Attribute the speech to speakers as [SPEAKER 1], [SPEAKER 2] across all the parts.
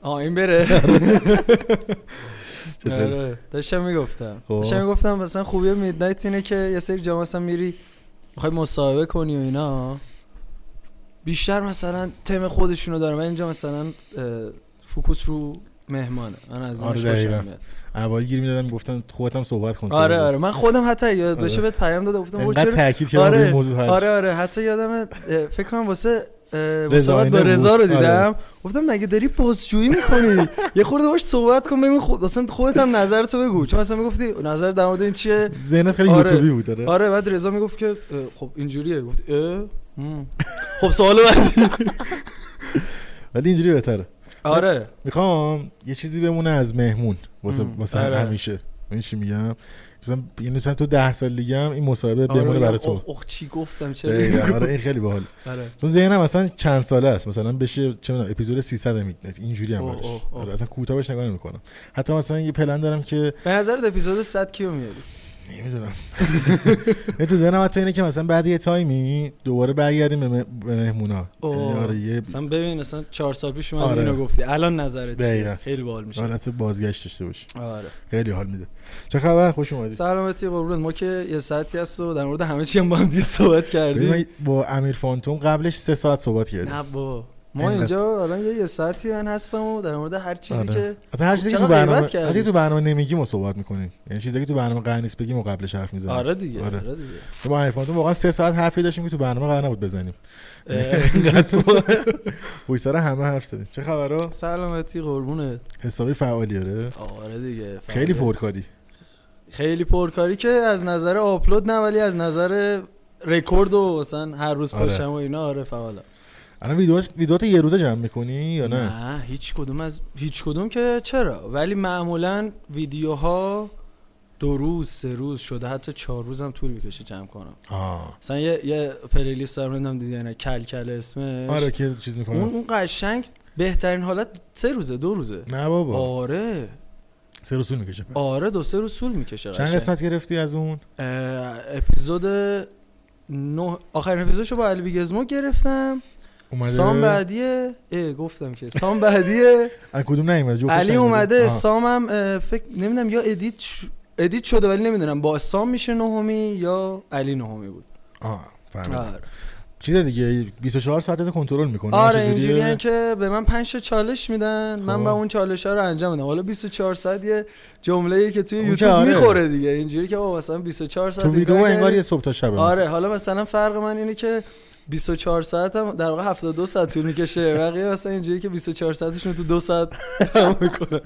[SPEAKER 1] آه این بره
[SPEAKER 2] آره. چطوری؟
[SPEAKER 1] آره داشتم میگفتم
[SPEAKER 2] خب.
[SPEAKER 1] داشتم میگفتم مثلا خوبی میدنایت اینه که یه سری جا مثلا میری میخوای مصاحبه کنی و اینا بیشتر مثلا تم خودشونو داره من اینجا مثلا اه، فوکوس رو مهمانه من از اینش
[SPEAKER 2] آره، دقیقاً.
[SPEAKER 1] خوشم میاد.
[SPEAKER 2] اول گیر میدادن گفتن خودت هم صحبت کن
[SPEAKER 1] آره آره من خودم حتی یاد بشه
[SPEAKER 2] آره.
[SPEAKER 1] بهت پیام داده گفتم
[SPEAKER 2] من
[SPEAKER 1] برو چرا
[SPEAKER 2] تاکید کردم
[SPEAKER 1] آره،
[SPEAKER 2] روی این موضوع
[SPEAKER 1] آره
[SPEAKER 2] آره
[SPEAKER 1] آره حتی یادم فکر کنم واسه اه، مصاحبت با
[SPEAKER 2] اینه
[SPEAKER 1] رضا رو
[SPEAKER 2] بود. آره.
[SPEAKER 1] دیدم گفتم مگه داری بازجویی میکنی یه خورده باش صحبت کن ببین خود اصلا خودت هم نظرتو بگو چون مثلا میگفتی نظر در مورد این چیه
[SPEAKER 2] ذهنت خیلی
[SPEAKER 1] آره.
[SPEAKER 2] یوتیوبی بود آره
[SPEAKER 1] آره بعد رضا میگفت که اه، خب اینجوریه گفت اه، هم. خب سوال بعد
[SPEAKER 2] ولی اینجوری بهتره
[SPEAKER 1] آره
[SPEAKER 2] میخوام یه چیزی بمونه از مهمون واسه
[SPEAKER 1] مم.
[SPEAKER 2] واسه
[SPEAKER 1] آره.
[SPEAKER 2] همیشه این چی میگم مثلا یعنی مثلا تو ده سال دیگه هم این مصاحبه
[SPEAKER 1] آره،
[SPEAKER 2] بمونه برای تو
[SPEAKER 1] اوه، اوه، چی گفتم چرا
[SPEAKER 2] دقیقاً. آره این خیلی باحال
[SPEAKER 1] آره
[SPEAKER 2] چون ذهنم اصلا چند ساله است مثلا بشه چه میدونم اپیزود 300 هم میدونم اینجوری هم
[SPEAKER 1] اوه،
[SPEAKER 2] برش
[SPEAKER 1] اوه، اوه.
[SPEAKER 2] آره اصلا کوتاه بهش نگاه نمیکنم حتی مثلا یه پلن دارم که
[SPEAKER 1] به نظر اپیزود 100 کیو میاری
[SPEAKER 2] نمیدونم تو ذهنم حتی اینه که مثلا بعد یه تایمی دوباره برگردیم به مه- به مهمونا
[SPEAKER 1] اوه.
[SPEAKER 2] یعنی آره یه
[SPEAKER 1] مثلا ببین مثلا 4 سال پیش من
[SPEAKER 2] آره.
[SPEAKER 1] اینو گفتی الان نظرت
[SPEAKER 2] دقیقاً. آره.
[SPEAKER 1] چیه خیلی باحال میشه
[SPEAKER 2] حالت بازگشت داشته باشه
[SPEAKER 1] آره
[SPEAKER 2] خیلی حال میده چه خبر خوش اومدید
[SPEAKER 1] سلامتی قربونت ما که یه ساعتی هست و در مورد همه چی هم با هم دیگه صحبت
[SPEAKER 2] ببین
[SPEAKER 1] کردیم
[SPEAKER 2] من با امیر فانتوم قبلش سه ساعت صحبت کردیم
[SPEAKER 1] نه بابا ما
[SPEAKER 2] اینقدر.
[SPEAKER 1] اینجا الان یه یه ساعتی من هستم و در مورد هر چیزی
[SPEAKER 2] آره.
[SPEAKER 1] که
[SPEAKER 2] حتی هر چیزی که
[SPEAKER 1] چقدر
[SPEAKER 2] تو برنامه
[SPEAKER 1] غیبت کردی.
[SPEAKER 2] هر چیزی تو برنامه نمیگیم ما صحبت میکنیم یعنی چیزی که تو برنامه قرار نیست بگیم و قبلش حرف میزنیم
[SPEAKER 1] آره دیگه
[SPEAKER 2] آره.
[SPEAKER 1] آره, دیگه
[SPEAKER 2] با امیر فانتوم واقعا سه ساعت حرفی داشتیم که تو برنامه قرار نبود بزنیم
[SPEAKER 1] اه،
[SPEAKER 2] ویسار همه حرف زدیم چه
[SPEAKER 1] خب.
[SPEAKER 2] خبره
[SPEAKER 1] سلامتی قربونت
[SPEAKER 2] حسابی فعالی آره
[SPEAKER 1] آره دیگه فعلا.
[SPEAKER 2] خیلی پرکاری
[SPEAKER 1] خیلی پرکاری که از نظر آپلود نه ولی از نظر رکورد و مثلا هر روز
[SPEAKER 2] آره.
[SPEAKER 1] پشتم و اینا آره فعالا
[SPEAKER 2] الان ویدیوهاش ویدیوهات یه روزه جمع میکنی یا نه
[SPEAKER 1] نه هیچ کدوم از هیچ کدوم که چرا ولی معمولا ویدیوها دو روز سه روز شده حتی چهار روزم طول میکشه جمع کنم
[SPEAKER 2] آه.
[SPEAKER 1] مثلا یه یه پلیلیست دارم نمیدونم دیدی یا نه کل کل اسمش
[SPEAKER 2] آره که چیز
[SPEAKER 1] اون
[SPEAKER 2] میکنم
[SPEAKER 1] اون قشنگ بهترین حالت سه روزه دو روزه
[SPEAKER 2] نه بابا
[SPEAKER 1] آره
[SPEAKER 2] سه روز طول میکشه پس.
[SPEAKER 1] آره دو سه روز طول میکشه
[SPEAKER 2] چند قسمت گرفتی از اون
[SPEAKER 1] اپیزود نه آخرین اپیزودشو با علی بیگزمو گرفتم
[SPEAKER 2] اومده
[SPEAKER 1] سام بعدیه اه گفتم که سام بعدیه
[SPEAKER 2] از کدوم نیومده جفتش
[SPEAKER 1] علی
[SPEAKER 2] نیومده؟
[SPEAKER 1] اومده
[SPEAKER 2] آه.
[SPEAKER 1] سامم اه، فکر نمیدونم یا ادیت ش- ادیت شده ولی نمیدونم با سام میشه نهمی یا علی نهمی بود
[SPEAKER 2] آه فهمیدم
[SPEAKER 1] آره,
[SPEAKER 2] چیز دیگه 24 ساعت کنترل میکنه
[SPEAKER 1] آره اینجوریه که به من پنج تا چالش میدن من
[SPEAKER 2] خب.
[SPEAKER 1] به اون چالش ها رو انجام میدم حالا 24 ساعت یه جمله که توی
[SPEAKER 2] اون که
[SPEAKER 1] یوتیوب
[SPEAKER 2] آره.
[SPEAKER 1] میخوره دیگه اینجوری که بابا مثلا 24 ساعت
[SPEAKER 2] تو
[SPEAKER 1] این
[SPEAKER 2] ویدیو
[SPEAKER 1] کار
[SPEAKER 2] انگار
[SPEAKER 1] کردی.
[SPEAKER 2] یه صبح تا شب
[SPEAKER 1] آره حالا مثلا فرق من اینه که 24 ساعت هم در واقع 72 ساعت طول میکشه بقیه مثلا اینجوری که 24 ساعتشون تو دو ساعت تمام میکنن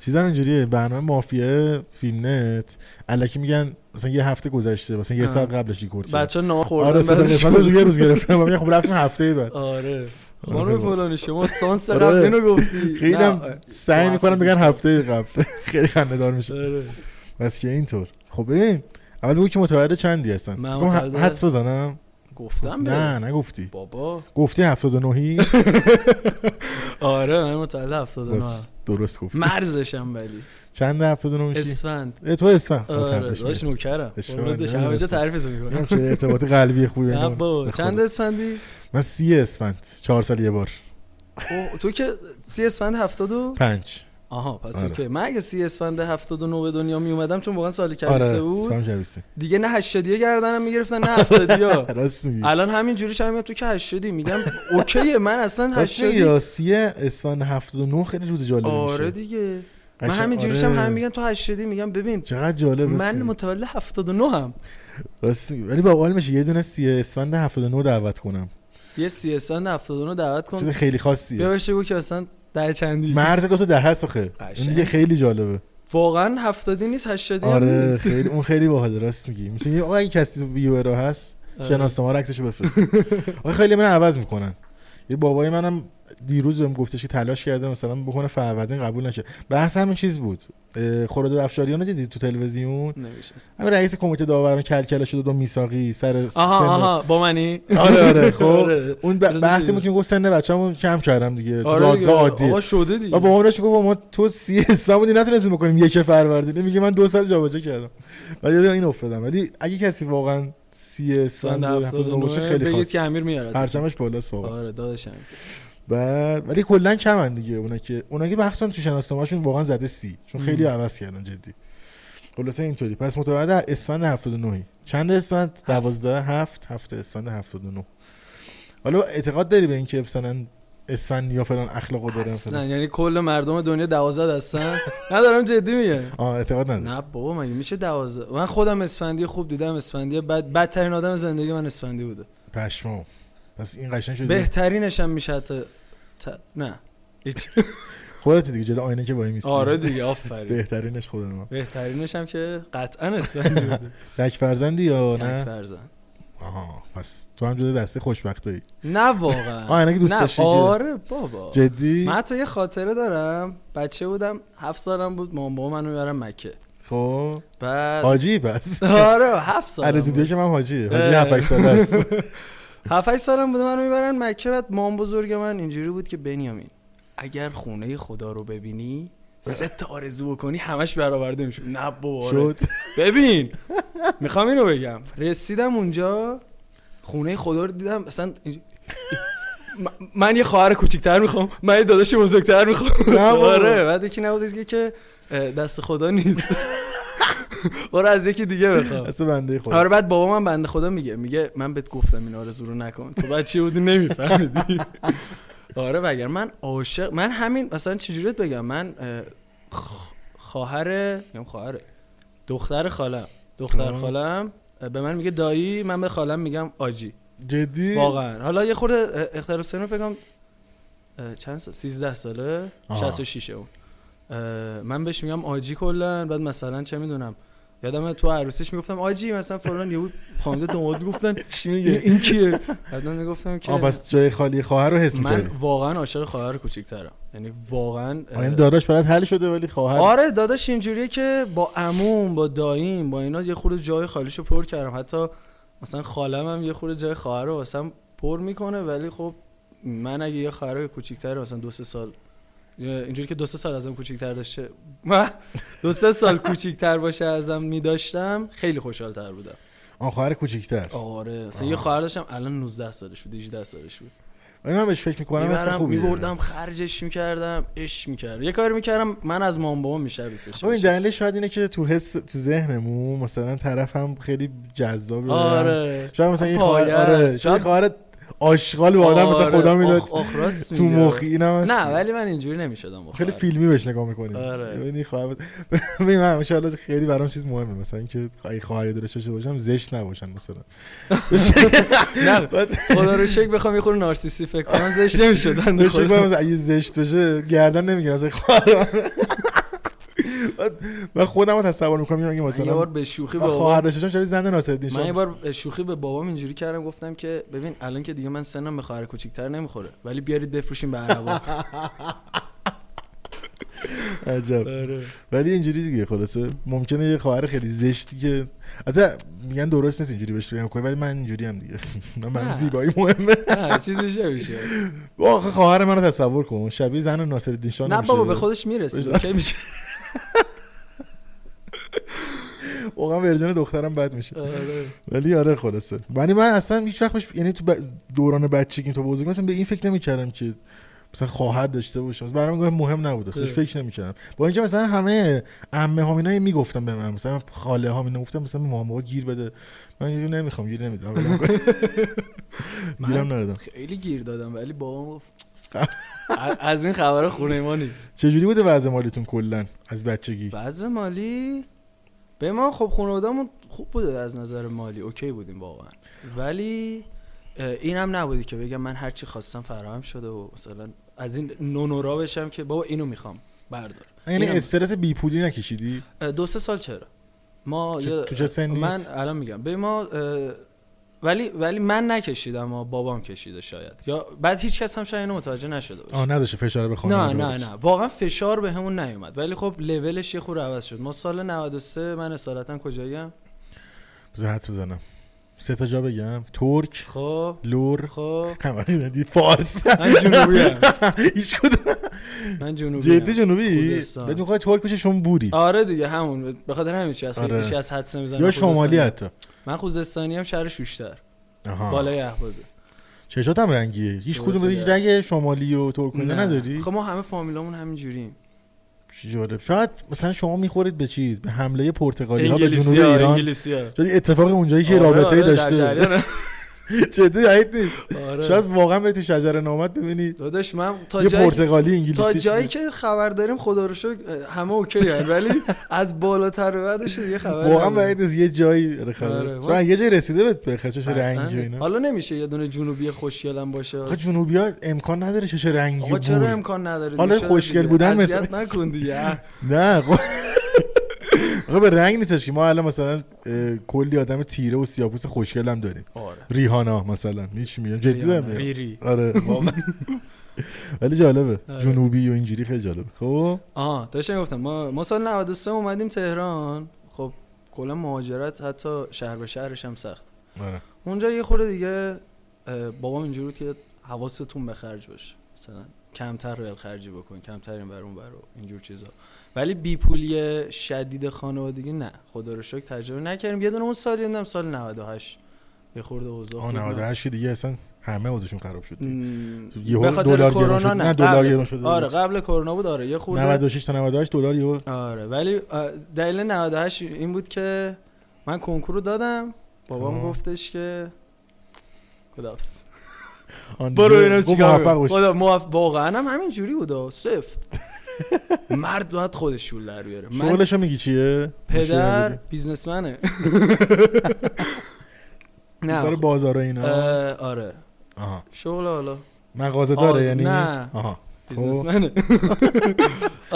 [SPEAKER 2] چیزا اینجوریه برنامه مافیا فیلم نت الکی میگن مثلا یه هفته گذشته مثلا یه
[SPEAKER 1] آه.
[SPEAKER 2] ساعت قبلش ریکورد کرد.
[SPEAKER 1] بچه نام خوردن
[SPEAKER 2] آره سه تا
[SPEAKER 1] بعدش.
[SPEAKER 2] قسمت رو یه روز گرفتم و میگم خب رفتیم هفته بعد
[SPEAKER 1] آره
[SPEAKER 2] آره،
[SPEAKER 1] خانم
[SPEAKER 2] بابا.
[SPEAKER 1] فلانی شما سانس
[SPEAKER 2] آره.
[SPEAKER 1] قبل اینو گفتی
[SPEAKER 2] خیلی
[SPEAKER 1] نه،
[SPEAKER 2] هم سعی
[SPEAKER 1] تو
[SPEAKER 2] میکنم
[SPEAKER 1] هفته
[SPEAKER 2] بگن هفته قبل خیلی خنده دار میشه
[SPEAKER 1] آره.
[SPEAKER 2] بس که اینطور خب ببین اول بگو که متولد چندی هستن
[SPEAKER 1] من
[SPEAKER 2] بگم ح-
[SPEAKER 1] متولد-
[SPEAKER 2] حدس بزنم
[SPEAKER 1] گفتم به
[SPEAKER 2] نه نگفتی
[SPEAKER 1] بابا
[SPEAKER 2] گفتی 79 ی؟
[SPEAKER 1] آره من متعلق 79 ام.
[SPEAKER 2] درست گفتی
[SPEAKER 1] مرزشم ولی
[SPEAKER 2] چند 79 میشی
[SPEAKER 1] اسفند
[SPEAKER 2] اه، تو اسفند
[SPEAKER 1] آره داشت نوکرم
[SPEAKER 2] اشتباه
[SPEAKER 1] قربونت بشم. همه جا
[SPEAKER 2] نمی‌دونستم.
[SPEAKER 1] تعریفتون میکنم
[SPEAKER 2] چه ارتباط قلبی خوبی
[SPEAKER 1] نه
[SPEAKER 2] بینمون.
[SPEAKER 1] بابا.
[SPEAKER 2] به خدا.
[SPEAKER 1] چند اسفندی
[SPEAKER 2] من سی اسفند چهار سال یه بار
[SPEAKER 1] اوه، تو که سی اسفند 72
[SPEAKER 2] پنج
[SPEAKER 1] آها پس
[SPEAKER 2] آره.
[SPEAKER 1] اوکی من اگه سی اسفند 79 به دنیا می اومدم چون واقعا سال کلیسه
[SPEAKER 2] آره
[SPEAKER 1] بود
[SPEAKER 2] تام جویسه
[SPEAKER 1] دیگه نه 80 گردنم میگرفتن نه 70
[SPEAKER 2] راست میگی
[SPEAKER 1] الان همین جوریش هم میگم تو که 80 میگم اوکیه من اصلا
[SPEAKER 2] راست میگی
[SPEAKER 1] 80
[SPEAKER 2] یا سی اسفند 79 خیلی روز جالبی
[SPEAKER 1] آره
[SPEAKER 2] میشه
[SPEAKER 1] دیگه من
[SPEAKER 2] قشنگ-
[SPEAKER 1] همین جوریش هم
[SPEAKER 2] آره.
[SPEAKER 1] هم میگم تو 80 میگم ببین
[SPEAKER 2] چقدر جالب
[SPEAKER 1] من
[SPEAKER 2] من
[SPEAKER 1] متولد 79 هم
[SPEAKER 2] راست میگی ولی با میشه یه دونه سی اسفند 79 دعوت کنم
[SPEAKER 1] یه سی اسفند 79 دعوت
[SPEAKER 2] چیز
[SPEAKER 1] کن
[SPEAKER 2] خیلی
[SPEAKER 1] بیا
[SPEAKER 2] خاصیه
[SPEAKER 1] بهش بگو که اصلا در چندی
[SPEAKER 2] مرز دو تا ده هست آخه
[SPEAKER 1] قشنگ.
[SPEAKER 2] این دیگه خیلی جالبه
[SPEAKER 1] واقعا 70 نیست 80 هم
[SPEAKER 2] آره
[SPEAKER 1] نیست
[SPEAKER 2] خیلی اون خیلی باحال راست میگی میتونی آقا اگه کسی تو ویورا هست
[SPEAKER 1] آره.
[SPEAKER 2] شناسنامه رو عکسشو بفرست آخه خیلی من عوض میکنن یه بابای منم دیروز بهم گفتش که تلاش کرده مثلا بکنه فروردین قبول نشه بحث همین چیز بود اه، خورده افشاریان رو دیدی تو تلویزیون
[SPEAKER 1] نمیشه اصلا.
[SPEAKER 2] همین رئیس کمیته داوران کلکله شده دو میساقی سر سن
[SPEAKER 1] آها آها با منی
[SPEAKER 2] آره آره خب
[SPEAKER 1] آره.
[SPEAKER 2] اون ب-
[SPEAKER 1] درست
[SPEAKER 2] بحثی
[SPEAKER 1] دیدم.
[SPEAKER 2] بود که میگفت سن بچه‌مون کم کردم دیگه تو
[SPEAKER 1] آره دیگه
[SPEAKER 2] دادگاه عادیه
[SPEAKER 1] آقا شده
[SPEAKER 2] و
[SPEAKER 1] دیگه
[SPEAKER 2] با اونش گفت ما تو سی اسفند بودی نتونستیم بکنیم یک فروردین میگه من دو سال جابجا کردم و یاد این افتادم ولی اگه کسی واقعا سی اسفند
[SPEAKER 1] سند
[SPEAKER 2] 79 باشه
[SPEAKER 1] 79
[SPEAKER 2] خیلی
[SPEAKER 1] بگید
[SPEAKER 2] خاص
[SPEAKER 1] که امیر میاره
[SPEAKER 2] پرچمش بالاست واقعا
[SPEAKER 1] آره داداشم
[SPEAKER 2] بعد ولی کلا کمن دیگه اونا که اونا که مخصوصا تو شناسنامه‌شون واقعا زده سی چون خیلی
[SPEAKER 1] مم.
[SPEAKER 2] عوض کردن جدی خلاصه اینطوری پس متولد اسفند 79 ی. چند اسفند 12 هفت هفت اسفند 79 حالا اعتقاد داری به اینکه مثلا اسفند یا فلان اخلاقو دارن
[SPEAKER 1] اصلا
[SPEAKER 2] فلان
[SPEAKER 1] یعنی کل مردم دنیا دوازده هستن ندارم جدی میگه
[SPEAKER 2] آه اعتقاد نداری
[SPEAKER 1] نه بابا مگه میشه دوازده من خودم اسفندی خوب دیدم اسفندی بد بدترین آدم زندگی من اسفندی بوده
[SPEAKER 2] پشمام پس این قشنگ شده
[SPEAKER 1] بهترینش هم میشه حتی ت- نه هیچ.
[SPEAKER 2] خودت دیگه جلو آینه که وای میستی
[SPEAKER 1] آره دیگه آفرین
[SPEAKER 2] بهترینش خودم
[SPEAKER 1] بهترینش هم که قطعا اسفندی بوده
[SPEAKER 2] تک فرزندی یا
[SPEAKER 1] تک
[SPEAKER 2] خب، نه
[SPEAKER 1] فرزن
[SPEAKER 2] آها پس تو هم جدا دسته خوشبختایی
[SPEAKER 1] نه
[SPEAKER 2] آه،
[SPEAKER 1] واقعا
[SPEAKER 2] اینا که دوست
[SPEAKER 1] نه،
[SPEAKER 2] داشتی که-
[SPEAKER 1] آره بابا
[SPEAKER 2] جدی
[SPEAKER 1] من حتی یه خاطره دارم بچه بودم هفت سالم بود مامان بابا منو میبرم مکه
[SPEAKER 2] خب
[SPEAKER 1] بعد
[SPEAKER 2] حاجی پس
[SPEAKER 1] آره هفت سالم
[SPEAKER 2] عرض
[SPEAKER 1] بود
[SPEAKER 2] که من حاجیه حاجی
[SPEAKER 1] اه.
[SPEAKER 2] 7 8 ساله است
[SPEAKER 1] هفت هشت سالم بوده منو میبرن مکه بعد مام بزرگ من اینجوری بود که بنیامین اگر خونه خدا رو ببینی سه تا آرزو بکنی همش برآورده میشه نه بابا آره.
[SPEAKER 2] شد
[SPEAKER 1] ببین میخوام اینو بگم رسیدم اونجا خونه خدا رو دیدم مثلا م- من یه خواهر کوچیکتر میخوام من یه داداش بزرگتر میخوام
[SPEAKER 2] نه بابا.
[SPEAKER 1] آره بعد یکی نبود دیگه که اه، دست خدا نیست برو از یکی دیگه بخوام
[SPEAKER 2] دست بنده خدا
[SPEAKER 1] آره بعد بابا من بنده خدا میگه میگه من بهت گفتم این آرزو رو نکن تو بچه بودی نمیفهمیدی آره وگر من عاشق من همین مثلا چجوریت بگم من اه، خ- خواهر میگم خواهره دختر خالم دختر
[SPEAKER 2] آه.
[SPEAKER 1] خالم اه، به من میگه دایی من به خالم میگم آجی
[SPEAKER 2] جدی
[SPEAKER 1] واقعا حالا یه خورده اه، اختلاف سن رو بگم اه، چند سال 13 ساله
[SPEAKER 2] آها.
[SPEAKER 1] 66 اون اه، من بهش میگم آجی کلا بعد مثلا چه میدونم یادم تو عروسیش میگفتم آجی مثلا فلان یهو خانواده دنبال میگفتن
[SPEAKER 2] چی
[SPEAKER 1] این
[SPEAKER 2] میگه
[SPEAKER 1] این کیه بعد من میگفتم
[SPEAKER 2] آه
[SPEAKER 1] که
[SPEAKER 2] پس جای خالی خواهر رو حس
[SPEAKER 1] من
[SPEAKER 2] می‌کردی
[SPEAKER 1] واقعا عاشق خواهر کوچیک‌ترم یعنی واقعا اه،
[SPEAKER 2] آه، این داداش برات حل شده ولی خواهر
[SPEAKER 1] آره داداش اینجوریه که با عموم با داییم با اینا یه خورده جای خالیشو پر کردم حتی مثلا خالم هم یه خورده جای خواهر رو واسم پر میکنه ولی خب من اگه یه خواهر کوچیک‌تر مثلا دو سه سال اینجوری که دو سه سال ازم کوچیک‌تر داشته دو سه سال کوچیک‌تر باشه ازم میداشتم خیلی خوشحال‌تر بودم
[SPEAKER 2] آن خواهر کوچیک‌تر
[SPEAKER 1] آره مثلا یه خواهر داشتم الان 19 سالش بود 18 سالش بود
[SPEAKER 2] ولی من بهش فکر می‌کنم اصلا
[SPEAKER 1] میبرم
[SPEAKER 2] خوبه
[SPEAKER 1] میبردم خرجش میکردم اش میکردم یه کاری میکردم من از مام بابا
[SPEAKER 2] خب این
[SPEAKER 1] میشه
[SPEAKER 2] دلیلش شاید اینه که تو حس تو ذهنمون مثلا طرف هم خیلی جذابه
[SPEAKER 1] آره
[SPEAKER 2] شاید مثلا یه خواهر
[SPEAKER 1] پایه است.
[SPEAKER 2] آره شاید
[SPEAKER 1] شاید-
[SPEAKER 2] خواهر آشغال به آدم مثلا
[SPEAKER 1] آره،
[SPEAKER 2] خدا میداد
[SPEAKER 1] آخ، آخ، راست
[SPEAKER 2] تو
[SPEAKER 1] میگه.
[SPEAKER 2] مخی اینم هست.
[SPEAKER 1] نه ولی من اینجوری نمیشدم
[SPEAKER 2] خیلی فیلمی بهش نگاه میکنیم
[SPEAKER 1] آره.
[SPEAKER 2] ببینی خواهر ببین من ان خیلی برام چیز مهمه مثلا اینکه اگه خواهری داره چه باشم زشت نباشن مثلا
[SPEAKER 1] نه
[SPEAKER 2] بعد
[SPEAKER 1] خدا رو شکر بخوام یه خورده نارسیسی فکر کنم زش نمیشدن
[SPEAKER 2] داشت می‌گفتم مثلا اگه زشت بشه گردن نمیگیرن مثلا خواهر بعد من خودم رو تصور میکنم میگم اگه
[SPEAKER 1] من یه بار
[SPEAKER 2] مثلا
[SPEAKER 1] به شوخی
[SPEAKER 2] من
[SPEAKER 1] به
[SPEAKER 2] خواهر
[SPEAKER 1] بابام
[SPEAKER 2] داشته باشم شبیه زنده ناصرالدین
[SPEAKER 1] من یه
[SPEAKER 2] شاه
[SPEAKER 1] بار شوخی به بابام اینجوری کردم گفتم که ببین الان که دیگه من سنم به خواهر کوچیک‌تر نمیخوره ولی بیارید بفروشیم به عربا
[SPEAKER 2] عجب
[SPEAKER 1] آره.
[SPEAKER 2] ولی اینجوری دیگه خلاصه ممکنه یه خواهر خیلی زشتی که البته میگن درست نیست اینجوری بهش نگاه کنی، ولی من اینجوری هم دیگه من برام
[SPEAKER 1] نه.
[SPEAKER 2] زیبایی مهمه
[SPEAKER 1] نه چیزی نمیشه
[SPEAKER 2] آخه خواهر منو تصور کن شبیه زن ناصرالدین شاه
[SPEAKER 1] نه
[SPEAKER 2] نمیشه.
[SPEAKER 1] بابا به خودش میرسه اوکی میشه
[SPEAKER 2] واقعا ورژن دخترم بد میشه
[SPEAKER 1] آره.
[SPEAKER 2] ولی آره خلاصه ولی من اصلا هیچ وقت بهش- یعنی تو ب... دوران بچگی تو بزرگ مثلا به این فکر نمیکردم که مثلا خواهر داشته باشم مثلا برام گفتم مهم نبود اصلا
[SPEAKER 1] اه.
[SPEAKER 2] فکر نمیکردم با اینجا مثلا همه عمه ها اینا میگفتن به من مثلا خاله ها اینا گفتم مثلا مامان بابا گیر بده من گیر نمیخوام گیر نمیدم ولم کن.
[SPEAKER 1] من-
[SPEAKER 2] گیرم ندادم
[SPEAKER 1] خیلی گیر دادم ولی بابام گفت از این خبر خونه ما نیست
[SPEAKER 2] چجوری بوده وضع مالیتون کلا از بچگی
[SPEAKER 1] وضع مالی به ما خب خانوادهمون خوب بوده از نظر مالی اوکی بودیم واقعا ولی اه، این هم نبودی که بگم من هر چی خواستم فراهم شده و مثلا از این نونورا بشم که بابا اینو میخوام بردار
[SPEAKER 2] یعنی
[SPEAKER 1] اینم-
[SPEAKER 2] استرس بیپولی نکشیدی
[SPEAKER 1] اه، دو سه سال چرا ما
[SPEAKER 2] چه-
[SPEAKER 1] یه-
[SPEAKER 2] تو چه سنیت؟
[SPEAKER 1] من الان میگم به ما اه، ولی ولی من نکشیدم اما بابام کشیده شاید یا بعد هیچ کس هم شاید اینو متوجه نشده باشه
[SPEAKER 2] آه نداشته فشار به خانواده
[SPEAKER 1] نه نه
[SPEAKER 2] داشت.
[SPEAKER 1] نه واقعا فشار به همون نیومد ولی خب لولش یه خورده عوض شد ما سال 93 من اصالتا کجاییم
[SPEAKER 2] بذار حدس بزنم سه تا جا بگم ترک
[SPEAKER 1] خب
[SPEAKER 2] لور
[SPEAKER 1] خب
[SPEAKER 2] همه دی فارس
[SPEAKER 1] من جنوبیم
[SPEAKER 2] هیچ کدوم
[SPEAKER 1] من جنوبیم
[SPEAKER 2] جدی جنوبی
[SPEAKER 1] خوزستان.
[SPEAKER 2] بعد میخواد ترک بشه شون بوری
[SPEAKER 1] آره دیگه همون به خاطر همین چی اصلا
[SPEAKER 2] آره.
[SPEAKER 1] هیچی از حدس نمیزنم
[SPEAKER 2] یا شمالی حتی
[SPEAKER 1] من خوزستانی هم شهر شوشتر
[SPEAKER 2] آها.
[SPEAKER 1] بالای اهوازه
[SPEAKER 2] چشات هم رنگیه هیچ
[SPEAKER 1] درسته.
[SPEAKER 2] کدوم هیچ رنگ شمالی و ترکونه
[SPEAKER 1] نه.
[SPEAKER 2] نداری
[SPEAKER 1] خب ما همه فامیلامون همینجوریم
[SPEAKER 2] چی جالب شاید مثلا شما میخورید به چیز به حمله پرتغالی ها به آره، جنوب
[SPEAKER 1] انگلیسی ها
[SPEAKER 2] ایران
[SPEAKER 1] انگلیسی آره، ها
[SPEAKER 2] شاید اتفاق اونجایی که رابطه داشته جدی بعید نیست شاید
[SPEAKER 1] شاید
[SPEAKER 2] واقعا بری تو شجر نامت ببینید
[SPEAKER 1] آره. داداش من تا
[SPEAKER 2] یه
[SPEAKER 1] جایی
[SPEAKER 2] پرتغالی انگلیسی
[SPEAKER 1] تا جایی
[SPEAKER 2] چیزی.
[SPEAKER 1] که خبر داریم خدا رو شکر همه اوکی هن. ولی از بالاتر به بعدش دیگه خبر
[SPEAKER 2] واقعا
[SPEAKER 1] نداریم.
[SPEAKER 2] بعید نیست یه جایی آره، خبر
[SPEAKER 1] آره، ما-
[SPEAKER 2] شاید یه جایی رسیده به به خشش رنگی و
[SPEAKER 1] قطعاً. آره.
[SPEAKER 2] اینا
[SPEAKER 1] حالا نمیشه یه دونه جنوبی خوشگلم باشه
[SPEAKER 2] آخه جنوبی ها امکان نداره چش رنگی
[SPEAKER 1] آقا چرا
[SPEAKER 2] بود
[SPEAKER 1] امکان نداره
[SPEAKER 2] حالا
[SPEAKER 1] دیگه؟
[SPEAKER 2] خوشگل
[SPEAKER 1] دیگه.
[SPEAKER 2] بودن
[SPEAKER 1] اذیت
[SPEAKER 2] مثلا.
[SPEAKER 1] نکن دیگه
[SPEAKER 2] نه خب- آقا به رنگ نیستش که ما الان مثلا اه، کلی آدم تیره و سیاپوس خوشگل هم داریم
[SPEAKER 1] آره
[SPEAKER 2] ریحانا مثلا هیچ میگم جدی دارم میگم.
[SPEAKER 1] ریری
[SPEAKER 2] آره ولی جالبه
[SPEAKER 1] آره.
[SPEAKER 2] جنوبی و اینجوری خیلی جالبه خب
[SPEAKER 1] آها داشتم گفتم ما ما سال 93 اومدیم تهران خب کلا مهاجرت حتی شهر به شهرش هم سخت
[SPEAKER 2] آره.
[SPEAKER 1] اونجا یه خورده دیگه اه، بابام اینجوری بود که حواستون به خرج باشه مثلا کمتر ریل خرجی بکن کمتر این بر اون بر و اینجور چیزا ولی بی پولی شدید خانوادگی نه خدا رو شکر تجربه نکردیم یه دونه اون سالی هم سال 98 یه خورده اوضاع
[SPEAKER 2] آه
[SPEAKER 1] خوب نبود.
[SPEAKER 2] 98 دیگه اصلا همه وضعشون خراب شد
[SPEAKER 1] م،
[SPEAKER 2] یهو
[SPEAKER 1] به خاطر
[SPEAKER 2] دلار گرون
[SPEAKER 1] کرونا
[SPEAKER 2] شد.
[SPEAKER 1] نه,
[SPEAKER 2] نه، دلار
[SPEAKER 1] قبل-
[SPEAKER 2] گرون شد.
[SPEAKER 1] آره قبل کرونا بود آره یه خورده
[SPEAKER 2] 96 تا 98 دلار یهو
[SPEAKER 1] آره ولی آه، دلیل 98 این بود که من کنکور رو دادم بابام
[SPEAKER 2] تمام.
[SPEAKER 1] گفتش که خدافز
[SPEAKER 2] آن
[SPEAKER 1] برو
[SPEAKER 2] دیگه
[SPEAKER 1] اینا
[SPEAKER 2] گفت
[SPEAKER 1] چیکار
[SPEAKER 2] موفق
[SPEAKER 1] کنم؟
[SPEAKER 2] باش.
[SPEAKER 1] خدا موفق واقعا هم همین جوری بود سفت مرد باید خودش شول در بیاره من
[SPEAKER 2] شغلشو میگی چیه
[SPEAKER 1] پدر بیزنسمنه
[SPEAKER 2] نه
[SPEAKER 1] نه
[SPEAKER 2] بازار و اینا
[SPEAKER 1] اه، آره
[SPEAKER 2] آها
[SPEAKER 1] شغل حالا
[SPEAKER 2] مغازه داره
[SPEAKER 1] آز-
[SPEAKER 2] یعنی
[SPEAKER 1] نه.
[SPEAKER 2] آها
[SPEAKER 1] بیزنسمنه
[SPEAKER 2] خب.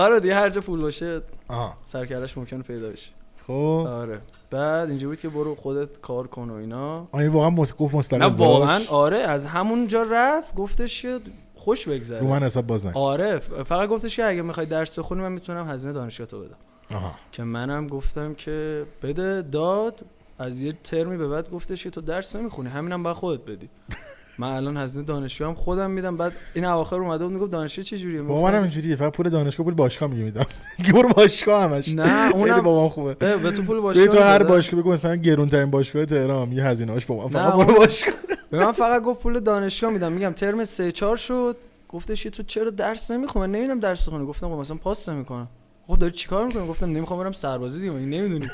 [SPEAKER 1] آره دیگه هر جا پول باشه
[SPEAKER 2] آها
[SPEAKER 1] سرکلش ممکنه پیدا بشه
[SPEAKER 2] خب
[SPEAKER 1] آره بعد اینجا بود که برو خودت کار کن و اینا
[SPEAKER 2] آه، این واقعا مس... گفت مستقل
[SPEAKER 1] نه
[SPEAKER 2] باش.
[SPEAKER 1] واقعا آره از همونجا رفت گفتش که خوش بگذره
[SPEAKER 2] رو من حساب باز نکن
[SPEAKER 1] آره ف- فقط گفتش که اگه میخوای درس بخونی من میتونم هزینه دانشگاه تو بدم
[SPEAKER 2] آها
[SPEAKER 1] که منم گفتم که بده داد از یه ترمی به بعد گفتش که تو درس نمیخونی همینم باید خودت بدی من الان هزینه دانشجو هم خودم میدم بعد این اواخر اومده بود میگفت دانشجو چه جوریه
[SPEAKER 2] با منم
[SPEAKER 1] می‌گفتم،
[SPEAKER 2] اینجوریه فقط پول دانشگاه پول باشگاه میگه میدم گور باشگاه همش
[SPEAKER 1] نه
[SPEAKER 2] خیلی
[SPEAKER 1] اونم
[SPEAKER 2] با من خوبه
[SPEAKER 1] اه، به تو پول باشگاه
[SPEAKER 2] ببین تو هر
[SPEAKER 1] می‌دادن.
[SPEAKER 2] باشگاه بگو مثلا گرونترین باشگاه تهران یه هزینه‌اش با من فقط
[SPEAKER 1] نه،
[SPEAKER 2] برو باشگاه
[SPEAKER 1] به من فقط گفت پول دانشگاه میدم میگم ترم سه چهار شد گفتش که تو چرا درس نمیخونی من نمیدونم درس خونه گفتم خب مثلا پاس نمیکنم خب داری چیکار میکنی گفتم نمیخوام برم سربازی دیگه مگه نمیدونی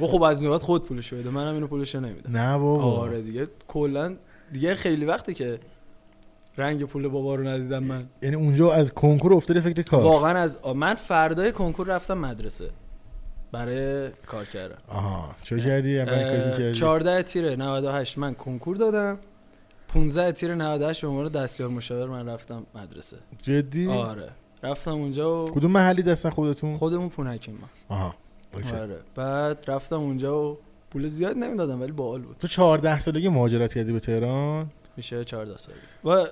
[SPEAKER 1] گفت خب از این به بعد خود پولشو بده منم اینو پولشو نمیدم
[SPEAKER 2] نه بابا
[SPEAKER 1] آره دیگه کلا دیگه خیلی وقته که رنگ پول بابا رو ندیدم من
[SPEAKER 2] یعنی اونجا از کنکور افتاده فکر کار
[SPEAKER 1] واقعا از آ- من فردای کنکور رفتم مدرسه برای کار کردن
[SPEAKER 2] آها چه کردی اولین کاری که
[SPEAKER 1] اه،
[SPEAKER 2] کردی
[SPEAKER 1] 14 تیر 98 من کنکور دادم 15 تیر 98 به عنوان دستیار مشاور من رفتم مدرسه
[SPEAKER 2] جدی
[SPEAKER 1] آره رفتم اونجا و
[SPEAKER 2] کدوم محلی دستن خودتون
[SPEAKER 1] خودمون پونکیم ما
[SPEAKER 2] آها اوکی.
[SPEAKER 1] خب. آره بعد رفتم اونجا و پول زیاد نمیدادم ولی باحال بود
[SPEAKER 2] تو 14 سالگی مهاجرت کردی به تهران
[SPEAKER 1] میشه 14 سال و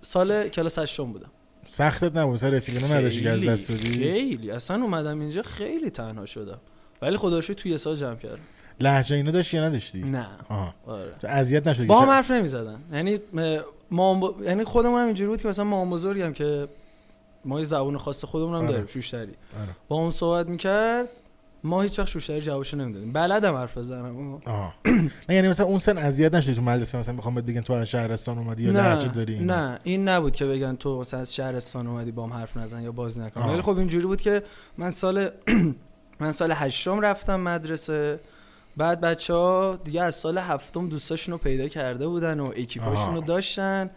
[SPEAKER 1] سال کلاس هشتم بودم
[SPEAKER 2] سختت نبود سر رفیقانه نداشتی که از دست بدی
[SPEAKER 1] خیلی اصلا اومدم اینجا خیلی تنها شدم ولی خدا رو شکر توی یه سال جمع کردم
[SPEAKER 2] لهجه اینا داشتی یا نداشتی
[SPEAKER 1] نه
[SPEAKER 2] آها
[SPEAKER 1] آره
[SPEAKER 2] تو اذیت نشدی
[SPEAKER 1] با هم
[SPEAKER 2] چه-
[SPEAKER 1] حرف نمیزدن یعنی م- ما هم ب- یعنی خودمون هم اینجوری بود که مثلا ما هم بزرگیم که ما یه زبون خاص خودمون هم
[SPEAKER 2] آره.
[SPEAKER 1] داریم شوشتری
[SPEAKER 2] آره.
[SPEAKER 1] با اون صحبت میکرد ما هیچ وقت شوشتری جوابشو نمیدادیم بلدم حرف بزنم اما-
[SPEAKER 2] آها نه یعنی مثلا اون سن اذیت نشدی تو مدرسه مثلا بخوام بهت بگن تو از شهرستان اومدی یا لهجه داری اینا.
[SPEAKER 1] نه این نبود که بگن تو مثلا از شهرستان اومدی بام حرف نزن یا باز نکن
[SPEAKER 2] آه.
[SPEAKER 1] ولی خب اینجوری بود که من سال من سال هشتم رفتم مدرسه بعد بچه ها دیگه از سال هفتم دوستاشون رو پیدا کرده بودن و اکیپاشون رو
[SPEAKER 2] آه.
[SPEAKER 1] داشتن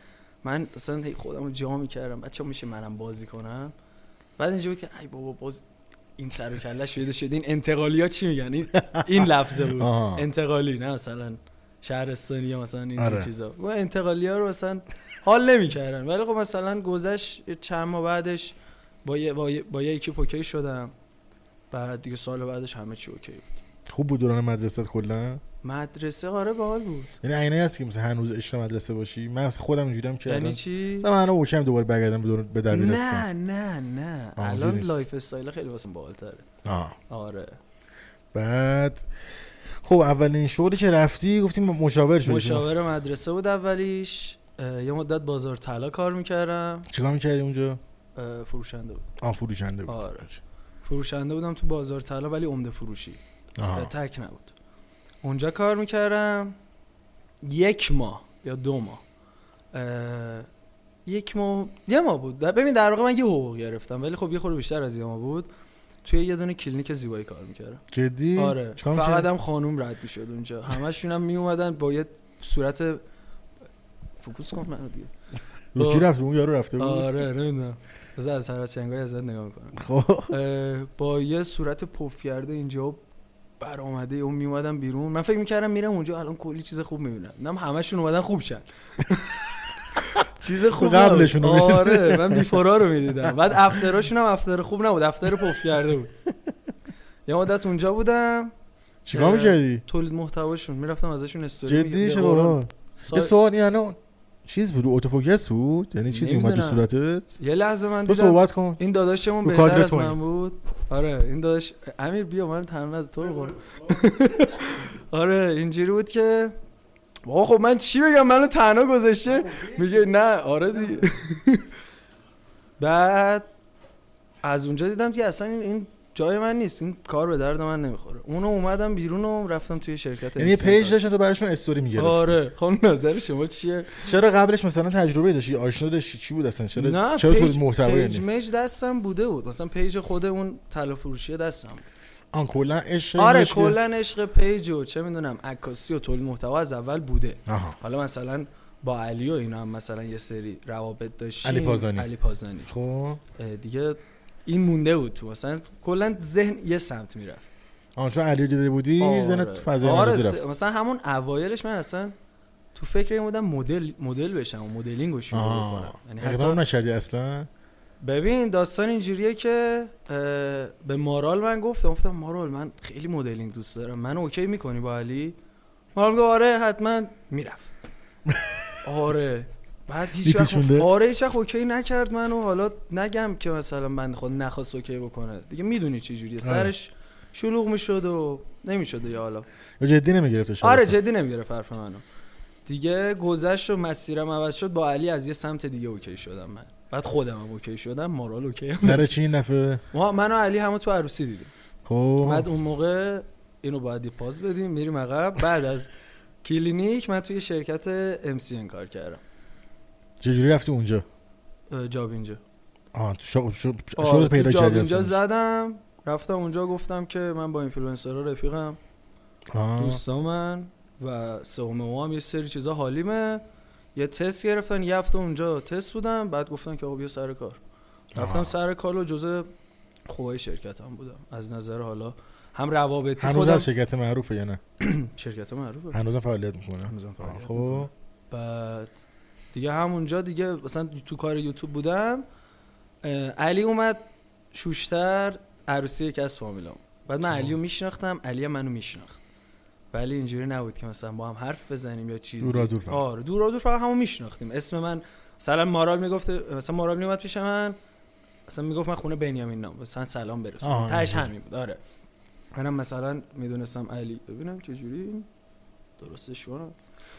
[SPEAKER 1] من اصلا هی خودم رو جا میکردم بچه میشه منم بازی کنم بعد اینجوری بود که ای بابا باز این سر و کله شده شده این انتقالی ها چی میگن این, این لفظه بود
[SPEAKER 2] آها.
[SPEAKER 1] انتقالی نه مثلا شهرستانی یا مثلا این
[SPEAKER 2] آره.
[SPEAKER 1] چیزا ما انتقالی ها رو مثلا حال نمیکردن ولی خب مثلا گذشت چند ماه بعدش با یه با یه, با یه اکیپ اوکی شدم بعد دیگه سال بعدش همه چی اوکی بود
[SPEAKER 2] خوب بود دوران مدرسه کلا
[SPEAKER 1] مدرسه آره باحال بود
[SPEAKER 2] یعنی عینه هست که مثلا هنوز عشق مدرسه باشی من مثلا خودم اینجوریم که
[SPEAKER 1] یعنی
[SPEAKER 2] الان
[SPEAKER 1] چی
[SPEAKER 2] مثلا من اوکم دوباره برگردم به دور- به دبیرستان
[SPEAKER 1] نه نه نه
[SPEAKER 2] آه، اونجوری
[SPEAKER 1] الان
[SPEAKER 2] نیست.
[SPEAKER 1] لایف استایل خیلی واسم باحال‌تره
[SPEAKER 2] آها.
[SPEAKER 1] آره
[SPEAKER 2] بعد خب اولین شغلی که رفتی گفتیم مشاور شدی
[SPEAKER 1] مشاور مدرسه بود اولیش اه، یه مدت بازار طلا کار میکردم
[SPEAKER 2] چیکار میکردی اونجا
[SPEAKER 1] اه، فروشنده بود
[SPEAKER 2] آه فروشنده بود
[SPEAKER 1] آره. فروشنده بودم تو بازار طلا ولی عمده فروشی
[SPEAKER 2] آها.
[SPEAKER 1] تک نبود اونجا کار میکردم یک ماه یا دو ماه اه، یک ماه یه ماه بود در- ببین در واقع من یه حقوق گرفتم ولی خب یه خورده بیشتر از یه ماه بود توی یه دونه کلینیک زیبایی کار میکردم
[SPEAKER 2] جدی
[SPEAKER 1] آره
[SPEAKER 2] چیکار می‌کردی؟
[SPEAKER 1] فقط هم خانوم رد میشد اونجا همشون هم میومدن با یه صورت فوکوس کن منو دیگه
[SPEAKER 2] رو کی رفت اون یارو رفته بود
[SPEAKER 1] آره نمیدونم بذار از هر از چنگای ازت نگاه میکنم
[SPEAKER 2] خب
[SPEAKER 1] با یه صورت پف کرده اینجا و برآمده اون میومدن بیرون من فکر میکردم میرم اونجا الان کلی چیز خوب میبینم نم همشون اومدن خوب شد چیز خوب نبود.
[SPEAKER 2] قبلشون رو می‌دیدی.
[SPEAKER 1] آره من بیفورا رو میدیدم بعد افتراشون هم افتر خوب نبود افتر پف کرده بود یه مدت اونجا بودم
[SPEAKER 2] چیکار
[SPEAKER 1] اه،
[SPEAKER 2] می‌کردی
[SPEAKER 1] تولید محتواشون میرفتم ازشون استوری
[SPEAKER 2] جدی شه بابا یه سوال این الان چیز بود رو اتوفوکس بود یعنی چیزی اومد تو
[SPEAKER 1] نمی‌دونم.
[SPEAKER 2] صورتت
[SPEAKER 1] یه لحظه من
[SPEAKER 2] تو
[SPEAKER 1] دیدم
[SPEAKER 2] صحبت کن
[SPEAKER 1] این داداشمون
[SPEAKER 2] رو
[SPEAKER 1] بهتر
[SPEAKER 2] کادر
[SPEAKER 1] از
[SPEAKER 2] تویی.
[SPEAKER 1] من بود آره این داداش امیر بیا من تنها از تو رو قربون. آره اینجوری بود که بابا خب من چی بگم منو تنها گذاشته میگه نه آره دیگه بعد از اونجا دیدم که اصلا این- این جای من نیست این کار به درد من نمیخوره اونو اومدم بیرون و رفتم توی شرکت
[SPEAKER 2] یعنی یه
[SPEAKER 1] NCM کار.
[SPEAKER 2] پیج داشتن تو براشون استوری میگرفت
[SPEAKER 1] آره خب نظر شما چیه
[SPEAKER 2] چرا قبلش مثلا تجربه داشتی آشنا داشتی چی بود اصلا چرا
[SPEAKER 1] نه
[SPEAKER 2] چرا
[SPEAKER 1] پیج
[SPEAKER 2] تو محتوا
[SPEAKER 1] پیج
[SPEAKER 2] یعنی
[SPEAKER 1] مج دستم بوده بود مثلا پیج خود اون طلا فروشی دستم بود.
[SPEAKER 2] آن کلا عشق این
[SPEAKER 1] آره
[SPEAKER 2] داشت که-
[SPEAKER 1] کلا عشق پیج و چه میدونم عکاسی و تولید محتوا از اول بوده
[SPEAKER 2] آها
[SPEAKER 1] حالا مثلا با علی و اینا هم مثلا یه سری روابط داشتیم
[SPEAKER 2] علی پازانی.
[SPEAKER 1] علی پازانی
[SPEAKER 2] خب
[SPEAKER 1] اه، دیگه این مونده بود تو مثلا کلا ذهن یه سمت میرفت
[SPEAKER 2] آن چون علی رو دیده بودی زن فضای
[SPEAKER 1] آره
[SPEAKER 2] آره
[SPEAKER 1] س- مثلا همون اوایلش من اصلا تو فکر این بودم مدل مدل بشم و مدلینگ رو شروع کنم یعنی حتی
[SPEAKER 2] اقدام نکردی اصلا
[SPEAKER 1] ببین داستان اینجوریه که اه، به مارال من گفتم گفتم مارال من خیلی مدلینگ دوست دارم من اوکی میکنی با علی مارال گفت آره حتما میرفت آره بعد هیچ وقت
[SPEAKER 2] میپیچونده؟
[SPEAKER 1] آره هیچ وقت اوکی نکرد منو حالا نگم که مثلا من خود نخواست اوکی بکنه دیگه میدونی چه جوریه
[SPEAKER 2] آره.
[SPEAKER 1] سرش شلوغ میشد و نمیشد یا حالا
[SPEAKER 2] یا جدی نمیگرفتش
[SPEAKER 1] آره جدی نمیگرفت حرف منو دیگه گذشت و مسیرم عوض شد با علی از یه سمت دیگه اوکی شدم من بعد خودم هم اوکی شدم مارال اوکی هم.
[SPEAKER 2] سر چی این دفعه
[SPEAKER 1] ما من و علی همه تو عروسی دیدیم
[SPEAKER 2] خب
[SPEAKER 1] بعد اون موقع اینو باید یه پاس بدیم میریم عقب بعد از کلینیک من توی شرکت MCN کار کردم
[SPEAKER 2] چجوری رفتی اونجا
[SPEAKER 1] اه، جاب اینجا
[SPEAKER 2] آه تو شغل شغل-
[SPEAKER 1] آره،
[SPEAKER 2] شغل
[SPEAKER 1] تو
[SPEAKER 2] پیدا
[SPEAKER 1] جاب
[SPEAKER 2] کردی
[SPEAKER 1] اینجا
[SPEAKER 2] اصلا
[SPEAKER 1] زدم رفتم اونجا گفتم که من با اینفلوئنسرها رفیقم
[SPEAKER 2] آه.
[SPEAKER 1] دوستامن و سوم ما هم یه سری چیزا حالیمه یه تست گرفتن یه هفته اونجا تست بودم بعد گفتن که آقا بیا سر کار رفتم
[SPEAKER 2] آها.
[SPEAKER 1] سر کار و جزء خوبای شرکت هم بودم از نظر حالا هم روابطی
[SPEAKER 2] هنوز
[SPEAKER 1] خودم
[SPEAKER 2] از شرکت معروفه یا نه
[SPEAKER 1] شرکت معروفه
[SPEAKER 2] هنوزم فعالیت میکنه
[SPEAKER 1] هنوزم فعالیت می‌کنه.
[SPEAKER 2] خب
[SPEAKER 1] بعد دیگه همونجا دیگه مثلا تو کار یوتیوب بودم اه، علی اومد شوشتر عروسی یکی از فامیلام بعد من
[SPEAKER 2] خب.
[SPEAKER 1] علیو میشناختم علی هم منو میشناخت ولی اینجوری نبود که مثلا با هم حرف بزنیم یا چیزی
[SPEAKER 2] دورا دور فقط.
[SPEAKER 1] آره دورا دور فقط همون میشناختیم اسم من مثلا مارال میگفت مثلا مارال میومد پیش من مثلا میگفت من خونه بنیامین نام مثلا سلام برسون
[SPEAKER 2] آها،
[SPEAKER 1] تاش
[SPEAKER 2] اینجوری.
[SPEAKER 1] همین بود آره منم مثلا میدونستم علی ببینم چجوری درسته شما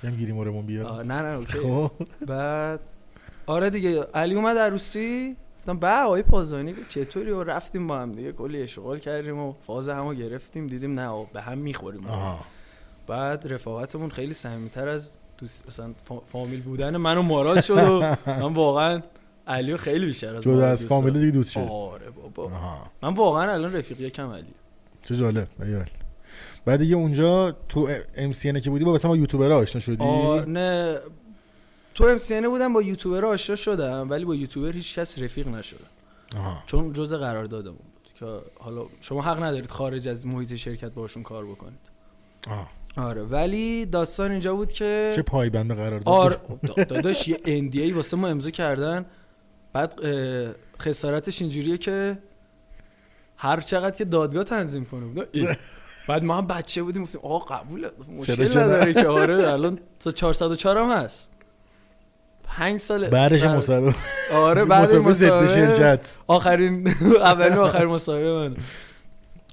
[SPEAKER 2] هم گیری مورمون
[SPEAKER 1] آه،
[SPEAKER 2] بیار
[SPEAKER 1] نه نه اوکی
[SPEAKER 2] خب
[SPEAKER 1] بعد آره دیگه علی اومد عروسی گفتم به آقای پازانی گفت چطوری و رفتیم با هم دیگه کلی اشغال کردیم و فاز همو گرفتیم دیدیم نه آقا به هم میخوریم
[SPEAKER 2] آها
[SPEAKER 1] بعد رفاقتمون خیلی صمیمیت‌تر از دوست مثلا فا- فامیل بودن من و مارال شد و من واقعا علیو خیلی بیشتر از
[SPEAKER 2] جدا
[SPEAKER 1] مارال
[SPEAKER 2] از
[SPEAKER 1] دوست دارم.
[SPEAKER 2] فامیل دیگه دوست شد
[SPEAKER 1] آره بابا
[SPEAKER 2] آها
[SPEAKER 1] من واقعا الان رفیق یکم علی
[SPEAKER 2] چه جالب ایول بعد دیگه اونجا تو ام سی که بودی با مثلا با یوتیوبرها آشنا شدی
[SPEAKER 1] آه، نه آره. تو ام بودم با یوتیوبر آشنا شدم ولی با یوتیوبر هیچ کس رفیق نشدم
[SPEAKER 2] آها
[SPEAKER 1] چون جزء قراردادمون بود که حالا شما حق ندارید خارج از محیط شرکت باشون کار بکنید
[SPEAKER 2] آه.
[SPEAKER 1] آره ولی داستان اینجا بود که
[SPEAKER 2] چه پایبند به قرار داد
[SPEAKER 1] آر دا- داداش یه NDA واسه ما امضا کردن بعد اه، خسارتش اینجوریه که هر چقدر که دادگاه تنظیم کنه بودن، ای. بعد ما هم بچه بودیم گفتیم آقا قبوله
[SPEAKER 2] چرا
[SPEAKER 1] مشکل
[SPEAKER 2] که نه؟
[SPEAKER 1] نداره که آره الان تا 404 هم هست پنج سال
[SPEAKER 2] بعدش مصاحبه
[SPEAKER 1] آره بعد
[SPEAKER 2] مصاحبه ضد
[SPEAKER 1] مسابقه
[SPEAKER 2] شرکت
[SPEAKER 1] آخرین اولین و آخرین مصاحبه من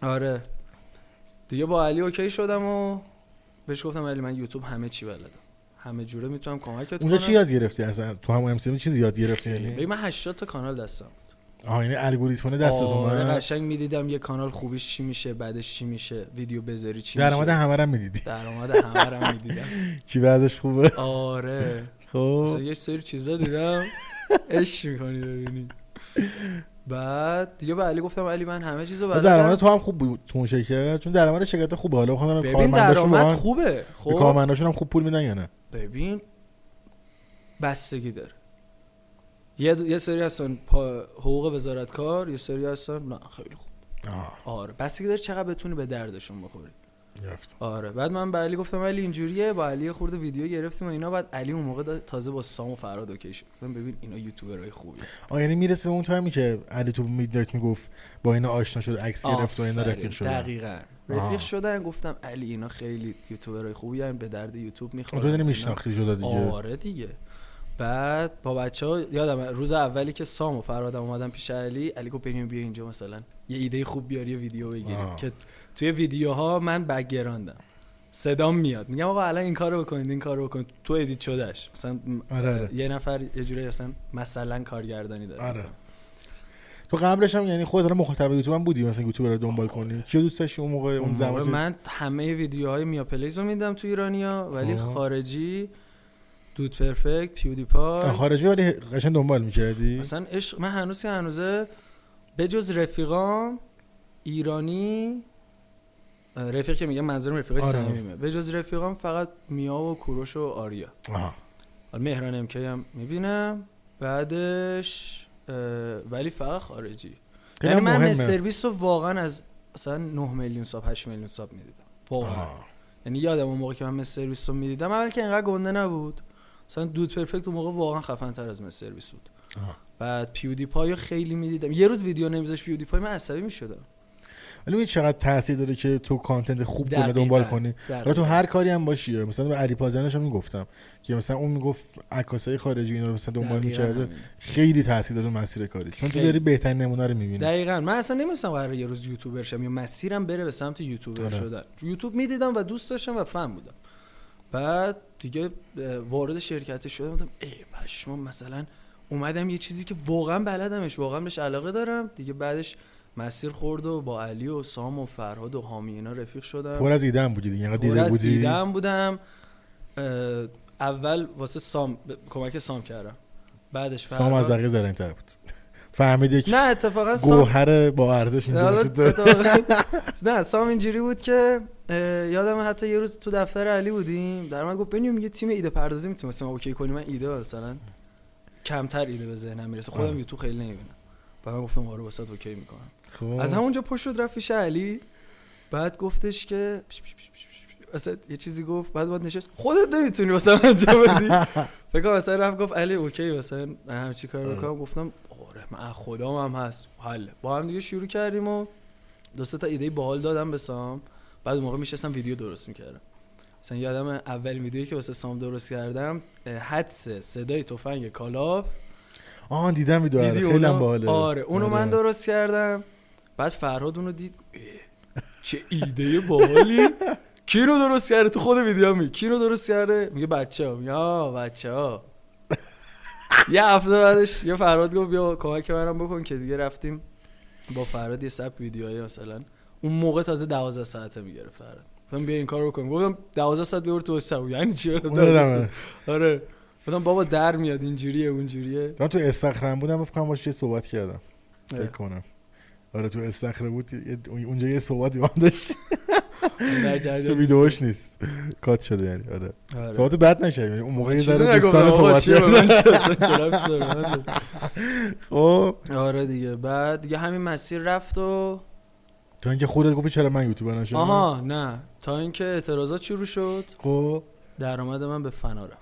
[SPEAKER 1] آره دیگه با علی اوکی شدم و بهش گفتم علی من یوتیوب همه چی بلدم همه جوره میتونم کمکت
[SPEAKER 2] اونجا
[SPEAKER 1] کنم.
[SPEAKER 2] چی یاد گرفتی اصلا تو همون ام سی چیزی یاد گرفتی
[SPEAKER 1] ببین،
[SPEAKER 2] یعنی
[SPEAKER 1] من 80 تا کانال دستم
[SPEAKER 2] آها یعنی الگوریتم دستت
[SPEAKER 1] آره
[SPEAKER 2] اومد
[SPEAKER 1] قشنگ میدیدم یه کانال خوبیش چی میشه بعدش چی میشه ویدیو بذاری چی
[SPEAKER 2] درآمد
[SPEAKER 1] میشه
[SPEAKER 2] همه رو هم میدیدی
[SPEAKER 1] درآمد همه رو هم میدیدم
[SPEAKER 2] چی ازش خوبه
[SPEAKER 1] آره مثلا
[SPEAKER 2] خب
[SPEAKER 1] یه سری چیزا دیدم اش میکنی ببینی بعد دیگه به علی گفتم علی من همه چیزو
[SPEAKER 2] و
[SPEAKER 1] بلدم
[SPEAKER 2] درآمد خب، تو هم خوب بود تو اون شرکت چون درآمد شرکت خوبه حالا بخوام
[SPEAKER 1] ببین
[SPEAKER 2] به کارمنداشون
[SPEAKER 1] درآمد
[SPEAKER 2] واقعاً-
[SPEAKER 1] خوبه
[SPEAKER 2] به
[SPEAKER 1] خب
[SPEAKER 2] کارمنداشون هم خوب پول میدن یا نه
[SPEAKER 1] ببین بستگی داره یه, دو- یه سری هستن پا حقوق وزارتکار یه سری هستن نه خیلی خوب
[SPEAKER 2] آه
[SPEAKER 1] آره بستگی داره چقدر بتونی به دردشون بخوری
[SPEAKER 2] گرفت
[SPEAKER 1] آره بعد من به علی گفتم علی اینجوریه با علی یه خورده ویدیو گرفتیم و اینا بعد علی اون موقع دا- تازه با سام و فراد اوکی شد گفتم ببین اینا یوتیوبرای خوبی
[SPEAKER 2] آه یعنی میرسه به اون تایمی که علی تو میدنت میگفت با اینا آشنا شد عکس گرفت و اینا
[SPEAKER 1] شد
[SPEAKER 2] رفیق شد
[SPEAKER 1] دقیقاً
[SPEAKER 2] آها.
[SPEAKER 1] رفیق شدن گفتم علی اینا خیلی یوتیوبرای خوبی هم به درد یوتیوب
[SPEAKER 2] اون
[SPEAKER 1] میخورن
[SPEAKER 2] تو داری میشناختی جدا دیگه
[SPEAKER 1] آره دیگه بعد با بچه ها یادم روز اولی که سام و فرادم اومدن پیش علی علی گفت بریم بیا اینجا مثلا یه ایده خوب بیاری یه ویدیو بگیریم
[SPEAKER 2] آه.
[SPEAKER 1] که توی ویدیوها من بگراندم صدام میاد میگم آقا الان این کارو بکنید این کارو بکنید تو ادیت شدهش مثلا م-
[SPEAKER 2] آره، آره.
[SPEAKER 1] یه نفر یه جوری مثلا مثلا کارگردانی داره
[SPEAKER 2] آره تو قبلش هم یعنی خودت الان مخاطب یوتیوب هم بودی مثلا یوتیوب رو دنبال کنی کیو دوست داشتی اون موقع
[SPEAKER 1] اون
[SPEAKER 2] اون
[SPEAKER 1] موقع
[SPEAKER 2] زمان که-
[SPEAKER 1] من همه ویدیوهای میا پلیز رو میدم تو ایرانیا ولی
[SPEAKER 2] آه.
[SPEAKER 1] خارجی دود پرفکت پیودیپای
[SPEAKER 2] آه، خارجی ولی قشنگ دنبال میکردی
[SPEAKER 1] مثلا عشق من هنوز که هنوزه به جز رفیقام ایرانی اه، رفیق که میگم منظورم رفیقای
[SPEAKER 2] آره.
[SPEAKER 1] صمیمیمه به جز رفیقام فقط میا و کوروش و آریا
[SPEAKER 2] آها
[SPEAKER 1] حالا مهران امکی هم میبینم بعدش اه، ولی فقط خارجی
[SPEAKER 2] خیلی
[SPEAKER 1] یعنی
[SPEAKER 2] هم
[SPEAKER 1] من
[SPEAKER 2] مهمه
[SPEAKER 1] سرویس رو واقعا از مثلا 9 میلیون ساب 8 میلیون ساب میدیدم واقعا
[SPEAKER 2] آها.
[SPEAKER 1] یعنی یادم اون موقع که من مس سرویس رو میدیدم اول که اینقدر گنده نبود مثلا دود پرفکت اون موقع واقعا خفن تر از مس سرویس بود
[SPEAKER 2] آه.
[SPEAKER 1] بعد پیودی پای خیلی میدیدم یه روز ویدیو نمیذاش پیودی پای من عصبی میشدم
[SPEAKER 2] ولی ببین چقدر تاثیر داره که تو کانتنت خوب کنه دنبال کنی حالا تو هر کاری هم باشی مثلا به علی پازنش هم میگفتم که مثلا اون میگفت عکاسای خارجی اینا رو مثلا دنبال میکرده خیلی تاثیر داره تو مسیر کاری چون تو
[SPEAKER 1] خیلی.
[SPEAKER 2] داری بهترین نمونه رو میبینی
[SPEAKER 1] دقیقا من اصلا نمیستم قرار یه روز یوتیوبر شم یا مسیرم بره به سمت یوتیوبر
[SPEAKER 2] آره.
[SPEAKER 1] شدن یوتیوب میدیدم و دوست داشتم و فن بودم بعد دیگه اه، وارد شرکت شدم گفتم ای پشمام مثلا اومدم یه چیزی که واقعا بلدمش واقعا بهش علاقه دارم دیگه بعدش مسیر خورد و با علی و سام و فرهاد و حامی اینا رفیق شدم
[SPEAKER 2] پر از ایده هم بودی دیگه اینقدر
[SPEAKER 1] دیده
[SPEAKER 2] دیده
[SPEAKER 1] از
[SPEAKER 2] بودی
[SPEAKER 1] دیده هم بودم اه، اول واسه سام ب- کمک سام کردم بعدش
[SPEAKER 2] سام از
[SPEAKER 1] فرهاد-
[SPEAKER 2] بقیه زرنگ تر بود فهمید یک
[SPEAKER 1] آره. نه اتفاقا سام
[SPEAKER 2] گوهر با ارزش اینجا
[SPEAKER 1] حالا
[SPEAKER 2] وجود داره
[SPEAKER 1] اتفاقاً- نه سام اینجوری بود که اه، یادم حتی یه روز تو دفتر علی بودیم در من گفت بنیام یه تیم ایده پردازی میتونیم مثلا اوکی کنیم من ایده مثلا کمتر ایده به ذهنم میرسه خودم
[SPEAKER 2] آه.
[SPEAKER 1] یوتیوب خیلی نمیبینم بعد من گفتم آره واسات اوکی میکنم
[SPEAKER 2] خب.
[SPEAKER 1] از همونجا پشت شد رفت پیش علی بعد گفتش که پش پش پش پش پش پش. اصلا یه چیزی گفت بعد بعد نشست خودت نمیتونی واسه من جا بدی فکر کنم مثلا رفت گفت علی اوکی مثلا من همچی کار بکنم گفتم آره من از خدام هم هست حله با هم دیگه شروع کردیم و دو سه تا ایده باحال دادم به سام بعد اون موقع میشستم ویدیو درست میکردم مثلا یادم اولین ویدیویی که واسه سام درست کردم اه، حدس صدای تفنگ کالاف
[SPEAKER 2] آه دیدم ویدیو رو
[SPEAKER 1] دیدی
[SPEAKER 2] خیلی هم
[SPEAKER 1] اونا؟
[SPEAKER 2] باحاله
[SPEAKER 1] آره اونو من درست کردم بعد فرهاد اونو دید اه، چه ایده باحالی کی رو درست کرده تو خود ویدیو می کی رو درست کرده میگه بچه ها میگه آه بچه ها یه هفته بعدش یه فرهاد گفت بیا کمک منم بکن که دیگه رفتیم با فرهاد یه سبک ویدیوهای مثلا اون موقع تازه 12 ساعته میگرفت فرهاد گفتم بیا این کارو بکن گفتم 12 ساعت بیار تو حساب یعنی چی
[SPEAKER 2] اونو
[SPEAKER 1] 12
[SPEAKER 2] یادمه.
[SPEAKER 1] ساعت؟ آره گفتم بابا در میاد اینجوریه اونجوریه
[SPEAKER 2] من تو استخرم بودم فکر کنم باش یه صحبت کردم
[SPEAKER 1] آره.
[SPEAKER 2] فکر کنم آره تو استخره بود یه- اونجا یه صحبتی با هم داشت
[SPEAKER 1] در جریان
[SPEAKER 2] که ویدیوش نیست کات شده یعنی آره
[SPEAKER 1] نیستم. آره.
[SPEAKER 2] صحبت بد نشه اون موقع یه
[SPEAKER 1] چیزی
[SPEAKER 2] ذره
[SPEAKER 1] نگفتم،
[SPEAKER 2] دوستانه
[SPEAKER 1] آقا
[SPEAKER 2] صحبت
[SPEAKER 1] چیه به من
[SPEAKER 2] کردم
[SPEAKER 1] چه اصلا چه ربطی داره به من داره؟
[SPEAKER 2] خب
[SPEAKER 1] آره دیگه بعد دیگه همین مسیر رفت و
[SPEAKER 2] تو اینکه خودت گفتی چرا من یوتیوبر نشدم
[SPEAKER 1] آها نه تا اینکه اعتراضات شروع شد
[SPEAKER 2] خب
[SPEAKER 1] درآمد من به فنا رفت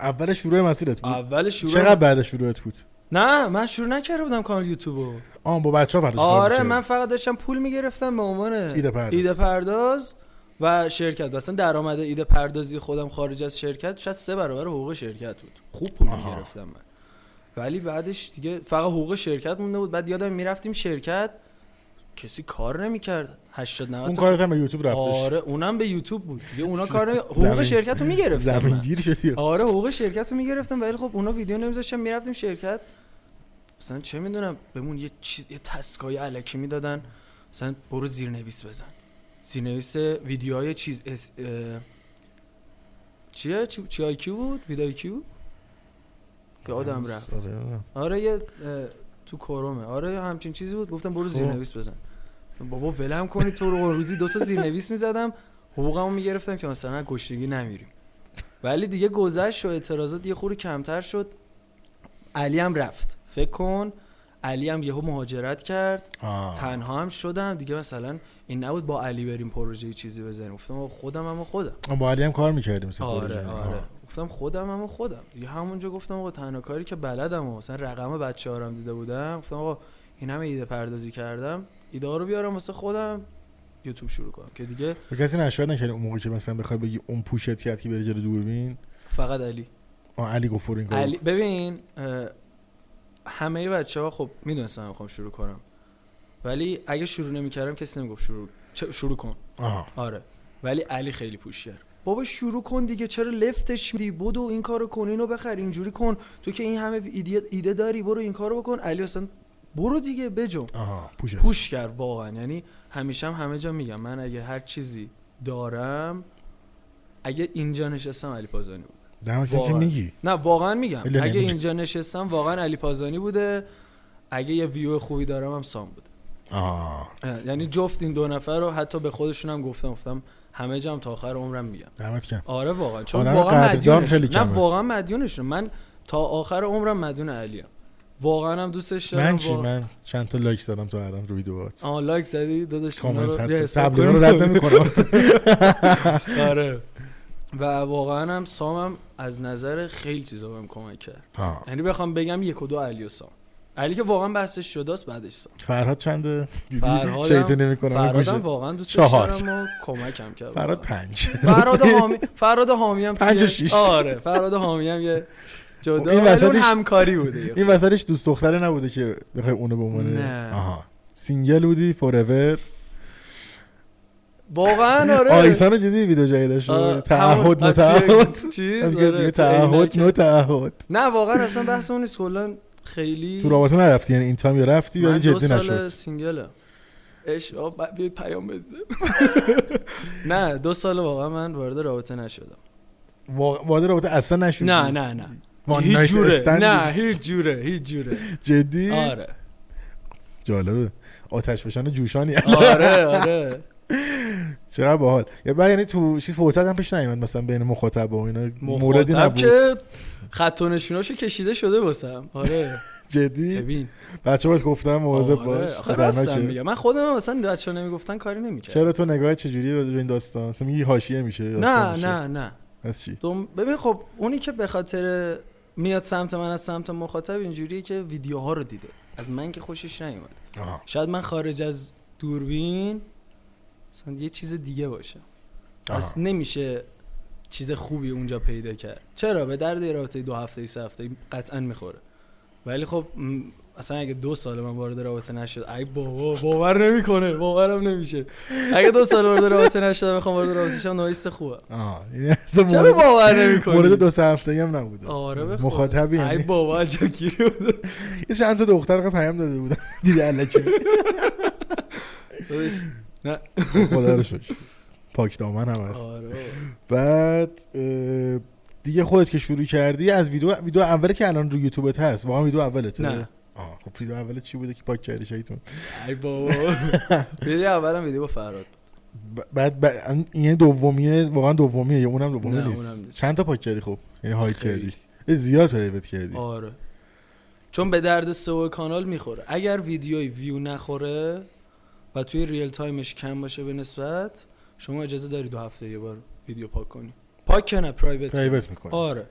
[SPEAKER 2] اول شروع مسیرت بود
[SPEAKER 1] اول شروع
[SPEAKER 2] چقدر بعد شروعت بود
[SPEAKER 1] نه من شروع نکرده بودم کانال یوتیوبو
[SPEAKER 2] آه با بچه‌ها فرداش کار
[SPEAKER 1] آره
[SPEAKER 2] می‌کردی.
[SPEAKER 1] من فقط داشتم پول میگرفتم به عنوان
[SPEAKER 2] ایده پرداز.
[SPEAKER 1] ایده پرداز و شرکت اصلا درآمد ایده پردازی خودم خارج از شرکت شاید سه برابر حقوق شرکت بود خوب پول
[SPEAKER 2] آها.
[SPEAKER 1] میگرفتم من ولی بعدش دیگه فقط حقوق شرکت مونده بود بعد یادم میرفتیم شرکت کسی کار نمیکرد 80
[SPEAKER 2] اون
[SPEAKER 1] 90 تا
[SPEAKER 2] کارت هم به یوتیوب رفت داشت
[SPEAKER 1] آره اونم به یوتیوب بود دیگه اونا کار نمی... حقوق
[SPEAKER 2] زمین-
[SPEAKER 1] شرکت رو میگرفتم
[SPEAKER 2] زمین
[SPEAKER 1] من.
[SPEAKER 2] گیر شدی
[SPEAKER 1] آره حقوق شرکت رو میگرفتم ولی خب اونا ویدیو نمیذاشتن میرفتیم شرکت مثلا چه میدونم بهمون یه چیز یه تسکای علکی میدادن مثلا برو زیرنویس بزن زیرنویس ویدیوهای چیز اس... اه، چیه چی, چی آی کیو بود ویدای کیو یادم رفت
[SPEAKER 2] آره، آره.
[SPEAKER 1] آره یه اه، تو کرومه آره یه همچین چیزی بود گفتم برو زیرنویس بزن گفتم بابا ولم کنید تو رو روزی دو تا زیرنویس میزدم حقوقمو میگرفتم که مثلا گشتگی نمیریم ولی دیگه گذشت و اعتراضات یه خورده کمتر شد علی هم رفت فکر کن علی هم یهو مهاجرت کرد
[SPEAKER 2] آه.
[SPEAKER 1] تنها هم شدم دیگه مثلا این نبود با علی بریم پروژه چیزی بزنیم گفتم آقا خودم اما خودم
[SPEAKER 2] آه، با علی هم کار میکردیم مثل
[SPEAKER 1] آره
[SPEAKER 2] پروژه.
[SPEAKER 1] آره
[SPEAKER 2] آه.
[SPEAKER 1] گفتم خودم اما خودم دیگه همونجا گفتم آقا تنها کاری که بلدم و مثلا رقم بچه هارم دیده بودم گفتم آقا این همه ایده پردازی کردم ایده ها رو بیارم واسه خودم یوتیوب شروع کنم که دیگه
[SPEAKER 2] به کسی مشورت نکردی اون موقع که مثلا بخوای بگی اون پوشت کرد که بری جلو دوربین
[SPEAKER 1] فقط علی
[SPEAKER 2] آه علی گفت برو این کارو
[SPEAKER 1] علی ببین اه، همه بچه ها خب میدونستم میخوام شروع کنم ولی اگه شروع نمیکردم کسی نمیگفت شروع چه- شروع کن
[SPEAKER 2] کن. آه.
[SPEAKER 1] آره ولی علی خیلی پوش کرد بابا شروع کن دیگه چرا لفتش میدی بدو این کارو کن اینو بخر اینجوری کن تو که این همه ایده, ایده داری برو این کارو بکن علی اصلا برو دیگه بجو
[SPEAKER 2] آه. پوشت
[SPEAKER 1] پوش کرد واقعا یعنی همیشه هم همه جا میگم من اگه هر چیزی دارم اگه اینجا نشستم علی پازانی بود
[SPEAKER 2] دمت گرم که
[SPEAKER 1] واقعا.
[SPEAKER 2] میگی
[SPEAKER 1] نه واقعا میگم
[SPEAKER 2] الا
[SPEAKER 1] اگه
[SPEAKER 2] نمیشه.
[SPEAKER 1] اینجا نشستم واقعا علی پازانی بوده اگه یه ویو خوبی دارم هم سام بوده
[SPEAKER 2] آه.
[SPEAKER 1] اه، یعنی جفت این دو نفر رو حتی به خودشونم گفتم گفتم همه جام تا آخر عمرم میگم
[SPEAKER 2] دمت کم
[SPEAKER 1] آره واقعا چون
[SPEAKER 2] آدم
[SPEAKER 1] واقعا
[SPEAKER 2] قدردان خیلی
[SPEAKER 1] مدیونشون نه
[SPEAKER 2] کمه.
[SPEAKER 1] واقعا مدیونشون من تا آخر عمرم مدیون علیم واقعا هم دوستش دارم
[SPEAKER 2] من چی
[SPEAKER 1] واقعا-
[SPEAKER 2] من چند تا لایک زدم تو الان روی دوات
[SPEAKER 1] آه لایک زدی داداش اونا رو بیا
[SPEAKER 2] کامنت
[SPEAKER 1] حساب
[SPEAKER 2] سبلینا رو
[SPEAKER 1] کنیم.
[SPEAKER 2] رد نمیکنم
[SPEAKER 1] آره و واقعا هم سامم از نظر خیلی چیزا بهم کمک کرد یعنی بخوام بگم یک و دو علی و سام علی که واقعا بحثش شداست بعدش سام
[SPEAKER 2] فرهاد چنده دیدی
[SPEAKER 1] فرهادم-
[SPEAKER 2] شیطه نمیکنم
[SPEAKER 1] فرادم
[SPEAKER 2] گوشه
[SPEAKER 1] واقعا دوستش
[SPEAKER 2] چهار.
[SPEAKER 1] دارم و کمکم کرد
[SPEAKER 2] فرهاد پنج
[SPEAKER 1] فراد حامی فراد حامی هم
[SPEAKER 2] پنج و
[SPEAKER 1] توی-
[SPEAKER 2] شیش.
[SPEAKER 1] آره فراد حامی هم یه
[SPEAKER 2] خب،
[SPEAKER 1] جدا
[SPEAKER 2] این
[SPEAKER 1] ولی اون
[SPEAKER 2] وسطش-
[SPEAKER 1] همکاری بوده یه
[SPEAKER 2] این وسطش دوست دختره نبوده که بخوای اونو به عنوان
[SPEAKER 1] نه.
[SPEAKER 2] آها سینگل بودی فوراور
[SPEAKER 1] واقعا آره
[SPEAKER 2] آیسان رو دیدی ویدیو جایی داشت
[SPEAKER 1] آه،
[SPEAKER 2] تعهد
[SPEAKER 1] همون-
[SPEAKER 2] نو تعهد
[SPEAKER 1] توی- چیز
[SPEAKER 2] از گرد
[SPEAKER 1] آره
[SPEAKER 2] میگه
[SPEAKER 1] تو عینک.
[SPEAKER 2] تعهد نو تعهد
[SPEAKER 1] نه واقعا اصلا بحث اون نیست کلا خیلی
[SPEAKER 2] تو رابطه نرفتی یعنی این تایم یا رفتی
[SPEAKER 1] من
[SPEAKER 2] ولی
[SPEAKER 1] دو
[SPEAKER 2] جدی
[SPEAKER 1] سال
[SPEAKER 2] نشد
[SPEAKER 1] سینگلم اش آه، ب- بیا پیام بده نه دو سال واقعا من وارد رابطه نشدم
[SPEAKER 2] وا- وارد رابطه اصلا نشدی
[SPEAKER 1] نه نه نه
[SPEAKER 2] وان
[SPEAKER 1] هیچ
[SPEAKER 2] نایت
[SPEAKER 1] جوره
[SPEAKER 2] استند
[SPEAKER 1] نه
[SPEAKER 2] نیست.
[SPEAKER 1] هیچ جوره هیچ جوره
[SPEAKER 2] جدی
[SPEAKER 1] آره
[SPEAKER 2] جالبه آتش فشان جوشانی
[SPEAKER 1] آره آره
[SPEAKER 2] چقدر باحال یا بعد یعنی تو چیز فرصت هم پیش نیومد مثلا بین مخاطب و اینا موردی
[SPEAKER 1] مخاطب
[SPEAKER 2] نبود
[SPEAKER 1] که خط و نشوناشو کشیده شده باسم آره
[SPEAKER 2] جدی
[SPEAKER 1] ببین
[SPEAKER 2] بچه باید گفتم مواظب
[SPEAKER 1] آره.
[SPEAKER 2] باش
[SPEAKER 1] آخه
[SPEAKER 2] خطرناکه.
[SPEAKER 1] راستم میگم من خودم هم مثلا بچه‌ها نمیگفتن کاری نمیکرد
[SPEAKER 2] چرا تو نگاه چجوری راجع به این داستان مثلا میگی حاشیه میشه داستان
[SPEAKER 1] نه
[SPEAKER 2] میشه.
[SPEAKER 1] نه نه
[SPEAKER 2] از چی
[SPEAKER 1] دوم- ببین خب اونی که به خاطر میاد سمت من از سمت مخاطب اینجوریه که ویدیوها رو دیده از من که خوشش نیومد
[SPEAKER 2] آها.
[SPEAKER 1] شاید من خارج از دوربین مثلا یه چیز دیگه باشه
[SPEAKER 2] آها.
[SPEAKER 1] پس نمیشه چیز خوبی اونجا پیدا کرد چرا به درد یه رابطه دو هفته سه هفته قطعا میخوره ولی خب م، اصلا اگه دو سال من وارد رابطه نشد ای بابا باور نمیکنه باورم نمیشه اگه دو سال وارد رابطه نشدم بخوام وارد رابطه شم نایست خوبه
[SPEAKER 2] آه یعنی اصلا
[SPEAKER 1] چرا
[SPEAKER 2] مورد-
[SPEAKER 1] باور نمیکنی
[SPEAKER 2] مورد دو سه هفته هم نبود
[SPEAKER 1] آره بخواه
[SPEAKER 2] مخاطبی
[SPEAKER 1] ای
[SPEAKER 2] یعنی
[SPEAKER 1] بابا عجب گیری بود
[SPEAKER 2] یه چند تا دختر که پیام داده بودن دیدی الکی
[SPEAKER 1] داداش،
[SPEAKER 2] خدا رو شکر پاک دامن هم هست
[SPEAKER 1] آره بابا.
[SPEAKER 2] بعد اه، دیگه خودت که شروع کردی از ویدیو ویدیو اولی که الان روی یوتیوبت هست واقعا ویدیو اولته
[SPEAKER 1] نه.
[SPEAKER 2] آه خب ویدیو اول چی بوده که پاک کردی شیطون
[SPEAKER 1] ای بابا ویدیو اولم ویدیو با فراد
[SPEAKER 2] ب- بعد ب- این دومیه واقعا دومیه یا اونم دومی
[SPEAKER 1] نه،
[SPEAKER 2] نیست
[SPEAKER 1] اونم نیست.
[SPEAKER 2] چند تا پاک کردی خب یعنی های کردی
[SPEAKER 1] خیلی.
[SPEAKER 2] اه، زیاد پریوت کردی
[SPEAKER 1] آره چون به درد سئو کانال میخوره اگر ویدیوی ویو نخوره و توی ریل تایمش کم باشه به نسبت شما اجازه داری دو هفته یه بار ویدیو پاک کنی پاک که نه پرایوت
[SPEAKER 2] پریوت میکنی
[SPEAKER 1] آره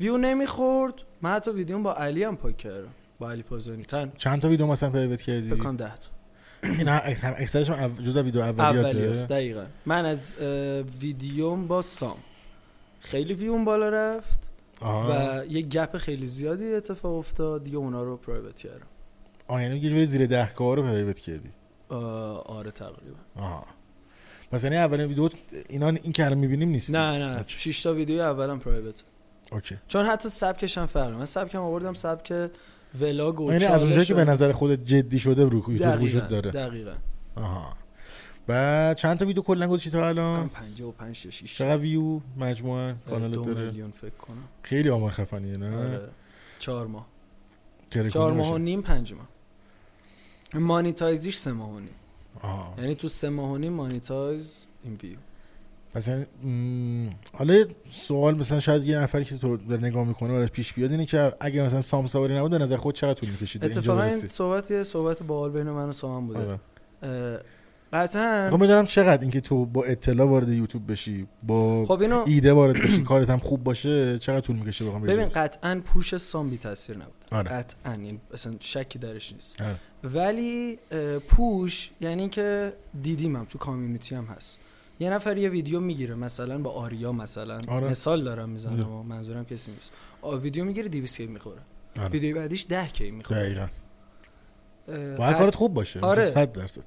[SPEAKER 1] ویو نمیخورد من حتی ویدیوم با علی هم پاک کردم با علی پازانی تن
[SPEAKER 2] چند تا ویدیو مثلا پریوت کردی
[SPEAKER 1] فکر کنم ده تا
[SPEAKER 2] این هم اکثرش هم اول- جزء ویدیو
[SPEAKER 1] اولیاس
[SPEAKER 2] اولیاته
[SPEAKER 1] دقیقا من از اه، ویدیوم با سام خیلی ویوم بالا رفت
[SPEAKER 2] آه.
[SPEAKER 1] و یه گپ خیلی زیادی اتفاق افتاد دیگه اونا رو پرایوت کردم
[SPEAKER 2] آه یعنی یه جوری زیر ده کار رو پریوت کردی
[SPEAKER 1] آه، آره تقریبا
[SPEAKER 2] آها پس یعنی اولین ویدیو اینا این که الان میبینیم نیست
[SPEAKER 1] نه نه
[SPEAKER 2] اوکی.
[SPEAKER 1] شش تا ویدیو اولم پرایوت
[SPEAKER 2] اوکی
[SPEAKER 1] چون حتی سبکش هم فرق من سبکم آوردم سبک ولاگ و
[SPEAKER 2] یعنی از
[SPEAKER 1] چالش
[SPEAKER 2] اونجایی که
[SPEAKER 1] و-
[SPEAKER 2] به نظر خودت جدی شده رو یوتیوب
[SPEAKER 1] دقیقاً،
[SPEAKER 2] وجود داره
[SPEAKER 1] دقیقاً
[SPEAKER 2] آها بعد چند تا ویدیو کلا گذاشتی تا
[SPEAKER 1] کنم
[SPEAKER 2] الان
[SPEAKER 1] 55 یا 6
[SPEAKER 2] چقدر ویو مجموعا کانالت داره
[SPEAKER 1] میلیون فکر کنم
[SPEAKER 2] خیلی آمار خفنیه نه
[SPEAKER 1] آره. چهار ماه
[SPEAKER 2] ترکونی
[SPEAKER 1] چهار ماه
[SPEAKER 2] باشه.
[SPEAKER 1] و نیم پنج ماه مانیتایزیش سه ماه و نیم
[SPEAKER 2] آه.
[SPEAKER 1] یعنی تو سه ماه و نیم مانیتایز این ویو
[SPEAKER 2] پس یعنی- مم، حالا یه سوال مثلا شاید یه نفری که تو داره نگاه میکنه براش پیش بیاد اینه که اگه مثلا سام سواری نبود به نظر خود چقدر طول میکشید اینجا
[SPEAKER 1] اتفاقا این
[SPEAKER 2] برسی
[SPEAKER 1] صحبت یه صحبت باحال بین من و سامان بوده
[SPEAKER 2] آره. خب،
[SPEAKER 1] اه، قطعا
[SPEAKER 2] میخوام بدونم چقدر اینکه تو با اطلاع وارد یوتیوب بشی با
[SPEAKER 1] خب اینو
[SPEAKER 2] ایده وارد بشی کارت هم خوب باشه چقدر طول میکشه بخوام
[SPEAKER 1] ببین
[SPEAKER 2] ببین
[SPEAKER 1] قطعا پوش سام بی تاثیر نبود
[SPEAKER 2] آره
[SPEAKER 1] قطعا این اصلا یعنی شکی درش نیست
[SPEAKER 2] آره.
[SPEAKER 1] ولی اه، پوش یعنی که دیدیمم تو کامیونیتی هم هست یه نفر یه ویدیو میگیره مثلا با آریا مثلا
[SPEAKER 2] آره.
[SPEAKER 1] مثال دارم میزنم
[SPEAKER 2] آره.
[SPEAKER 1] و منظورم کسی نیست آ، ویدیو میگیره 200 کی میخوره
[SPEAKER 2] آره.
[SPEAKER 1] ویدیو بعدیش 10 کی میخوره
[SPEAKER 2] دقیقاً باید کارت خوب باشه
[SPEAKER 1] آره.
[SPEAKER 2] 100 درصد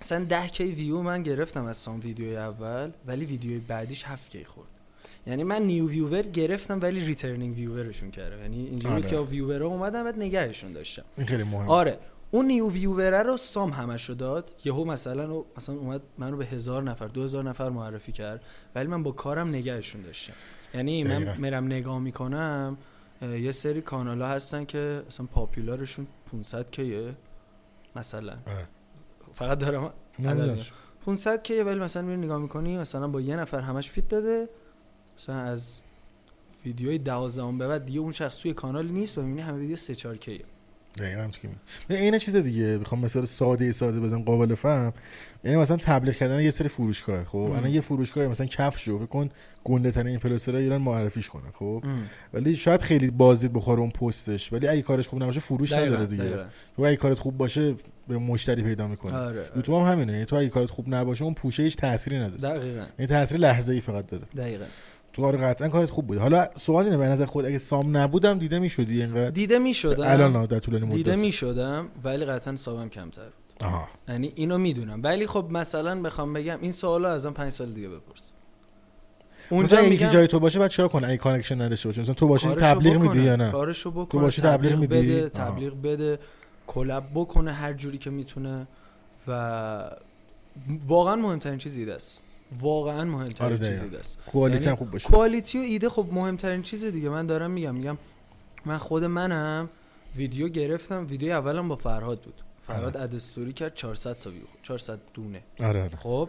[SPEAKER 1] مثلا 10 کی ویو من گرفتم از سام ویدیوی اول ولی ویدیوی بعدیش 7 کی خورد یعنی من نیو ویور گرفتم ولی ریترنینگ ویورشون کردم یعنی اینجوری
[SPEAKER 2] آره.
[SPEAKER 1] که ویورها اومدن بعد نگهشون داشتم
[SPEAKER 2] این خیلی مهمه
[SPEAKER 1] آره اون نیو ویوره رو سام همش رو داد یهو مثلا و مثلا اومد منو به هزار نفر دو هزار نفر معرفی کرد ولی من با کارم نگهشون داشتم یعنی
[SPEAKER 2] دقیقاً.
[SPEAKER 1] من میرم نگاه میکنم اه، یه سری کانال ها هستن که مثلا پاپولارشون 500 کیه مثلا
[SPEAKER 2] آره.
[SPEAKER 1] فقط دارم
[SPEAKER 2] نمی‌دونم.
[SPEAKER 1] 500 کیه ولی مثلا میری نگاه میکنی مثلا با یه نفر همش فیت داده مثلا از ویدیوی 12 به بعد دیگه اون شخص توی کانال نیست و میبینی همه ویدیو 3 4 کیه
[SPEAKER 2] دقیقاً همچین که میگی. نه، این چیز دیگه میخوام مثال ساده ساده بزنم قابل فهم یعنی مثلا تبلیغ کردن یه سری فروشگاه خب
[SPEAKER 1] مم.
[SPEAKER 2] الان یه فروشگاه مثلا کفش رو فکر کن گنده ترین اینفلوئنسرای ایران معرفیش کنه خب ولی شاید خیلی بازدید بخوره اون پستش ولی اگه کارش خوب نباشه فروش
[SPEAKER 1] دقیقاً،
[SPEAKER 2] نداره دیگه
[SPEAKER 1] دقیقاً.
[SPEAKER 2] تو اگه کارت خوب باشه به مشتری پیدا میکنه
[SPEAKER 1] آره آره.
[SPEAKER 2] یوتیوب هم همینه یعنی تو اگه کارت خوب نباشه اون پوشه هیچ تأثیری نداره
[SPEAKER 1] دقیقا
[SPEAKER 2] یعنی تأثیر لحظه‌ای فقط داره
[SPEAKER 1] دقیقا
[SPEAKER 2] تو کار قطعا کارت خوب بود حالا سوال اینه به نظر خود اگه سام نبودم دیده میشدی اینقدر
[SPEAKER 1] دیده می شدم
[SPEAKER 2] خب. الان ها، در طولانی مدت
[SPEAKER 1] دیده می شدم ولی قطعا سابم کمتر بود.
[SPEAKER 2] آها
[SPEAKER 1] یعنی اینو میدونم ولی خب مثلا بخوام بگم این سوالا ازم پنج سال دیگه بپرس اونجا
[SPEAKER 2] اونجا اگه یکی
[SPEAKER 1] میگم
[SPEAKER 2] جای تو باشه بعد چرا کنه اگه کانکشن نداشته باشه مثلا تو باشی
[SPEAKER 1] کارشو
[SPEAKER 2] تبلیغ
[SPEAKER 1] بکنه،
[SPEAKER 2] میدی یا نه
[SPEAKER 1] کارشو بکنه
[SPEAKER 2] تو باشی تبلیغ میدی؟
[SPEAKER 1] بده
[SPEAKER 2] آها.
[SPEAKER 1] تبلیغ بده کلب بکنه هر جوری که میتونه و واقعا مهمترین چیز ایده است واقعا مهمترین
[SPEAKER 2] آره،
[SPEAKER 1] چیز
[SPEAKER 2] دقیقاً.
[SPEAKER 1] ایده است
[SPEAKER 2] کوالیتی
[SPEAKER 1] یعنی
[SPEAKER 2] هم خوب باشه
[SPEAKER 1] کوالیتی و ایده خب مهمترین چیزه دیگه من دارم میگم میگم من خود منم ویدیو گرفتم ویدیو اولم با فرهاد بود فرهاد ادستوری کرد 400 تا ویو 400 دونه
[SPEAKER 2] آره آره
[SPEAKER 1] خب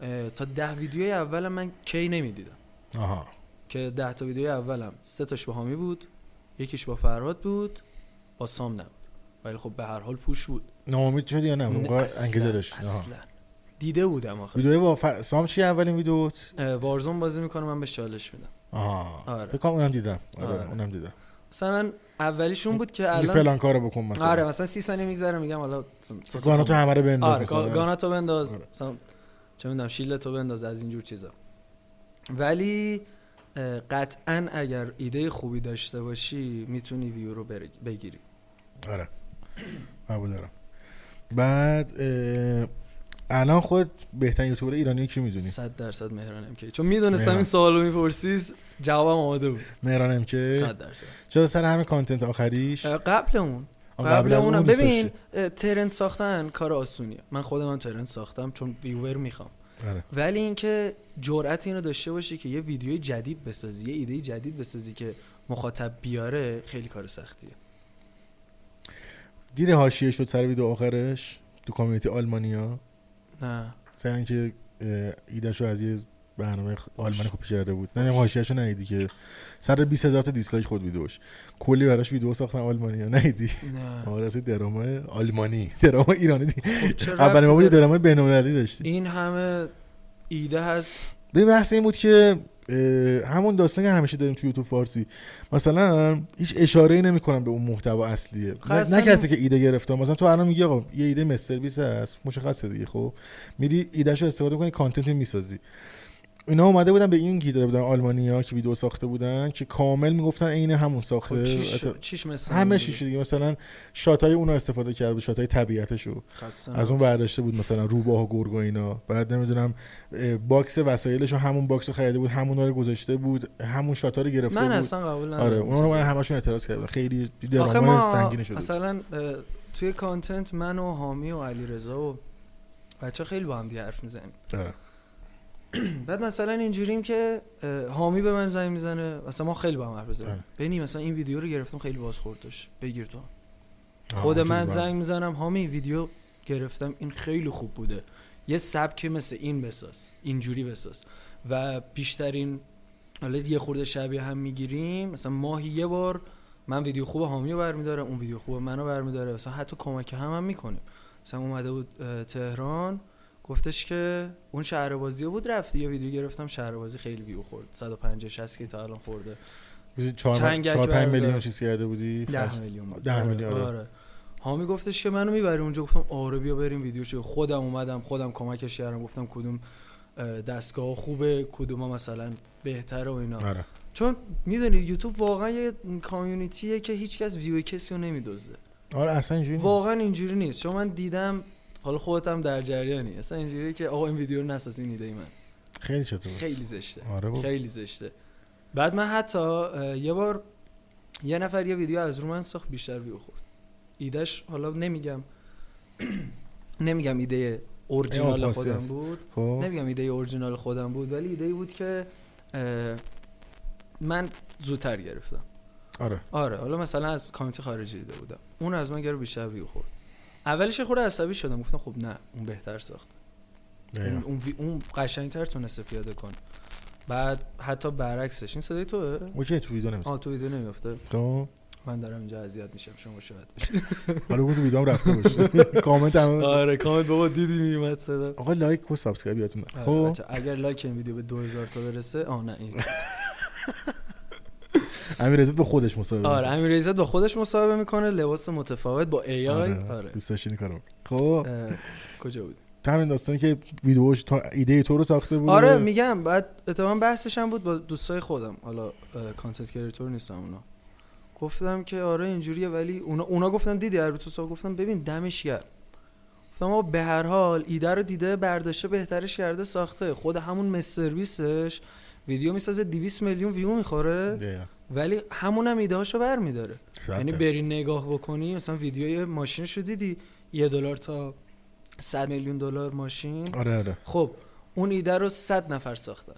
[SPEAKER 1] اه، تا ده ویدیوی اولم من کی نمیدیدم
[SPEAKER 2] آها
[SPEAKER 1] که ده تا ویدیوی اولم سه تاش با هامی بود یکیش با فرهاد بود با سام نبود ولی خب به هر حال پوش بود
[SPEAKER 2] ناامید شدی یا نه اون موقع
[SPEAKER 1] اصلاً،
[SPEAKER 2] انگیزه داشت آها.
[SPEAKER 1] اصلا دیده بودم آخه
[SPEAKER 2] ویدیو با ف... سام چی اولین ویدیوت
[SPEAKER 1] اه، وارزون بازی میکنه من به چالش میدم
[SPEAKER 2] آها
[SPEAKER 1] آره.
[SPEAKER 2] فکر کنم اونم دیدم آره
[SPEAKER 1] آره.
[SPEAKER 2] اونم دیدم
[SPEAKER 1] مثلا اولیشون بود که
[SPEAKER 2] میگه
[SPEAKER 1] الان
[SPEAKER 2] فلان کارو بکن مثلا
[SPEAKER 1] آره مثلا سی ثانیه میگذره میگم حالا سس
[SPEAKER 2] گانا تو
[SPEAKER 1] تام-
[SPEAKER 2] همه رو بنداز
[SPEAKER 1] آره
[SPEAKER 2] مثلا
[SPEAKER 1] گا- گانا تو بنداز
[SPEAKER 2] آره.
[SPEAKER 1] مثلا چه میدونم شیلد تو بنداز از اینجور چیزا ولی اه، قطعا اگر ایده خوبی داشته باشی میتونی ویو رو برگ- بگیری
[SPEAKER 2] آره قبول دارم بعد اه، الان خود بهترین یوتیوبر ایرانی کی میدونی
[SPEAKER 1] صد درصد مهران ام کی چون میدونستم
[SPEAKER 2] مهران.
[SPEAKER 1] این سوالو میپرسیس جوابم آماده بود
[SPEAKER 2] مهران ام که
[SPEAKER 1] صد درصد
[SPEAKER 2] چرا سر همه کانتنت آخریش
[SPEAKER 1] اه، قبل اون
[SPEAKER 2] آه،
[SPEAKER 1] قبل اونم
[SPEAKER 2] دوست
[SPEAKER 1] ببین
[SPEAKER 2] داشتی.
[SPEAKER 1] اه، ترند ساختن کار آسونیه من خودم هم ترند ساختم چون ویور میخوام
[SPEAKER 2] آره
[SPEAKER 1] ولی اینکه جرأت اینو داشته باشی که یه ویدیوی جدید بسازی یه ایده جدید بسازی که مخاطب بیاره خیلی کار سختیه
[SPEAKER 2] دیده حاشیه شد سر ویدیو آخرش تو کامیونیتی آلمانیا
[SPEAKER 1] نه
[SPEAKER 2] سر اینکه اه، ایدهشو از یه برنامه خ- آلمانی کپی کرده بود نه حاشیه‌شو ندیدی که سر 20 هزار تا دیسلایک خود ویدیوش کلی براش ویدیو ساختن آلمانیا ندیدی
[SPEAKER 1] نه
[SPEAKER 2] آره از دراما آلمانی دراما ایرانی دی
[SPEAKER 1] خب چه
[SPEAKER 2] اولین
[SPEAKER 1] ربطی
[SPEAKER 2] بار
[SPEAKER 1] داره؟
[SPEAKER 2] دراما بین‌المللی داشتی
[SPEAKER 1] این همه ایده هست
[SPEAKER 2] به بحث این بود که اه، همون داستان که همیشه داریم تو یوتیوب فارسی مثلا هیچ اشاره ای نمیکنم به اون محتوا اصلیه
[SPEAKER 1] خب
[SPEAKER 2] نه, نه
[SPEAKER 1] اصلا-
[SPEAKER 2] کسی که ایده گرفته مثلا تو الان میگی آقا یه ایده مستر بیس هست مشخصه دیگه خب میری ایدهشو استفاده میکنی کانتنت میسازی اینا اومده بودن به این گیر داده بودن آلمانیا که ویدیو ساخته بودن که کامل میگفتن عین همون
[SPEAKER 1] خب
[SPEAKER 2] ساخته
[SPEAKER 1] چیش چیش مثل
[SPEAKER 2] همه
[SPEAKER 1] اون
[SPEAKER 2] شیشه دیگه مثلا شاتای اونا استفاده کرده بود، شاتای طبیعتشو
[SPEAKER 1] خسته
[SPEAKER 2] از اون برداشته بود مثلا روباه و گرگ و اینا بعد نمیدونم اه، باکس وسایلش رو همون باکس رو خریده بود همون رو گذاشته بود همون شاتا رو
[SPEAKER 1] نباش.
[SPEAKER 2] گرفته
[SPEAKER 1] من
[SPEAKER 2] بود
[SPEAKER 1] اصلا قبول ندارم
[SPEAKER 2] آره اونا رو من همشون اعتراض کردن خیلی
[SPEAKER 1] آخه
[SPEAKER 2] درامای
[SPEAKER 1] ما
[SPEAKER 2] سنگینه شده بود.
[SPEAKER 1] مثلا اه، توی کانتنت من و حامی و علیرضا و بچه خیلی با هم دیگه حرف میزنیم
[SPEAKER 2] آره.
[SPEAKER 1] بعد مثلا اینجوریم که اه، حامی به من زنگ میزنه مثلا ما خیلی با هم حرف
[SPEAKER 2] بله.
[SPEAKER 1] بزنیم بنی مثلا این ویدیو رو گرفتم خیلی بازخورد داشت بگیر تو خود من
[SPEAKER 2] بله.
[SPEAKER 1] زنگ میزنم حامی ویدیو گرفتم این خیلی خوب بوده یه سبک مثل این بساز اینجوری بساز و بیشترین حالا یه خورده شبیه هم میگیریم مثلا ماهی یه بار من ویدیو خوب حامی رو برمیدارم اون ویدیو خوب منو برمیداره مثلا حتی کمک هم هم میکنیم مثلا اومده بود اه، تهران گفتش که اون شهر بازی بود رفتی یه ویدیو گرفتم شهر بازی خیلی ویو خورد 150 60 که تا الان خورده
[SPEAKER 2] 4
[SPEAKER 1] چنگک
[SPEAKER 2] 5
[SPEAKER 1] برمیدارم.
[SPEAKER 2] میلیون چیز کرده بودی
[SPEAKER 1] ده میلیون بود
[SPEAKER 2] ده میلیون، آره.
[SPEAKER 1] حامی گفتش که منو میبری اونجا گفتم آره بیا بریم ویدیوشو خودم اومدم خودم کمکش کردم گفتم کدوم اه، دستگاه خوبه کدوم مثلا بهتره و اینا
[SPEAKER 2] آره
[SPEAKER 1] چون میدونی یوتیوب واقعا یه کامیونیتیه که هیچکس ویو کسی رو نمیدوزه
[SPEAKER 2] آره اصلا اینجوری نیست.
[SPEAKER 1] واقعا اینجوری نیست چون من دیدم حالا خودت هم در جریانی اصلا اینجوریه که آقا این ویدیو رو نساز این ایده من
[SPEAKER 2] خیلی چطور
[SPEAKER 1] خیلی زشته
[SPEAKER 2] آره بابا
[SPEAKER 1] خیلی زشته بعد من حتی اه، یه بار یه نفر یه ویدیو از رو من ساخت بیشتر ویو خورد ایدهش حالا نمیگم نمیگم ایده
[SPEAKER 2] ای
[SPEAKER 1] اورجینال
[SPEAKER 2] آقا،
[SPEAKER 1] خودم
[SPEAKER 2] پاسی
[SPEAKER 1] بود
[SPEAKER 2] خب
[SPEAKER 1] نمیگم ایده اورجینال خودم بود ولی ایده بود که اه، من زودتر گرفتم
[SPEAKER 2] آره
[SPEAKER 1] آره حالا مثلا از کامنت خارجی دیده بودم اون از من گره بیشتر ویو خورد اولش یه خورده عصبی شدم گفتم خب نه اون بهتر ساخت اون
[SPEAKER 2] دقیقاً.
[SPEAKER 1] یعنی اون, وی- اون قشنگتر تونسته پیاده کنه بعد حتی برعکسش این صدای توه
[SPEAKER 2] اوکی تو ویدیو نمیاد
[SPEAKER 1] آ تو ویدیو نمیفته
[SPEAKER 2] خب
[SPEAKER 1] من دارم اینجا اذیت میشم شما شاید بشید
[SPEAKER 2] حالا بود ویدیو هم رفته باشه کامنت هم
[SPEAKER 1] آره کامنت بابا دیدی میومد صدا
[SPEAKER 2] آقا لایک و سابسکرایب یادتون نره.
[SPEAKER 1] آره،
[SPEAKER 2] خب
[SPEAKER 1] بچه، اگر لایک این ویدیو به 2000 تا برسه آ نه این
[SPEAKER 2] امیر عزت به خودش مصاحبه
[SPEAKER 1] آره
[SPEAKER 2] می‌کنه.
[SPEAKER 1] امیر با خودش مصاحبه میکنه لباس متفاوت با ای آی آره
[SPEAKER 2] دوست داشتین کارو بکن. خب
[SPEAKER 1] اه، کجا بود
[SPEAKER 2] تو همین داستانی که ویدیوش تا ایده تو رو ساخته بود
[SPEAKER 1] آره میگم بعد اتفاقا بحثش هم بود با دوستای خودم حالا اه، کانتنت کریتور نیستم اونا گفتم که آره اینجوریه ولی اونا, اونا گفتن دیدی اربتوسا گفتم ببین دمش گرم گفتم آقا به هر حال ایده رو دیده برداشته بهترش کرده ساخته خود همون مستر بیسش ویدیو میسازه 200 میلیون ویو میخوره
[SPEAKER 2] دقیقاً.
[SPEAKER 1] ولی همون هم ایده هاشو برمیداره
[SPEAKER 2] صد
[SPEAKER 1] یعنی
[SPEAKER 2] درصد.
[SPEAKER 1] بری نگاه بکنی مثلا ویدیوی ماشینش رو دیدی یه دلار تا 100 میلیون دلار ماشین
[SPEAKER 2] آره آره
[SPEAKER 1] خب اون ایده رو 100 نفر ساختن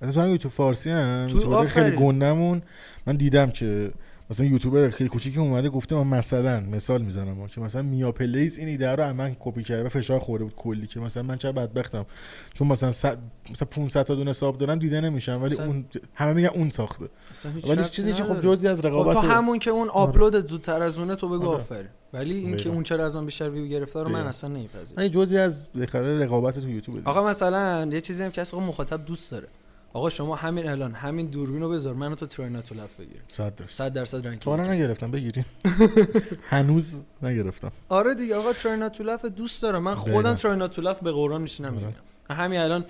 [SPEAKER 2] اصلا تو هم یوتیوب فارسی هم
[SPEAKER 1] تو
[SPEAKER 2] تو خیلی
[SPEAKER 1] آفرین.
[SPEAKER 2] گندمون من دیدم که مثلا یوتیوبر خیلی کوچیکی اومده گفته من مثلا مثال میزنم که مثلا میا پلیز این ایده رو از من کپی کرده و فشار خورده بود کلی که مثلا من چه بدبختم چون مثلا صد مثلا 500 تا دونه حساب دارم دیده نمیشم ولی
[SPEAKER 1] مثلا-
[SPEAKER 2] اون همه میگن اون ساخته
[SPEAKER 1] اصلا هیچ
[SPEAKER 2] ولی
[SPEAKER 1] ربطی
[SPEAKER 2] چیزی که خب
[SPEAKER 1] نداره.
[SPEAKER 2] جزئی از
[SPEAKER 1] خب
[SPEAKER 2] رقابت
[SPEAKER 1] تو همون که اون آپلود زودتر از اونه تو بگو
[SPEAKER 2] آره.
[SPEAKER 1] آفرین ولی اینکه
[SPEAKER 2] دقیقاً.
[SPEAKER 1] اون چرا از من بیشتر ویو گرفته رو من
[SPEAKER 2] دقیقاً.
[SPEAKER 1] اصلا نمیپذیرم
[SPEAKER 2] نه، جزئی از بالاخره رقابت تو یوتیوب
[SPEAKER 1] آقا مثلا یه چیزی هم که اصلا مخاطب دوست داره آقا شما همین الان همین دوربین رو بذار منو تو تریناتو لف بگیر
[SPEAKER 2] 100 درصد
[SPEAKER 1] 100 درصد رنگ
[SPEAKER 2] تو رو نگرفتم بگیریم هنوز نگرفتم
[SPEAKER 1] آره دیگه آقا تریناتو لف دوست داره من
[SPEAKER 2] دقیقاً.
[SPEAKER 1] خودم تریناتو لف به قرآن میشینم
[SPEAKER 2] آره.
[SPEAKER 1] میبینم همین الان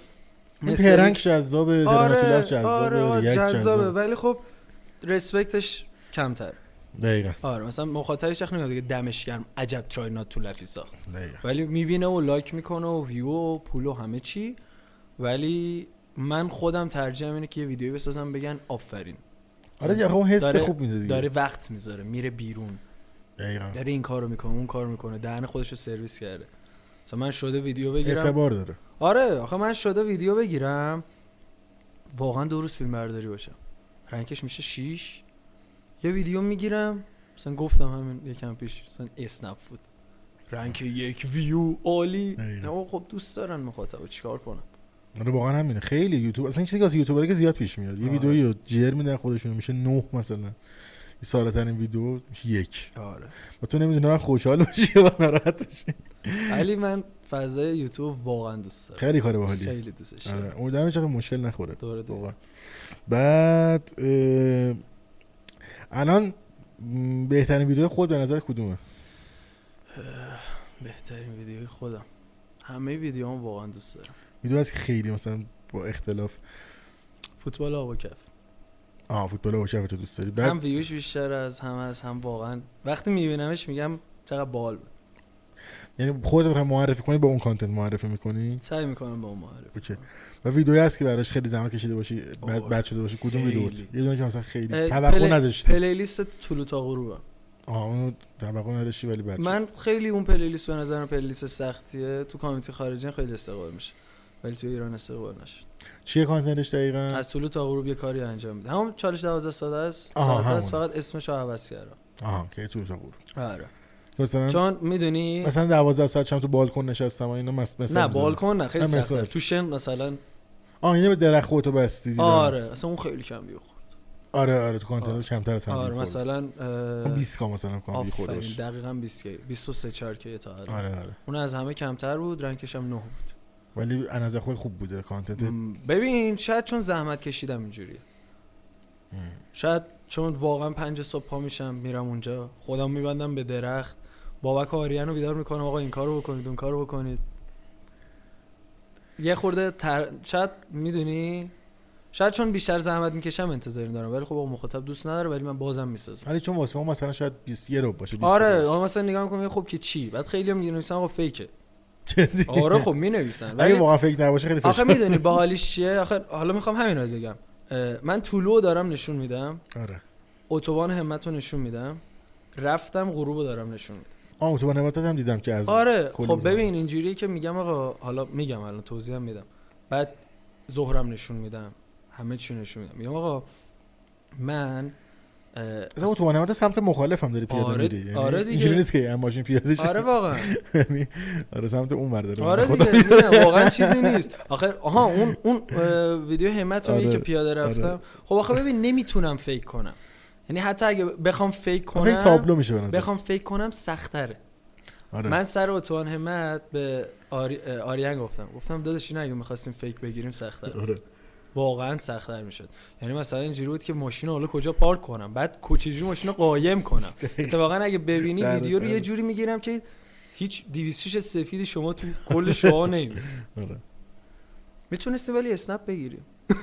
[SPEAKER 2] این
[SPEAKER 1] مثل-
[SPEAKER 2] پرنگ جذابه درناتولار
[SPEAKER 1] آره
[SPEAKER 2] جذابه
[SPEAKER 1] آره آه،
[SPEAKER 2] ریاکت
[SPEAKER 1] جذابه
[SPEAKER 2] جذابه
[SPEAKER 1] ولی خب رسپکتش کمتر
[SPEAKER 2] دقیقاً
[SPEAKER 1] آره مثلا مخاطبش شخص نمیاد دیگه دمش گرم عجب ترای نات تو لفی ساخت
[SPEAKER 2] دقیقاً
[SPEAKER 1] ولی میبینه و لایک میکنه و ویو و پول و همه چی ولی من خودم ترجیحم اینه که یه ویدیو بسازم بگن آفرین
[SPEAKER 2] آره دیگه اون حس
[SPEAKER 1] داره-
[SPEAKER 2] خوب میده دیگه
[SPEAKER 1] داره وقت میذاره میره بیرون
[SPEAKER 2] دقیقاً
[SPEAKER 1] داره این کارو میکنه اون کارو میکنه دهن خودش رو سرویس کرده مثلا من شده ویدیو بگیرم
[SPEAKER 2] اعتبار داره
[SPEAKER 1] آره آخه من شده ویدیو بگیرم واقعا دو روز فیلم برداری باشم رنگش میشه شیش یه ویدیو میگیرم مثلا گفتم همین یکم پیش مثلا اسنپ بود رنگ یک ویو عالی
[SPEAKER 2] دقیقاً.
[SPEAKER 1] نه آقا خب دوست دارن مخاطب چیکار کنم
[SPEAKER 2] آره واقعا همینه خیلی یوتیوب اصلا این چیزی که از یوتیوبره که زیاد پیش میاد یه
[SPEAKER 1] آره.
[SPEAKER 2] ویدیویی رو جر میدن خودشون میشه نه مثلا ساله ترین ویدیو میشه یک
[SPEAKER 1] آره
[SPEAKER 2] و تو نمیدونم خوشحال باشی و ناراحت باشی
[SPEAKER 1] ولی من فضای یوتیوب واقعا دوست دارم
[SPEAKER 2] خیلی کار باحالیه
[SPEAKER 1] خیلی دوستش
[SPEAKER 2] آره
[SPEAKER 1] دارم
[SPEAKER 2] امیدوارم چقدر مشکل نخوره
[SPEAKER 1] دوره دوره
[SPEAKER 2] واقعا بعد اه، الان م، بهترین ویدیو خود به نظر کدومه
[SPEAKER 1] بهترین ویدیوی خودم همه ویدیوام واقعا دوست دارم
[SPEAKER 2] ویدیو از که خیلی مثلا با اختلاف
[SPEAKER 1] فوتبال آب و کف
[SPEAKER 2] آه فوتبال و شفت رو دوست داری بعد
[SPEAKER 1] هم ویوش بیشتر از هم از هم واقعا وقتی میبینمش میگم چقدر بال
[SPEAKER 2] یعنی خودت میخوای معرفی کنی با اون کانتنت معرفی میکنی
[SPEAKER 1] سعی میکنم با اون معرفی
[SPEAKER 2] اوکی.
[SPEAKER 1] کنم.
[SPEAKER 2] و ویدیویی هست که براش خیلی زحمت کشیده باشی
[SPEAKER 1] آره.
[SPEAKER 2] بعد, بعد شده باشی کدوم ویدیو بود
[SPEAKER 1] خیلی.
[SPEAKER 2] یه دونه که مثلا خیلی
[SPEAKER 1] اه،
[SPEAKER 2] توقع
[SPEAKER 1] پلی-
[SPEAKER 2] نداشتی
[SPEAKER 1] پلیلیست طلوع تا غروب
[SPEAKER 2] آه اونو توقع نداشتی ولی بچه
[SPEAKER 1] من خیلی اون پلیلیست به نظرم پلیلیست سختیه تو کامیونیتی خارجی هم خیلی استقبال میشه ولی تو ایران استقبال نشد
[SPEAKER 2] چیه کانتنتش دقیقا
[SPEAKER 1] از طلوع تا غروب یه کاری انجام میده همون چالش 12 ساعته است
[SPEAKER 2] آها،
[SPEAKER 1] ساعت
[SPEAKER 2] همون.
[SPEAKER 1] است فقط اسمش رو عوض کردم
[SPEAKER 2] آها که تو تا غروب
[SPEAKER 1] آره
[SPEAKER 2] مثلا
[SPEAKER 1] چون میدونی
[SPEAKER 2] مثلا 12 ساعت چم تو بالکن نشستم و اینا مس- مثلا
[SPEAKER 1] نه
[SPEAKER 2] می‌زنم.
[SPEAKER 1] بالکن نه خیلی
[SPEAKER 2] نه،
[SPEAKER 1] سخته
[SPEAKER 2] مثال.
[SPEAKER 1] تو شن مثلا
[SPEAKER 2] آه اینا به درخت خودتو بستی دیدم.
[SPEAKER 1] آره اصلا اون خیلی کم بیخور
[SPEAKER 2] آره آره تو کانتنت
[SPEAKER 1] آره.
[SPEAKER 2] کمتر از هم
[SPEAKER 1] آره
[SPEAKER 2] آره مثلا
[SPEAKER 1] مثلا اه،
[SPEAKER 2] 20 کا مثلا کام بی
[SPEAKER 1] آفرین
[SPEAKER 2] خودش
[SPEAKER 1] دقیقاً 20 کی 23 4 کی تا آره.
[SPEAKER 2] آره آره
[SPEAKER 1] اون از همه کمتر بود رنگش هم 9 بود
[SPEAKER 2] ولی از نظر خود خوب بوده کانتنت
[SPEAKER 1] م، ببین شاید چون زحمت کشیدم اینجوریه شاید چون واقعا پنج صبح پا میشم میرم اونجا خودم میبندم به درخت بابک و آریان رو بیدار میکنم آقا این کارو بکنید اون کارو بکنید یه خورده تر... شاید میدونی شاید چون بیشتر زحمت میکشم انتظاری دارم ولی خب آقا مخاطب دوست نداره ولی من بازم میسازم
[SPEAKER 2] ولی آره، چون واسه ما مثلا شاید 20 یه رو باشه 20
[SPEAKER 1] آره
[SPEAKER 2] تا
[SPEAKER 1] آقا مثلا نگاه میکنم خب که چی بعد خیلی هم میگن آقا فیکه
[SPEAKER 2] باشه. جدی
[SPEAKER 1] آره خب مینویسن
[SPEAKER 2] اگه
[SPEAKER 1] ولی
[SPEAKER 2] واقعا فکر نباشه خیلی
[SPEAKER 1] آخه
[SPEAKER 2] فشار
[SPEAKER 1] میدونی باحالیش چیه آخه حالا میخوام همین رو بگم اه، من طلوع دارم نشون میدم
[SPEAKER 2] آره
[SPEAKER 1] اتوبان همت رو نشون میدم رفتم غروب رو دارم نشون میدم
[SPEAKER 2] آه اتوبان نباتات هم دیدم که از
[SPEAKER 1] آره
[SPEAKER 2] کلی
[SPEAKER 1] خب
[SPEAKER 2] می‌زنم.
[SPEAKER 1] ببین اینجوریه که میگم آقا حالا میگم الان توضیح میدم بعد ظهرم نشون میدم همه چی نشون میدم میگم آقا من اه،
[SPEAKER 2] مثلا اتوبان نباتات سمت مخالف هم داری پیاده
[SPEAKER 1] آره،
[SPEAKER 2] میری یعنی
[SPEAKER 1] آره دیگه.
[SPEAKER 2] اینجوری نیست که یه ماشین پیاده شه
[SPEAKER 1] آره واقعا
[SPEAKER 2] یعنی آره سمت اون ور داره
[SPEAKER 1] آره
[SPEAKER 2] خدا
[SPEAKER 1] دیگه نه، واقعا چیزی نیست آخه آها اون اون اه، ویدیو همت رو میگه
[SPEAKER 2] آره،
[SPEAKER 1] که پیاده
[SPEAKER 2] آره.
[SPEAKER 1] رفتم خب آخه ببین نمیتونم فیک کنم یعنی حتی اگه بخوام فیک
[SPEAKER 2] آخه یه
[SPEAKER 1] کنم
[SPEAKER 2] تابلو میشه به نظر
[SPEAKER 1] بخوام فیک کنم سختره
[SPEAKER 2] آره
[SPEAKER 1] من سر اتوان همت به آری... اه، آریان گفتم گفتم داداش این اگه میخواستیم فیک بگیریم سخت‌تره
[SPEAKER 2] آره
[SPEAKER 1] واقعا سخت‌تر میشد یعنی مثلا اینجوری بود که ماشین رو حالا کجا پارک کنم بعد کوچیجوری ماشین رو قایم کنم اتفاقا اگه ببینی
[SPEAKER 2] درست،
[SPEAKER 1] ویدیو رو یه
[SPEAKER 2] درست.
[SPEAKER 1] جوری میگیرم که هیچ 206 سفید شما تو کل شما نمیبینی
[SPEAKER 2] آره
[SPEAKER 1] میتونستی ولی اسنپ بگیریم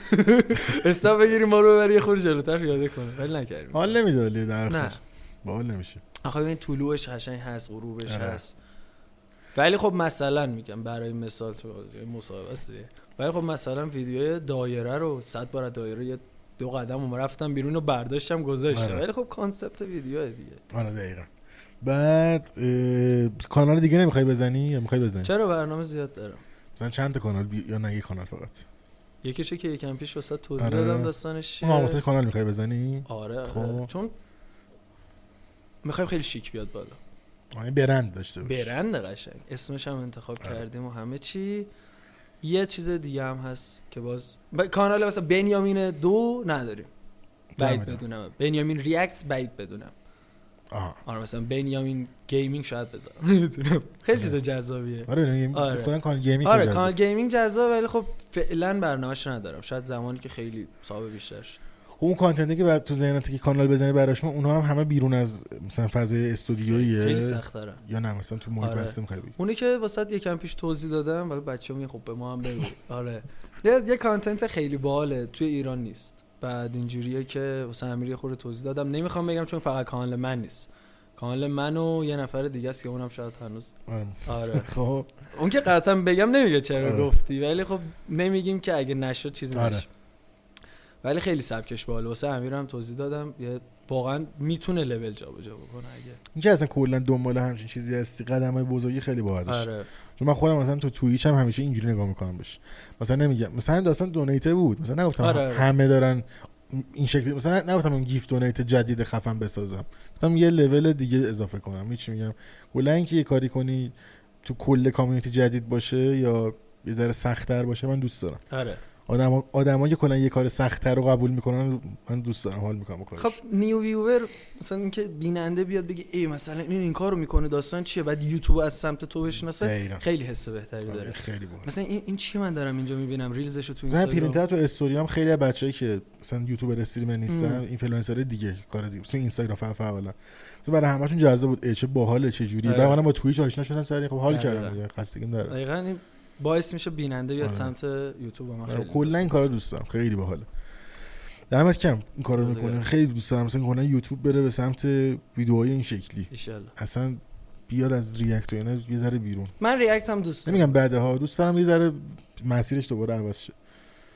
[SPEAKER 1] اسنپ بگیریم ما رو ببری یه خورده جلوتر پیاده کنه ولی نکردیم
[SPEAKER 2] حال نمیده ولی در
[SPEAKER 1] نه
[SPEAKER 2] آخر باحال نمیشه
[SPEAKER 1] آخه ببین طلوعش قشنگ هست غروبش
[SPEAKER 2] آره.
[SPEAKER 1] هست ولی خب مثلا میگم برای مثال تو یه مصاحبه است دیگه. ولی خب مثلا ویدیو دایره رو صد بار از دایره یه دو قدم اوم رفتم بیرون و برداشتم گذاشتم
[SPEAKER 2] آره.
[SPEAKER 1] ولی خب کانسپت ویدیو دیگه
[SPEAKER 2] آره دقیقا بعد اه، کانال دیگه نمیخوای بزنی یا میخوای بزنی
[SPEAKER 1] چرا برنامه زیاد دارم
[SPEAKER 2] مثلا چند تا کانال بی... یا نه یه کانال فقط
[SPEAKER 1] یکیشه که یکم پیش واسه توضیح
[SPEAKER 2] آره.
[SPEAKER 1] دادم داستانش چیه.
[SPEAKER 2] اون واسه کانال میخوای بزنی
[SPEAKER 1] آره آره
[SPEAKER 2] خب.
[SPEAKER 1] چون میخوایم خیلی شیک بیاد بالا
[SPEAKER 2] آه، یه برند داشته باشه
[SPEAKER 1] برند قشنگ اسمش هم انتخاب
[SPEAKER 2] آره.
[SPEAKER 1] کردیم و همه چی یه چیز دیگه هم هست که باز ب... کانال مثلا بنیامین دو نداریم بعید
[SPEAKER 2] فهمیدم.
[SPEAKER 1] بدونم بنیامین ریاکت بعید بدونم
[SPEAKER 2] آها
[SPEAKER 1] آره مثلا بنیامین گیمینگ شاید بذارم نمی‌دونم. خیلی چیز جذابیه
[SPEAKER 2] آره ببینم
[SPEAKER 1] آره.
[SPEAKER 2] آره. کلا کانال گیمی
[SPEAKER 1] آره کانال گیمینگ جذاب ولی خب فعلا برنامهش ندارم شاید زمانی که خیلی صاحب بیشتر شد
[SPEAKER 2] اون کانتنتی که بعد تو ذهنت که کانال بزنی براشون اونها هم همه بیرون از مثلا فضای استودیویه
[SPEAKER 1] خیلی سخت دارم
[SPEAKER 2] یا نه مثلا تو محیط
[SPEAKER 1] آره.
[SPEAKER 2] بسته میخوای بگی
[SPEAKER 1] اونی که واسه یکم پیش توضیح دادم ولی بچه میگه خب به ما هم بگو آره یه, یه کانتنت خیلی باحاله توی ایران نیست بعد اینجوریه که واسه امیر یه خورده توضیح دادم نمیخوام بگم چون فقط کانال من نیست کانال من و یه نفر دیگه است که اونم شاید هنوز
[SPEAKER 2] آره.
[SPEAKER 1] آره
[SPEAKER 2] خب
[SPEAKER 1] اون که قطعا بگم نمیگه چرا
[SPEAKER 2] آره.
[SPEAKER 1] گفتی ولی خب نمیگیم که اگه نشد چیزی
[SPEAKER 2] آره.
[SPEAKER 1] نشه ولی خیلی سبکش باحاله واسه امیر هم توضیح دادم یه واقعا میتونه لول جابجا بکنه اگه
[SPEAKER 2] اینکه اصلا کلا دنبال همچین چیزی هستی قدم های بزرگی خیلی با ارزشه.
[SPEAKER 1] آره
[SPEAKER 2] چون من خودم مثلا تو توییچ هم همیشه اینجوری نگاه میکنم بهش مثلا نمیگم مثلا داستان دونیته بود مثلا نگفتم
[SPEAKER 1] آره، آره.
[SPEAKER 2] همه دارن این شکلی مثلا نگفتم این گیفت دونیت جدید خفن بسازم گفتم یه لول دیگه اضافه کنم هیچ میگم کلا اینکه یه کاری کنی تو کل کامیونیتی جدید باشه یا یه ذره سختتر باشه من دوست دارم
[SPEAKER 1] آره
[SPEAKER 2] آدم آدمایی که کلا یه کار سختتر رو قبول میکنن من دوست دارم حال میکنم با کارش.
[SPEAKER 1] خب نیو ویور مثلا اینکه بیننده بیاد بگه ای مثلا این این کارو میکنه داستان چیه بعد یوتیوب از سمت تو بشناسه
[SPEAKER 2] دقیقاً.
[SPEAKER 1] خیلی حس بهتری داره
[SPEAKER 2] آره، خیلی باحال
[SPEAKER 1] مثلا این این چی من دارم اینجا میبینم ریلزش رو تو
[SPEAKER 2] زن
[SPEAKER 1] اینستاگرام
[SPEAKER 2] پرینتر تو استوری هم خیلی بچه‌ای که مثلا یوتیوبر استریمر نیستن
[SPEAKER 1] مم.
[SPEAKER 2] اینفلوئنسر دیگه کار دیگه مثلا اینستاگرام فقط اولا مثلا برای همشون جذاب بود اه، چه باحاله چه جوری
[SPEAKER 1] آره.
[SPEAKER 2] بعد منم با توییچ آشنا شدن سری خب حال
[SPEAKER 1] آره،
[SPEAKER 2] کردم
[SPEAKER 1] آره.
[SPEAKER 2] دیگه خستگیم داره
[SPEAKER 1] دقیقا این باعث میشه بیننده بیاد
[SPEAKER 2] آره.
[SPEAKER 1] سمت یوتیوب و من
[SPEAKER 2] آره،
[SPEAKER 1] خیلی
[SPEAKER 2] کلا این
[SPEAKER 1] دوست
[SPEAKER 2] کارا دوست دارم خیلی باحاله دمت کم این کارا رو
[SPEAKER 1] آره، دیگه.
[SPEAKER 2] میکنه خیلی دوست دارم مثلا کلا یوتیوب بره به سمت ویدیوهای این شکلی
[SPEAKER 1] دارم. ایشالله.
[SPEAKER 2] اصلا بیاد از ریاکت و اینا یه ذره بیرون
[SPEAKER 1] من ریاکت هم دوست دارم.
[SPEAKER 2] نمیگم بعده ها دوست دارم یه ذره مسیرش دوباره عوض شه آره.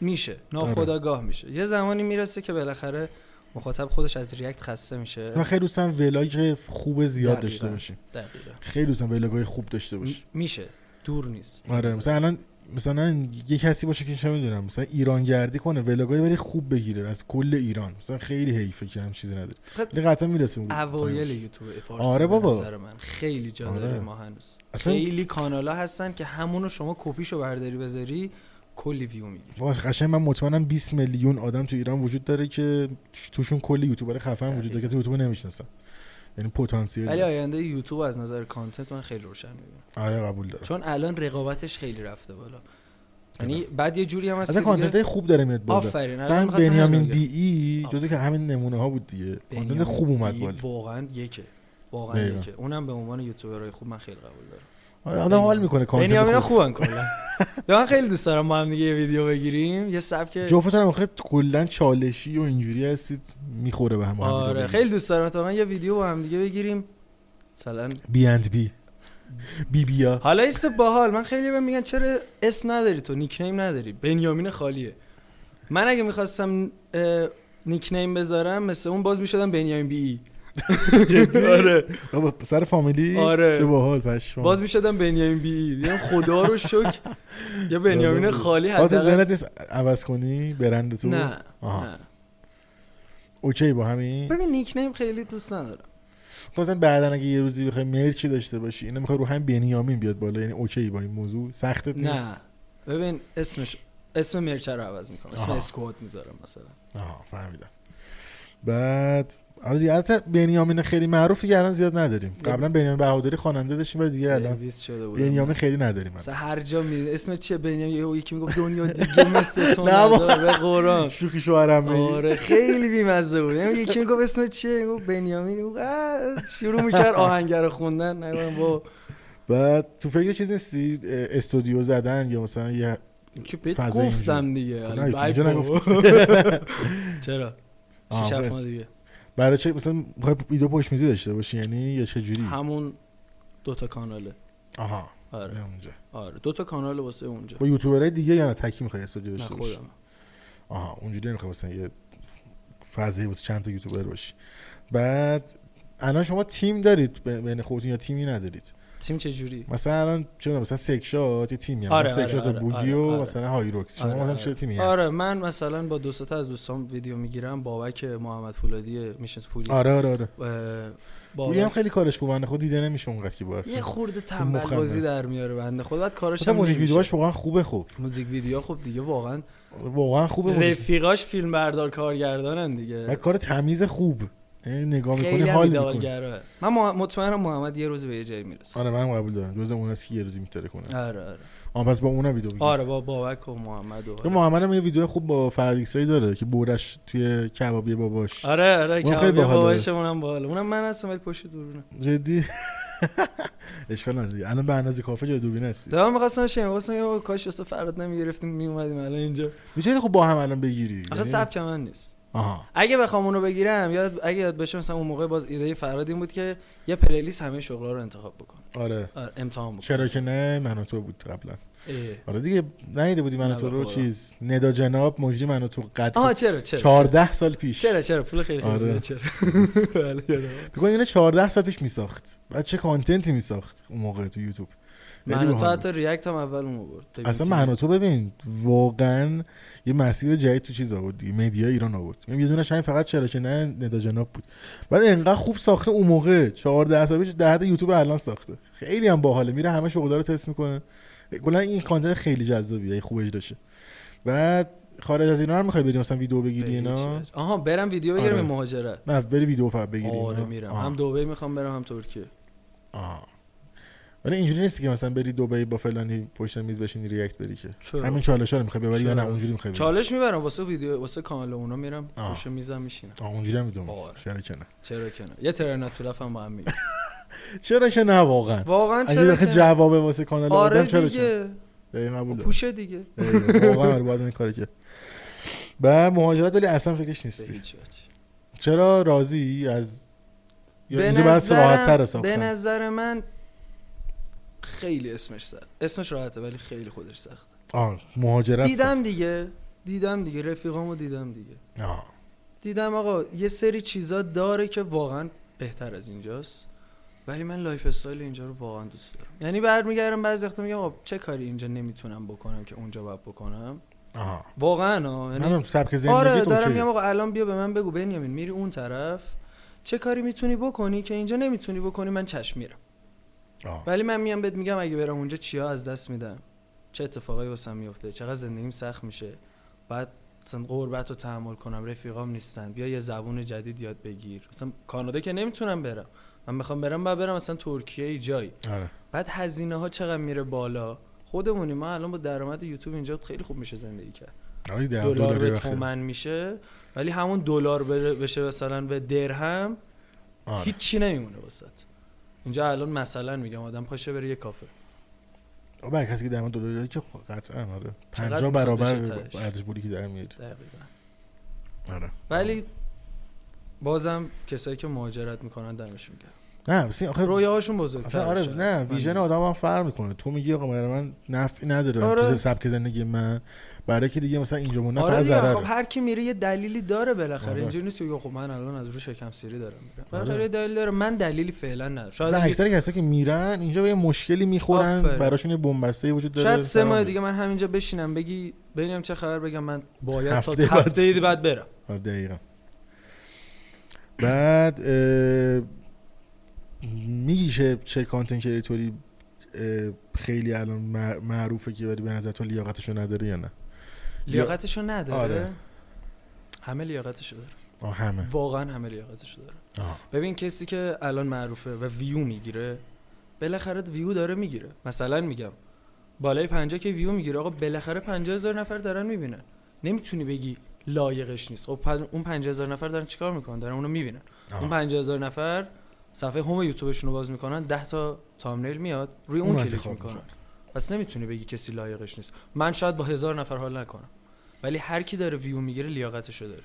[SPEAKER 1] میشه ناخداگاه میشه یه زمانی میرسه که بالاخره مخاطب خودش از ریاکت خسته میشه
[SPEAKER 2] من خیلی دوستم ولاگ خوب زیاد
[SPEAKER 1] آره. دقیقاً.
[SPEAKER 2] داشته باشیم
[SPEAKER 1] دقیقاً.
[SPEAKER 2] خیلی دوستم ولاگ های خوب داشته باشیم
[SPEAKER 1] م- میشه دور نیست
[SPEAKER 2] آره مثلا الان مثلا یه کسی باشه که چه میدونم مثلا ایران گردی کنه ولاگای ولی خوب بگیره از کل ایران مثلا خیلی حیفه که هم چیزی نداره
[SPEAKER 1] خب،
[SPEAKER 2] ولی قطعا میرسیم
[SPEAKER 1] اوایل یوتیوب فارسی به
[SPEAKER 2] آره بابا.
[SPEAKER 1] نظر من خیلی جا داره
[SPEAKER 2] آره.
[SPEAKER 1] ما هنوز
[SPEAKER 2] اصلا-
[SPEAKER 1] خیلی کانالا هستن که همونو شما کپیشو برداری بذاری کلی ویو میگیری
[SPEAKER 2] باش قشنگ من مطمئنم 20 میلیون آدم تو ایران وجود داره که توشون کلی یوتیوبر خفن وجود داره
[SPEAKER 1] دقیقاً.
[SPEAKER 2] کسی یوتیوب نمیشناسن یعنی پتانسیل
[SPEAKER 1] ولی
[SPEAKER 2] داره.
[SPEAKER 1] آینده یوتیوب از نظر کانتنت من خیلی روشن میبینم
[SPEAKER 2] آره قبول دارم
[SPEAKER 1] چون الان رقابتش خیلی رفته بالا یعنی بعد یه جوری هم هست
[SPEAKER 2] از
[SPEAKER 1] که دیگه-
[SPEAKER 2] کانتنت های خوب داره میاد بالا
[SPEAKER 1] آفرین الان
[SPEAKER 2] مثلا
[SPEAKER 1] می‌خواستم همین
[SPEAKER 2] بنیامین
[SPEAKER 1] رو بگم.
[SPEAKER 2] بی ای جزو
[SPEAKER 1] آفرین.
[SPEAKER 2] که همین نمونه ها بود دیگه کانتنت
[SPEAKER 1] بنیامین
[SPEAKER 2] خوب اومد
[SPEAKER 1] بی
[SPEAKER 2] بالا
[SPEAKER 1] واقعا یکه واقعا
[SPEAKER 2] دقیقاً.
[SPEAKER 1] یکه اونم به عنوان یوتیوبرای خوب من خیلی قبول دارم
[SPEAKER 2] آره آدم حال
[SPEAKER 1] بنیامین.
[SPEAKER 2] میکنه کانتنت
[SPEAKER 1] بنیامینا
[SPEAKER 2] خوب
[SPEAKER 1] خوبن کلا من خیلی دوست دارم ما هم دیگه یه ویدیو بگیریم یه سبک
[SPEAKER 2] جفتتون هم آخه کلا چالشی و اینجوری هستید میخوره به هم
[SPEAKER 1] آره خیلی دوست دارم تا یه ویدیو با هم دیگه بگیریم مثلا
[SPEAKER 2] بی اند بی بی بیا
[SPEAKER 1] حالا یه چیز باحال من خیلی بهم میگن چرا اسم نداری تو نیکنیم نداری بنیامین خالیه من اگه میخواستم نیکنیم بذارم مثل اون باز میشدم بنیامین بی ای. آره
[SPEAKER 2] بابا سر فامیلی
[SPEAKER 1] آره.
[SPEAKER 2] چه باحال پشمام
[SPEAKER 1] باز میشدم بنیامین بی ای دیدم خدا رو شکر یه بنیامین خالی
[SPEAKER 2] آقا تو
[SPEAKER 1] حداقل
[SPEAKER 2] ذهنت نیست عوض کنی برند تو
[SPEAKER 1] نه
[SPEAKER 2] آها.
[SPEAKER 1] نه.
[SPEAKER 2] اوکی با همین
[SPEAKER 1] ببین نیکنیم خیلی دوست ندارم
[SPEAKER 2] مثلا بعدا اگه یه روزی بخوای مرچی داشته باشی اینو میخوای رو هم بنیامین بیاد بالا یعنی اوکی با این موضوع سختت
[SPEAKER 1] نه
[SPEAKER 2] نیست
[SPEAKER 1] ببین اسمش اسم مرچه رو عوض میکنم اسم
[SPEAKER 2] آها.
[SPEAKER 1] اسکواد میذارم مثلا
[SPEAKER 2] آها فهمیدم بعد حالا دیگه البته بنیامین خیلی معروف دیگه الان زیاد نداریم قبلا بنیامین بهادری خواننده داشتیم ولی دیگه الان
[SPEAKER 1] سرویس شده بودم
[SPEAKER 2] بنیامین خیلی نداریم الان.
[SPEAKER 1] مثلا هر جا می اسم چیه بنیامین یهو یکی میگفت دنیا دیگه مثل تو
[SPEAKER 2] نه
[SPEAKER 1] نداره به قرآن
[SPEAKER 2] شوخی شوهرم
[SPEAKER 1] آره خیلی بیمزه بود یعنی یکی میگفت اسم چیه میگفت بنیامین میگفت آه، شروع میکرد آهنگر رو خوندن نگم با
[SPEAKER 2] بعد تو فکر چیز نیستی اه، استودیو زدن یا مثلا یه
[SPEAKER 1] که بهت
[SPEAKER 2] فضا
[SPEAKER 1] گفتم دیگه
[SPEAKER 2] نه،
[SPEAKER 1] الان
[SPEAKER 2] اینجا
[SPEAKER 1] بای
[SPEAKER 2] نگفت.
[SPEAKER 1] بابا. چرا
[SPEAKER 2] آه،
[SPEAKER 1] شیش هفت
[SPEAKER 2] بس.
[SPEAKER 1] ماه دیگه
[SPEAKER 2] برای چه مثلا می‌خوای ویدیو پشت میزی داشته باشی یعنی یا چه جوری
[SPEAKER 1] همون دوتا کاناله
[SPEAKER 2] آها
[SPEAKER 1] آره
[SPEAKER 2] نه اونجا
[SPEAKER 1] آره دوتا کانال واسه اونجا
[SPEAKER 2] با یوتیوبرای دیگه یا نه تکی میخوای استودیو
[SPEAKER 1] نه
[SPEAKER 2] داشته باشی
[SPEAKER 1] خودم
[SPEAKER 2] آها اونجوری نمیخوای مثلا یه فضایی واسه چند تا یوتیوبر باشی بعد الان شما تیم دارید ب- بین خودتون یا تیمی ندارید
[SPEAKER 1] تیم چه جوری
[SPEAKER 2] مثلا الان چه می‌دونم، مثلا سکشات یه تیمی هم.
[SPEAKER 1] آره،
[SPEAKER 2] مثلا
[SPEAKER 1] آره،
[SPEAKER 2] سکشات
[SPEAKER 1] آره،
[SPEAKER 2] و بوگی
[SPEAKER 1] آره،
[SPEAKER 2] و
[SPEAKER 1] آره.
[SPEAKER 2] مثلا هایروکس شما
[SPEAKER 1] آره،
[SPEAKER 2] مثلا
[SPEAKER 1] آره.
[SPEAKER 2] چه تیمی
[SPEAKER 1] آره
[SPEAKER 2] هست
[SPEAKER 1] من مثلا با دو سه تا از دوستان ویدیو میگیرم بابک محمد فولادی میشه فولی
[SPEAKER 2] آره آره آره
[SPEAKER 1] اه،
[SPEAKER 2] بوگی هم
[SPEAKER 1] بابک
[SPEAKER 2] خیلی کارش خوبه خود دیده نمیشه اونقدر که باید
[SPEAKER 1] یه خورده
[SPEAKER 2] مخمه.
[SPEAKER 1] تنبل بازی در میاره بنده خود بعد کارش
[SPEAKER 2] مثلا
[SPEAKER 1] هم
[SPEAKER 2] موزیک
[SPEAKER 1] نمیشه.
[SPEAKER 2] ویدیوهاش واقعا خوبه خوب
[SPEAKER 1] موزیک ویدیو خب دیگه واقعا
[SPEAKER 2] واقعا خوبه موزیک
[SPEAKER 1] رفیقاش فیلم بردار کارگردانن
[SPEAKER 2] و
[SPEAKER 1] دیگه
[SPEAKER 2] کار تمیز خوب یعنی نگاه میکنی
[SPEAKER 1] خیلی
[SPEAKER 2] حال
[SPEAKER 1] حال
[SPEAKER 2] میکنی
[SPEAKER 1] من مح- مطمئنم محمد یه روز به یه جایی میرسه
[SPEAKER 2] آره منم قبول دارم جز اون هست که یه روزی میتره کنه
[SPEAKER 1] آره آره
[SPEAKER 2] آه پس با اونم ویدیو میگیری
[SPEAKER 1] آره با بابک و محمد و
[SPEAKER 2] تو محمد هم یه ویدیو خوب با فردیکسایی داره که بورش توی کبابی باباش
[SPEAKER 1] آره آره
[SPEAKER 2] اون
[SPEAKER 1] که
[SPEAKER 2] خیلی باحاله.
[SPEAKER 1] بابایشمون هم باحاله اونم من هستم ولی پشت دورونه
[SPEAKER 2] جدی اشکال نداره الان به اندازه کافه جای دوربین هستی
[SPEAKER 1] دارم می‌خواستم شیم می‌خواستم یه کاش واسه فراد نمی‌گرفتیم میومدیم الان اینجا
[SPEAKER 2] میتونی خب با هم الان بگیری
[SPEAKER 1] آخه
[SPEAKER 2] یعنی-
[SPEAKER 1] سبک من نیست
[SPEAKER 2] آها
[SPEAKER 1] اگه بخوام اونو بگیرم یاد اگه یاد بشه مثلا اون موقع باز ایده فراد این بود که یه پلیلیست همه شغلا رو انتخاب بکنه
[SPEAKER 2] آره
[SPEAKER 1] آره، امتحان بکنه
[SPEAKER 2] چرا که نه من و تو بود قبلا
[SPEAKER 1] اه.
[SPEAKER 2] آره دیگه نیده بودی من و
[SPEAKER 1] نه،
[SPEAKER 2] تو
[SPEAKER 1] به
[SPEAKER 2] رو
[SPEAKER 1] خدا.
[SPEAKER 2] چیز ندا جناب مجری من و تو
[SPEAKER 1] آها
[SPEAKER 2] قد
[SPEAKER 1] چرا چرا
[SPEAKER 2] 14 سال پیش
[SPEAKER 1] چرا چرا پول خیلی خیلی
[SPEAKER 2] آره.
[SPEAKER 1] زیاد چرا بله، یادم.
[SPEAKER 2] بگو اینو 14 سال پیش میساخت بعد چه کانتنتی میساخت اون موقع تو یوتیوب ولی
[SPEAKER 1] من و تو
[SPEAKER 2] باحال
[SPEAKER 1] حتی
[SPEAKER 2] بود.
[SPEAKER 1] ریاکت هم اول اون آورد
[SPEAKER 2] اصلا من و تو ببین واقعا یه مسیر جدید تو چیز آورد دیگه مدیا ایران آورد یعنی یه دونه همین فقط چرا که نه ندا جناب بود بعد انقدر خوب ساخته اون موقع 14 سال پیش ده تا یوتیوب الان ساخته خیلی هم باحاله میره همه شغلا رو تست میکنه کلا این کانتنت خیلی جذابیه اگه خوب اجرا شه بعد خارج از ایران هم میخوای بریم مثلا ویدیو بگیری اینا
[SPEAKER 1] آها برم ویدیو بگیرم
[SPEAKER 2] آره.
[SPEAKER 1] این مهاجرت
[SPEAKER 2] نه بری ویدیو فقط بگیری
[SPEAKER 1] آره
[SPEAKER 2] اینا.
[SPEAKER 1] میرم
[SPEAKER 2] آها.
[SPEAKER 1] هم دبی میخوام برم هم ترکیه
[SPEAKER 2] آه. ولی اینجوری نیست که مثلا بری دبی با فلانی پشت میز بشینی ریاکت بری که
[SPEAKER 1] چرا
[SPEAKER 2] همین چالش ها رو میخوای ببری یا نه
[SPEAKER 1] چرا؟
[SPEAKER 2] اونجوری میخوای بری
[SPEAKER 1] چالش میبرم واسه ویدیو واسه کانال اونا میرم
[SPEAKER 2] آه.
[SPEAKER 1] پوش میزم میشینم
[SPEAKER 2] آه اونجوری هم میدونم
[SPEAKER 1] آره.
[SPEAKER 2] چرا که نه
[SPEAKER 1] چرا که نه یه ترنت تو لفم با هم میگم
[SPEAKER 2] چرا که نه واقعا
[SPEAKER 1] واقعا
[SPEAKER 2] اگه
[SPEAKER 1] چرا که
[SPEAKER 2] بخی
[SPEAKER 1] نه؟
[SPEAKER 2] جوابه واسه کانال
[SPEAKER 1] آره
[SPEAKER 2] آدم چرا که نه؟
[SPEAKER 1] دیگه
[SPEAKER 2] دقیقاً قبول دارم.
[SPEAKER 1] پوشه دیگه
[SPEAKER 2] دقیقاً. واقعا آره باید این کاری که و مهاجرت ولی اصلا فکرش
[SPEAKER 1] به
[SPEAKER 2] نیستی
[SPEAKER 1] هیچ وجه.
[SPEAKER 2] چرا راضی از یا
[SPEAKER 1] به
[SPEAKER 2] اینجا بس راحت تر
[SPEAKER 1] نظرم- به
[SPEAKER 2] ساختن
[SPEAKER 1] نظر من خیلی اسمش سخت اسمش راحته ولی خیلی خودش سخت
[SPEAKER 2] آه مهاجرت
[SPEAKER 1] دیدم دیگه دیدم دیگه رفیقامو دیدم دیگه
[SPEAKER 2] ساخت. آه.
[SPEAKER 1] دیدم آقا یه سری چیزا داره که واقعا بهتر از اینجاست ولی من لایف استایل اینجا رو واقعا دوست دارم یعنی برمیگردم بعضی وقتا میگم آقا چه کاری اینجا نمیتونم بکنم که اونجا باید بکنم
[SPEAKER 2] آها
[SPEAKER 1] واقعا ها. یعنی
[SPEAKER 2] نه سبک زندگی
[SPEAKER 1] آره
[SPEAKER 2] تو
[SPEAKER 1] دارم میگم آقا الان بیا به من بگو بنیامین میری اون طرف چه کاری میتونی بکنی که اینجا نمیتونی بکنی من چشم میرم ولی من میام بهت میگم اگه برم اونجا چیا از دست میدم چه اتفاقایی واسم میفته چقدر زندگیم سخت میشه بعد مثلا قربت رو تحمل کنم رفیقام نیستن بیا یه زبون جدید یاد بگیر مثلا کانادا که نمیتونم برم من میخوام برم بعد برم مثلا ترکیه ای جایی
[SPEAKER 2] آره
[SPEAKER 1] بعد هزینه ها چقدر میره بالا خودمونی ما الان با درآمد یوتیوب اینجا خیلی خوب میشه زندگی کرد
[SPEAKER 2] آره، در-
[SPEAKER 1] دلار به
[SPEAKER 2] ببخشید.
[SPEAKER 1] تومن میشه ولی همون دلار بره- بشه مثلا به درهم
[SPEAKER 2] آره.
[SPEAKER 1] هیچی نمیمونه واسط اینجا الان مثلا میگم آدم پاشه بره یه کافه
[SPEAKER 2] آه، برای کسی که در دلار داره که خب قطعا آره
[SPEAKER 1] چقدر
[SPEAKER 2] 50
[SPEAKER 1] میخواد
[SPEAKER 2] برابر
[SPEAKER 1] بشه تهش؟
[SPEAKER 2] ارزش بودی که در میاری
[SPEAKER 1] دقیقا
[SPEAKER 2] آره
[SPEAKER 1] ولی بازم کسایی که مهاجرت میکنن دمشون گرم
[SPEAKER 2] نه بسی آخه
[SPEAKER 1] رویاهاشون بزرگتر
[SPEAKER 2] اصلا آره
[SPEAKER 1] شد.
[SPEAKER 2] نه
[SPEAKER 1] من
[SPEAKER 2] ویژن
[SPEAKER 1] میگم.
[SPEAKER 2] آدم هم فرق میکنه تو میگی آقا برای من نفعی نداره
[SPEAKER 1] آره.
[SPEAKER 2] تو سبک زندگی من برای که دیگه مثلا اینجا مونه
[SPEAKER 1] آره
[SPEAKER 2] فقط
[SPEAKER 1] دیگه خب
[SPEAKER 2] ضرره
[SPEAKER 1] هر کی میره یه دلیلی داره بالاخره
[SPEAKER 2] آره.
[SPEAKER 1] اینجوری نیست که بگه خب من الان از روش شکم سیری دارم میرم بالاخره
[SPEAKER 2] آره.
[SPEAKER 1] یه دلیل داره من دلیلی فعلا ندارم شاید
[SPEAKER 2] مثلا
[SPEAKER 1] اگه-
[SPEAKER 2] اکثر کسایی که میرن اینجا به یه مشکلی میخورن
[SPEAKER 1] آفرین.
[SPEAKER 2] براشون یه بنبسته وجود داره
[SPEAKER 1] شاید سه
[SPEAKER 2] سلام
[SPEAKER 1] ماه
[SPEAKER 2] بگو.
[SPEAKER 1] دیگه من همینجا بشینم بگی ببینم چه خبر بگم من باید تا
[SPEAKER 2] هفته بعد.
[SPEAKER 1] هفته بعد, بعد برم
[SPEAKER 2] آره، دقیقا بعد اه، میگی چه چه کانتنت کریتوری اه، خیلی الان مع- معروفه که ولی به نظر تو لیاقتشو نداره یا نه
[SPEAKER 1] لیاقتشو نداره
[SPEAKER 2] آره.
[SPEAKER 1] همه لیاقتشو داره
[SPEAKER 2] آه همه
[SPEAKER 1] واقعا همه لیاقتشو داره
[SPEAKER 2] آه.
[SPEAKER 1] ببین کسی که الان معروفه و ویو میگیره بالاخره ویو داره میگیره مثلا میگم بالای 50 که ویو میگیره آقا بالاخره 50000 نفر دارن میبینن نمیتونی بگی لایقش نیست خب پن- اون 50000 نفر دارن چیکار میکنن دارن اونو میبینن
[SPEAKER 2] آه.
[SPEAKER 1] اون 50000 نفر صفحه هوم یوتیوبشون رو باز میکنن 10 تا تامنیل میاد روی اون,
[SPEAKER 2] اون
[SPEAKER 1] کلیک
[SPEAKER 2] انتخاب
[SPEAKER 1] میکنن
[SPEAKER 2] می‌کنه.
[SPEAKER 1] پس نمیتونی بگی کسی لایقش نیست من شاید با هزار نفر حال نکنم ولی هر کی داره ویو میگیره لیاقتشو داره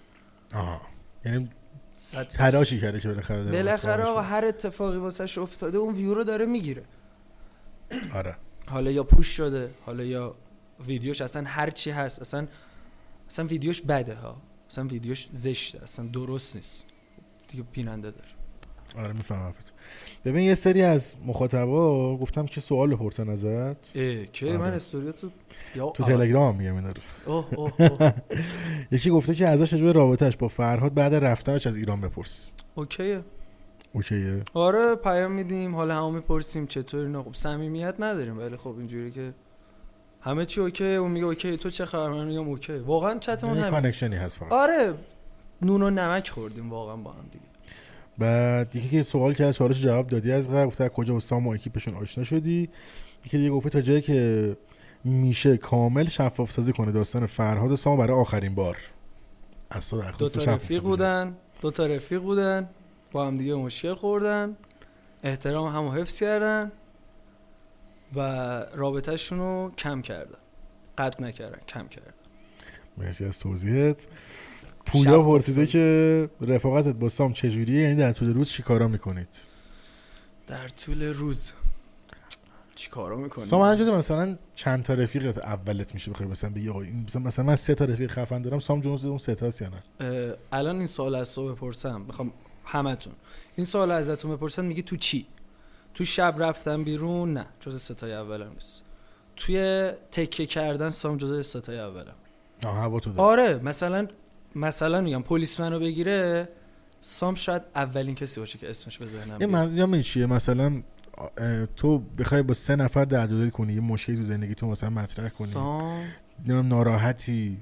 [SPEAKER 2] آه. یعنی
[SPEAKER 1] صد درصد.
[SPEAKER 2] تلاشی کرده که بالاخره داره
[SPEAKER 1] بالاخره آقا
[SPEAKER 2] اتفاقش
[SPEAKER 1] هر اتفاقی واسش افتاده اون ویو رو داره میگیره
[SPEAKER 2] بیفته. آره
[SPEAKER 1] حالا یا پوش شده حالا یا ویدیوش اصلا هر چی هست اصلا اصلا ویدیوش بده ها اصلا ویدیوش زشته اصلا درست نیست دیگه بیننده داره
[SPEAKER 2] آره میفهمم حرفت. ببین یه سری از مخاطبا گفتم که سوال بپرسن ازت
[SPEAKER 1] ای که
[SPEAKER 2] آره.
[SPEAKER 1] من استوریاتو یا
[SPEAKER 2] تو
[SPEAKER 1] آه.
[SPEAKER 2] تلگرام میگم اینا رو.
[SPEAKER 1] اوه اوه اوه
[SPEAKER 2] یکی گفته که ازش راجع به رابطهش با فرهاد بعد رفتنش از ایران بپرس
[SPEAKER 1] اوکیه
[SPEAKER 2] اوکیه
[SPEAKER 1] آره پیام میدیم حالا همون میپرسیم چطوری نه خب صمیمیت نداریم ولی خب اینجوری که همه چی اوکیه اون میگه اوکی تو چه خبر من میگم اوکی واقعا چتمون
[SPEAKER 2] یه
[SPEAKER 1] همین
[SPEAKER 2] کانکشنی هست فقط
[SPEAKER 1] آره نون و نمک خوردیم واقعا با هم دیگه
[SPEAKER 2] بعد یکی که سوال کرد سوالش جواب دادی از قبل گفته از کجا با سام و اکیپشون آشنا شدی یکی دیگه گفته تا جایی که میشه کامل شفاف سازی کنه داستان فرهاد و سام برای آخرین بار از تو
[SPEAKER 1] دو
[SPEAKER 2] درخواست
[SPEAKER 1] تا
[SPEAKER 2] شفاف
[SPEAKER 1] رفیق
[SPEAKER 2] سازی.
[SPEAKER 1] بودن دو تا رفیق بودن با هم دیگه مشکل خوردن احترام همو حفظ کردن و رابطهشون رو کم کردن قطع نکردن کم کردن
[SPEAKER 2] مرسی از توضیحت
[SPEAKER 1] شب
[SPEAKER 2] پویا
[SPEAKER 1] خوب
[SPEAKER 2] پرسیده
[SPEAKER 1] سازی.
[SPEAKER 2] که رفاقتت با سام چجوریه یعنی در طول روز چی کارا میکنید
[SPEAKER 1] در طول روز چی کارا میکنی؟
[SPEAKER 2] سام الان جزو مثلا چند تا رفیقت اولت میشه بخوای مثلا بگی آقا این مثلا مثلا من سه تا رفیق خفن دارم سام جونز اون سه تاست یا نه
[SPEAKER 1] اه، الان این سوال از تو بپرسم میخوام همتون این سوال رو ازتون بپرسم میگی تو چی تو شب رفتن بیرون نه جز ستای اولم نیست توی تکه کردن سام جز ستای اولم
[SPEAKER 2] آه هوا تو داره
[SPEAKER 1] آره مثلا مثلا میگم پلیس منو بگیره سام شاید اولین کسی باشه که اسمش به ذهنم
[SPEAKER 2] یه
[SPEAKER 1] بیاد.
[SPEAKER 2] منظورم این چیه مثلا اه، تو بخوای با سه نفر در دل کنی یه مشکلی تو زندگی تو مثلا مطرح کنی
[SPEAKER 1] سام
[SPEAKER 2] نمیدونم ناراحتی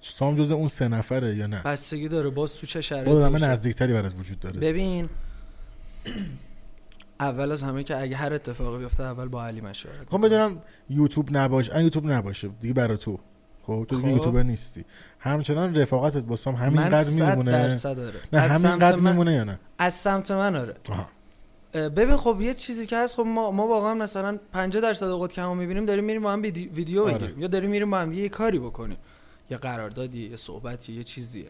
[SPEAKER 2] سام جزو اون سه نفره یا نه
[SPEAKER 1] بستگی داره باز تو چه
[SPEAKER 2] اون
[SPEAKER 1] شرایطی
[SPEAKER 2] آدم
[SPEAKER 1] آره، باشه.
[SPEAKER 2] نزدیکتری برات وجود داره
[SPEAKER 1] ببین اول از همه که اگه هر اتفاقی بیفته اول با علی مشورت
[SPEAKER 2] خب بدونم یوتیوب نباش ان یوتیوب نباشه دیگه برا تو خب تو دیگه
[SPEAKER 1] خب.
[SPEAKER 2] یوتیوبر نیستی همچنان رفاقتت با سام
[SPEAKER 1] من
[SPEAKER 2] همینقدر
[SPEAKER 1] صد
[SPEAKER 2] میمونه
[SPEAKER 1] درصد آره.
[SPEAKER 2] نه
[SPEAKER 1] از سمت
[SPEAKER 2] همینقدر
[SPEAKER 1] من-
[SPEAKER 2] میمونه یا نه
[SPEAKER 1] از سمت من آره
[SPEAKER 2] آها.
[SPEAKER 1] اه، ببین خب یه چیزی که هست خب ما ما واقعا مثلا 50 درصد اوقات که همو میبینیم داریم میریم با هم ویدی- ویدیو
[SPEAKER 2] آره.
[SPEAKER 1] بگیریم یا داریم میریم با هم دیگه یه کاری بکنیم یه قراردادی یه صحبتی یه چیزیه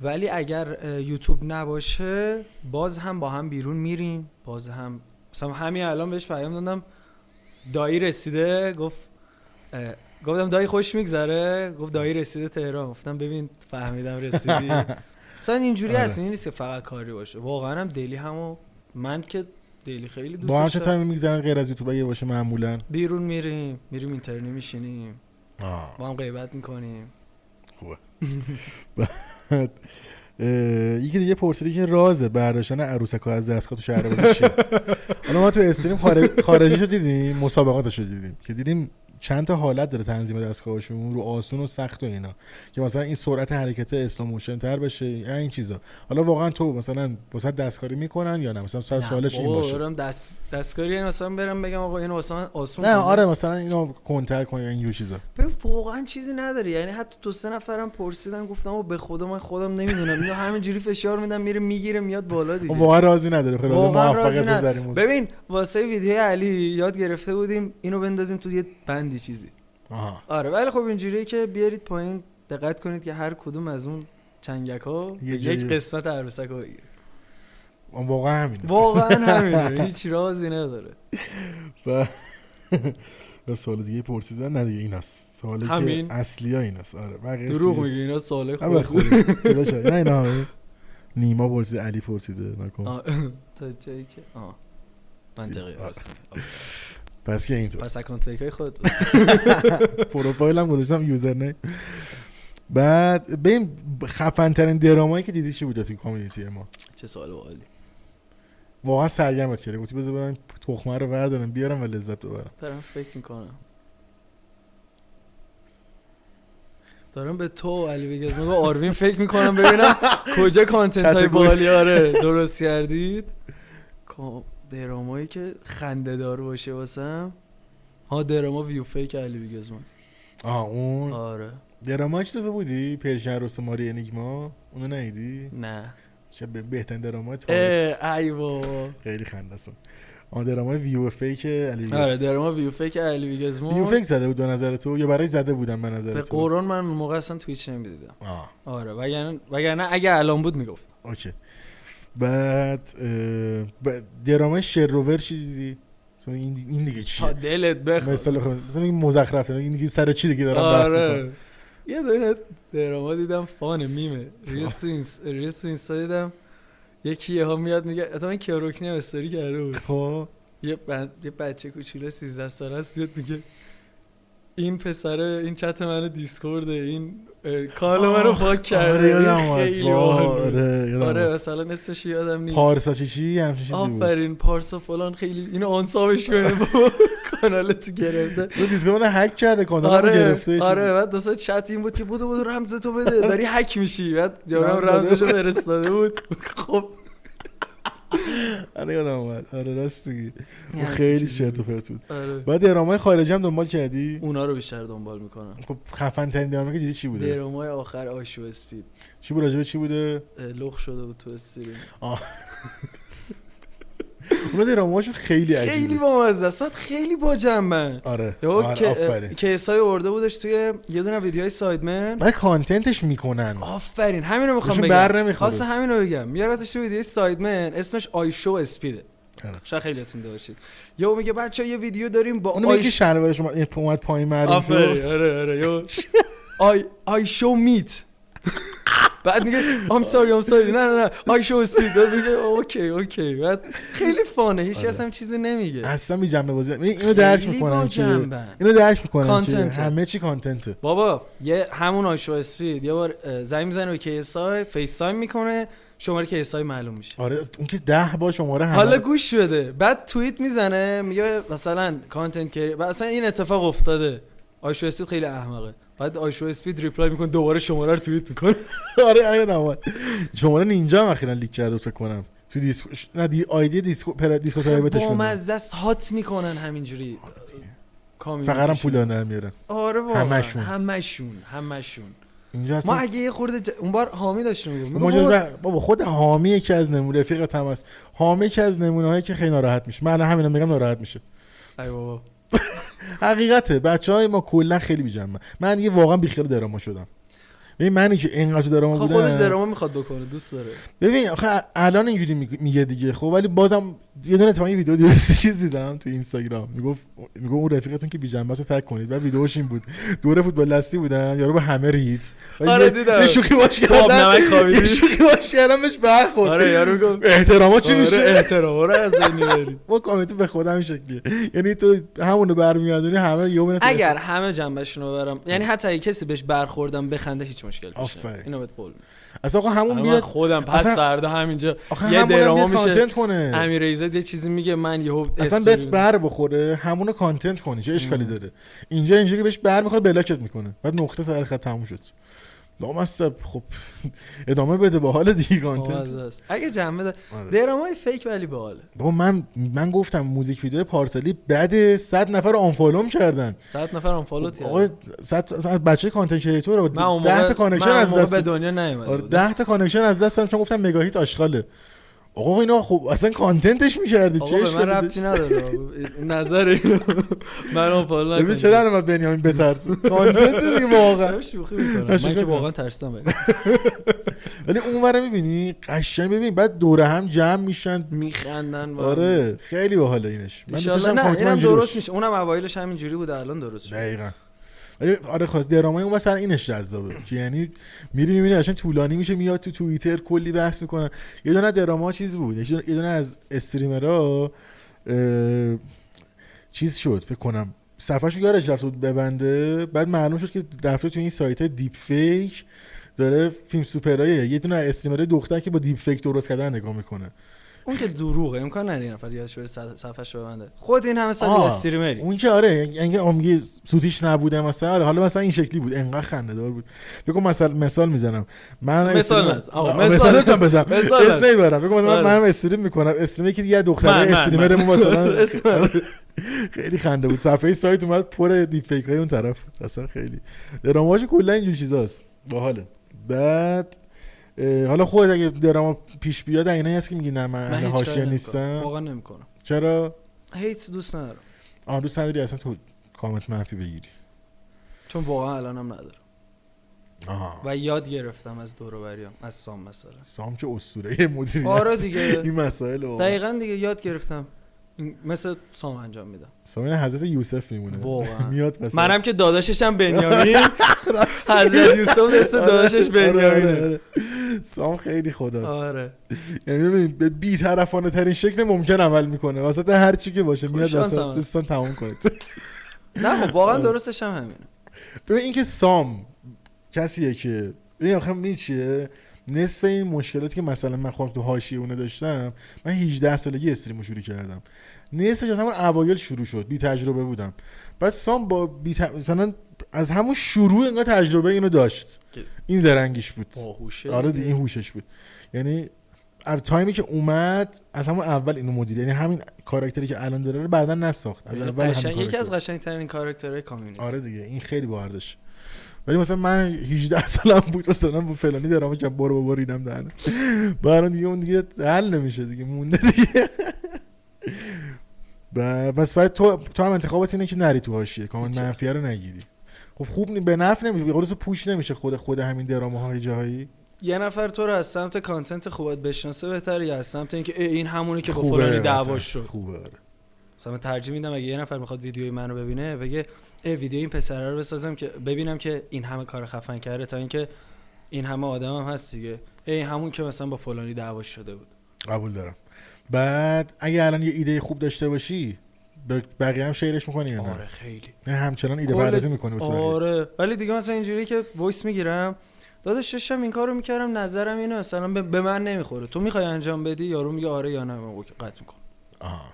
[SPEAKER 1] ولی اگر اه، یوتیوب نباشه باز هم با هم بیرون میریم باز هم مثلا همین الان بهش پیام دادم دایی رسیده گفت اه، گفتم دایی خوش میگذره گفت دایی رسیده تهران گفتم ببین فهمیدم رسیدی اصلا اینجوری
[SPEAKER 2] آره.
[SPEAKER 1] هست این نیست که فقط کاری باشه واقعا هم دلی همو من که دلی خیلی دوست
[SPEAKER 2] با هر چه
[SPEAKER 1] داشتم
[SPEAKER 2] تایمی میگذرن غیر از یوتیوب اگه باشه معمولا
[SPEAKER 1] بیرون میریم میریم اینترنی میشینیم
[SPEAKER 2] آه.
[SPEAKER 1] با هم غیبت میکنیم
[SPEAKER 2] اه، یکی دیگه پرسیدی که راز برداشتن عروسک ها از دستگاه تو شهر بازی چیه حالا ما تو استریم خارج... خارجی رو دیدیم مسابقاتش رو دیدیم که دیدیم چند تا حالت داره تنظیم دستگاهشون رو آسون و سخت و اینا که مثلا این سرعت حرکت اسلوموشن تر بشه این چیزا حالا واقعا تو مثلا واسه دستکاری میکنن یا نه مثلا سر
[SPEAKER 1] نه،
[SPEAKER 2] سوالش این
[SPEAKER 1] بابا،
[SPEAKER 2] باشه
[SPEAKER 1] برم دست دستکاری یعنی مثلا برم بگم آقا اینو مثلا آسون
[SPEAKER 2] نه
[SPEAKER 1] کنیم.
[SPEAKER 2] آره مثلا اینو کنتر کن یا این جور چیزا
[SPEAKER 1] ببین واقعا چیزی نداری یعنی حتی دو سه نفرم پرسیدن گفتم آقا به خدا من خودم نمیدونم اینو همینجوری فشار میدم میره میگیره میاد بالا دیگه
[SPEAKER 2] واقعا رازی نداره خیلی راز
[SPEAKER 1] واقعا رازی
[SPEAKER 2] موفقیت
[SPEAKER 1] نداره.
[SPEAKER 2] بذاریم
[SPEAKER 1] ببین واسه ویدیو علی یاد گرفته بودیم اینو بندازیم تو یه بندی چیزی
[SPEAKER 2] آها
[SPEAKER 1] آره ولی خب اینجوریه که بیارید پایین دقت کنید که هر کدوم از اون چنگک ها
[SPEAKER 2] یه
[SPEAKER 1] یک
[SPEAKER 2] جوری.
[SPEAKER 1] قسمت عروسک ها بگیره.
[SPEAKER 2] واقعا همینه
[SPEAKER 1] واقعا همینه هیچ رازی نداره
[SPEAKER 2] و و سوال دیگه پرسیدن نه دیگه این است سوالی
[SPEAKER 1] همین؟
[SPEAKER 2] که اصلی ها این است آره بقیه
[SPEAKER 1] دروغ
[SPEAKER 2] دیگه-
[SPEAKER 1] میگه اینا سوال
[SPEAKER 2] نه به
[SPEAKER 1] خوب
[SPEAKER 2] خودش. خدا شاهد. نه اینا همه. نیما پرسید علی پرسیده نکن
[SPEAKER 1] آه، تا جایی که آه منطقی
[SPEAKER 2] آه.
[SPEAKER 1] راست میگه. آه.
[SPEAKER 2] پس که اینطور
[SPEAKER 1] پس اکانت فیک های خود
[SPEAKER 2] پروفایل هم گذاشتم یوزر نه بعد ببین خفن ترین درامایی که دیدی چی بوده توی کامیونیتی ما
[SPEAKER 1] چه سوال عالی
[SPEAKER 2] واقعا سرگرمت کرده گفتی بذار برم تخمه رو بردارم بیارم و لذت ببرم
[SPEAKER 1] دارم فکر میکنم دارم به تو علی بگز به آروین فکر میکنم ببینم کجا کانتنت های
[SPEAKER 2] کاتگوری.
[SPEAKER 1] بالی آره درست کردید کا- درامایی که خنده دار باشه واسم ها دراما ویو فیک علی بیگزمان
[SPEAKER 2] آه اون
[SPEAKER 1] آره
[SPEAKER 2] درامایی که تو بودی پرشن رستماری انیگما اونو ندیدی
[SPEAKER 1] نه
[SPEAKER 2] چه به- بهترین درامای تاریخ
[SPEAKER 1] اه، ای بابا
[SPEAKER 2] خیلی خنده‌سون آن درامای ویو فیک علی بیگز.
[SPEAKER 1] آره دراما ویو فیک علی
[SPEAKER 2] ویو
[SPEAKER 1] بیگزمان
[SPEAKER 2] فیک زده بود به نظر تو یا برای زده بودم به نظر
[SPEAKER 1] به
[SPEAKER 2] تو
[SPEAKER 1] قرآن من اون موقع اصلا تویچ نمیدیدم
[SPEAKER 2] آه
[SPEAKER 1] آره وگرنه وگرنه اگه الان بود میگفت
[SPEAKER 2] اوکی بعد اه، ب- درامای شروور چی دیدی مثلا این این دیگه
[SPEAKER 1] تا
[SPEAKER 2] چیه
[SPEAKER 1] دلت بخواد
[SPEAKER 2] مثلا خب- مثلا این مزخرف این دیگه سر چی دیگه دارم بحث می‌کنم.
[SPEAKER 1] آره یه دونه دراما دیدم فان میمه ریلز تو اینس- ریلز تو اینستا دیدم یکی یه ها میاد میگه حتی من کیاروکنی هم استوری کرده بود
[SPEAKER 2] خب
[SPEAKER 1] یه, بند... یه بچه کوچولو 13 ساله است یاد میگه این پسره این چت منو دیسکورده این اه، کال منو
[SPEAKER 2] آه،
[SPEAKER 1] پاک
[SPEAKER 2] آره
[SPEAKER 1] کرده
[SPEAKER 2] یادم
[SPEAKER 1] این
[SPEAKER 2] اومد
[SPEAKER 1] خیلی باحال بود.
[SPEAKER 2] آره یادم
[SPEAKER 1] آره
[SPEAKER 2] اومد.
[SPEAKER 1] مثلا اسمش یادم نیست
[SPEAKER 2] پارسا چی چی همچین چیزی بود
[SPEAKER 1] آفرین پارسا فلان خیلی اینو آنسابش کنه با کانال تو گرفته
[SPEAKER 2] تو دیسکورد هک کرده کانال رو
[SPEAKER 1] آره
[SPEAKER 2] گرفته یه چیزی.
[SPEAKER 1] آره بعد دوستا چت این بود که بودو بودو رمز تو بده داری هک میشی بعد
[SPEAKER 2] رمز
[SPEAKER 1] یارم
[SPEAKER 2] داده
[SPEAKER 1] رمزشو فرستاده بود خب
[SPEAKER 2] آره یادم اومد آره راست میگی
[SPEAKER 1] نه،
[SPEAKER 2] خب، خیلی
[SPEAKER 1] چیزی
[SPEAKER 2] شرط و پرت بود
[SPEAKER 1] آره
[SPEAKER 2] بعد درامای خارجی هم دنبال کردی
[SPEAKER 1] اونا رو بیشتر دنبال میکنم
[SPEAKER 2] خب خفن ترین درامایی که دیدی چی بوده
[SPEAKER 1] درامای آخر آشو اسپید
[SPEAKER 2] چی بود راجبه چی بوده
[SPEAKER 1] اه، لخ شده بود تو استریم
[SPEAKER 2] اونا دراماشون خیلی عجیبه
[SPEAKER 1] خیلی بامزه است بعد خیلی با جنبن
[SPEAKER 2] آره
[SPEAKER 1] یهو
[SPEAKER 2] آره
[SPEAKER 1] که اه،
[SPEAKER 2] آفرین
[SPEAKER 1] کیسای ورده بودش توی یه دونه ویدیوهای سایدمن
[SPEAKER 2] بعد کانتنتش میکنن
[SPEAKER 1] آفرین همینو میخوام
[SPEAKER 2] بهشون
[SPEAKER 1] بگم
[SPEAKER 2] بر نمیخوره.
[SPEAKER 1] خواستم همینو بگم میارتش تو ویدیو سایدمن اسمش آیشو اسپیده
[SPEAKER 2] آره.
[SPEAKER 1] شاید خیلیاتون داشتید یا میگه بچه یه ویدیو داریم با
[SPEAKER 2] اونو
[SPEAKER 1] آی
[SPEAKER 2] یکی شلوار شما این اومد پایین معلوم شد
[SPEAKER 1] آفرین آره آره یو آی آی شو میت بعد میگه I'm sorry I'm sorry نه نه نه I show see بعد میگه اوکی اوکی بعد خیلی فانه هیچ
[SPEAKER 2] آره.
[SPEAKER 1] اصلا چیزی نمیگه
[SPEAKER 2] اصلا بی جنبه بازی این- اینو درک
[SPEAKER 1] خیلی
[SPEAKER 2] میکنن
[SPEAKER 1] با
[SPEAKER 2] که
[SPEAKER 1] جنبن.
[SPEAKER 2] اینو درک میکنن که
[SPEAKER 1] کانتنته.
[SPEAKER 2] همه چی کانتنته
[SPEAKER 1] بابا یه همون آی شو اسپید یه بار اه، زنگ میزنه به کیسای فیس تایم میکنه شماره کیسای معلوم میشه
[SPEAKER 2] آره اون که ده با شماره همه
[SPEAKER 1] حالا گوش بده بعد توییت میزنه میگه مثلا کانتنت کری و اصلا این اتفاق افتاده آیشو اسپید خیلی احمقه بعد آیشو اسپید ریپلای میکنه دوباره شماره رو توییت میکنه
[SPEAKER 2] آره آره نماد شماره نینجا هم اخیرا لیک کرد فکر کنم تو دیسکو ش- نه دی آیدی دیسکو پر دیسکو پرایوتشون
[SPEAKER 1] بامزه است هات میکنن همینجوری کامیونیتیشون.
[SPEAKER 2] فقط هم پول دادن میارن
[SPEAKER 1] آره واقعا همشون
[SPEAKER 2] همشون.
[SPEAKER 1] همشون همشون
[SPEAKER 2] اینجا
[SPEAKER 1] ما
[SPEAKER 2] اصلا
[SPEAKER 1] اگه یه خورده ج- اون بار حامی داشتیم میگم
[SPEAKER 2] مجرد بابا خود حامی یکی از نمونه رفیقت هم هست حامی یکی از نمونه هایی که خیلی ناراحت میشه من الان همینا میگم ناراحت میشه
[SPEAKER 1] ای بابا
[SPEAKER 2] حقیقته بچه های ما کلا خیلی بیجنبه من دیگه واقعا بیخیال دراما شدم ببین منی که اینقدر تو دراما
[SPEAKER 1] خب
[SPEAKER 2] بودم
[SPEAKER 1] خودش دراما میخواد بکنه دوست داره
[SPEAKER 2] ببین آخه الان اینجوری می- میگه دیگه خب ولی بازم یه دونه اتفاقی ویدیو دیروز چیز دیدم تو اینستاگرام میگفت میگفت اون رفیقتون که بی جنبه رو تک کنید بعد ویدیوش این بود دور فوتبال دستی بودن یارو به همه رید و
[SPEAKER 1] آره
[SPEAKER 2] یه-
[SPEAKER 1] دیدم.
[SPEAKER 2] یه شوخی باش
[SPEAKER 1] تو آب نمک
[SPEAKER 2] کردن
[SPEAKER 1] خوابیدی؟
[SPEAKER 2] یه شوخی باش کردن بهش برخورد
[SPEAKER 1] آره یارو گفت
[SPEAKER 2] احتراما چی
[SPEAKER 1] آره،
[SPEAKER 2] میشه
[SPEAKER 1] احترام رو از بین ببرید.
[SPEAKER 2] ما کامنت به خودم یعنی یعنی تو همونو برمیادونی همه یهو میرن تو-
[SPEAKER 1] اگر همه جنبشون رو برم یعنی حتی اگه کسی بهش برخوردم بخنده هیچ مشکل
[SPEAKER 2] آفرین.
[SPEAKER 1] نشه اینو بهت قول میدم.
[SPEAKER 2] اصلا آقا همون
[SPEAKER 1] حالا من
[SPEAKER 2] بیاد
[SPEAKER 1] خودم پس
[SPEAKER 2] اصلا-
[SPEAKER 1] فردا همینجا
[SPEAKER 2] آخه
[SPEAKER 1] خب، یه
[SPEAKER 2] همون
[SPEAKER 1] دراما
[SPEAKER 2] بیاد
[SPEAKER 1] میشه
[SPEAKER 2] کانتنت کنه
[SPEAKER 1] امیر ایزد یه چیزی میگه من یهو
[SPEAKER 2] اصلا
[SPEAKER 1] استوری
[SPEAKER 2] بهت
[SPEAKER 1] می‌زنم.
[SPEAKER 2] بر بخوره همونو کانتنت کنی چه اشکالی داره اینجا اینجوری بهش بر میخوره بلاکت میکنه بعد نقطه سر خط تموم شد لامصب خب ادامه بده با حال دیگه
[SPEAKER 1] بامزه
[SPEAKER 2] کانتنت
[SPEAKER 1] است. اگه جنبه داره
[SPEAKER 2] آره.
[SPEAKER 1] درامای فیک ولی باحاله
[SPEAKER 2] بابا من من گفتم موزیک ویدیو پارسلی بعد 100 نفر آنفالوم کردن
[SPEAKER 1] صد نفر هم فالو
[SPEAKER 2] آقا
[SPEAKER 1] کرد
[SPEAKER 2] 100 اصلا بچه کانتنت کریتور
[SPEAKER 1] من اون
[SPEAKER 2] 10 تا
[SPEAKER 1] موقع من
[SPEAKER 2] کانکشن
[SPEAKER 1] اون
[SPEAKER 2] از
[SPEAKER 1] موقع
[SPEAKER 2] دست
[SPEAKER 1] به دنیا نیومده
[SPEAKER 2] آره
[SPEAKER 1] بودم.
[SPEAKER 2] 10 تا کانکشن از دستم چون گفتم مگاهیت آشغاله آقا اینا خب اصلا کانتنتش می‌کردی
[SPEAKER 1] آقا
[SPEAKER 2] چه
[SPEAKER 1] به من
[SPEAKER 2] اشکالی داشت؟
[SPEAKER 1] ربطی نداره نظر اینو من اون فالو
[SPEAKER 2] ببین
[SPEAKER 1] نکنم.
[SPEAKER 2] چرا الان باید بنیامین بترسه کانتنت دیگه واقعا
[SPEAKER 1] دارم شوخی میکنم
[SPEAKER 2] نه، آره، شوخی
[SPEAKER 1] من که
[SPEAKER 2] می‌کنم.
[SPEAKER 1] واقعا ترسیدم بهش.
[SPEAKER 2] ولی اونور میبینی قشنگ ببین بعد دوره هم جمع میشن
[SPEAKER 1] میخندن با هم.
[SPEAKER 2] آره خیلی باحاله اینش من
[SPEAKER 1] انشالله
[SPEAKER 2] دوست داشتم
[SPEAKER 1] نه
[SPEAKER 2] کامنت من
[SPEAKER 1] اینم
[SPEAKER 2] جلوش.
[SPEAKER 1] درست میشه اونم اوایلش همینجوری بوده الان درست شد
[SPEAKER 2] دقیقاً ولی آره خواست درامای اون مثلا اینش جذابه که یعنی میری میبینی قشنگ طولانی میشه میاد تو توییتر کلی بحث میکنن یه دونه دراما چیز بود یه دونه- یه دونه از استریمرها اه، چیز شد فکر کنم صفحه‌شو یادش رفت بود ببنده بعد معلوم شد که رفته تو این سایت دیپ فیک داره فیلم سوپرای یه دونه از استریمرای دختر که با دیپ فیک درست کردن نگاه میکنه
[SPEAKER 1] اون که دروغه امکان نداره این نفر یادش بره صد- صفحش ببنده خود این همه صد
[SPEAKER 2] آه.
[SPEAKER 1] استریمری
[SPEAKER 2] اون که آره یعنی آمگی سوتیش نبوده مثلا آره حالا مثلا این شکلی بود انقدر خنده دار بود بگو مثلا مثال میزنم من
[SPEAKER 1] مثال
[SPEAKER 2] استریم-
[SPEAKER 1] نزن. آقا،
[SPEAKER 2] آه،
[SPEAKER 1] مثال
[SPEAKER 2] مثال نمیتونم
[SPEAKER 1] نزن.
[SPEAKER 2] بزنم
[SPEAKER 1] مثال
[SPEAKER 2] اسم
[SPEAKER 1] نزن.
[SPEAKER 2] نمیبرم بگو مثلا
[SPEAKER 1] آره.
[SPEAKER 2] من منم استریم میکنم استریمی که دیگه از
[SPEAKER 1] من-
[SPEAKER 2] دختره
[SPEAKER 1] من-
[SPEAKER 2] استریمرمون مثلا
[SPEAKER 1] اسم
[SPEAKER 2] خیلی خنده بود صفحه سایت اومد پر دیپ فیک های اون طرف اصلا خیلی دراماش کلا اینجور چیزاست باحاله بعد اه، حالا خود اگه دراما پیش بیاد اینا هست که میگی نه من
[SPEAKER 1] من هیچ
[SPEAKER 2] اهل
[SPEAKER 1] کاری
[SPEAKER 2] حاشیه
[SPEAKER 1] نمی‌کنم.
[SPEAKER 2] نیستم
[SPEAKER 1] واقعا نمیکنم
[SPEAKER 2] چرا
[SPEAKER 1] هیت دوست ندارم
[SPEAKER 2] آن دوست نداری اصلا تو کامنت منفی بگیری
[SPEAKER 1] چون واقعا الانم ندارم
[SPEAKER 2] آها
[SPEAKER 1] و یاد گرفتم از دور و بریام از سام مثلا
[SPEAKER 2] سام که اسطوره مدیریت
[SPEAKER 1] آره دیگه
[SPEAKER 2] این مسائل واقعا.
[SPEAKER 1] دقیقا دیگه یاد گرفتم این- مثل سام انجام میدم
[SPEAKER 2] سام این حضرت یوسف میمونه
[SPEAKER 1] واقعا.
[SPEAKER 2] میاد مثلا
[SPEAKER 1] منم که داداشش هم بنیامین حضرت یوسف مثل
[SPEAKER 2] آره،
[SPEAKER 1] داداشش
[SPEAKER 2] آره،
[SPEAKER 1] بنیامینه
[SPEAKER 2] آره، آره. سام خیلی خداست
[SPEAKER 1] آره
[SPEAKER 2] یعنی ببین به بی‌طرفانه ترین شکل ممکن عمل میکنه واسط هر چی که باشه میاد
[SPEAKER 1] خوششانس
[SPEAKER 2] واسط
[SPEAKER 1] هم.
[SPEAKER 2] دوستان تمام کنید
[SPEAKER 1] نه خب واقعا
[SPEAKER 2] آره.
[SPEAKER 1] درستش هم همینه
[SPEAKER 2] ببین اینکه سام کسیه که ببین آخه می‌دونی چیه نصف این مشکلاتی که مثلا من خودم تو حاشیه اونه داشتم من 18 سالگی استریمو شروع کردم نصفش از همون اوایل شروع شد بی تجربه بودم بعد سام با بی ت- مثلا از همون شروع انگار تجربه اینو داشت
[SPEAKER 1] که- خب،
[SPEAKER 2] این زرنگیش بود
[SPEAKER 1] باهوشه
[SPEAKER 2] آره دیگه این هوشش بود یعنی از تایمی که اومد از همون اول اینو مدیر یعنی همین کاراکتری که الان داره رو بعدا نساخت از اول همین
[SPEAKER 1] قشنگ- یکی
[SPEAKER 2] کاراکتر.
[SPEAKER 1] از قشنگترین کاراکترهای کامیونیتی
[SPEAKER 2] آره دیگه این خیلی با ارزش ولی مثلا من 18 سالم بود مثلا با فلانی دارم که برو بابا ریدم دهنه برای دیگه اون دیگه حل نمیشه دیگه مونده دیگه و بس باید تو تو هم انتخابات اینه که نری تو حاشیه کامنت
[SPEAKER 1] هیچ.
[SPEAKER 2] منفیه رو نگیری خب خوب نی... به نفع نمیشه به قول تو پوش نمیشه خود خود همین درامه های جاهایی
[SPEAKER 1] یه نفر تو رو از سمت کانتنت خوبت بشناسه بهتره یا از سمت اینکه ای این همونی که با
[SPEAKER 2] خوبه
[SPEAKER 1] فلانی
[SPEAKER 2] مثلا.
[SPEAKER 1] دعواش شد
[SPEAKER 2] خوبه آره
[SPEAKER 1] مثلا من ترجیح میدم اگه یه نفر میخواد ویدیوی منو ببینه بگه ای ویدیو این پسره رو بسازم که ببینم که این همه کار خفن کرده تا اینکه این همه آدم هم هست دیگه ای این همون که مثلا با فلانی دعواش شده بود
[SPEAKER 2] قبول دارم بعد اگه الان یه ایده خوب داشته باشی به بقیه هم شیرش میکنی یا نه
[SPEAKER 1] آره خیلی
[SPEAKER 2] یعنی همچنان ایده
[SPEAKER 1] کل-
[SPEAKER 2] پردازی میکنی واسه بقیه
[SPEAKER 1] آره ولی دیگه مثلا اینجوری که وایس میگیرم داداش داشتم این کارو میکردم نظرم اینه مثلا به- به من نمیخوره تو میخوای انجام بدی یارو میگه آره یا نه من اوکی، قطع می‌کنم.
[SPEAKER 2] آها.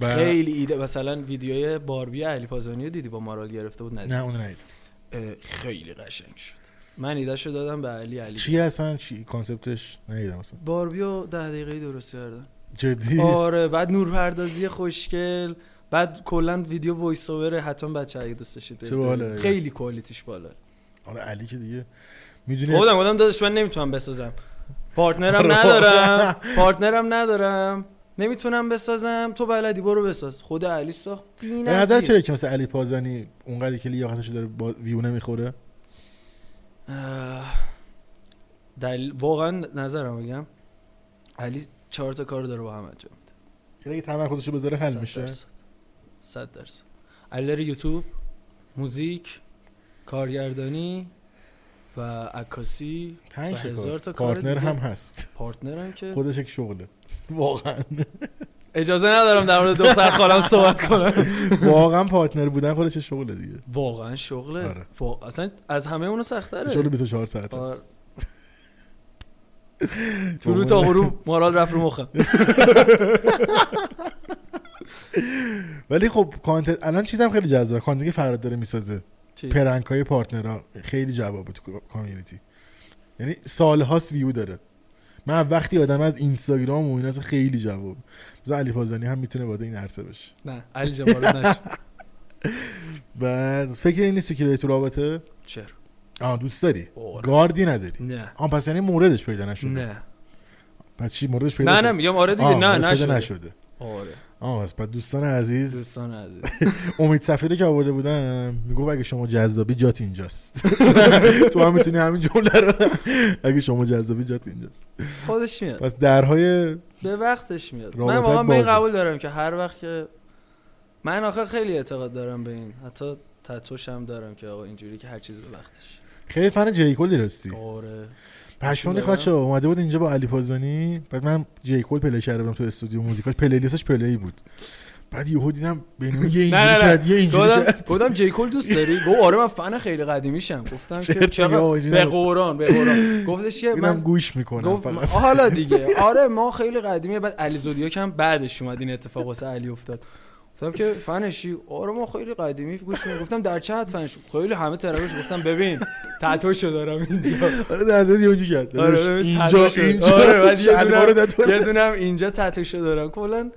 [SPEAKER 2] و-
[SPEAKER 1] خیلی ایده مثلا ویدیوی باربی علی پازانی رو دیدی با مارال گرفته بود ندید
[SPEAKER 2] نه اون ندید
[SPEAKER 1] اه، خیلی قشنگ شد من ایدهشو دادم به علی علی
[SPEAKER 2] چی اصلا چی کانسپتش ندیدم اصلا
[SPEAKER 1] باربی رو ده دقیقه درست کردن
[SPEAKER 2] جدی
[SPEAKER 1] آره بعد نورپردازی خوشگل بعد کلا ویدیو وایس اوور حتما بچه اگه دوست داشتید برید
[SPEAKER 2] چه باحاله.
[SPEAKER 1] ببینید. خیلی کوالیتیش بالا
[SPEAKER 2] آره علی که دیگه میدونی
[SPEAKER 1] خودم گفتم داداش من نمیتونم بسازم
[SPEAKER 2] آره.
[SPEAKER 1] پارتنرم ندارم پارتنرم ندارم نمیتونم بسازم تو بلدی برو بساز خود علی ساخت
[SPEAKER 2] به نظر
[SPEAKER 1] بی‌نظیر
[SPEAKER 2] چرا که مثلا علی پازانی اونقدر که لیاقتش داره با ویونه میخوره
[SPEAKER 1] اه، دلیل واقعا نظرم بگم علی چهار تا کار داره با هم انجام میده
[SPEAKER 2] یعنی اگه تمرکزشو بذاره حل
[SPEAKER 1] صد
[SPEAKER 2] میشه
[SPEAKER 1] درصد. صد درصد الر یوتیوب موزیک کارگردانی و عکاسی
[SPEAKER 2] پنج
[SPEAKER 1] و
[SPEAKER 2] تا کار.
[SPEAKER 1] هزار تا کار
[SPEAKER 2] پارتنر
[SPEAKER 1] دیگه.
[SPEAKER 2] هم هست
[SPEAKER 1] پارتنرم که
[SPEAKER 2] خودش یک شغله واقعا
[SPEAKER 1] اجازه ندارم در مورد دختر خالم صحبت کنم
[SPEAKER 2] واقعا پارتنر بودن خودش یک شغله دیگه
[SPEAKER 1] واقعا شغله
[SPEAKER 2] آره.
[SPEAKER 1] واقع- اصلا از همه اونو سختره
[SPEAKER 2] شغل 24 ساعت
[SPEAKER 1] آره.
[SPEAKER 2] است
[SPEAKER 1] طلوع تا غروب مارال رفت رو مخم
[SPEAKER 2] ولی خب کانتنت الان چیزم خیلی جذابه کانتنتی که فراد داره میسازه
[SPEAKER 1] چی؟
[SPEAKER 2] پرنک های پارتنرها خیلی جوابه تو کامیونیتی یعنی سالهاست ویو داره من وقتی آدم از اینستاگرام و این از خیلی جواب مثلا علی پازانی هم میتونه وارد این عرصه بشه
[SPEAKER 1] نه علی جمارت نشد
[SPEAKER 2] بعد فکر این نیستی که بری تو رابطه
[SPEAKER 1] چرا
[SPEAKER 2] آه دوست داری
[SPEAKER 1] آره.
[SPEAKER 2] گاردی نداری
[SPEAKER 1] نه
[SPEAKER 2] آن پس یعنی موردش پیدا نشده
[SPEAKER 1] نه
[SPEAKER 2] پس چی موردش پیدا
[SPEAKER 1] نه
[SPEAKER 2] شده؟
[SPEAKER 1] نه میگم آره دیگه
[SPEAKER 2] آه،
[SPEAKER 1] نه
[SPEAKER 2] موردش پیدا
[SPEAKER 1] نشد
[SPEAKER 2] نشده
[SPEAKER 1] آره
[SPEAKER 2] آه پس بعد دوستان عزیز
[SPEAKER 1] دوستان عزیز
[SPEAKER 2] امید سفیری که آورده بودم میگفت اگه شما جذابی جات اینجاست تو هم میتونی همین جمله رو اگه شما جذابی جات اینجاست
[SPEAKER 1] خودش میاد
[SPEAKER 2] پس درهای
[SPEAKER 1] به وقتش میاد من
[SPEAKER 2] رابطت
[SPEAKER 1] واقعا به این
[SPEAKER 2] بازه.
[SPEAKER 1] قبول دارم که هر وقت که من آخه خیلی اعتقاد دارم به این حتی تتوش هم دارم که آقا اینجوری که هر چیز به وقتش
[SPEAKER 2] خیلی فن جیکولی راستی
[SPEAKER 1] آره
[SPEAKER 2] پشمون
[SPEAKER 1] دارم.
[SPEAKER 2] بچه اومده بود اینجا با علی پازانی بعد من جیکول پلی کرده بودم تو استودیو موزیکاش پلی لیستش پلی بود بعد یهو دیدم بنو یه
[SPEAKER 1] نه، نه،
[SPEAKER 2] اینجوری
[SPEAKER 1] نه.
[SPEAKER 2] کرد یه اینجوری
[SPEAKER 1] گفتم
[SPEAKER 2] کرد
[SPEAKER 1] گفتم جیکول دوست داری گفت آره من فن خیلی قدیمیشم گفتم که
[SPEAKER 2] چرت میگه
[SPEAKER 1] چرا
[SPEAKER 2] آقا، اینجوری
[SPEAKER 1] به
[SPEAKER 2] نگو.
[SPEAKER 1] قرآن به قرآن گفتش که
[SPEAKER 2] اینم
[SPEAKER 1] من
[SPEAKER 2] گوش میکنم
[SPEAKER 1] گفت
[SPEAKER 2] فقط
[SPEAKER 1] حالا دیگه آره ما خیلی قدیمیه بعد علی زودیاک هم بعدش اومد این اتفاق واسه علی افتاد گفتم که فنشی آره ما خیلی قدیمی گوش می‌دیم. گفتم در چه حد فنش خیلی همه ترابش گفتم ببین تتوشو دارم اینجا
[SPEAKER 2] آره در از یه اونجوری کرد
[SPEAKER 1] آره، ببین،
[SPEAKER 2] اینجا
[SPEAKER 1] تلاش شد. آره،
[SPEAKER 2] اینجا
[SPEAKER 1] ولی یه دونه-
[SPEAKER 2] شلوارو داد.
[SPEAKER 1] یه دونم اینجا تتوشو دارم کلا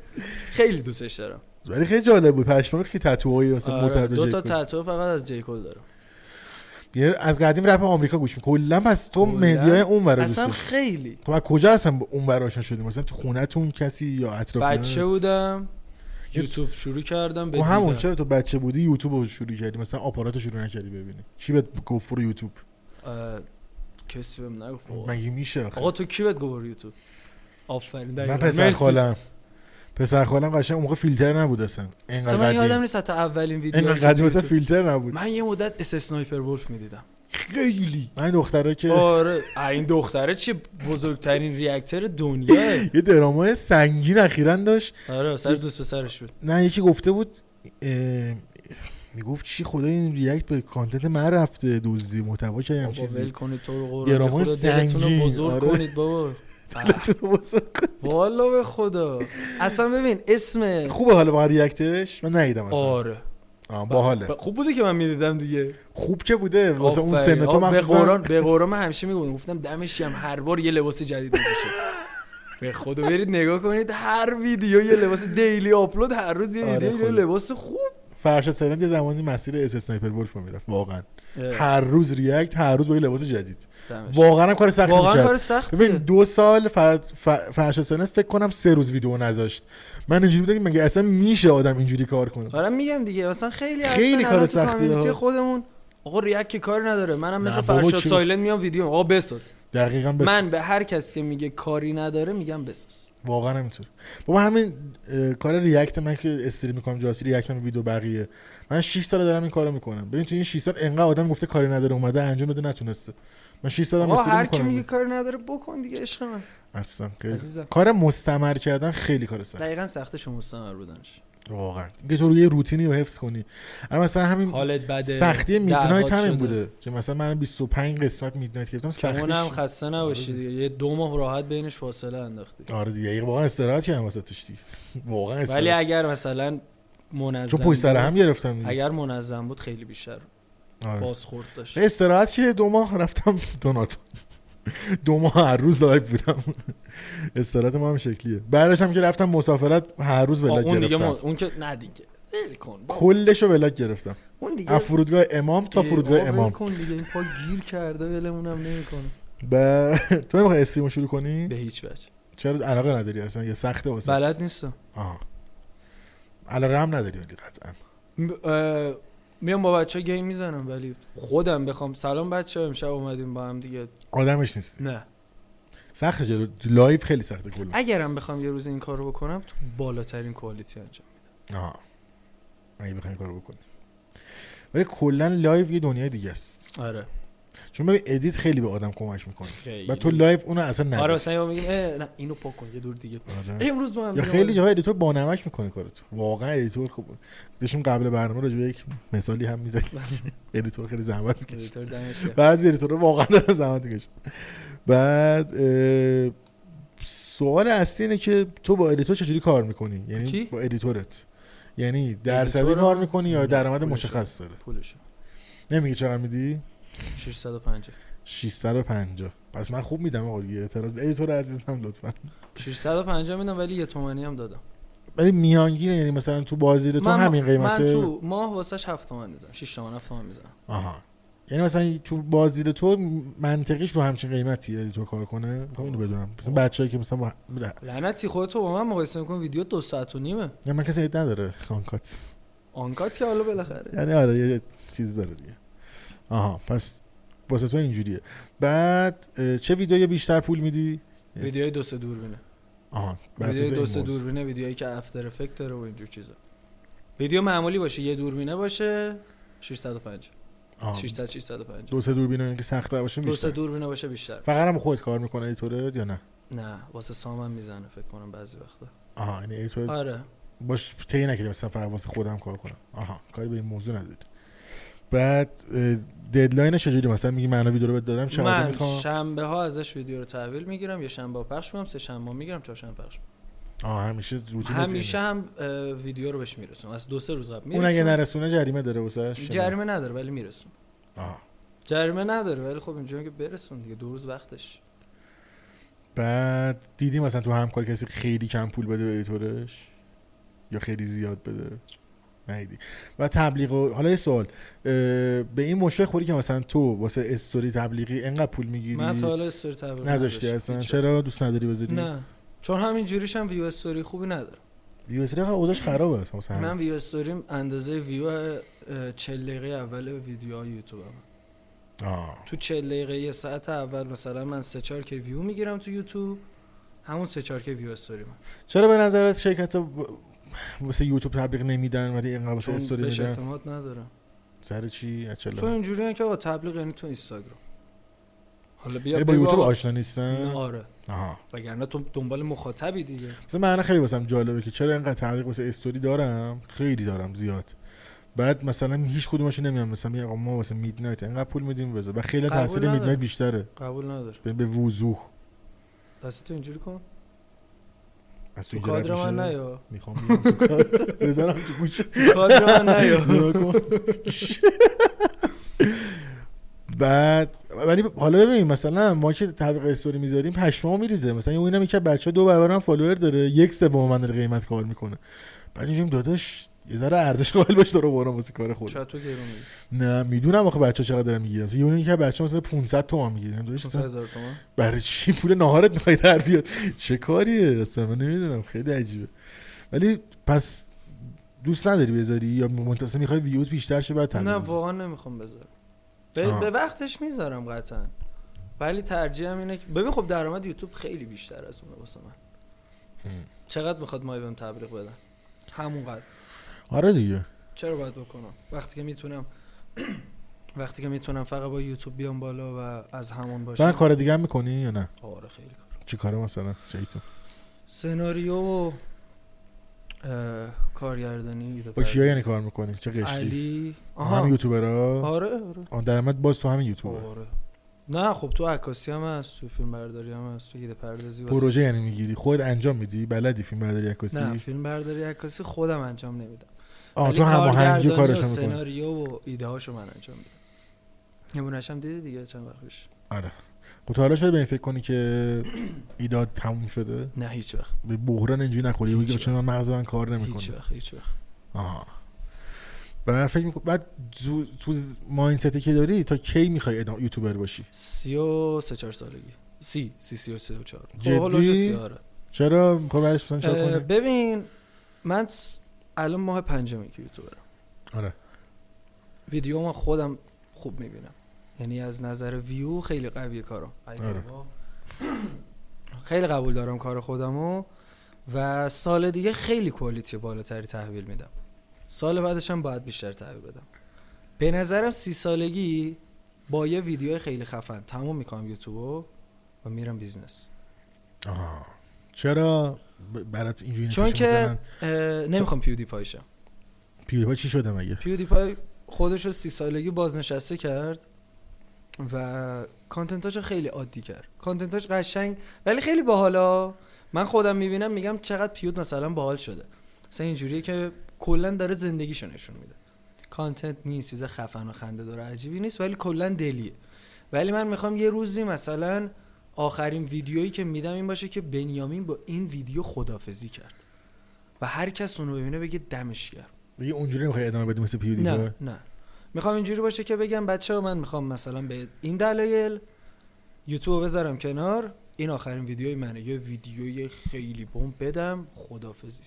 [SPEAKER 1] خیلی دوستش دارم
[SPEAKER 2] ولی خیلی جالب بود پشمون که تتوهای مثلا
[SPEAKER 1] آره،
[SPEAKER 2] مرتبط به
[SPEAKER 1] دو تا
[SPEAKER 2] جیکول.
[SPEAKER 1] تتو فقط از جیکول دارم
[SPEAKER 2] یعنی از قدیم رپ آمریکا گوش می‌کنی کلا پس تو
[SPEAKER 1] کلاً.
[SPEAKER 2] مدیای اون ور دوست
[SPEAKER 1] اصلا
[SPEAKER 2] داری.
[SPEAKER 1] خیلی
[SPEAKER 2] خب از کجا اصلا با اون ور آشنا شدیم مثلا تو خونتون کسی یا اطرافیانت
[SPEAKER 1] بچه بودم یوتیوب شروع کردم به
[SPEAKER 2] خب همون
[SPEAKER 1] دیدن.
[SPEAKER 2] چرا تو بچه بودی یوتیوب رو شروع کردی مثلا آپارات رو شروع نکردی ببینی چی بهت گفت برو یوتیوب
[SPEAKER 1] اه، کسی بهم نگفت
[SPEAKER 2] مگه میشه آخه
[SPEAKER 1] آقا تو کی بهت گفت برو یوتیوب آفرین دقیقاً.
[SPEAKER 2] من پسر
[SPEAKER 1] مرسی.
[SPEAKER 2] خالم پسر خالم قشنگ اون موقع فیلتر نبود اصلا
[SPEAKER 1] اصلا من
[SPEAKER 2] اینقدر
[SPEAKER 1] یادم
[SPEAKER 2] قدیم
[SPEAKER 1] نیست حتی اولین ویدیو
[SPEAKER 2] اینقدر قدیم اصلا فیلتر نبود
[SPEAKER 1] من یه مدت اس اسنایپر ولف میدیدم
[SPEAKER 2] خیلی من دختره که
[SPEAKER 1] آره اه، این دختره چه بزرگترین ریاکتر دنیا
[SPEAKER 2] یه درامای سنگین اخیرا داشت
[SPEAKER 1] آره سر دوست پسرش بود
[SPEAKER 2] نه یکی گفته بود اه، میگفت چی خدا این ریاکت به کانتنت من رفته دزدی محتوا چه هم
[SPEAKER 1] بابا ول
[SPEAKER 2] چیزی
[SPEAKER 1] کنید تو رو
[SPEAKER 2] درامای
[SPEAKER 1] قرآن خدا دلتون
[SPEAKER 2] سنگین،
[SPEAKER 1] رو بزرگ
[SPEAKER 2] آره.
[SPEAKER 1] کنید بابا اه، والا به خدا اصلا ببین اسم
[SPEAKER 2] خوبه حالا با ریاکتش من ندیدم اصلا
[SPEAKER 1] آره
[SPEAKER 2] آه، باحاله
[SPEAKER 1] خوب بوده که من میدیدم دیگه
[SPEAKER 2] خوب که بوده واسه اون
[SPEAKER 1] آفرین.
[SPEAKER 2] سن تو
[SPEAKER 1] آه، به قرآن
[SPEAKER 2] مخصوصا
[SPEAKER 1] به قرآن من همیشه میگم گفتم دمش گرم هر بار یه لباس جدید میشه به خدا برید نگاه کنید هر ویدیو یه لباس دیلی آپلود هر روز یه
[SPEAKER 2] آره،
[SPEAKER 1] ویدیو یه
[SPEAKER 2] خب.
[SPEAKER 1] لباس خوب
[SPEAKER 2] فرشاد سایلند یه زمانی مسیر اس اسنایپر ولف رو میرفت واقعا
[SPEAKER 1] اه،
[SPEAKER 2] هر روز ریاکت هر روز با یه لباس جدید
[SPEAKER 1] دمش.
[SPEAKER 2] واقعا هم کار سختی
[SPEAKER 1] واقعا کار
[SPEAKER 2] میکرد ببین
[SPEAKER 1] سختیه
[SPEAKER 2] دو سال فرد ف- فرشاد سایلند فکر کنم سه روز ویدیو نذاشت من اینجوری بودم که مگه اصلا میشه آدم اینجوری کار کنه
[SPEAKER 1] دارم آره، میگم دیگه مثلا خیلی اصلا
[SPEAKER 2] خیلی کار
[SPEAKER 1] الان تو
[SPEAKER 2] سختیه،
[SPEAKER 1] کامیونیتی
[SPEAKER 2] ها.
[SPEAKER 1] خودمون آقا ریاک که کاری نداره منم
[SPEAKER 2] نه،
[SPEAKER 1] مثل
[SPEAKER 2] بابا،
[SPEAKER 1] فرشاد
[SPEAKER 2] چی؟
[SPEAKER 1] سایلنت میام ویدیو آقا بساز
[SPEAKER 2] دقیقاً بس-
[SPEAKER 1] من به هر کس که میگه کاری نداره میگم بساز
[SPEAKER 2] واقعا همینطور بابا همین اه، کار ریاکت من که استریم میکنم جاسی ریاکت من ویدیو بقیه من 6 سال دارم این کارو میکنم ببین تو این 6 سال انقدر آدم گفته کاری نداره اومده انجام بده نتونسته من 6 سال دارم
[SPEAKER 1] آقا
[SPEAKER 2] استریم
[SPEAKER 1] هر کی
[SPEAKER 2] میکنم
[SPEAKER 1] میگه کاری نداره بکن دیگه عشق من
[SPEAKER 2] اصلا خیلی-
[SPEAKER 1] عزیزم.
[SPEAKER 2] کار مستمر کردن خیلی کار سخت
[SPEAKER 1] دقیقاً سختش و مستمر بودنش
[SPEAKER 2] واقعا که تو رو یه روتینی رو حفظ کنی اما مثلا همین
[SPEAKER 1] حالت بده
[SPEAKER 2] سختی
[SPEAKER 1] دعوات
[SPEAKER 2] میدنایت
[SPEAKER 1] شده.
[SPEAKER 2] همین بوده که مثلا من 25 قسمت میدنایت گرفتم
[SPEAKER 1] اون هم
[SPEAKER 2] سختیش
[SPEAKER 1] خسته نباشی دیگه یه دو ماه راحت بینش فاصله انداختی
[SPEAKER 2] آره دیگه یه واقعا استراحت کردم واسطش دیگه. واقعا
[SPEAKER 1] ولی
[SPEAKER 2] استراحت
[SPEAKER 1] اگر مثلا منظم
[SPEAKER 2] چون پشت سر
[SPEAKER 1] بود-
[SPEAKER 2] هم گرفتم دیگه.
[SPEAKER 1] اگر منظم بود خیلی بیشتر
[SPEAKER 2] آره.
[SPEAKER 1] بازخورد داشت
[SPEAKER 2] استراحت که دو ماه رفتم دونات دو ماه هر روز لایف بودم استراحت ما هم شکلیه بعدش هم که رفتم مسافرت هر روز
[SPEAKER 1] آه،
[SPEAKER 2] ولاگ
[SPEAKER 1] اون دیگه
[SPEAKER 2] گرفتم
[SPEAKER 1] ما- اون که نه دیگه ول کن بابا.
[SPEAKER 2] کلش رو ولاگ گرفتم
[SPEAKER 1] اون دیگه
[SPEAKER 2] از فرودگاه امام تا
[SPEAKER 1] اه،
[SPEAKER 2] فرودگاه
[SPEAKER 1] آقا، ول
[SPEAKER 2] امام
[SPEAKER 1] کن دیگه این پا گیر کرده ولمونم نمیکنه
[SPEAKER 2] ب... تو نمیخوای استریمو شروع کنی
[SPEAKER 1] به هیچ وجه
[SPEAKER 2] چرا علاقه نداری اصلا یه سخته واسه
[SPEAKER 1] بلد نیستم
[SPEAKER 2] آها علاقه هم نداری ولی قطعا
[SPEAKER 1] م- اه، میام با بچه گیم میزنم ولی خودم بخوام سلام بچه امشب اومدیم با هم دیگه
[SPEAKER 2] آدمش نیستی
[SPEAKER 1] نه
[SPEAKER 2] سخت جلو لایو خیلی سخته کلا
[SPEAKER 1] اگرم بخوام یه روز این کار رو بکنم تو بالاترین کوالیتی انجام
[SPEAKER 2] آها اگه بخوایم کارو بکنیم ولی کلا لایو یه دنیای دیگه است
[SPEAKER 1] آره
[SPEAKER 2] چون ببین ادیت خیلی به آدم کمک میکنه
[SPEAKER 1] خیلی
[SPEAKER 2] و تو لایو اونو اصلا نداری
[SPEAKER 1] آره مثلا ما میگیم اه، نه اینو پاک کن یه دور دیگه
[SPEAKER 2] آره.
[SPEAKER 1] امروز ما هم
[SPEAKER 2] یا
[SPEAKER 1] میگم،
[SPEAKER 2] خیلی جاهای ادیتور بانمک میکنه کارتو واقعا ادیتور خوب داشتیم قبل برنامه راجع به یک مثالی هم میزدیم
[SPEAKER 1] بله.
[SPEAKER 2] ادیتور خیلی زحمت میکشه
[SPEAKER 1] ادیتور دمش گرم.
[SPEAKER 2] بعضی ادیتور واقعا دارن زحمت میکشه بعد اه، سوال اصلی اینه که تو با ادیتور چجوری کار میکنی یعنی
[SPEAKER 1] کی؟
[SPEAKER 2] با ادیتورت یعنی درصدی
[SPEAKER 1] ادیتورم؟
[SPEAKER 2] کار میکنی یا
[SPEAKER 1] نه،
[SPEAKER 2] درآمد
[SPEAKER 1] پولشو.
[SPEAKER 2] مشخص داره
[SPEAKER 1] پولشو
[SPEAKER 2] نمیگه چقدر میدی
[SPEAKER 1] 650
[SPEAKER 2] 650 پس من خوب میدم آقا دیگه اعتراض ادیتور عزیزم لطفا
[SPEAKER 1] 650 میدم ولی یه تومانی هم دادم
[SPEAKER 2] ولی میانگینه یعنی مثلا تو بازی تو
[SPEAKER 1] من-
[SPEAKER 2] همین قیمته
[SPEAKER 1] من تو ماه واسش 7 تومن میزنم 6 تومن 7 تومن میزنم
[SPEAKER 2] آها یعنی مثلا تو بازدید تو منطقیش رو همچین قیمتی ادیتور کار کنه میخوام اینو بدونم
[SPEAKER 1] خب.
[SPEAKER 2] مثلا بچه‌ای که مثلا با... نه.
[SPEAKER 1] لعنتی خودتو با من مقایسه می‌کنی ویدیو دو ساعت و نیمه
[SPEAKER 2] نه، من کسی عید نداره خانکات
[SPEAKER 1] آنکات که حالا بالاخره
[SPEAKER 2] یعنی آره یه چیز داره دیگه آها پس واسه تو اینجوریه بعد اه، چه ویدیوی بیشتر پول میدی
[SPEAKER 1] ویدیوهای دو سه دوربینه
[SPEAKER 2] آها بر اساس
[SPEAKER 1] ویدیوهای
[SPEAKER 2] این
[SPEAKER 1] دو سه
[SPEAKER 2] موضوع.
[SPEAKER 1] دوربینه ویدیوهایی که افتر افکت داره و اینجور چیزا ویدیو معمولی باشه یه دوربینه باشه 605
[SPEAKER 2] آها.
[SPEAKER 1] 600 650
[SPEAKER 2] دو سه دوربین و اینکه سخت باشه
[SPEAKER 1] دو سه
[SPEAKER 2] بیشتر
[SPEAKER 1] دوربینه باشه بیشتر
[SPEAKER 2] فقط هم خودت کار میکنه ادیتورت یا نه
[SPEAKER 1] نه واسه سامم میزنه فکر کنم بعضی وقتا
[SPEAKER 2] آها یعنی ادیتورت
[SPEAKER 1] آره
[SPEAKER 2] باش تهیه نکردی مثلا فقط واسه خودم کار کنم آها کاری به این موضوع نداری بعد اه، ددلاین چجوری مثلا میگی من ویدیو رو بهت دادم چقدر
[SPEAKER 1] من
[SPEAKER 2] میخوام
[SPEAKER 1] شنبه ها ازش ویدیو رو تحویل میگیرم یه شنبه ها پخش میکنم سه شنبه ها میگیرم چهارشنبه پخش می‌کنم.
[SPEAKER 2] آه همیشه روتین
[SPEAKER 1] همیشه هم اه، ویدیو رو بهش میرسونم از دو سه روز قبل
[SPEAKER 2] اون اگه
[SPEAKER 1] میرسونم
[SPEAKER 2] نرسونه جریمه داره واسش
[SPEAKER 1] جریمه نداره ولی میرسونم
[SPEAKER 2] آه.
[SPEAKER 1] جریمه نداره ولی خب اینجوری که برسون دیگه دو روز وقتش
[SPEAKER 2] بعد دیدی مثلا تو همکار کسی خیلی کم پول بده به ادیتورش یا خیلی زیاد بده نهیدی و تبلیغ و... حالا یه سوال اه، به این مشکل خوری که مثلا تو واسه استوری تبلیغی انقدر پول
[SPEAKER 1] من تا
[SPEAKER 2] میگیری
[SPEAKER 1] حالا استوری تبلیغ
[SPEAKER 2] نذاشتی
[SPEAKER 1] نداشتم.
[SPEAKER 2] اصلا
[SPEAKER 1] هیچ وقت.
[SPEAKER 2] چرا دوست نداری بذاری
[SPEAKER 1] نه چون همین جوریش هم ویو استوری خوبی نداره
[SPEAKER 2] یو اس اوضاعش خرابه اصلا واسه همین.
[SPEAKER 1] من ویو استوریم اندازه ویو اه، 40 دقیقه اول ویدیوهای یوتیوب هم.
[SPEAKER 2] آه.
[SPEAKER 1] تو 40 دقیقه یه ساعت اول مثلا من 3 4 کی ویو میگیرم تو یوتیوب همون 3 4 کی ویو استوری من
[SPEAKER 2] چرا به نظرت شرکت واسه یوتیوب تبلیغ نمیدن ولی انقدر واسه
[SPEAKER 1] چون
[SPEAKER 2] استوری
[SPEAKER 1] بهش
[SPEAKER 2] میدن
[SPEAKER 1] اعتماد ندارم
[SPEAKER 2] سر چی از چه
[SPEAKER 1] تو
[SPEAKER 2] لحاظ؟
[SPEAKER 1] اینجوری که آقا تبلیغ یعنی تو اینستاگرام حالا بیا
[SPEAKER 2] یعنی با
[SPEAKER 1] بگو
[SPEAKER 2] یوتیوب
[SPEAKER 1] آقا.
[SPEAKER 2] آشنا
[SPEAKER 1] نه،
[SPEAKER 2] نیستن
[SPEAKER 1] آره
[SPEAKER 2] آها
[SPEAKER 1] وگرنه تو دنبال مخاطبی دیگه
[SPEAKER 2] مثلا من الان خیلی واسم جالبه که چرا اینقدر تعلیق واسه استوری دارم خیلی دارم زیاد بعد مثلا هیچ کدومش نمیام مثلا میگم آقا ما واسه میدنایت اینقدر پول میدیم بذار و خیلی
[SPEAKER 1] قبول
[SPEAKER 2] تاثیر
[SPEAKER 1] نداره.
[SPEAKER 2] میدنایت بیشتره
[SPEAKER 1] قبول نداره
[SPEAKER 2] به, به وضوح
[SPEAKER 1] دست تو اینجوری کن
[SPEAKER 2] از تو
[SPEAKER 1] تو
[SPEAKER 2] اینجا رد
[SPEAKER 1] کادر من
[SPEAKER 2] میشه.
[SPEAKER 1] نیا
[SPEAKER 2] میخوام بیام تو کار. بذارم تو گوش
[SPEAKER 1] تو کادر من نیا
[SPEAKER 2] نگاه کن. بعد ولی حالا ببین مثلا ما که تبلیغ استوری میذاریم پشمام میریزه مثلا اون اینم که بچه دو برابرم فالوور داره یک سوم من داره قیمت کار میکنه بعد اینجوری داداش یه ذره ارزش قائل باش داره برام واسه کار خود
[SPEAKER 1] شاید تو گرون میگی
[SPEAKER 2] نه میدونم آخه بچه چقدر دارن میگیرن مثلا اون که بچه مثلا 500 تومن میگیرن داداش
[SPEAKER 1] 500
[SPEAKER 2] اصلا
[SPEAKER 1] هزار تومان
[SPEAKER 2] برای چی پول ناهارت میخوای در بیاد چه کاریه اصلا من نمیدونم خیلی عجیبه ولی پس دوست نداری بذاری یا منتظر میخوای ویوت بیشتر شه بعد تبلیغ
[SPEAKER 1] نه
[SPEAKER 2] بذاری؟
[SPEAKER 1] واقعا نمیخوام بذارم به,
[SPEAKER 2] آها.
[SPEAKER 1] به وقتش میذارم قطعا ولی ترجیحم اینه که ببین خب درآمد یوتیوب خیلی بیشتر از اونه واسه من
[SPEAKER 2] هم.
[SPEAKER 1] چقدر میخواد ماهی بهم تبلیغ بدن همونقدر
[SPEAKER 2] آره دیگه
[SPEAKER 1] چرا باید بکنم وقتی که میتونم وقتی که میتونم فقط با یوتیوب بیام بالا و از همون
[SPEAKER 2] بعد
[SPEAKER 1] باشم
[SPEAKER 2] کار دیگه هم میکنی یا نه
[SPEAKER 1] آره خیلی کار
[SPEAKER 2] چی کاره مثلا شیطون
[SPEAKER 1] سناریو و اه، کارگردانی ایده
[SPEAKER 2] با کیا
[SPEAKER 1] پردازی.
[SPEAKER 2] یعنی کار میکنی چه قشتی
[SPEAKER 1] علی
[SPEAKER 2] هم
[SPEAKER 1] آها
[SPEAKER 2] یوتیوبرا
[SPEAKER 1] آره آره
[SPEAKER 2] آن درآمد باز تو همین یوتیوب
[SPEAKER 1] آره نه خب تو عکاسی هم هست تو فیلم برداری هم هست تو ایده پردازی واسه-
[SPEAKER 2] پروژه یعنی میگیری خود انجام میدی بلدی فیلم برداری
[SPEAKER 1] نه
[SPEAKER 2] عکاسی
[SPEAKER 1] فیلم برداری عکاسی خودم انجام نمیدم
[SPEAKER 2] آه
[SPEAKER 1] ولی
[SPEAKER 2] تو هماهنگی
[SPEAKER 1] کارگردانی و
[SPEAKER 2] و کارشو میکنی
[SPEAKER 1] سناریو و ایده هاشو من انجام میدم نمونه‌ش هم دیدی دیگه چند وقت پیش
[SPEAKER 2] آره خب تا حالا شده به این فکر کنی که ایداد تموم شده
[SPEAKER 1] نه هیچ وقت
[SPEAKER 2] به بحران اینجوری نخوری
[SPEAKER 1] هیچ
[SPEAKER 2] بگی چرا من مغز من کار
[SPEAKER 1] هیچ
[SPEAKER 2] نمیکنه
[SPEAKER 1] وقت هیچ وقت
[SPEAKER 2] آها بعد فکر میکنم بعد زو- تو ز- مایندستی که داری تا کی میخوای ادام... یوتیوبر باشی
[SPEAKER 1] سی و سه چهار سالگی سی سی سی و سه و چهار
[SPEAKER 2] جدی؟
[SPEAKER 1] خب، هلوش سی آره
[SPEAKER 2] چرا میخوای بعدش مثلا چیکار
[SPEAKER 1] اه،
[SPEAKER 2] کنی
[SPEAKER 1] ببین من س- الان ماه پنجمه که یوتیوبرم
[SPEAKER 2] آره
[SPEAKER 1] ویدیو ما خودم خوب میبینم یعنی از نظر ویو خیلی قویه کارم
[SPEAKER 2] آره.
[SPEAKER 1] خیلی قبول دارم کار خودمو و سال دیگه خیلی کوالیتی بالاتری تحویل میدم سال بعدش هم باید بیشتر تحویل بدم به نظرم سی سالگی با یه ویدیو خیلی خفن تموم میکنم یوتیوبو و میرم بیزنس
[SPEAKER 2] آها. چرا ب- برات اینجوری
[SPEAKER 1] چون
[SPEAKER 2] نتیجه
[SPEAKER 1] که
[SPEAKER 2] می‌زنن؟
[SPEAKER 1] اه، نمیخوام پیودی پایشم
[SPEAKER 2] پیوپا چی شده مگه
[SPEAKER 1] پیودیپای خودش رو سی سالگی بازنشسته کرد و کانتنتاشو خیلی عادی کرد کانتنتاش قشنگ ولی خیلی باحالا من خودم میبینم میگم چقدر پیود مثلا باحال شده مثلا اینجوریه که کلا داره زندگیشو نشون میده کانتنت نیست چیز خفن و خنده داره عجیبی نیست ولی کلا دلیه ولی من میخوام یه روزی مثلا آخرین ویدیویی که میدم این باشه که بنیامین با این ویدیو خدافزی کرد و هر کس اونو ببینه بگه دمش گرم.
[SPEAKER 2] دیگه اونجوری نمیخوای ادامه بدی مثل پیودی
[SPEAKER 1] نه نه میخوام اینجوری باشه که بگم بچه من میخوام مثلا به این دلایل یوتیوب رو بذارم کنار این آخرین ویدیوی منه یه ویدیوی خیلی بم بدم خدافزی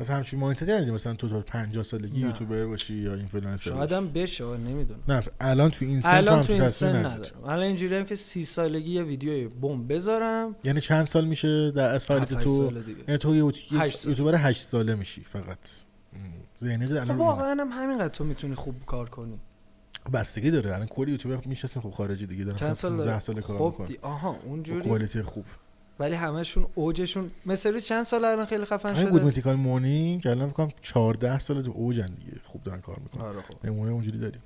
[SPEAKER 2] مثلا همچین مایندتی نداری مثلا تو تا 50 سالگی
[SPEAKER 1] نه.
[SPEAKER 2] یوتیوبر باشی یا اینفلوئنسر
[SPEAKER 1] شاید
[SPEAKER 2] باشی
[SPEAKER 1] هم بشه نمیدونم
[SPEAKER 2] نه الان تو این سن
[SPEAKER 1] الان
[SPEAKER 2] هم
[SPEAKER 1] تو
[SPEAKER 2] چه
[SPEAKER 1] این
[SPEAKER 2] تصمیمی
[SPEAKER 1] سن
[SPEAKER 2] نداری.
[SPEAKER 1] ندارم الان اینجوری هم که سی سالگی یه ویدیوی بم بذارم
[SPEAKER 2] یعنی چند سال میشه در از فرضی که
[SPEAKER 1] هفت
[SPEAKER 2] تو
[SPEAKER 1] سال دیگه
[SPEAKER 2] یعنی تو یه یوت-
[SPEAKER 1] هشت سال.
[SPEAKER 2] یوتیوبر 8 ساله میشی فقط ذهنیت
[SPEAKER 1] خب
[SPEAKER 2] الان رو اینه.
[SPEAKER 1] واقعا هم همینقدر تو میتونی خوب کار کنی
[SPEAKER 2] بستگی داره الان کلی یوتیوبر میشستن خب خارجی دیگه دارن
[SPEAKER 1] چند سال داره؟
[SPEAKER 2] سال کار
[SPEAKER 1] خب
[SPEAKER 2] میکنن
[SPEAKER 1] دی... آها اونجوری
[SPEAKER 2] کوالیتی خوب
[SPEAKER 1] ولی همشون اوجشون مثل چند سال الان خیلی خفن
[SPEAKER 2] همین گود
[SPEAKER 1] شده
[SPEAKER 2] متیکال مورنینگ که الان فکر کنم 14 سال تو اوجن دیگه خوب دارن کار میکنن
[SPEAKER 1] آره خب
[SPEAKER 2] نمونه اونجوری داری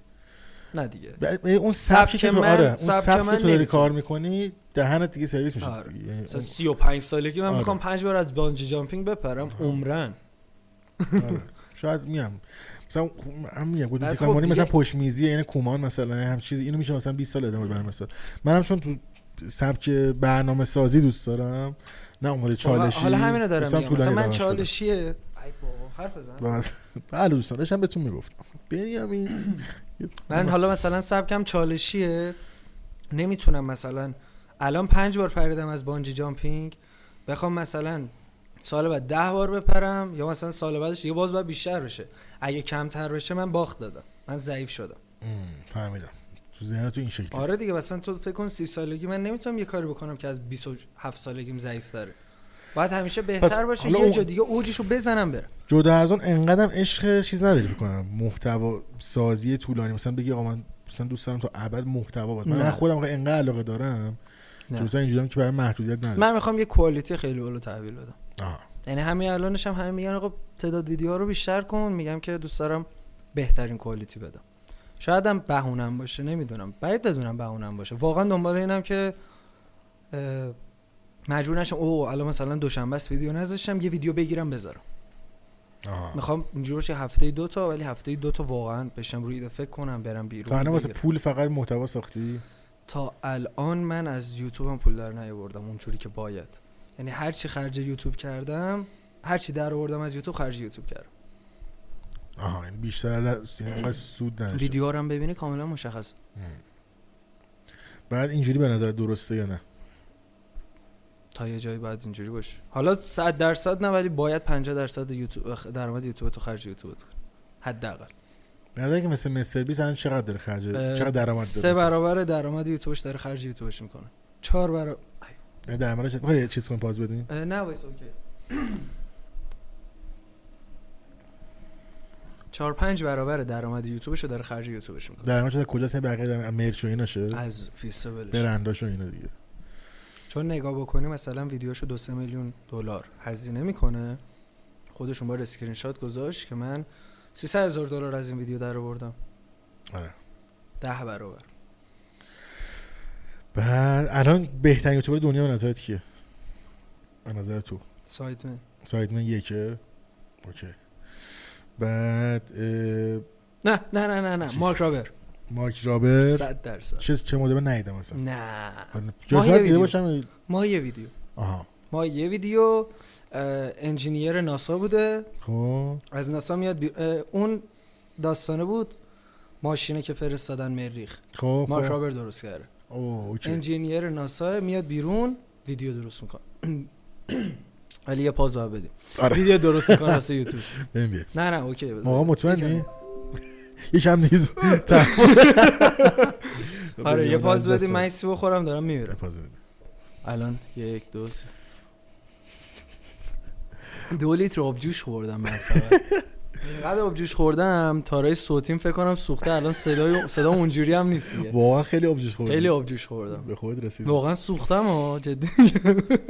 [SPEAKER 1] نه دیگه
[SPEAKER 2] بعد اون سبکی
[SPEAKER 1] سبک
[SPEAKER 2] که تو
[SPEAKER 1] من-
[SPEAKER 2] آره اون
[SPEAKER 1] سبک
[SPEAKER 2] سبکی
[SPEAKER 1] من
[SPEAKER 2] که تو داری
[SPEAKER 1] نمیتونه.
[SPEAKER 2] کار میکنی دهنت دیگه سرویس میشه
[SPEAKER 1] آره.
[SPEAKER 2] دیگه. یعنی
[SPEAKER 1] مثلا 35 سالگی من
[SPEAKER 2] آره.
[SPEAKER 1] میخوام پنج بار از بانجی جامپینگ بپرم عمرن
[SPEAKER 2] اون- آره. شاید میم مثلا هم میگم گود
[SPEAKER 1] بعد
[SPEAKER 2] متیکال
[SPEAKER 1] خب
[SPEAKER 2] مورنینگ
[SPEAKER 1] دیگه-
[SPEAKER 2] مثلا پشت میزی یعنی کومان مثلا هم چیزی اینو میشه مثلا 20 سال ادامه برم مثلا منم چون تو سبک برنامه سازی دوست دارم نه اومده چالشی
[SPEAKER 1] خب، حالا همینو دارم
[SPEAKER 2] دوستم
[SPEAKER 1] میگم مثلا
[SPEAKER 2] طولانی
[SPEAKER 1] من
[SPEAKER 2] ادامه‌اش بده.
[SPEAKER 1] چالشیه ای بابا حرف بزن
[SPEAKER 2] و- بله دوستان داشتم بهتون میگفتم بنیامین
[SPEAKER 1] من حالا مثلا سبکم چالشیه نمیتونم مثلا الان پنج بار پریدم از بانجی جامپینگ بخوام مثلا سال بعد ده بار بپرم یا مثلا سال بعدش یه باز باید بیشتر بشه اگه کمتر بشه من باخت دادم من ضعیف شدم
[SPEAKER 2] ام، فهمیدم تو ذهن تو این شکلی
[SPEAKER 1] آره دیگه مثلا تو فکر کن سی سالگی من نمیتونم یه کاری بکنم که از 27 سالگیم ضعیف داره باید همیشه بهتر باشه
[SPEAKER 2] حالا
[SPEAKER 1] یه
[SPEAKER 2] اون-
[SPEAKER 1] جا دیگه اوجشو بزنم برم
[SPEAKER 2] جدا از اون انقدرم عشق چیز نداری بکنم محتوا سازی طولانی مثلا بگی آقا من مثلا دوست دارم تا ابد محتوا باشه من
[SPEAKER 1] نه.
[SPEAKER 2] خودم آقا انقدر علاقه دارم
[SPEAKER 1] نه.
[SPEAKER 2] که مثلا اینجوریام که برای محدودیت نداره
[SPEAKER 1] من میخوام یه کوالیتی خیلی بالا تحویل بدم
[SPEAKER 2] آه.
[SPEAKER 1] یعنی همین الانش هم همه میگن آقا تعداد ویدیوها رو بیشتر کن میگم که دوست دارم بهترین کوالیتی بدم شاید هم بهونم باشه نمیدونم باید بدونم بهونم باشه واقعا دنبال اینم که اه، مجبور نشم اوه الان مثلا دوشنبه است ویدیو نذاشتم یه ویدیو بگیرم بذارم
[SPEAKER 2] آه.
[SPEAKER 1] میخوام اینجوری باشه هفته دو تا ولی هفته دو تا واقعا بشم روی ایده فکر کنم برم بیرون
[SPEAKER 2] تو الان واسه
[SPEAKER 1] بگیرم.
[SPEAKER 2] پول فقط محتوا ساختی
[SPEAKER 1] تا الان من از یوتیوبم پول در نیاوردم اونجوری که باید یعنی هر چی خرج یوتیوب کردم هر چی در آوردم از یوتیوب خرج یوتیوب کردم
[SPEAKER 2] آها یعنی بیشتر از- یعنی انقدر سود نداشته
[SPEAKER 1] ویدیو رو هم ببینی کاملا مشخص
[SPEAKER 2] بعد اینجوری به نظر درسته یا نه
[SPEAKER 1] تا یه جایی باید اینجوری باشه حالا 100 درصد نه ولی باید 50 درصد یوتیوب درآمد یوتیوب تو خرج یوتیوب کن حداقل
[SPEAKER 2] به نظر که مثل مستر بیس الان چقدر داره خرج
[SPEAKER 1] اه،
[SPEAKER 2] چقدر درآمد داره
[SPEAKER 1] سه برابر درآمد یوتیوبش داره خرج یوتیوبش میکنه چهار برابر
[SPEAKER 2] مثلا؟ یعنی درآمدش می‌خوای یه چیز کن پاز بدیم
[SPEAKER 1] اه، نه وایس اوکی چهار پنج برابر درآمد یوتیوبشو داره خرج یوتیوبش میکنه
[SPEAKER 2] درآمدش از کجاست این بقیه درآمد مرچ و ایناشه
[SPEAKER 1] از فیستیوالش
[SPEAKER 2] برنداش و اینا دیگه
[SPEAKER 1] چون نگاه بکنی مثلا ویدیوشو دو سه میلیون دلار هزینه میکنه خودشون با اسکرین شات گذاشت که من 300 هزار دلار از این ویدیو در آوردم
[SPEAKER 2] آره
[SPEAKER 1] ده برابر
[SPEAKER 2] بعد الان بهترین یوتیوبر دنیا به نظرت کیه به نظر تو
[SPEAKER 1] سایت من
[SPEAKER 2] سایدمن یکه اوکی بعد اه،
[SPEAKER 1] نه نه نه نه نه مارک رابر
[SPEAKER 2] مارک رابر
[SPEAKER 1] صد درصد
[SPEAKER 2] چه چه مدل من ندیدم اصلا
[SPEAKER 1] نه
[SPEAKER 2] جز
[SPEAKER 1] یه
[SPEAKER 2] دیده
[SPEAKER 1] ویدیو.
[SPEAKER 2] باشم
[SPEAKER 1] ما یه ویدیو
[SPEAKER 2] آها
[SPEAKER 1] ما یه ویدیو اه، انجینیر ناسا بوده
[SPEAKER 2] خب
[SPEAKER 1] از ناسا میاد بی- اه، اون داستانه بود ماشینه که فرستادن مریخ
[SPEAKER 2] خب
[SPEAKER 1] مارک
[SPEAKER 2] خب.
[SPEAKER 1] رابر درست کرده
[SPEAKER 2] اوه، اوکی
[SPEAKER 1] انجینیر ناسا میاد بیرون ویدیو درست میکنه ولی یه پاز باید بدیم
[SPEAKER 2] آره
[SPEAKER 1] ویدیو درست میکنه واسه یوتیوب
[SPEAKER 2] بریم بیا
[SPEAKER 1] نه نه اوکی بذار.
[SPEAKER 2] آقا مطمئنی
[SPEAKER 1] یکم-
[SPEAKER 2] یکم نیز
[SPEAKER 1] آره یه پاز بدیم من ایسی بخورم دارم میمیرم
[SPEAKER 2] یه پاز بدیم.
[SPEAKER 1] الان یک دو سه دو لیتر آبجوش خوردم من فقط اینقدر آبجوش خوردم تارای صوتیم فکر کنم سوخته الان صدای صدا اونجوری هم نیست دیگه.
[SPEAKER 2] واقعا خیلی آبجوش خوردی
[SPEAKER 1] خیلی آبجوش خوردم
[SPEAKER 2] به خود رسید
[SPEAKER 1] واقعا سوختم ها جدی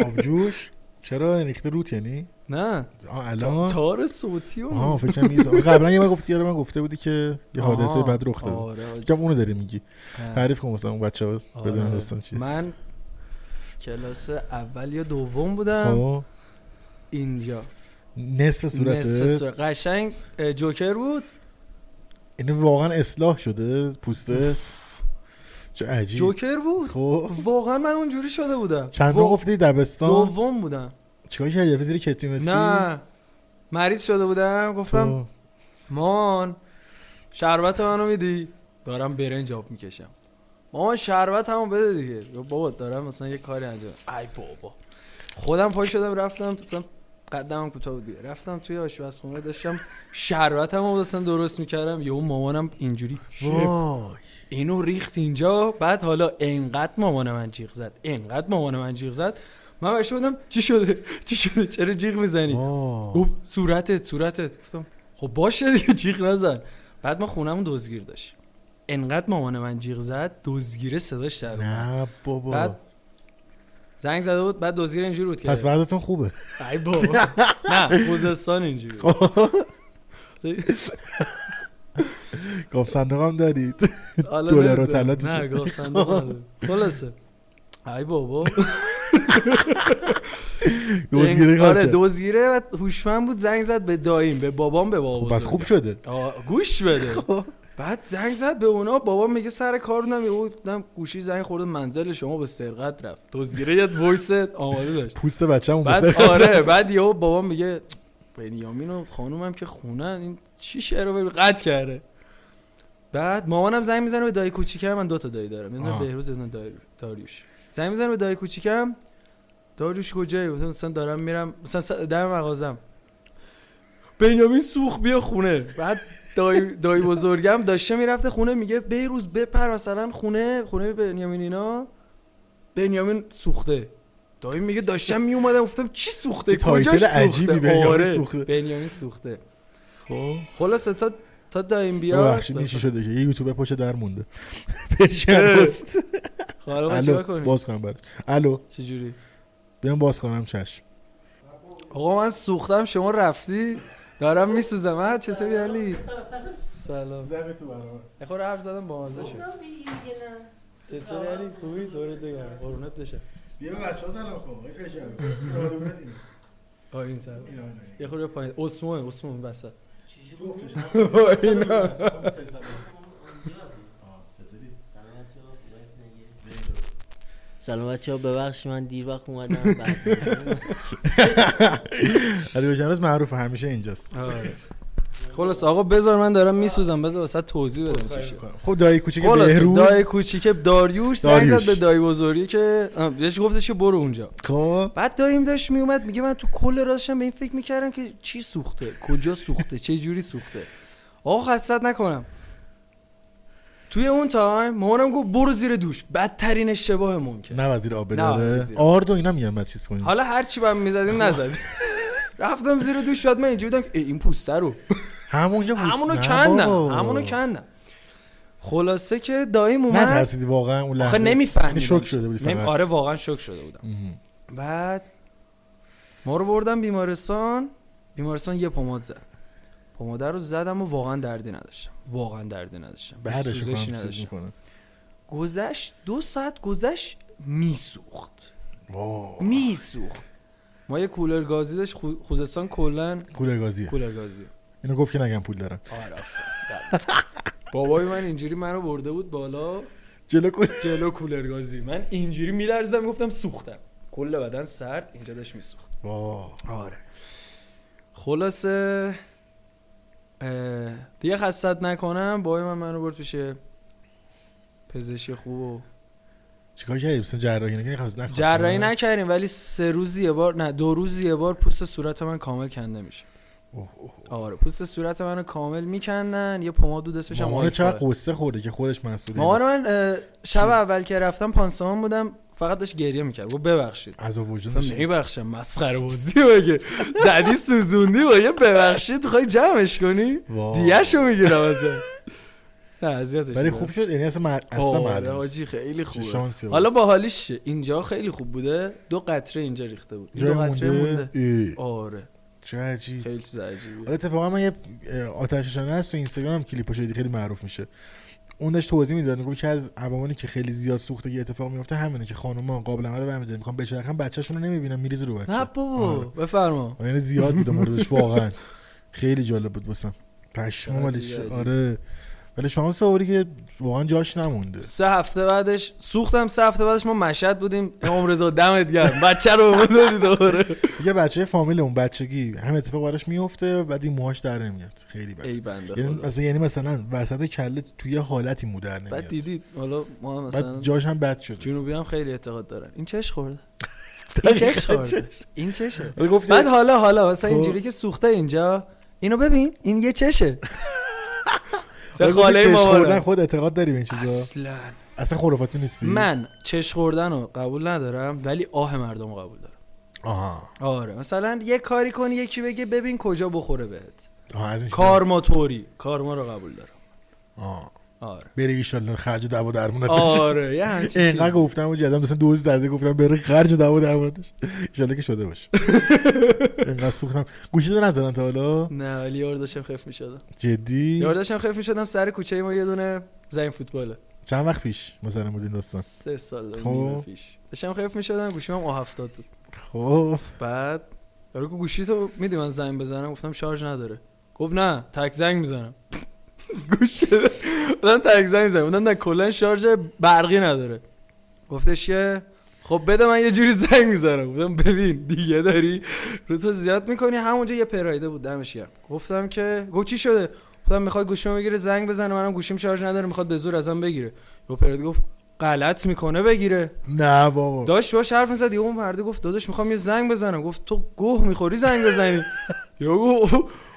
[SPEAKER 2] آبجوش چرا ریخته روت یعنی
[SPEAKER 1] نه
[SPEAKER 2] آه
[SPEAKER 1] تا-
[SPEAKER 2] الان
[SPEAKER 1] تار صوتی
[SPEAKER 2] آها
[SPEAKER 1] و
[SPEAKER 2] فکر کنم یه- قبلا یه بار گفتی یارو من گفته بودی که یه حادثه
[SPEAKER 1] آها.
[SPEAKER 2] بد رخ داد
[SPEAKER 1] آره، آجی.
[SPEAKER 2] کم اونو داری میگی
[SPEAKER 1] نه.
[SPEAKER 2] تعریف کن مثلا اون بچه‌ها بدون
[SPEAKER 1] آره.
[SPEAKER 2] داستان چیه
[SPEAKER 1] من کلاس اول یا دوم بودم
[SPEAKER 2] خب
[SPEAKER 1] اینجا
[SPEAKER 2] نصف
[SPEAKER 1] نصف
[SPEAKER 2] صورته
[SPEAKER 1] صورت. قشنگ اه، جوکر بود
[SPEAKER 2] این واقعا یعنی اصلاح شده پوسته چه عجیب
[SPEAKER 1] جوکر بود
[SPEAKER 2] خب
[SPEAKER 1] واقعا من اونجوری شده بودم
[SPEAKER 2] چند
[SPEAKER 1] وا-
[SPEAKER 2] گفتی دبستان
[SPEAKER 1] دوم بودم
[SPEAKER 2] چیکار کردی رفتی زیر کتری مسکی
[SPEAKER 1] نه مریض شده بودم گفتم
[SPEAKER 2] خب.
[SPEAKER 1] مان شربت منو میدی دارم برنج آب میکشم مامان شربت همون بده دیگه بابا دارم مثلا یه کاری انجام ای بابا خودم پا شدم رفتم مثلا قدمم کوتاه بود دیگه. رفتم توی آشپزخونه داشتم شربتمو مثلا درست میکردم یهو مامانم اینجوری
[SPEAKER 2] وای
[SPEAKER 1] اینو ریخت اینجا بعد حالا انقدر مامان من جیغ زد انقدر مامان من جیغ زد من برش بودم چی شده چی شده چرا جیغ میزنی
[SPEAKER 2] وای.
[SPEAKER 1] یعنی گفت صورتت صورتت گفتم خب باشه دیگه جیغ نزن بعد ما خونمون دزگیر داشت انقدر مامان من جیغ زد دزگیره صداش در اومد.
[SPEAKER 2] نه بابا
[SPEAKER 1] بعد زنگ زده بود بعد دزگیر اینجوری بود که
[SPEAKER 2] پس وضعتون خوبه
[SPEAKER 1] ای بابا نه خوزستان اینجوری بود.
[SPEAKER 2] خب. گاف صندوق هم دارید
[SPEAKER 1] حالا
[SPEAKER 2] دلار و
[SPEAKER 1] نمی‌دونم.
[SPEAKER 2] طلاتش.
[SPEAKER 1] نه گفت صندوق نداره. خلاصه ای بابا
[SPEAKER 2] دوزگیری کار
[SPEAKER 1] آره
[SPEAKER 2] کرد.
[SPEAKER 1] دوزگیره و هوشمند بود زنگ زد به داییم به بابام به بابا
[SPEAKER 2] خب، پس خوب خب. شده
[SPEAKER 1] آه، گوش بده بعد زنگ زد به اونا بابا میگه سر کار بودم یهو دیدم گوشی زنگ خورده منزل شما به سرقت رفت دوزگیره یه وایس آماده داشت
[SPEAKER 2] پوست بچه‌مون
[SPEAKER 1] بعد
[SPEAKER 2] بسه.
[SPEAKER 1] آره بعد یهو بابا میگه بنیامین و خانومم که خونن این چی شعر رو قطع کرده بعد مامانم زنگ میزنه به دایی کوچیکم من دو تا دایی دارم یه دونه
[SPEAKER 2] آه.
[SPEAKER 1] بهروز یه دونه دایی- داریوش زنگ میزنه به دایی کوچیکم داریوش کجایی مثلا- مثلا دارم میرم مثلا س- دم مغازم بنیامین سوخ بیا خونه بعد دایی, دایی بزرگم داشته میرفته خونه میگه بیروز بپر مثلا خونه خونه بنیامین اینا بنیامین سوخته دایی میگه داشتم میومدم گفتم چی سوخته
[SPEAKER 2] چه تایتل
[SPEAKER 1] کجاش
[SPEAKER 2] عجیبی،
[SPEAKER 1] سوخته
[SPEAKER 2] بنیامین
[SPEAKER 1] آره
[SPEAKER 2] سوخته.
[SPEAKER 1] بنیامین سوخته
[SPEAKER 2] خب
[SPEAKER 1] خلاصه تا تا دایم بیا
[SPEAKER 2] ببخشید این چی شده که یه یوتیوبر پشت در مونده پیشم هست.
[SPEAKER 1] حالا ما چیکار
[SPEAKER 2] الو
[SPEAKER 1] کنیم
[SPEAKER 2] باز کنم برش الو
[SPEAKER 1] چجوری
[SPEAKER 2] بیام باز کنم چشم
[SPEAKER 1] آقا من سوختم شما رفتی دارم میسوزم ها چطوری علی سلام یه خورده حرف زدم با مزه شد چطوری علی خوبی دورت بگردم قربونت بشم
[SPEAKER 2] بیا بچه‌ها سلام کن
[SPEAKER 1] آ این سر یه خورده پایین عثمان عثمان وسط
[SPEAKER 3] سلام بچه ها ببخش من دیر وقت اومدم بعد-
[SPEAKER 2] علی بجناز معروف همیشه اینجاست
[SPEAKER 1] آره. خلاص آقا بذار من دارم میسوزم بذار وسط توضیح بدم چی شد.
[SPEAKER 2] خب دایی کوچیک
[SPEAKER 1] خلاص
[SPEAKER 2] بهروز
[SPEAKER 1] دای کوچیک داریوش زنگ
[SPEAKER 2] داریوش.
[SPEAKER 1] زد به دای بزرگی که آه، بهش گفتش که برو اونجا
[SPEAKER 2] خب
[SPEAKER 1] بعد دایم داشت میومد میگه من تو کل راشم به این فکر میکردم که چی سوخته کجا سوخته چه جوری سوخته آقا خستت نکنم توی اون تایم مامانم گفت برو زیر دوش بدترین اشتباه ممکن
[SPEAKER 2] نه وزیر آب
[SPEAKER 1] نه،
[SPEAKER 2] داره
[SPEAKER 1] وزیر آب.
[SPEAKER 2] آرد و اینا میگم بعد چیز کنیم
[SPEAKER 1] حالا هر چی بهم
[SPEAKER 2] خب.
[SPEAKER 1] میزدیم نزد رفتم زیر دوش شد من اینجوری بودم که، ای، این پوسته رو
[SPEAKER 2] همونجا بوس-
[SPEAKER 1] همونو
[SPEAKER 2] نه
[SPEAKER 1] کندم
[SPEAKER 2] بابا.
[SPEAKER 1] همونو کندم خلاصه که دایم
[SPEAKER 2] نه
[SPEAKER 1] اومد
[SPEAKER 2] ترسیدی واقعا اون لحظه
[SPEAKER 1] آخه نمیفهمیدم
[SPEAKER 2] یعنی شوک شده بودی
[SPEAKER 1] نمی-
[SPEAKER 2] فقط.
[SPEAKER 1] آره واقعا شوک شده بودم
[SPEAKER 2] مهم.
[SPEAKER 1] بعد ما رو بردم بیمارستان بیمارستان یه پماد زد پماده رو زدم و واقعا دردی نداشتم واقعا دردی نداشتم
[SPEAKER 2] بعدش
[SPEAKER 1] سوزشی
[SPEAKER 2] می‌کنم، چیز
[SPEAKER 1] نداشتم
[SPEAKER 2] می‌کنم.
[SPEAKER 1] گذشت دو ساعت گذشت میسوخت
[SPEAKER 2] واو.
[SPEAKER 1] میسوخت ما یه کولر گازی داشت خو- خوزستان کلا
[SPEAKER 2] کولر گازیه
[SPEAKER 1] کولر گازی
[SPEAKER 2] اینو گفت که نگم پول دارم
[SPEAKER 1] آره آفرین. بابای من اینجوری منو برده بود بالا
[SPEAKER 2] جلو کن
[SPEAKER 1] جلو کولر گازی من اینجوری میلرزم گفتم سوختم کل بدن سرد اینجا داشت میسوخت
[SPEAKER 2] واو.
[SPEAKER 1] آره خلاصه اه، دیگه خستت نکنم بای من منو برد پیش پزشک خوب و
[SPEAKER 2] چیکار کردی مثلا جراحی نکنی خلاص نخواست
[SPEAKER 1] جراحی نکردیم ولی سه روز یه بار نه دو روز یه بار پوست صورت من کامل کنده میشه
[SPEAKER 2] خب.
[SPEAKER 1] آره پوست صورت منو کامل میکندن یه پماد دو دست بشم
[SPEAKER 2] مامانه چقدر قصه خورده که خودش مسئولی
[SPEAKER 1] مامان من اه، شب اول که رفتم پانسمان بودم فقط داشت گریه میکرد گفت ببخشید
[SPEAKER 2] از وجدانش
[SPEAKER 1] گفتم نمیبخشم مسخره بازی مگه زدی سوزوندی با یه ببخشید خواهی جمعش کنی
[SPEAKER 2] وای.
[SPEAKER 1] دیهشو میگیرم ازم نه اذیتش
[SPEAKER 2] ولی
[SPEAKER 1] می‌کنم.
[SPEAKER 2] خوب شد یعنی اصلا مع- اصلا
[SPEAKER 1] آره،
[SPEAKER 2] معلوم نیست.
[SPEAKER 1] حاجی، خیلی
[SPEAKER 2] چه
[SPEAKER 1] خوبه.
[SPEAKER 2] شانسی بود.
[SPEAKER 1] حالا با حالیش چیه؟ اینجا خیلی خوب بوده دو قطره اینجا ریخته بود این
[SPEAKER 2] جای
[SPEAKER 1] دو قطره
[SPEAKER 2] مونده
[SPEAKER 1] مونده
[SPEAKER 2] ای،
[SPEAKER 1] آره
[SPEAKER 2] چه عجیب
[SPEAKER 1] خیلی چیز عجیبیه
[SPEAKER 2] حالا اتفاقا من یه اه، آتش نشانه هست تو اینستاگرام هم کلیپاش دیدی خیلی معروف میشه اون داشت توضیح میداد میگه که از عواملی که خیلی زیاد سوختگی اتفاق میفته همینه که خانوما قابلمه رو برمی‌دارن میخوام بچرخن بچه‌شون رو نمیبینن میریزه رو
[SPEAKER 1] نه
[SPEAKER 2] بچه
[SPEAKER 1] بابا
[SPEAKER 2] آره.
[SPEAKER 1] بفرما
[SPEAKER 2] یعنی زیاد بود موردش واقعا خیلی جالب بود واسم پشمالش
[SPEAKER 1] عجیب، عجیب.
[SPEAKER 2] آره ولی شانس آوری که واقعا جاش نمونده
[SPEAKER 1] سه هفته بعدش سوختم سه هفته بعدش ما مشهد بودیم امام رضا دمت گرم بچه رو به ما دادی دوباره
[SPEAKER 2] یه بچه فامیل اون بچگی هم اتفاق براش میفته بعد این موهاش در نمیاد خیلی بد
[SPEAKER 1] ای بنده
[SPEAKER 2] یعنی
[SPEAKER 1] خدا.
[SPEAKER 2] مثلا یعنی مثلا وسط کله توی یه حالتی مو در
[SPEAKER 1] بعد
[SPEAKER 2] نمیاد
[SPEAKER 1] دیدید حالا ما هم مثلا
[SPEAKER 2] بعد جاش هم بد شده
[SPEAKER 1] جنوبی هم خیلی اعتقاد دارن این چش خورده این چش خورده این چشه
[SPEAKER 2] ولی گفت
[SPEAKER 1] بعد حالا حالا مثلا
[SPEAKER 2] خب.
[SPEAKER 1] اینجوری که سوخته اینجا اینو ببین این یه چشه مثلا
[SPEAKER 2] ولی گفتی
[SPEAKER 1] خاله
[SPEAKER 2] چشم خوردن
[SPEAKER 1] مامانم
[SPEAKER 2] خود اعتقاد داری به این چیزا
[SPEAKER 1] اصلا
[SPEAKER 2] اصلا خرافاتی نیستی
[SPEAKER 1] من چش خوردن رو قبول ندارم ولی آه مردم رو قبول دارم
[SPEAKER 2] آها
[SPEAKER 1] آره مثلا یه کاری کنی یکی بگه ببین کجا بخوره بهت
[SPEAKER 2] آها از این چیزا.
[SPEAKER 1] کارما توری کارما رو قبول دارم
[SPEAKER 2] آها.
[SPEAKER 1] آره
[SPEAKER 2] بری ایشالله خرج دعوا درمونت بشه
[SPEAKER 1] آره یه همچین
[SPEAKER 2] اینقدر
[SPEAKER 1] چیزی.
[SPEAKER 2] گفتم اون جدم دوستان دوز درده گفتم بره خرج دعوا درمونتش ایشالله که شده باشه اینقدر سوختم گوشی تو نزدن تا حالا
[SPEAKER 1] نه ولی یار داشتم خف میشدم
[SPEAKER 2] جدی
[SPEAKER 1] یار داشتم خف میشدم سر کوچه ما یه دونه زمین فوتباله
[SPEAKER 2] چند وقت پیش مثلا بود این داستان
[SPEAKER 1] سه سال و
[SPEAKER 2] خب.
[SPEAKER 1] نیم پیش داشتم خف میشدم گوشیم هم آه هفتاد بود
[SPEAKER 2] خب
[SPEAKER 1] بعد یارو که گوشی تو میدی من زنگ بزنم گفتم شارژ نداره گفت نه تک زنگ میزنم گوشی داد. گفتم تک زنگ میزنم گفتم نه کلا شارژ برقی نداره گفتش که خب بده من یه جوری زنگ میزنم گفتم ببین دیگه داری رو تو زیاد میکنی همونجا یه پرایده بود دمش گرم گفتم که گفت چی شده گفتم میخواد گوشیمو بگیره زنگ بزنه منم گوشیم شارژ نداره میخواد به زور ازم بگیره یه پراید گفت غلط میکنه بگیره
[SPEAKER 2] نه بابا
[SPEAKER 1] داشت باش حرف میزد یه اون مرده گفت داداش میخوام یه زنگ بزنم گفت تو گوه میخوری زنگ بزنی یهو گفت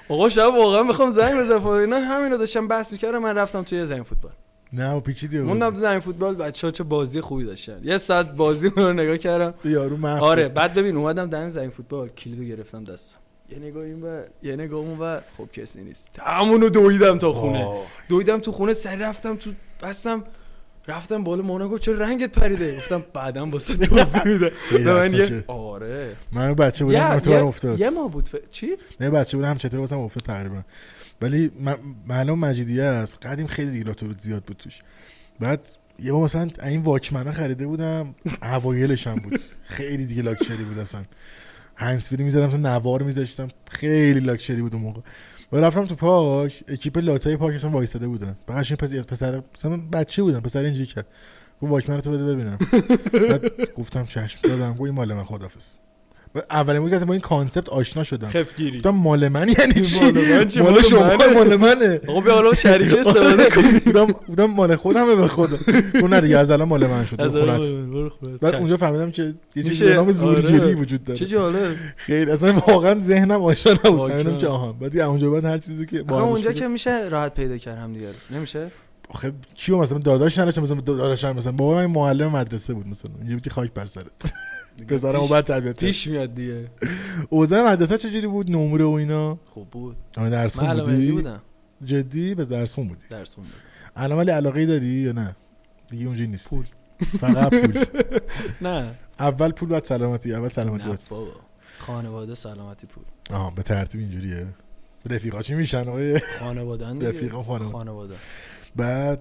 [SPEAKER 1] آقا شب واقعا میخوام زنگ بزنم فلان اینا همینو داشتم بحث میکردم من رفتم توی زمین فوتبال
[SPEAKER 2] نه و پیچیدی بود.
[SPEAKER 1] موندم تو زمین فوتبال بچه‌ها چه بازی خوبی داشتن یه ساعت بازی رو نگاه کردم
[SPEAKER 2] یارو محو
[SPEAKER 1] آره بعد ببین اومدم دم زمین فوتبال کلیدو گرفتم دستم یه نگاه این بر یه نگاه اون بر خب کسی نیست همونو دویدم تا خونه دویدم تو خونه سری رفتم تو بستم رفتم بالا مانا گفت چرا رنگت پریده گفتم بعدا واسه توضیح میدم
[SPEAKER 2] خیلی
[SPEAKER 1] به من
[SPEAKER 2] افسوس
[SPEAKER 1] یه
[SPEAKER 2] شد.
[SPEAKER 1] آره
[SPEAKER 2] من بچه بودم
[SPEAKER 1] یه,
[SPEAKER 2] من تو
[SPEAKER 1] یه,
[SPEAKER 2] هم افتاد
[SPEAKER 1] یه ما بود ف- چی
[SPEAKER 2] نه بچه بودم هم چطور واسم افتاد تقریبا ولی من- معلوم مجیدیه است قدیم خیلی دیلاتور زیاد بود توش بعد یه بار مثلا این واکمنه خریده بودم اوایلش هم بود خیلی دیگه لاکچری بود اصلا هنسفیری میزدم مثلا نوار میذاشتم خیلی لاکچری بود اون موقع و رفتم تو پارک اکیپ لاتای پارک اصلا وایساده بودن بقیش پس از پسر مثلا من بچه بودم پسر اینجوری کرد گفت واکمن تو بده ببینم بعد گفتم چشم دادم گفت این مال من خدافظ اولین بود که اصلا با این کانسپت آشنا شدم
[SPEAKER 1] خفگیری
[SPEAKER 2] گفتم مال من یعنی چی
[SPEAKER 1] مال من چی؟
[SPEAKER 2] مال
[SPEAKER 1] مال
[SPEAKER 2] شما
[SPEAKER 1] منه.
[SPEAKER 2] مال منه
[SPEAKER 1] آقا بیا حالا شریک استفاده کن
[SPEAKER 2] بودم بودم مال خودمه به خدا اون نه دیگه از الان مال من شد
[SPEAKER 1] از
[SPEAKER 2] به خونت.
[SPEAKER 1] آره، برو خونت.
[SPEAKER 2] بعد
[SPEAKER 1] چشم.
[SPEAKER 2] اونجا فهمیدم که یه چیزی
[SPEAKER 1] میشه،
[SPEAKER 2] به نام زورگیری
[SPEAKER 1] آره.
[SPEAKER 2] وجود داره
[SPEAKER 1] چه جالب
[SPEAKER 2] خیلی اصلا واقعا ذهنم آشنا نبود
[SPEAKER 1] واکن.
[SPEAKER 2] فهمیدم که آها بعد دیگه اونجا بعد هر چیزی که
[SPEAKER 1] آخه
[SPEAKER 2] با
[SPEAKER 1] اونجا
[SPEAKER 2] ارزش
[SPEAKER 1] که میشه راحت پیدا کرد هم دیگه رو. نمیشه
[SPEAKER 2] بود. آخه کیو مثلا داداش نداشتم مثلا داداش هم مثلا بابا من معلم مدرسه بود مثلا اینجا بود که خاک بر سرت پسرم
[SPEAKER 1] پیش-
[SPEAKER 2] بعد تربیت کرد.
[SPEAKER 1] پیش میاد دیگه
[SPEAKER 2] اوضاع مدرسه چجوری بود نمره و اینا
[SPEAKER 1] خوب بود
[SPEAKER 2] آه، درس
[SPEAKER 1] من
[SPEAKER 2] خون
[SPEAKER 1] علامه ملی
[SPEAKER 2] بودی
[SPEAKER 1] بودم
[SPEAKER 2] جدی به درس خون بودی
[SPEAKER 1] درس خوندم
[SPEAKER 2] الان ولی علاقه داری یا نه دیگه اونجوری نیست
[SPEAKER 1] پول.
[SPEAKER 2] فقط پول
[SPEAKER 1] نه
[SPEAKER 2] اول پول بعد سلامتی اول سلامتی
[SPEAKER 1] نه
[SPEAKER 2] بعد
[SPEAKER 1] بابا خانواده سلامتی پول
[SPEAKER 2] آها به ترتیب اینجوریه رفیقا چی میشن آقای
[SPEAKER 1] خانوادن
[SPEAKER 2] رفیقا، خانواده.
[SPEAKER 1] خانواده
[SPEAKER 2] بعد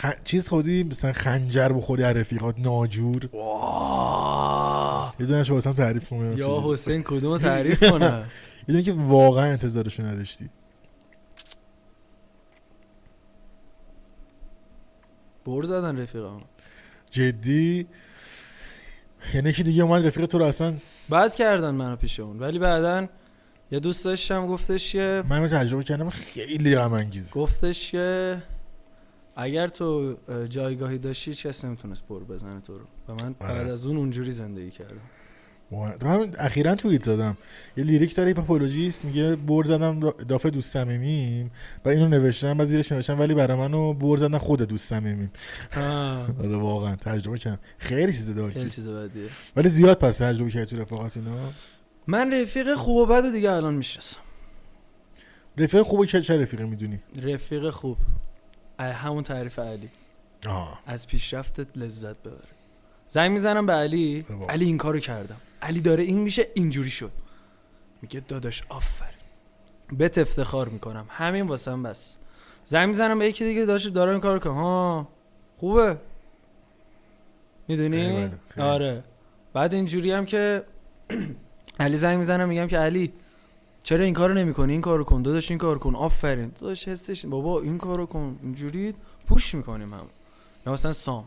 [SPEAKER 2] خ- چیز خودی مثلا خنجر بخوری از رفیقات ناجور یه دونه واسم تعریف کنم چیزی.
[SPEAKER 1] یا حسین کدوم رو تعریف کنم
[SPEAKER 2] یه دونه که واقعا انتظارشو نداشتی
[SPEAKER 1] بر زدن رفیقم
[SPEAKER 2] جدی یعنی که دیگه اومد رفیق تو رو اصلا
[SPEAKER 1] بعد کردن منو پیش اون ولی بعدا یه دوست داشتم گفتش که
[SPEAKER 2] من اینو تجربه کردم خیلی غم انگیزه
[SPEAKER 1] گفتش که اگر تو اه، جایگاهی داشتی هیچ کس نمیتونست پر بزنه تو رو و من
[SPEAKER 2] آره.
[SPEAKER 1] بعد از اون اونجوری زندگی کردم
[SPEAKER 2] واقعا. تو همین اخیرا توییت زدم یه لیریک داره هیپاپولوژیست میگه بر زدم دافه دوست صمیمیم و اینو نوشتم و زیرش نوشتم ولی برای منو بر زدن خود دوست صمیمیم آره واقعا تجربه کردم خیلی چیز
[SPEAKER 1] خیلی
[SPEAKER 2] داری
[SPEAKER 1] چیز بدیه
[SPEAKER 2] ولی زیاد پس تجربه کردی تو رفاقت اینا
[SPEAKER 1] من رفیق خوب و بد رو دیگه الان میشناسم
[SPEAKER 2] رفیق خوبه چه چه رفیقی میدونی
[SPEAKER 1] رفیق خوب اه، همون تعریف علی
[SPEAKER 2] آه
[SPEAKER 1] از پیشرفتت لذت ببر زنگ میزنم به علی
[SPEAKER 2] بابا.
[SPEAKER 1] علی این کارو کردم علی داره این میشه اینجوری شد میگه داداش آفر بهت افتخار میکنم همین واسم بس زنگ میزنم به یکی دیگه داشت داره این کارو کنم ها خوبه
[SPEAKER 2] خیلی
[SPEAKER 1] میدونی
[SPEAKER 2] بده، خیلی.
[SPEAKER 1] آره بعد اینجوری هم که علی زنگ میزنم میگم که علی چرا این کارو نمیکنی این کارو کن داداش این کارو کن آفرین داداش حسش بابا این کارو کن اینجوری پوش میکنیم هم یا مثلا سام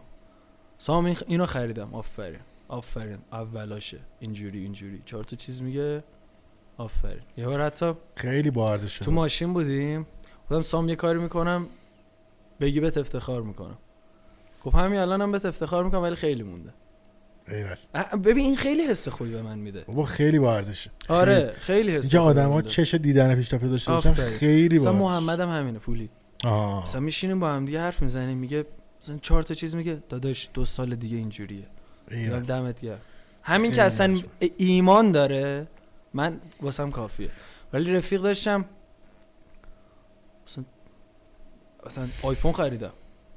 [SPEAKER 1] سام این خ- اینو خریدم آفرین آفرین اولاشه اینجوری اینجوری چهار تا چیز میگه آفرین یه بار حتی
[SPEAKER 2] خیلی با ارزشه
[SPEAKER 1] تو ماشین بودیم گفتم سام یه کاری میکنم بگی بهت افتخار میکنم گفت همین الانم بهت افتخار میکنم ولی خیلی مونده
[SPEAKER 2] ایول.
[SPEAKER 1] اه، ببین این خیلی حس خوبی به من میده
[SPEAKER 2] بابا خیلی با ارزشه
[SPEAKER 1] آره خیلی حس
[SPEAKER 2] اینجا
[SPEAKER 1] خوبی به
[SPEAKER 2] آدم
[SPEAKER 1] من
[SPEAKER 2] ها
[SPEAKER 1] میده.
[SPEAKER 2] چش دیدن پیشرفته داشته باشن
[SPEAKER 1] آفرین.
[SPEAKER 2] خیلی با
[SPEAKER 1] مثلا
[SPEAKER 2] ارزشه.
[SPEAKER 1] محمد هم همینه پولی
[SPEAKER 2] آه
[SPEAKER 1] مثلا میشینیم با هم دیگه حرف میزنیم میگه مثلا چهار تا چیز میگه داداش دو سال دیگه اینجوریه میگم
[SPEAKER 2] ایول.
[SPEAKER 1] دمت گرم همین
[SPEAKER 2] خیلی
[SPEAKER 1] که اصلا
[SPEAKER 2] عجب.
[SPEAKER 1] ای- ایمان داره من واسم کافیه ولی رفیق داشتم مثلا مثلا آیفون خریدم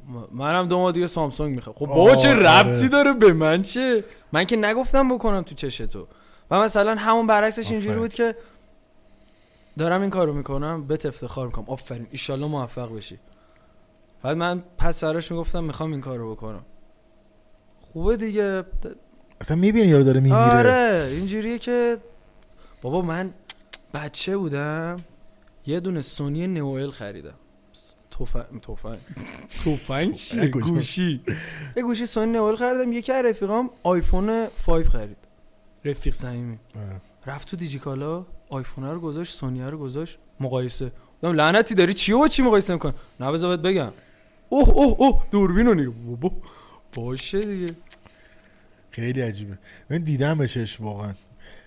[SPEAKER 1] م- منم دو ماه دیگه سامسونگ میخوام خب بابا چه
[SPEAKER 2] آه،
[SPEAKER 1] ربطی
[SPEAKER 2] آره.
[SPEAKER 1] داره به من چه من که نگفتم بکنم تو چش تو و مثلا همون برعکسش اینجوری
[SPEAKER 2] آفرین.
[SPEAKER 1] بود که دارم این کارو میکنم بهت افتخار میکنم آفرین ایشالله موفق بشی بعد من پس براش میگفتم میخوام این کارو بکنم خوبه دیگه
[SPEAKER 2] اصلا میبینی یارو داره میمیره
[SPEAKER 1] آره اینجوریه که بابا من بچه بودم یه دونه سونی نوئل خریدم توفن توفن توفن چیه
[SPEAKER 2] کجا؟
[SPEAKER 1] گوشی یه گوشی سونی نوئل خریدم یکی از رفیقام آیفون 5 خرید رفیق صمیمی
[SPEAKER 2] آره.
[SPEAKER 1] رفت تو دیجیکالا آیفون رو گذاشت سونی رو گذاشت مقایسه گفتم لعنتی داری چی و با چی مقایسه میکنی نه بذار بهت بگم اوه اوه اوه دوربین رو نگاه بابا باشه دیگه
[SPEAKER 2] خیلی عجیبه من دیدم به چش واقعا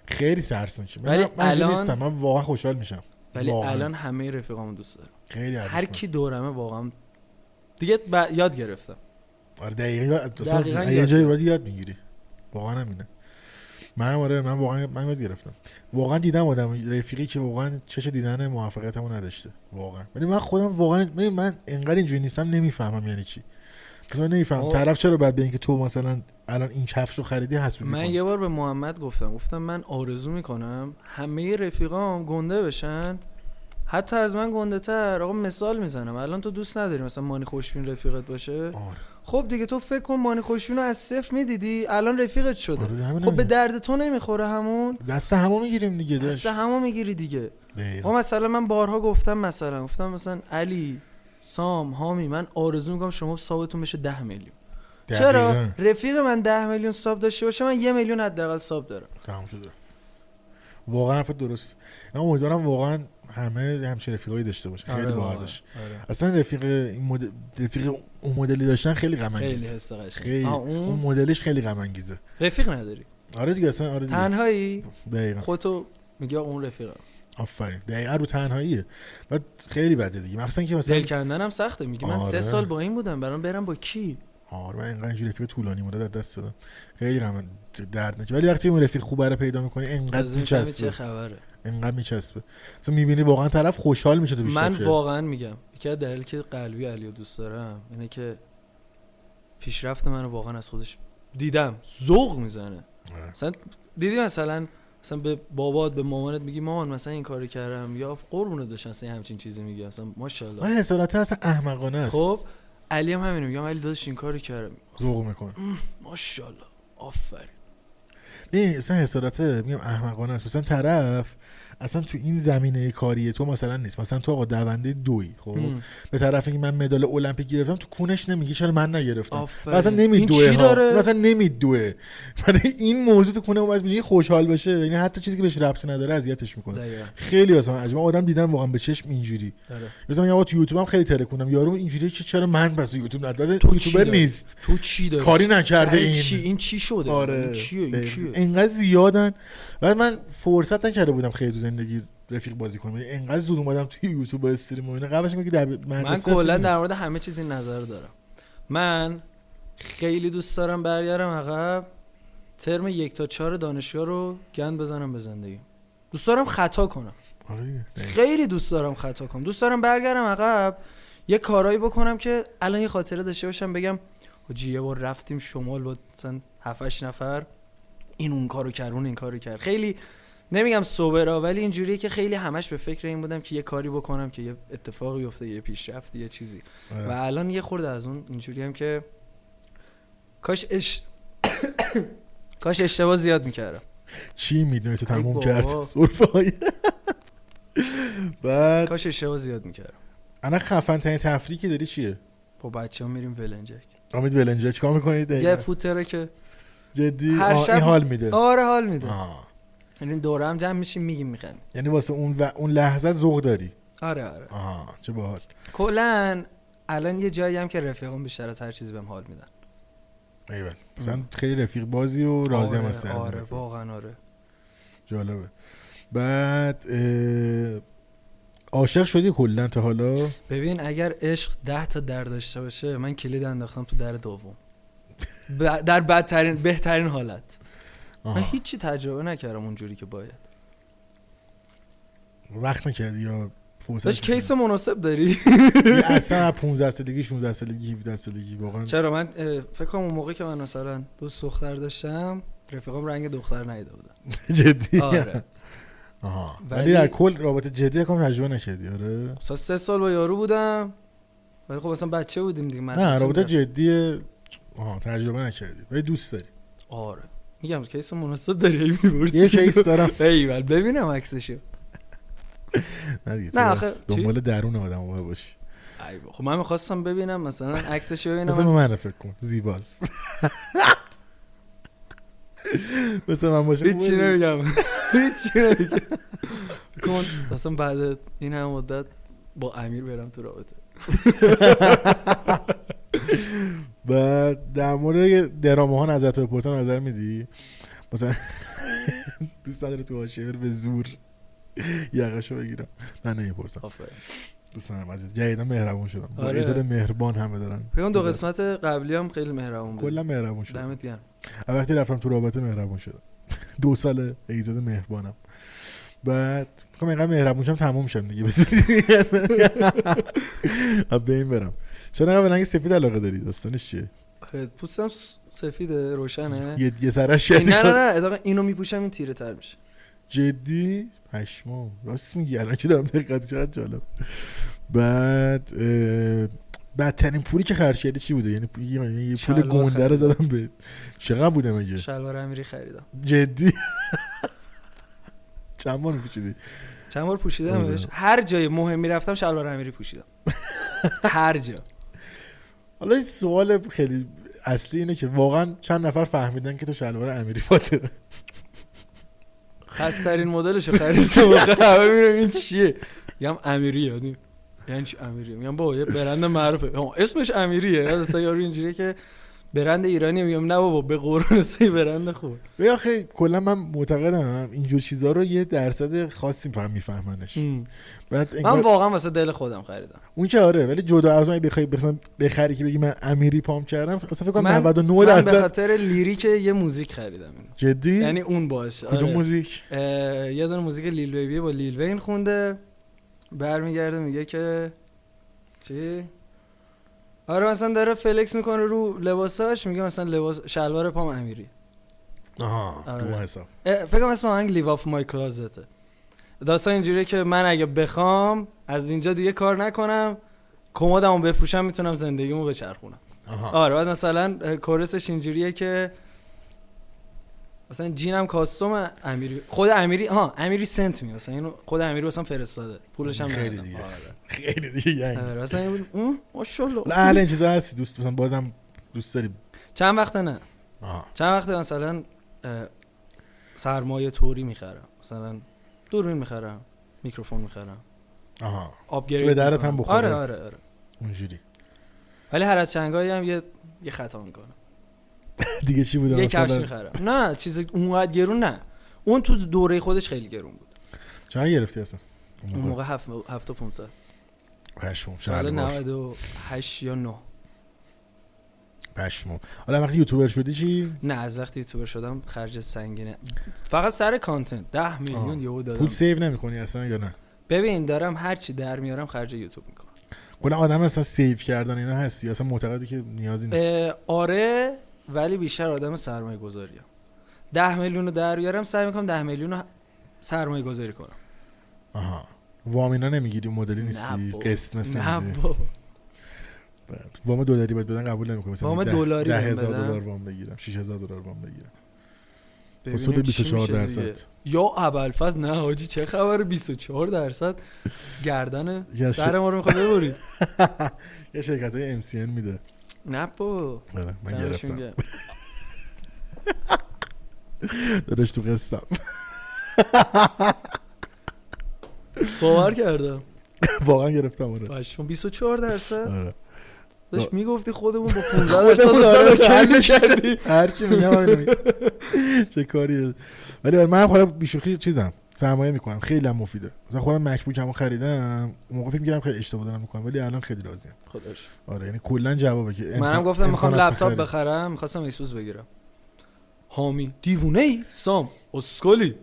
[SPEAKER 2] خیلی ترسناک من
[SPEAKER 1] ولی
[SPEAKER 2] من اینجوری
[SPEAKER 1] الان-
[SPEAKER 2] نیستم من واقعا خوشحال میشم
[SPEAKER 1] ولی
[SPEAKER 2] واقعاً.
[SPEAKER 1] الان همه رفیقامو دوست دارم
[SPEAKER 2] خیلی ارزش
[SPEAKER 1] هر کی دورمه واقعا دیگه ب... یاد گرفتم
[SPEAKER 2] آره دقیقا اصلا
[SPEAKER 1] دقیقاً
[SPEAKER 2] یه
[SPEAKER 1] یاد
[SPEAKER 2] جایی باید یاد میگیری واقعا همینه من هم آره من واقعا من یاد گرفتم واقعا دیدم آدم رفیقی که واقعا چش دیدن موفقیتمو نداشته واقعا ولی من خودم واقعا ببین من انقدر اینجوری نیستم نمیفهمم یعنی چی پس من نمیفهمم
[SPEAKER 1] آه.
[SPEAKER 2] طرف چرا باید به اینکه تو مثلا الان این کفش رو خریدی حسودی
[SPEAKER 1] من
[SPEAKER 2] کنه
[SPEAKER 1] یه بار به محمد گفتم گفتم من آرزو میکنم همه رفیقام گنده بشن حتی از من گنده تر آقا مثال میزنم الان تو دوست نداری مثلا مانی خوشبین رفیقت باشه
[SPEAKER 2] آره
[SPEAKER 1] خب دیگه تو فکر کن مانی خوشبین رو از صفر میدیدی الان رفیقت شده
[SPEAKER 2] آره، همینم
[SPEAKER 1] خب به
[SPEAKER 2] میگم.
[SPEAKER 1] درد تو نمیخوره همون
[SPEAKER 2] دست همو میگیریم دیگه
[SPEAKER 1] دست
[SPEAKER 2] داشت
[SPEAKER 1] همو میگیری دیگه
[SPEAKER 2] دقیقاً.
[SPEAKER 1] خب مثلا من بارها گفتم مثلا گفتم مثلا علی سام هامی من آرزو میکنم شما سابتون بشه ده میلیون چرا
[SPEAKER 2] دقیقاً.
[SPEAKER 1] رفیق من ده میلیون ساب داشته باشه من یه میلیون حداقل ساب دارم
[SPEAKER 2] تمام شده واقعا حرف درست من امیدوارم واقعا همه همچین رفیقایی داشته باشه خیلی
[SPEAKER 1] آره
[SPEAKER 2] با
[SPEAKER 1] واقعا.
[SPEAKER 2] ارزش
[SPEAKER 1] آره.
[SPEAKER 2] اصلا رفیق این مدل رفیق اون مدلی داشتن خیلی غم
[SPEAKER 1] خیلی
[SPEAKER 2] انگیزه
[SPEAKER 1] حس
[SPEAKER 2] خیلی
[SPEAKER 1] قشنگه آه،
[SPEAKER 2] اون
[SPEAKER 1] اون
[SPEAKER 2] مدلش خیلی غم انگیزه
[SPEAKER 1] رفیق نداری
[SPEAKER 2] آره دیگه اصلا آره دیگه
[SPEAKER 1] تنهایی
[SPEAKER 2] دقیقاً
[SPEAKER 1] خودتو میگه آقا اون رفیقم
[SPEAKER 2] آفرین دقیقاً رو تنهاییه بعد خیلی بده دیگه مخصوصا که مثلا
[SPEAKER 1] دل کندنم سخته میگه من
[SPEAKER 2] آره.
[SPEAKER 1] سه سال با این بودم برام برم با کی
[SPEAKER 2] آره من اینقدر اینجوری رفیق طولانی مدت از دست دادم خیلی غم دردناک ولی وقتی اون رفیق خوب رو پیدا می‌کنی
[SPEAKER 1] از
[SPEAKER 2] انقدر
[SPEAKER 1] اون فهمی چه
[SPEAKER 2] میچسبه
[SPEAKER 1] خبره
[SPEAKER 2] انقدر میچسبه مثلا می‌بینی واقعا طرف خوشحال میشه تو بیشتر
[SPEAKER 1] من
[SPEAKER 2] که-
[SPEAKER 1] واقعا میگم یکی از دلایلی که قلبی علی رو دوست دارم اینه که پیشرفت من رو واقعا از خودش دیدم ذوق میزنه
[SPEAKER 2] آره.
[SPEAKER 1] مثلا دیدی مثلا مثلا به بابات به مامانت میگی مامان مثلا این کاری کردم یا قربونت بشن مثلا یه همچین چیزی میگی مثلا
[SPEAKER 2] آه
[SPEAKER 1] ماشاءالله
[SPEAKER 2] حسارت اصلا احمقانه است
[SPEAKER 1] خب علی هم همینو میگم علی داداش این کاری کردم
[SPEAKER 2] ذوق میکنه
[SPEAKER 1] ماشاءالله آفرین
[SPEAKER 2] این اصلا حسارت میگم احمقانه است مثلا طرف اصلا تو این زمینه کاری تو مثلا نیست مثلا تو آقا دونده دوی خب
[SPEAKER 1] هم.
[SPEAKER 2] به طرف اینکه من مدال المپیک گرفتم تو کونش نمیگه چرا من نگرفتم و
[SPEAKER 1] آفرین.
[SPEAKER 2] اصلا نمیدوه
[SPEAKER 1] این چی
[SPEAKER 2] ها. و
[SPEAKER 1] داره
[SPEAKER 2] اصلا نمیدوه برای این موضوع تو کونه اومد میگه خوشحال بشه یعنی حتی چیزی که بهش ربطی نداره اذیتش میکنه
[SPEAKER 1] دقیقاً.
[SPEAKER 2] خیلی واسه من عجیبه. من آدم دیدم واقعا به چشم اینجوری
[SPEAKER 1] آره.
[SPEAKER 2] مثلا میگم آقا تو یوتیوب هم خیلی ترکونم یارو اینجوری که چرا من پس یوتیوب ندارم
[SPEAKER 1] تو
[SPEAKER 2] تو
[SPEAKER 1] چی
[SPEAKER 2] یوتیوبر
[SPEAKER 1] داری؟
[SPEAKER 2] نیست
[SPEAKER 1] تو چی داری
[SPEAKER 2] کاری نکرده
[SPEAKER 1] سر
[SPEAKER 2] این.
[SPEAKER 1] چی این چی شده این چیه این
[SPEAKER 2] آره، دقیقاً.
[SPEAKER 1] چیه
[SPEAKER 2] انقدر زیادن و من فرصت نکرده بودم خیلی تو زندگی رفیق بازی کنم یعنی انقدر زود اومدم توی یوتیوب و استریم و اینا قبلش هم که در
[SPEAKER 1] من
[SPEAKER 2] مدرسه
[SPEAKER 1] کلا در
[SPEAKER 2] اصلا نیست.
[SPEAKER 1] مورد همه چیز این نظر دارم من خیلی دوست دارم برگردم عقب ترم یک تا چهار دانشگاه رو گند بزنم به زندگی دوست دارم خطا کنم
[SPEAKER 2] آره دیگه. دقیقاً.
[SPEAKER 1] خیلی دوست دارم خطا کنم دوست دارم برگردم عقب یه کارایی بکنم که الان یه خاطره داشته باشم بگم حاجی یه بار رفتیم شمال با مثلا 7 8 نفر این اون کارو کرد اون این کارو کرد خیلی نمیگم سوبرا ولی اینجوریه که خیلی همش به فکر این بودم که یه کاری بکنم که یه اتفاقی بیفته یه پیشرفت یه چیزی
[SPEAKER 2] آره.
[SPEAKER 1] و الان یه خورده از اون اینجوری هم که کاش اش... کاش اشتباه زیاد میکردم
[SPEAKER 2] چی میدونه تو
[SPEAKER 1] ای
[SPEAKER 2] تموم
[SPEAKER 1] بابا.
[SPEAKER 2] کرد سرفه های بعد
[SPEAKER 1] کاش اشتباه زیاد میکردم
[SPEAKER 2] انا خفن ترین تفریحی که داری چیه
[SPEAKER 1] با بچه ها میریم ولنجک
[SPEAKER 2] امید ولنجر چیکار میکنید
[SPEAKER 1] یه فوتره که
[SPEAKER 2] جدی
[SPEAKER 1] هر
[SPEAKER 2] آه،
[SPEAKER 1] شب-
[SPEAKER 2] این حال میده
[SPEAKER 1] آره حال میده
[SPEAKER 2] آه.
[SPEAKER 1] یعنی دوره هم جمع میشیم میگیم میخندیم
[SPEAKER 2] یعنی واسه اون و اون لحظه ذوق داری
[SPEAKER 1] آره آره
[SPEAKER 2] آها چه باحال
[SPEAKER 1] کلا الان یه جایی هم که رفیقام بیشتر از هر چیزی بهم حال میدن
[SPEAKER 2] ایول مثلا خیلی رفیق بازی و راضی هم
[SPEAKER 1] آره،
[SPEAKER 2] هستی از این
[SPEAKER 1] آره
[SPEAKER 2] رفیق.
[SPEAKER 1] واقعا آره
[SPEAKER 2] جالبه بعد اه، عاشق شدی کلا تا حالا
[SPEAKER 1] ببین اگر عشق ده تا در داشته باشه من کلید انداختم تو در دوم ب- در بدترین بهترین حالت من
[SPEAKER 2] آها.
[SPEAKER 1] هیچی تجربه نکردم اونجوری که باید
[SPEAKER 2] وقت نکردی یا فرصت
[SPEAKER 1] داشت
[SPEAKER 2] نکردی؟
[SPEAKER 1] کیس مناسب داری
[SPEAKER 2] یه اصلا از 15 سالگی 16 سالگی 17 سالگی واقعا
[SPEAKER 1] چرا من اه، فکر کنم اون موقع که من مثلا دوست دختر داشتم رفیقام رنگ دختر نیده بودن
[SPEAKER 2] جدی
[SPEAKER 1] آره
[SPEAKER 2] آها. ولی,
[SPEAKER 1] ولی-
[SPEAKER 2] در کل رابطه جدی کم تجربه نکردی آره
[SPEAKER 1] مثلا سه سال با یارو بودم ولی خب اصلا بچه بودیم دیگه
[SPEAKER 2] نه
[SPEAKER 1] مدرسه
[SPEAKER 2] رابطه
[SPEAKER 1] می‌رفتیم.
[SPEAKER 2] جدی آها تجربه نکردی ولی دوست داری
[SPEAKER 1] آره میگم کیس مناسب داری هی می‌پرسی.
[SPEAKER 2] یه کیس دارم
[SPEAKER 1] ایول ببینم عکسشو
[SPEAKER 2] نه دیگه، تو
[SPEAKER 1] نه آخه چی
[SPEAKER 2] دنبال درون آدم واقع باشی
[SPEAKER 1] ای بابا. خب من میخواستم ببینم مثلا عکسشو
[SPEAKER 2] مثلا به
[SPEAKER 1] ببینم
[SPEAKER 2] من فکر کن زیباست مثلا من باشه
[SPEAKER 1] هیچی نمیگم هیچی نمیگم کن اصلا بعد این هم مدت با امیر برم تو رابطه
[SPEAKER 2] و در مورد درامه ها نظر تو بپرسن نظر میدی مثلا دوست نداره تو حاشیه بره به زور یقشو بگیرم نه نه بپرسم
[SPEAKER 1] آفرین
[SPEAKER 2] دوست ندارم عزیز جدیدا مهربون شدم با
[SPEAKER 1] آره.
[SPEAKER 2] ایزد مهربان همه دارن
[SPEAKER 1] فکر کنم دو قسمت قبلی هم خیلی مهربون بود
[SPEAKER 2] کلا مهربون شدم
[SPEAKER 1] دمت گرم
[SPEAKER 2] اول وقتی رفتم تو رابطه مهربون شدم دو سال ایزد مهربانم بعد میخوام اینقدر مهربون شم تموم شم دیگه بسیاری از بین برم چرا اینقدر به رنگ سفید علاقه داری داستانش چیه
[SPEAKER 1] پوستم س- سفیده روشنه
[SPEAKER 2] یه یه سرش
[SPEAKER 1] نه نه نه اتفاقا اینو میپوشم این تیره تر میشه
[SPEAKER 2] جدی پشمام راست میگی الان که دارم دقت چقدر جالب بعد اه، بدترین پولی که خرج کردی چی بوده یعنی یه- یعنی یه پول
[SPEAKER 1] شلوار
[SPEAKER 2] گنده رو
[SPEAKER 1] خریدم.
[SPEAKER 2] زدم به چقدر بوده مگه
[SPEAKER 1] شلوار امیری خریدم
[SPEAKER 2] جدی چند بار میپیچیدی
[SPEAKER 1] چند بار
[SPEAKER 2] آره.
[SPEAKER 1] پوشیدمش هر جای مهم میرفتم شلوار امیری پوشیدم هر جا
[SPEAKER 2] حالا این سوال خیلی اصلی اینه که واقعا چند نفر فهمیدن که تو شلوار امیری پاته
[SPEAKER 1] خسترین مدلشو خرید چه موقع همه میرم این چیه میگم امیری یادی یعنی چی امیری میگم بابا یه برند معروفه آه، اسمش امیریه بعد اصلا یارو اینجوریه که برند ایرانی میگم نه بابا به قرون اصلا یه برند خوب
[SPEAKER 2] و آخه کلا من معتقدم اینجور چیزها رو یه درصد خاصی فهم میفهمنش بعد
[SPEAKER 1] من
[SPEAKER 2] انگار-
[SPEAKER 1] واقعا واسه دل خودم خریدم
[SPEAKER 2] اون که آره ولی جدا از اون اگه بخوای مثلا بخری که بگی من امیری پام کردم اصلا فکر کنم
[SPEAKER 1] من-
[SPEAKER 2] 99
[SPEAKER 1] من به
[SPEAKER 2] درصد
[SPEAKER 1] خاطر لیریک یه موزیک خریدم اینو.
[SPEAKER 2] جدی
[SPEAKER 1] یعنی اون باعث شد.
[SPEAKER 2] کدوم
[SPEAKER 1] آره.
[SPEAKER 2] موزیک
[SPEAKER 1] اه، یه دونه موزیک لیل بیبی با لیل وین خونده برمیگرده میگه که چی آره مثلا داره فلکس میکنه رو لباساش میگه مثلا لباس شلوار پام امیری
[SPEAKER 2] آها
[SPEAKER 1] آره.
[SPEAKER 2] تو اون حساب
[SPEAKER 1] اه، فکر کنم اسم آهنگ لیو آف مای کلازته داستان اینجوریه که من اگه بخوام از اینجا دیگه کار نکنم کمدمو بفروشم میتونم زندگیمو بچرخونم
[SPEAKER 2] آها
[SPEAKER 1] آره بعد مثلا اه، کورسش اینجوریه که مثلا جینم کاستوم امیری خود امیری ها امیری سنت می مثلا اینو خود امیری مثلا فرستاده پولش هم
[SPEAKER 2] خیلی
[SPEAKER 1] ندادم.
[SPEAKER 2] دیگه.
[SPEAKER 1] آره.
[SPEAKER 2] خیلی دیگه یعنی
[SPEAKER 1] آره. مثلا این بود، اون ماشاءالله.
[SPEAKER 2] حالا اهل این چیزا هستی دوست مثلا بازم دوست داری
[SPEAKER 1] چند وقته نه
[SPEAKER 2] آه.
[SPEAKER 1] چند وقته مثلا اه، سرمایه توری میخرم مثلا دوربین میخرم میکروفون میخرم
[SPEAKER 2] آها
[SPEAKER 1] آپگرید
[SPEAKER 2] تو به درت
[SPEAKER 1] می‌کنم.
[SPEAKER 2] هم بخوره.
[SPEAKER 1] آره آره آره
[SPEAKER 2] اونجوری
[SPEAKER 1] ولی هر از چنگایی هم یه یه خطا میکنم
[SPEAKER 2] دیگه چی بود
[SPEAKER 1] یه کفش
[SPEAKER 2] مثلا
[SPEAKER 1] میخرم نه چیز اونقدر گرون نه اون تو دوره خودش خیلی گرون بود
[SPEAKER 2] چند گرفتی اصلا اون
[SPEAKER 1] اون
[SPEAKER 2] موقع؟
[SPEAKER 1] موقع 7 7 500
[SPEAKER 2] پشمام
[SPEAKER 1] سال
[SPEAKER 2] شلوار.
[SPEAKER 1] 98 یا 9
[SPEAKER 2] پشمام حالا وقتی یوتیوبر شدی چی
[SPEAKER 1] نه از وقتی یوتیوبر شدم خرج سنگینه فقط سر کانتنت 10 میلیون
[SPEAKER 2] آه.
[SPEAKER 1] یهو دادم
[SPEAKER 2] پول سیو نمیکنی اصلا یا نه
[SPEAKER 1] ببین دارم هر چی در میارم خرج یوتیوب میکنم
[SPEAKER 2] کلا آدم اصلا سیو کردن اینا هستی اصلا معتقدی که نیازی نیست
[SPEAKER 1] اه، آره ولی بیشتر آدم سرمایه گذاریم ده میلیون رو در بیارم سعی میکنم ده میلیون رو سرمایه گذاری کنم
[SPEAKER 2] آها وام اینا نمیگیری اون مدلی
[SPEAKER 1] نه
[SPEAKER 2] نیستی
[SPEAKER 1] بابا.
[SPEAKER 2] قسط
[SPEAKER 1] نه
[SPEAKER 2] نمیگیری
[SPEAKER 1] بابا.
[SPEAKER 2] وام دلاری باید بدن قبول نمیکنم مثلا
[SPEAKER 1] وام
[SPEAKER 2] ده-
[SPEAKER 1] دلاری
[SPEAKER 2] ده
[SPEAKER 1] بهم
[SPEAKER 2] هزار
[SPEAKER 1] بدن؟
[SPEAKER 2] دلار وام بگیرم 6000 دلار وام بگیرم خب،
[SPEAKER 1] ببینیم
[SPEAKER 2] اصول
[SPEAKER 1] چی
[SPEAKER 2] 24
[SPEAKER 1] میشه دیگه.
[SPEAKER 2] درصد
[SPEAKER 1] یا ابلفز نه حاجی چه خبر 24 درصد گردن
[SPEAKER 2] یا
[SPEAKER 1] سر ما رو میخواد ببرید
[SPEAKER 2] یه شرکت های MCN میده
[SPEAKER 1] نه بابا
[SPEAKER 2] آره من
[SPEAKER 1] دمشون
[SPEAKER 2] گرفتم
[SPEAKER 1] گرم.
[SPEAKER 2] دارش تو قسطم
[SPEAKER 1] باور کردم
[SPEAKER 2] واقعا گرفتم آره
[SPEAKER 1] پشمام 24 درصد
[SPEAKER 2] آره
[SPEAKER 1] داشت میگفتی خودمون با 15
[SPEAKER 2] خودمون
[SPEAKER 1] درصد
[SPEAKER 2] آره،
[SPEAKER 1] صد
[SPEAKER 2] حل
[SPEAKER 1] کل کردی
[SPEAKER 2] هر کی میگم همینو میگم. چه کاریه ولی آره، من خودم بیشوخی چیزم سرمایه میکنم خیلی هم مفیده مثلا خودم مکبوکمو خریدم اون موقع فکر می‌کردم خیلی اشتباه دارم میکنم ولی الان خیلی راضیم
[SPEAKER 1] خدا رو شکر.
[SPEAKER 2] آره یعنی کلا جوابه که امکان-
[SPEAKER 1] منم گفتم میخوام
[SPEAKER 2] امکانات
[SPEAKER 1] لپتاپ
[SPEAKER 2] بخری.
[SPEAKER 1] بخرم میخواستم ایسوس بگیرم حامی دیوونه ای سام اسکلی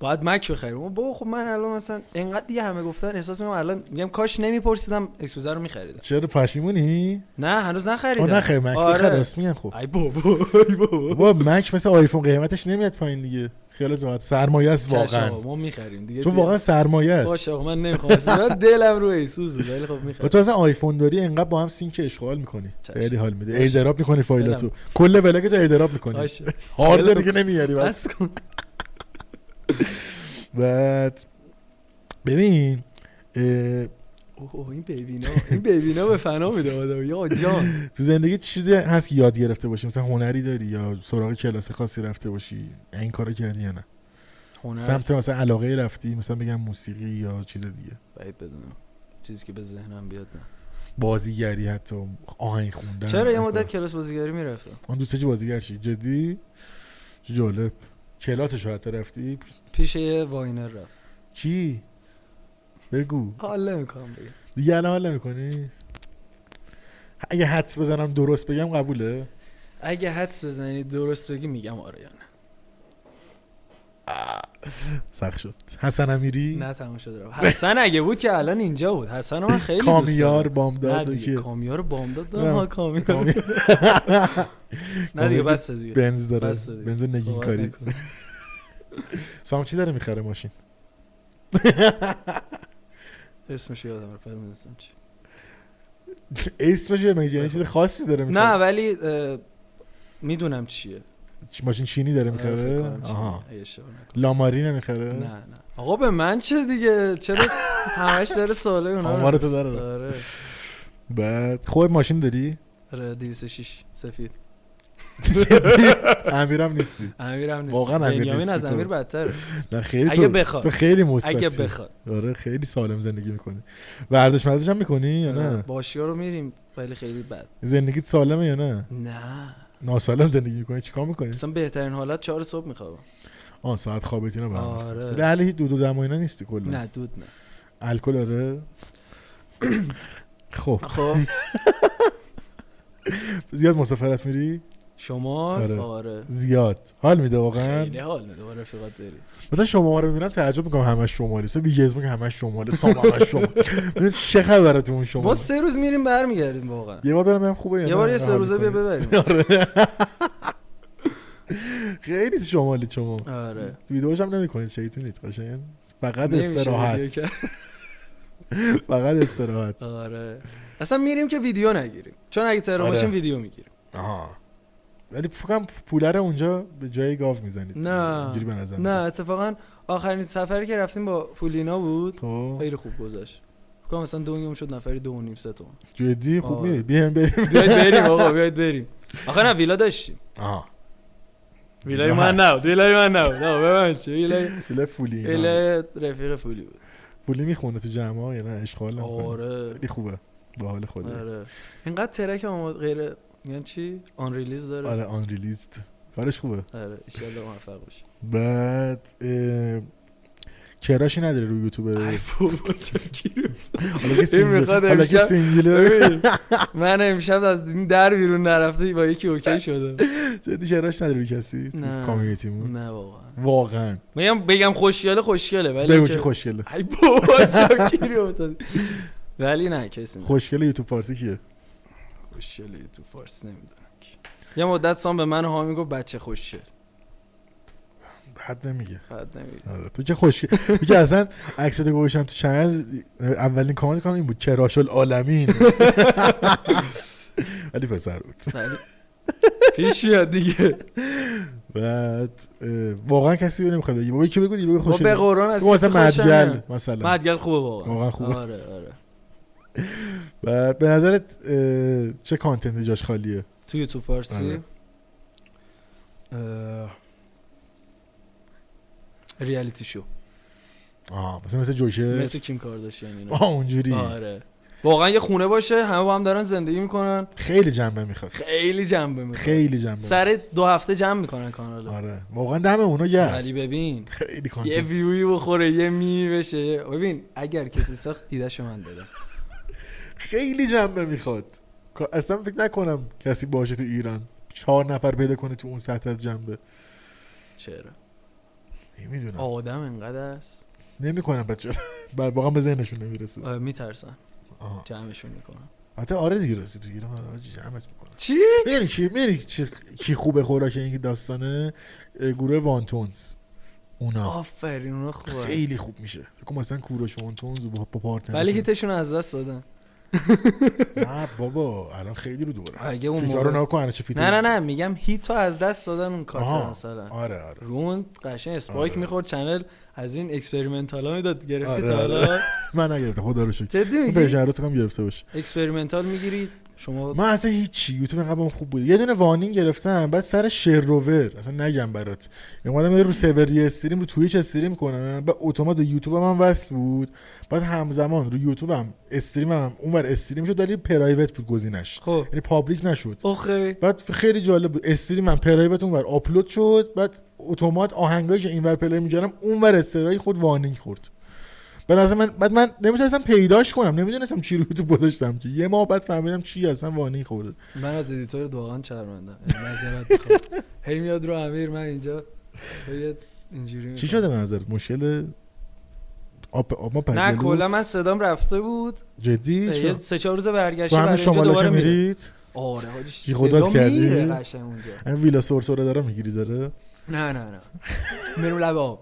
[SPEAKER 1] باید مک بخریم اما بابا خب من الان مثلا انقدر دیگه همه گفتن احساس میکنم الان میگم کاش نمیپرسیدم اکسپوزر رو میخریدم
[SPEAKER 2] چرا پشیمونی؟
[SPEAKER 1] نه هنوز
[SPEAKER 2] آه
[SPEAKER 1] نخریدم
[SPEAKER 2] نه خیر مک
[SPEAKER 1] آره.
[SPEAKER 2] آره. خلاص میگم خب
[SPEAKER 1] ای بابا ای بابا
[SPEAKER 2] بابا مک مثل آیفون قیمتش نمیاد پایین دیگه خیالت راحت سرمایه است
[SPEAKER 1] چشم
[SPEAKER 2] واقعا
[SPEAKER 1] آقا، ما میخریم دیگه
[SPEAKER 2] تو
[SPEAKER 1] بیا.
[SPEAKER 2] واقعا سرمایه است
[SPEAKER 1] باشه آقا، من نمیخوام اصلا دلم رو ایسوس ولی خب
[SPEAKER 2] و
[SPEAKER 1] میخریم
[SPEAKER 2] تو اصلا آیفون داری انقدر با هم سینک اشغال میکنی
[SPEAKER 1] چشم.
[SPEAKER 2] خیلی حال میده
[SPEAKER 1] باشه.
[SPEAKER 2] ایدراب میکنی فایلاتو کل بلاگت ایدراب میکنی
[SPEAKER 1] باشه
[SPEAKER 2] هارد
[SPEAKER 1] دلم-
[SPEAKER 2] دیگه نمیاری بس
[SPEAKER 1] بس کن
[SPEAKER 2] بعد ببین اه،
[SPEAKER 1] اوه این ببینا این ببینا به فنا میده آدم یا جان
[SPEAKER 2] تو زندگی چیزی هست که یاد گرفته باشی مثلا هنری داری یا سراغ کلاس خاصی رفته باشی این کارو کردی یا نه
[SPEAKER 1] هنر
[SPEAKER 2] سمت مثلا علاقه ای رفتی مثلا بگم موسیقی یا چیز دیگه
[SPEAKER 1] بعید بدونم چیزی که به ذهنم بیاد نه
[SPEAKER 2] بازیگری حتی آهنگ خوندن
[SPEAKER 1] چرا یه
[SPEAKER 2] این
[SPEAKER 1] مدت
[SPEAKER 2] کار.
[SPEAKER 1] کلاس بازیگری میرفتم
[SPEAKER 2] آن دوست داشتی بازیگر شی جدی چه جالب کلاسش حتی رفتی
[SPEAKER 1] پیش یه واینر رفت
[SPEAKER 2] کی بگو
[SPEAKER 1] حال نمیکنم بگم
[SPEAKER 2] دیگه الان حال نمی‌کنی اگه حدس بزنم درست بگم قبوله
[SPEAKER 1] اگه حدس بزنی درست بگی میگم آره یا نه
[SPEAKER 2] سخت شد حسن امیری
[SPEAKER 1] نه تمام شده رفت حسن اگه بود که الان اینجا بود حسن رو من خیلی دوست
[SPEAKER 2] کامیار
[SPEAKER 1] دارم. نه
[SPEAKER 2] بامداد و
[SPEAKER 1] دیگه
[SPEAKER 2] کیه؟
[SPEAKER 1] کامیار بامداد
[SPEAKER 2] نه.
[SPEAKER 1] دارم ها کامیار
[SPEAKER 2] کامی-
[SPEAKER 1] نه دیگه
[SPEAKER 2] کامیار
[SPEAKER 1] بس دیگه
[SPEAKER 2] بنز داره
[SPEAKER 1] بس دیگه
[SPEAKER 2] بنز نگین
[SPEAKER 1] صحبت
[SPEAKER 2] کاری
[SPEAKER 1] نکن.
[SPEAKER 2] سام چی داره میخره ماشین
[SPEAKER 1] اسمش یادم رفت ولی نمی‌دونستم چی
[SPEAKER 2] اسمش چیه؟ مگه یعنی چیز خاصی داره میخره
[SPEAKER 1] نه ولی اه، میدونم چیه
[SPEAKER 2] ماشین چینی داره
[SPEAKER 1] آره، فکر کنم
[SPEAKER 2] میخره
[SPEAKER 1] چیه.
[SPEAKER 2] آها
[SPEAKER 1] اگه اشتباه نکنم.
[SPEAKER 2] لاماری نمیخره
[SPEAKER 1] نه نه آقا به من چه دیگه چرا همش داره سوالای اونا رو
[SPEAKER 2] آمارتو
[SPEAKER 1] می‌پرسی؟
[SPEAKER 2] داره.
[SPEAKER 1] آره
[SPEAKER 2] بعد خود ماشین داری
[SPEAKER 1] آره 206 سفید
[SPEAKER 2] جدی؟ امیرم نیستی
[SPEAKER 1] امیرم نیست
[SPEAKER 2] واقعاً امیر
[SPEAKER 1] بنیامین
[SPEAKER 2] نیستی
[SPEAKER 1] از
[SPEAKER 2] تو.
[SPEAKER 1] امیر بدتره
[SPEAKER 2] نه خیلی
[SPEAKER 1] اگه
[SPEAKER 2] تو
[SPEAKER 1] بخواد.
[SPEAKER 2] تو خیلی مثبتی
[SPEAKER 1] اگه بخواد
[SPEAKER 2] آره خیلی سالم زندگی میکنی ورزش مزش هم میکنی یا
[SPEAKER 1] آره،
[SPEAKER 2] نه
[SPEAKER 1] باشی ها رو میریم ولی خیلی بد
[SPEAKER 2] زندگیت سالمه یا نه
[SPEAKER 1] نه
[SPEAKER 2] ناسالم زندگی میکنی چیکار میکنی
[SPEAKER 1] مثلا بهترین حالت چهار صبح میخوابم
[SPEAKER 2] آن ساعت خوابت اینا به هم
[SPEAKER 1] آره.
[SPEAKER 2] می‌خوره. لعل هیچ دود و دم و اینا نیستی کلا
[SPEAKER 1] نه دود نه
[SPEAKER 2] الکل آره خب
[SPEAKER 1] خب
[SPEAKER 2] زیاد مسافرت میری
[SPEAKER 1] شما
[SPEAKER 2] آره.
[SPEAKER 1] آره
[SPEAKER 2] زیاد حال میده واقعا
[SPEAKER 1] خیلی حال میده با رفیقات داری
[SPEAKER 2] مثلا شما رو میبینم تعجب میکنم همش شمالی مثلا بیگز میگم همش شماله سام همش شمال ببین چه خبره تو اون
[SPEAKER 1] ما
[SPEAKER 2] شمال
[SPEAKER 1] سه روز میریم برمیگردیم واقعا
[SPEAKER 2] یه بار برم ببینم خوبه یا
[SPEAKER 1] یه
[SPEAKER 2] نه،
[SPEAKER 1] بار یه سه
[SPEAKER 2] حال
[SPEAKER 1] روزه بیا
[SPEAKER 2] می‌کنی. آره.
[SPEAKER 1] ببریم
[SPEAKER 2] خیلی شمالی شما
[SPEAKER 1] آره
[SPEAKER 2] ویدیوش هم نمیکنید شیطونید قشنگ فقط
[SPEAKER 1] نمیشه ویدیو
[SPEAKER 2] استراحت
[SPEAKER 1] کرد.
[SPEAKER 2] فقط استراحت
[SPEAKER 1] آره اصلا میریم که ویدیو نگیریم چون اگه تهران
[SPEAKER 2] آره.
[SPEAKER 1] باشیم ویدیو میگیریم
[SPEAKER 2] آها ولی فکر کنم پوله رو اونجا به جای گاو میزنید
[SPEAKER 1] نه.
[SPEAKER 2] اینجوری به نظر
[SPEAKER 1] نه
[SPEAKER 2] می‌رسه.
[SPEAKER 1] اتفاقا آخرین سفری که رفتیم با فولینا بود
[SPEAKER 2] خب
[SPEAKER 1] خیلی خوب گذشت فکر کنم مثلا دنیام شد نفری دو و نیم سه تومن
[SPEAKER 2] جدی خوب
[SPEAKER 1] آه.
[SPEAKER 2] میری بیایم بریم
[SPEAKER 1] بیاید بریم آقا بیاید بریم آخه نه ویلا داشتیم
[SPEAKER 2] آها
[SPEAKER 1] ویلای من نبود ویلای من نبود آقا ببین چه ویلای
[SPEAKER 2] پول فولی اینا.
[SPEAKER 1] ویلای رفیق فولی بود
[SPEAKER 2] فولی میخونه تو جمعه ها یا نه اشغال نمی‌کنه.
[SPEAKER 1] آره
[SPEAKER 2] خیلی خوبه با حال خود
[SPEAKER 1] آره اینقدر ترک آماد غیر میگن چی آن ریلیز داره
[SPEAKER 2] آره آن ریلیست کارش خوبه
[SPEAKER 1] آره ان شاء الله موفق باشی
[SPEAKER 2] بعد اه، کراشی نداره روی یوتیوب
[SPEAKER 1] ای بابا، چه گیری
[SPEAKER 2] حالا که سینگل
[SPEAKER 1] آره. می‌خواد
[SPEAKER 2] حالا که
[SPEAKER 1] امشب-
[SPEAKER 2] سینگله
[SPEAKER 1] ببین، من امشب از این در بیرون نرفته با یکی اوکی شدم
[SPEAKER 2] جدی کراش نداره روی کسی تو
[SPEAKER 1] نه.
[SPEAKER 2] کامیونیتیمون
[SPEAKER 1] نه واقعا
[SPEAKER 2] واقعا
[SPEAKER 1] میگم بگم خوشگله خوشگله ولی
[SPEAKER 2] بگو
[SPEAKER 1] که-
[SPEAKER 2] که خوشگله
[SPEAKER 1] ای بابا چه گیری افتادی. ولی نه کسی نه.
[SPEAKER 2] خوشگل یوتیوب فارسی کیه
[SPEAKER 1] خوشگله تو فارس نمیدونم کی. یه مدت سام به من ها میگفت بچه خوشگل
[SPEAKER 2] بد نمیگه
[SPEAKER 1] بعد نمی‌دونم.
[SPEAKER 2] آره تو که خوشگل تو که اصلا عکس تو گوشم تو چنل اولین کامنت کنم این بود کراش العالمین ولی پسر بود
[SPEAKER 1] ولی پیش میاد دیگه
[SPEAKER 2] بعد اه، واقعا کسی رو نمیخواد بگی بابا یکی بگو دیگه بگو
[SPEAKER 1] ما به
[SPEAKER 2] خوشگل
[SPEAKER 1] قرآن
[SPEAKER 2] تو
[SPEAKER 1] از
[SPEAKER 2] مثلا
[SPEAKER 1] خوشم
[SPEAKER 2] مدگل
[SPEAKER 1] میاد.
[SPEAKER 2] مثلا
[SPEAKER 1] مدگل خوبه واقعا
[SPEAKER 2] واقعا خوبه.
[SPEAKER 1] آره آره
[SPEAKER 2] و به نظرت اه، چه کانتنت جاش خالیه
[SPEAKER 1] تو یوتیوب فارسی
[SPEAKER 2] آره.
[SPEAKER 1] اه، ریالیتی شو
[SPEAKER 2] آه مثلا مثل جوکر
[SPEAKER 1] مثل کیم کارداشیان اینا
[SPEAKER 2] آه اونجوری
[SPEAKER 1] آره واقعا یه خونه باشه همه با هم دارن زندگی میکنن
[SPEAKER 2] خیلی جنبه میخواد
[SPEAKER 1] خیلی جنبه میخوره
[SPEAKER 2] خیلی جنبه
[SPEAKER 1] سر دو هفته جمع میکنن کانالو
[SPEAKER 2] آره واقعا دم اونا گرم
[SPEAKER 1] ولی ببین
[SPEAKER 2] خیلی
[SPEAKER 1] یه
[SPEAKER 2] کانتنت
[SPEAKER 1] ویوی بخوره یه میمی بشه ببین اگر کسی ساخت ایدهشو من دادم
[SPEAKER 2] خیلی جنبه میخواد کا- اصلا فکر نکنم کسی باشه تو ایران چهار نفر پیدا کنه تو اون سطح از جنبه
[SPEAKER 1] چرا
[SPEAKER 2] نمیدونم
[SPEAKER 1] آدم انقدر است
[SPEAKER 2] نمیکنم بچه بر واقعا به ذهنشون نمیرسه
[SPEAKER 1] آه، میترسن
[SPEAKER 2] آها.
[SPEAKER 1] جمعشون میکنن
[SPEAKER 2] حتی آره دیگه راستی تو ایران آره، جمعت میکنم
[SPEAKER 1] چی
[SPEAKER 2] میری کی میری چی- کی خوبه خوراک این داستانه اه، گروه وانتونز اونا
[SPEAKER 1] آفرین اونا خوبه
[SPEAKER 2] خیلی خوب میشه فکر کنم مثلا کوروش وانتونز با با پارتنرشون.
[SPEAKER 1] ولی هیتشون از دست دادن
[SPEAKER 2] نه بابا الان خیلی رو دوره
[SPEAKER 1] اگه اون
[SPEAKER 2] فیتا رو
[SPEAKER 1] موقع...
[SPEAKER 2] نکن الان چه فیتا
[SPEAKER 1] نه نه نه میگم هیتو از دست دادن اون کارتر
[SPEAKER 2] آها.
[SPEAKER 1] مثلا
[SPEAKER 2] آره آره
[SPEAKER 1] رون قشنگ اسپایک
[SPEAKER 2] آره.
[SPEAKER 1] میخورد چنل از این اکسپریمنتال ها میداد گرفتی
[SPEAKER 2] آره،
[SPEAKER 1] تا حالا
[SPEAKER 2] آره. من نگرفتم خدا رو شکر
[SPEAKER 1] جدی
[SPEAKER 2] اون
[SPEAKER 1] میگی
[SPEAKER 2] پیشنهاد رو تو کم گرفته باشه
[SPEAKER 1] اکسپریمنتال میگیری شما
[SPEAKER 2] من اصلا هیچی یوتیوب انقدر بهم خوب بود یه دونه وانینگ گرفتم بعد سر شروور اصلا نگم برات یعنی اومدم یه رو سروری استریم رو تویچ استریم کنم بعد اتومات یوتیوب من وصل بود بعد همزمان رو یوتیوبم استریمم اونور استریم شد ولی پرایوت بود گزینش
[SPEAKER 1] خب
[SPEAKER 2] یعنی پابلیک نشد
[SPEAKER 1] اوخی
[SPEAKER 2] بعد خیلی جالب بود استریمم پرایوت اونور آپلود شد بعد اتومات آهنگایی که اینور پلی می‌کردم اونور استرای خود وانینگ خورد به نظر من بعد من نمیتونستم پیداش کنم نمیدونستم چی رو تو گذاشتم که یه ماه بعد فهمیدم چی اصلا وانینگ خورده
[SPEAKER 1] من از ادیتور واقعا شرمندم یعنی معذرت میخوام هی میاد رو امیر من اینجا هی اینجوری
[SPEAKER 2] چی
[SPEAKER 1] می‌کنم.
[SPEAKER 2] شده به نظرت مشکل آب, آب ما پرگلو
[SPEAKER 1] نه
[SPEAKER 2] بود؟
[SPEAKER 1] کلا من صدام رفته بود
[SPEAKER 2] جدی چرا؟
[SPEAKER 1] یه سه چهار روز برگشت
[SPEAKER 2] تو
[SPEAKER 1] برای
[SPEAKER 2] همین
[SPEAKER 1] اینجا
[SPEAKER 2] شمالا که
[SPEAKER 1] دوباره میره
[SPEAKER 2] میرید
[SPEAKER 1] آره حاجی
[SPEAKER 2] بی خدات
[SPEAKER 1] صدا
[SPEAKER 2] کردی؟
[SPEAKER 1] میره قشنگ اونجا
[SPEAKER 2] این ویلا سورسوره داره میگیری داره
[SPEAKER 1] نه نه نه میرم لب آب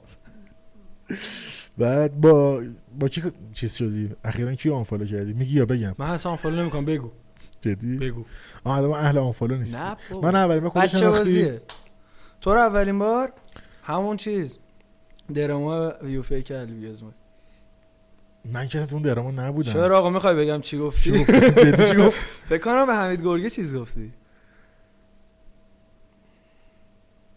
[SPEAKER 2] بعد با با کی چیز شدی اخیرا کی آنفالو کردی میگی یا بگم
[SPEAKER 1] من اصلا فالو نمیکنم بگو
[SPEAKER 2] جدی
[SPEAKER 1] بگو
[SPEAKER 2] آه آدم اهل آنفالو نیستی
[SPEAKER 1] نه بابا.
[SPEAKER 2] من اولین بار خودش
[SPEAKER 1] بچه
[SPEAKER 2] انداختی
[SPEAKER 1] بازیه تو رو اولین بار همون چیز دراما ویو فیک الویزم
[SPEAKER 2] من که اصلا تو اون دراما نبودم
[SPEAKER 1] چرا آقا میخوای بگم چی
[SPEAKER 2] چی
[SPEAKER 1] گفتی
[SPEAKER 2] گفت جدی چی گفت
[SPEAKER 1] فکر کنم به حمید گرگه چیز گفتی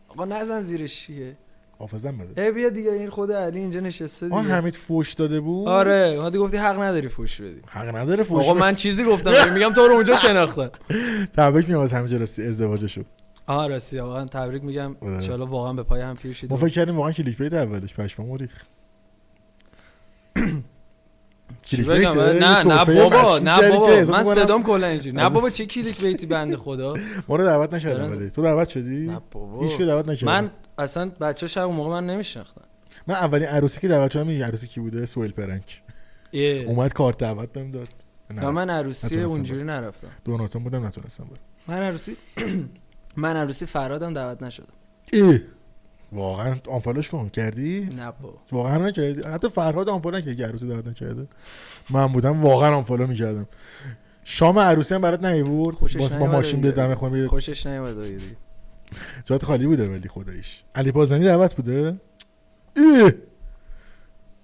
[SPEAKER 1] آقا نزن زیرش چیه
[SPEAKER 2] حافظم بده
[SPEAKER 1] ای بیا دیگه این خود علی اینجا نشسته
[SPEAKER 2] آن
[SPEAKER 1] دیگه
[SPEAKER 2] حمید فوش داده بود
[SPEAKER 1] آره اومدی گفتی حق نداری فوش بدی
[SPEAKER 2] حق نداره فوش
[SPEAKER 1] آقا من چیزی گفتم بهت. میگم تو رو اونجا شناختم
[SPEAKER 2] تبریک میگم از همه جلسه ازدواجشو
[SPEAKER 1] آها راستی واقعا تبریک میگم
[SPEAKER 2] آره.
[SPEAKER 1] ان واقعا به پای هم پیوشید
[SPEAKER 2] ما فکر کردیم واقعا کلیک بیت اولش پشمام ریخ
[SPEAKER 1] چی
[SPEAKER 2] کلیک بیت؟
[SPEAKER 1] بگم؟
[SPEAKER 2] یه
[SPEAKER 1] نه نه
[SPEAKER 2] سرفه
[SPEAKER 1] بابا
[SPEAKER 2] مشکوک
[SPEAKER 1] نه
[SPEAKER 2] کردی که
[SPEAKER 1] بابا
[SPEAKER 2] احساس
[SPEAKER 1] من
[SPEAKER 2] می‌کنم
[SPEAKER 1] صدام کلا اینجوری نه
[SPEAKER 2] از-
[SPEAKER 1] بابا چه کلیک بیتی بنده خدا
[SPEAKER 2] ما رو دعوت نکردن
[SPEAKER 1] دارن-
[SPEAKER 2] ولی تو دعوت شدی
[SPEAKER 1] نه بابا
[SPEAKER 2] هیچ که دعوت نکرد
[SPEAKER 1] من
[SPEAKER 2] من
[SPEAKER 1] اصلا بچه شب اون موقع من نمیشناختم
[SPEAKER 2] من اولین عروسی که دعوت شدم می‌دونی عروسی کی بوده سوئیل پرنک
[SPEAKER 1] یه
[SPEAKER 2] اومد کارت دعوت بهم داد
[SPEAKER 1] نه
[SPEAKER 2] نه
[SPEAKER 1] من عروسی
[SPEAKER 2] نتونستم
[SPEAKER 1] اونجوری نرفتم
[SPEAKER 2] دوناتون بودم نتونستم برم
[SPEAKER 1] من عروسی من عروسی فرادم دعوت نشدم
[SPEAKER 2] ای واقعا آنفالوش کن کردی
[SPEAKER 1] نه بابا
[SPEAKER 2] واقعا نکردی حتی فرهاد آنفالو نکرد که عروسی دعوت نکرده من بودم واقعا آنفالو می‌کردم شام عروسی هم برات نیورد
[SPEAKER 1] خوشش
[SPEAKER 2] باز با
[SPEAKER 1] نیومد
[SPEAKER 2] ماشین به
[SPEAKER 1] دیگه.
[SPEAKER 2] دم خونه
[SPEAKER 1] خوشش نیومد دیگه
[SPEAKER 2] جات خالی بوده ولی خداییش علی بازنی دعوت بوده اه!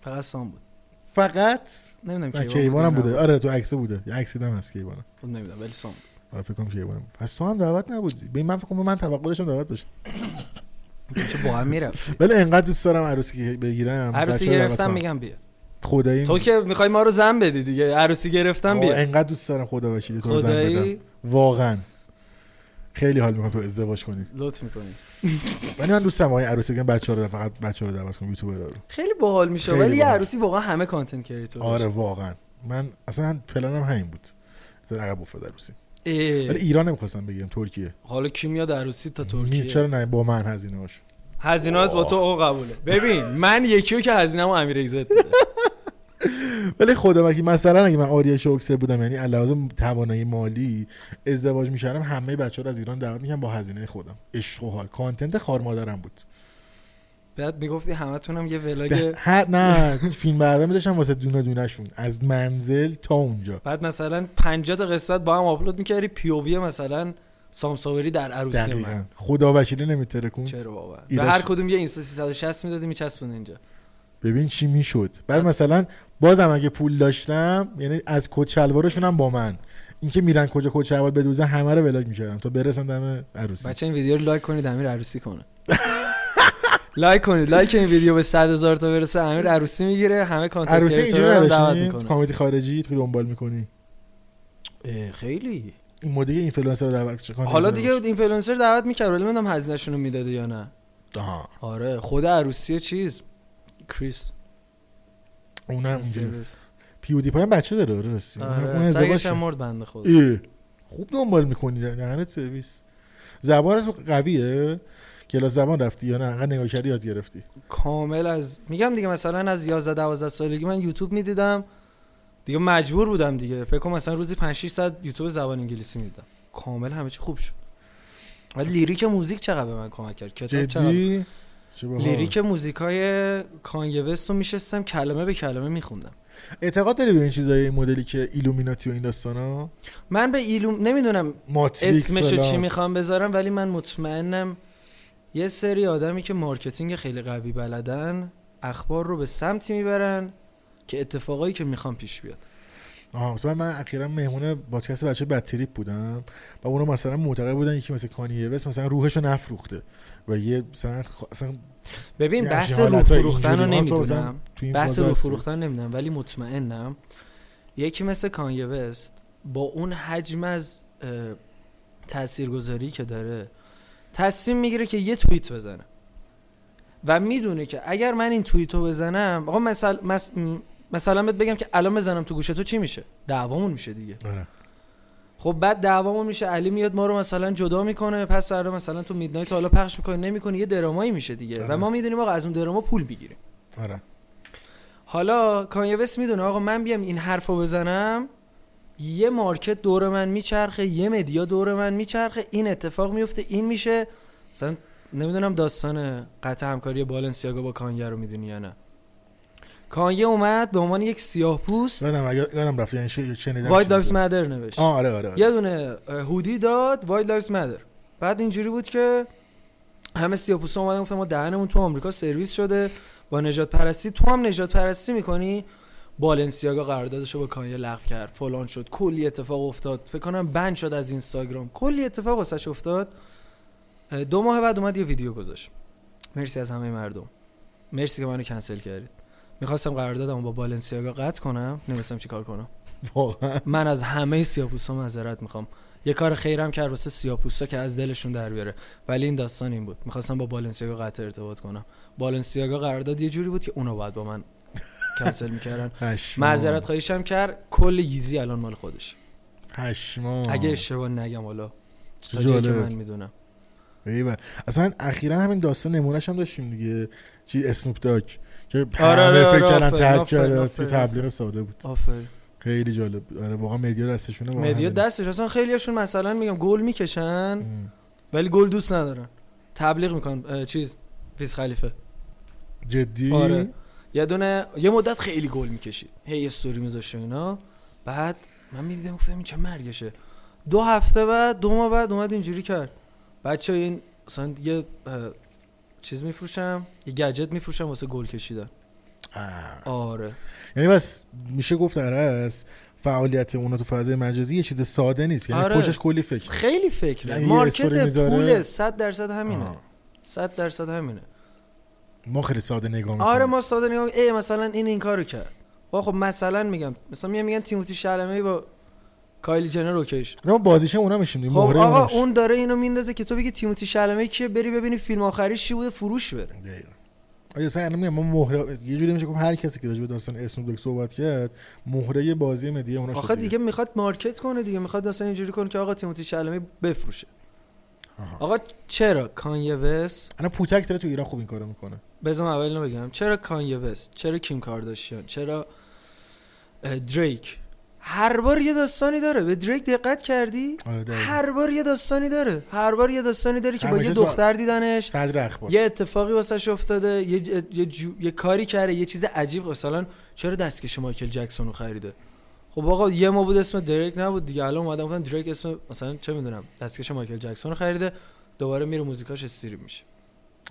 [SPEAKER 1] فقط سام بود
[SPEAKER 2] فقط
[SPEAKER 1] نمیدونم
[SPEAKER 2] نه،
[SPEAKER 1] کی
[SPEAKER 2] کیوان هم بوده آره تو عکسه بوده یه عکسی هم هست کیوان
[SPEAKER 1] نمیدونم ولی سام بود.
[SPEAKER 2] آره فکر کنم کیوان بود. پس تو هم دعوت نبودی به من فکر کنم من توقع داشتم دعوت بشه
[SPEAKER 1] تو با هم میرفت
[SPEAKER 2] ولی انقدر دوست دارم عروسی که بگیرم
[SPEAKER 1] عروسی
[SPEAKER 2] بچه‌ها دعوت
[SPEAKER 1] گرفتم
[SPEAKER 2] کنم.
[SPEAKER 1] میگم بیا
[SPEAKER 2] خدایی
[SPEAKER 1] تو که میخوای ما رو زن بدی دیگه عروسی گرفتم
[SPEAKER 2] آه،
[SPEAKER 1] بیا
[SPEAKER 2] انقدر دوست دارم خدا وکیلی تو رو زن بدم
[SPEAKER 1] خدایی
[SPEAKER 2] واقعا خیلی حال میکنم تو ازدواج کنی
[SPEAKER 1] لطف میکنی
[SPEAKER 2] ولی من دوستم آقای عروسی بگم بچه‌ها رو فقط بچه‌ها رو دعوت کنم یوتیوبرا رو
[SPEAKER 1] خیلی باحال میشه
[SPEAKER 2] خیلی
[SPEAKER 1] ولی یه
[SPEAKER 2] باحال.
[SPEAKER 1] عروسی واقعا همه کانتنت کریتور
[SPEAKER 2] آره واقعا من اصلا پلنم همین بود زن عقب افتاد عروسی ولی
[SPEAKER 1] اه.
[SPEAKER 2] ایران نمیخواستم بگیرم ترکیه
[SPEAKER 1] حالا کی میاد عروسی تا
[SPEAKER 2] می-
[SPEAKER 1] ترکیه
[SPEAKER 2] چرا نه با من هزینه هاش
[SPEAKER 1] هزینات با تو او قبوله ببین من یکیو که هزینه‌مو امیر ایزت بده
[SPEAKER 2] ولی خدا وکیلی مثلا اگه من آریا شوکسر بودم یعنی علاوه توانایی مالی ازدواج میکردم همه بچه‌ها رو از ایران دعوت میکنم با هزینه خودم عشق و حال کانتنت خار مادرم بود
[SPEAKER 1] بعد میگفتی همتونم یه
[SPEAKER 2] به
[SPEAKER 1] ولاگ
[SPEAKER 2] هر نه فیلم برداری داشتم واسه دونه دونهشون از منزل تا اونجا
[SPEAKER 1] بعد مثلا 50 تا قسمت با هم آپلود میکردی پی او وی مثلا سامساوری در عروسی من
[SPEAKER 2] دقیقا خدا وکیلی نمیترکون
[SPEAKER 1] چرا بابا به
[SPEAKER 2] ایرج-
[SPEAKER 1] هر کدوم یه اینستا 360 میدادی میچسبون اینجا
[SPEAKER 2] ببین چی میشد بعد مثلا بازم اگه پول داشتم یعنی از کت شلوارشون هم با من اینکه میرن کجا کت شلوار بدوزن همه رو ولاگ میکردم تا برسن دم عروسی
[SPEAKER 1] بچه این ویدیو رو لایک کنید امیر عروسی کنه لایک کنید لایک این ویدیو به 100 هزار تا برسه امیر عروسی میگیره همه کانتنت
[SPEAKER 2] عروسی اینجوری
[SPEAKER 1] کریتورا رو هم دعوت
[SPEAKER 2] نداشتی
[SPEAKER 1] میکنه
[SPEAKER 2] کامنت خارجی تو دنبال میکنی
[SPEAKER 1] خیلی
[SPEAKER 2] این مدل اینفلوئنسر رو دعوت چه کانال
[SPEAKER 1] حالا
[SPEAKER 2] داره
[SPEAKER 1] دیگه
[SPEAKER 2] آره، باشه؟
[SPEAKER 1] اینفلوئنسر دعوت میکرد ولی نمیدونم هزینه‌شون رو میداده یا نه
[SPEAKER 2] آها.
[SPEAKER 1] آره خود عروسی چیز کریس
[SPEAKER 2] اونم اینجوری
[SPEAKER 1] سرویس.
[SPEAKER 2] پیودی پایم بچه داره آره راستی. اون
[SPEAKER 1] آره
[SPEAKER 2] ازدواج
[SPEAKER 1] سگش هم مرد بنده خدا
[SPEAKER 2] ای، خوب دنبال میکنی دهنت سرویس زبانت قویه کلاس زبان رفتی یا نه انقدر نگاه کردی یاد گرفتی
[SPEAKER 1] کامل از میگم دیگه مثلا از 11 12 سالگی من یوتیوب میدیدم دیگه مجبور بودم دیگه فکر کنم مثلا روزی 5 6 ساعت یوتیوب زبان انگلیسی میدیدم کامل همه چی خوب شد ولی لیریک موزیک چقدر به من کمک کرد کتاب چقدر
[SPEAKER 2] جدی چه باحال.
[SPEAKER 1] لیریک موزیکای کانیه وست رو میشستم کلمه به کلمه میخوندم
[SPEAKER 2] اعتقاد داری به این چیزای این مدلی که ایلومیناتی و این داستانا
[SPEAKER 1] من به ایلوم نمیدونم
[SPEAKER 2] ماتریکس
[SPEAKER 1] اسمشو
[SPEAKER 2] فلان.
[SPEAKER 1] چی میخوام بذارم ولی من مطمئنم یه سری آدمی که مارکتینگ خیلی قوی بلدن اخبار رو به سمتی میبرن که اتفاقایی که میخوام پیش بیاد
[SPEAKER 2] آها مثلا من اخیرا مهمون پادکست بچه بدتریپ بودم و اونا مثلا معتقد بودن یکی مثل کانیه وست مثلا روحشو نفروخته و یه مثلا خ... اصلا
[SPEAKER 1] ببین
[SPEAKER 2] یه
[SPEAKER 1] بحث
[SPEAKER 2] همچین
[SPEAKER 1] رو
[SPEAKER 2] حالتای
[SPEAKER 1] فروختن رو
[SPEAKER 2] اینجوری ما تو مثلا
[SPEAKER 1] نمیدونم
[SPEAKER 2] تو این
[SPEAKER 1] بحث
[SPEAKER 2] فضا
[SPEAKER 1] رو
[SPEAKER 2] هستی.
[SPEAKER 1] فروختن نمیدونم ولی مطمئنم یکی مثل کانیه وست با اون حجم از اه، تاثیرگذاری که داره تصمیم میگیره که یه توییت بزنه و میدونه که اگر من این توییت رو بزنم آقا مثل مس- م- مثلا بهت بگم که الان بزنم تو گوشه تو چی میشه دعوامون میشه دیگه
[SPEAKER 2] آره.
[SPEAKER 1] خب بعد دعوامون میشه علی میاد ما رو مثلا جدا میکنه پس فردا مثلا تو میدنایت حالا پخش میکنه نمیکنه یه درامایی میشه دیگه
[SPEAKER 2] آره.
[SPEAKER 1] و ما میدونیم آقا از اون دراما پول میگیریم
[SPEAKER 2] آره
[SPEAKER 1] حالا کانیه وست میدونه آقا من بیام این حرف رو بزنم یه مارکت دور من میچرخه یه مدیا دور من میچرخه این اتفاق میفته این میشه مثلا نمیدونم داستان قطع همکاری بالنسیاگا با کانیه رو میدونی یا نه کانیه اومد به عنوان یک سیاه پوست
[SPEAKER 2] یادم یادم رفت یعنی چه- شنیدم
[SPEAKER 1] وایت
[SPEAKER 2] شده
[SPEAKER 1] لایفز
[SPEAKER 2] بود.
[SPEAKER 1] مدر نوشت
[SPEAKER 2] آه، آره آره, آره.
[SPEAKER 1] یه دونه اه، هودی داد وایلد لایفز مدر بعد اینجوری بود که همه سیاپوسا اومدن گفتن ما دهنمون تو آمریکا سرویس شده با نجات پرستی تو هم نجات پرستی میکنی بالنسیاگا قراردادشو با کانیه لغو کرد فلان شد کلی اتفاق افتاد فکر کنم بند شد از اینستاگرام کلی اتفاق واسش افتاد اه، دو ماه بعد اومد یه ویدیو گذاشت مرسی از همه مردم مرسی که منو کنسل کردید میخواستم قراردادمو با بالنسیاگا قطع کنم نمیستم چیکار کنم
[SPEAKER 2] واقعا
[SPEAKER 1] من از همه سیاپوسا معذرت میخوام یه کار خیرم کرد واسه سیاپوسا که از دلشون در بیاره ولی این داستان این بود میخواستم با بالنسیاگا قطع ارتباط کنم بالنسیاگا قرارداد یه جوری بود که اونا باید با من کنسل میکردن
[SPEAKER 2] پشمام.
[SPEAKER 1] معذرت خواهیشم کرد کل گیزی الان مال خودش
[SPEAKER 2] پشمام
[SPEAKER 1] اگه اشتباه نگم حالا
[SPEAKER 2] چه
[SPEAKER 1] تا جایی که
[SPEAKER 2] جالب.
[SPEAKER 1] من میدونم
[SPEAKER 2] ایول. اصلا اخیرا همین داستان نمونهش هم داشتیم دیگه چی اسنوپ داک که
[SPEAKER 1] آره،
[SPEAKER 2] همه
[SPEAKER 1] آره،
[SPEAKER 2] فکر کردن
[SPEAKER 1] آفرین،
[SPEAKER 2] ترک
[SPEAKER 1] آفرین،
[SPEAKER 2] کرده
[SPEAKER 1] آفرین،
[SPEAKER 2] تو تبلیغ ساده بود
[SPEAKER 1] آفر
[SPEAKER 2] خیلی جالب بود. آره واقعا مدیا دستشونه واقعا
[SPEAKER 1] مدیا
[SPEAKER 2] همینه.
[SPEAKER 1] دستش اصلا خیلیاشون مثلا میگم گل میکشن
[SPEAKER 2] ام.
[SPEAKER 1] ولی گل دوست ندارن تبلیغ میکنن اه، چیز ریز خلیفه
[SPEAKER 2] جدی
[SPEAKER 1] آره یه دونه یه مدت خیلی گل میکشید هی استوری میذاشت و اینا بعد من میدیدم گفتم این چه مرگشه دو هفته بعد دو ماه بعد اومد اینجوری کرد بچه این مثلا یه اه، چیز میفروشم یه گجت میفروشم واسه گل کشیدن
[SPEAKER 2] آه.
[SPEAKER 1] آره
[SPEAKER 2] یعنی بس میشه گفت در از فعالیت اونا تو فضای مجازی یه چیز ساده نیست یعنی
[SPEAKER 1] آره.
[SPEAKER 2] پشتش کلی فکر
[SPEAKER 1] خیلی فکره
[SPEAKER 2] یعنی یه استوری
[SPEAKER 1] مارکت
[SPEAKER 2] میذاره؟
[SPEAKER 1] پول 100 درصد همینه
[SPEAKER 2] آه.
[SPEAKER 1] 100 درصد همینه
[SPEAKER 2] ما خیلی ساده نگاه میکنیم
[SPEAKER 1] آره ما ساده نگاه می‌کنیم. ای مثلا این این کارو کرد با خب مثلا میگم مثلا میگم میگن تیموتی شلمه با کایلی جنر اوکیش
[SPEAKER 2] ما بازیشه اونا میشیم دیگه،
[SPEAKER 1] خب
[SPEAKER 2] مهره
[SPEAKER 1] آقا
[SPEAKER 2] اونا میشیم.
[SPEAKER 1] اون داره اینو میندازه که تو بگی تیموتی شلمه کیه بری ببینی فیلم آخریش چی بوده فروش بره
[SPEAKER 2] دقیقاً. آیا سعی میگم ما مهره یه جوری میشه گفت هر کسی که راجع به داستان اسنوپ داگ صحبت کرد مهره بازی مدیه اونا شد
[SPEAKER 1] آخه دیگه میخواد مارکت کنه دیگه میخواد مثلا اینجوری کنه که آقا تیموتی شلمه بفروشه
[SPEAKER 2] آها.
[SPEAKER 1] آقا چرا کانیه وست
[SPEAKER 2] الان پوتک داره تو ایران خوب این کارو میکنه
[SPEAKER 1] بذم اول اینو بگم چرا کانیه وست چرا کیم کارداشیان چرا اه، دریک هر بار یه داستانی داره به دریک دقت کردی
[SPEAKER 2] آره دقیقاً.
[SPEAKER 1] هر بار یه داستانی داره هر بار یه داستانی داره که با
[SPEAKER 2] همیشه
[SPEAKER 1] یه
[SPEAKER 2] تو-
[SPEAKER 1] دختر دیدنش
[SPEAKER 2] صدر اخبار
[SPEAKER 1] یه اتفاقی واسش افتاده یه, ج- یه, جو- یه کاری کرده یه چیز عجیب مثلا چرا دستکش مایکل جکسون رو خریده خب آقا یه ما بود اسم دریک نبود دیگه الان اومدم گفتن دریک اسم مثلا چه میدونم دستکش مایکل جکسون رو خریده دوباره میره موزیکاش استریم میشه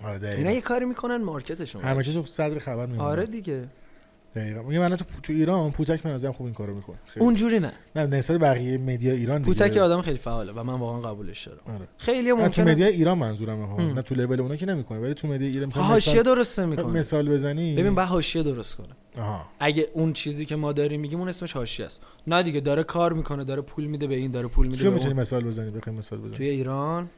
[SPEAKER 2] آره
[SPEAKER 1] اینا
[SPEAKER 2] دقیقاً.
[SPEAKER 1] یه کاری میکنن مارکتشون
[SPEAKER 2] همه چیز تو صدر خبر میمونه
[SPEAKER 1] آره دیگه
[SPEAKER 2] دقیقاً میگم الان تو تو ایران پوتک به نظرم خوب این کارو میکنه خیلی.
[SPEAKER 1] اونجوری نه
[SPEAKER 2] نه نسبت به بقیه مدیا ایران دیگه
[SPEAKER 1] پوتک یه آدم خیلی فعاله و من واقعا قبولش دارم
[SPEAKER 2] آره.
[SPEAKER 1] خیلی
[SPEAKER 2] نه تو
[SPEAKER 1] ممکنه
[SPEAKER 2] مدیا ایران منظورم ها
[SPEAKER 1] ام.
[SPEAKER 2] نه تو لول اونا که نمیکنه ولی تو مدیا ایران می‌خوام
[SPEAKER 1] حاشیه
[SPEAKER 2] مثال-
[SPEAKER 1] درست نمیکنه
[SPEAKER 2] مثال بزنی
[SPEAKER 1] ببین با حاشیه درست کنه
[SPEAKER 2] آها
[SPEAKER 1] اگه اون چیزی که ما داریم میگیم اون اسمش حاشیه است نه دیگه داره کار میکنه داره پول میده به این داره پول میده
[SPEAKER 2] کیو
[SPEAKER 1] به
[SPEAKER 2] میتونی
[SPEAKER 1] اون.
[SPEAKER 2] مثال بزنی بخوای مثال بزنی
[SPEAKER 1] توی ایران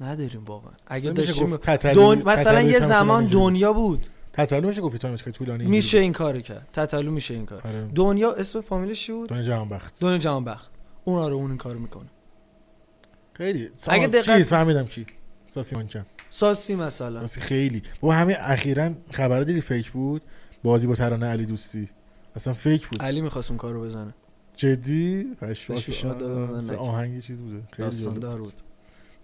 [SPEAKER 1] نداریم واقعا اگه
[SPEAKER 2] مثلا میشه
[SPEAKER 1] داشتیم
[SPEAKER 2] گفت تتلو-
[SPEAKER 1] دون...
[SPEAKER 2] تتلو
[SPEAKER 1] مثلا یه
[SPEAKER 2] تایمش هم
[SPEAKER 1] زمان
[SPEAKER 2] اینجوری.
[SPEAKER 1] دنیا بود
[SPEAKER 2] تتلو میشه گفت تایمش که طولانی اینجوری
[SPEAKER 1] میشه این کارو کرد تتلو میشه این
[SPEAKER 2] بود.
[SPEAKER 1] کار
[SPEAKER 2] آره
[SPEAKER 1] دنیا اسم فامیلش چی بود
[SPEAKER 2] دنیا جهان بخت
[SPEAKER 1] دنیا جهان بخت اونا رو اون این کارو میکنه
[SPEAKER 2] خیلی ساز
[SPEAKER 1] اگه
[SPEAKER 2] اگه
[SPEAKER 1] دقت-
[SPEAKER 2] چیز فهمیدم کی ساسی مانچن
[SPEAKER 1] ساسی مثلا
[SPEAKER 2] راستی خیلی و همه اخیرا خبر دیدی فیک بود بازی با ترانه علی دوستی اصلا فیک بود
[SPEAKER 1] علی میخواست اون کارو بزنه
[SPEAKER 2] جدی پشم
[SPEAKER 1] بهش پیشنهاد دادم، من نکردم.
[SPEAKER 2] آهنگ چیز بوده خیلی
[SPEAKER 1] داستان
[SPEAKER 2] جالب
[SPEAKER 1] دار
[SPEAKER 2] بود.
[SPEAKER 1] بود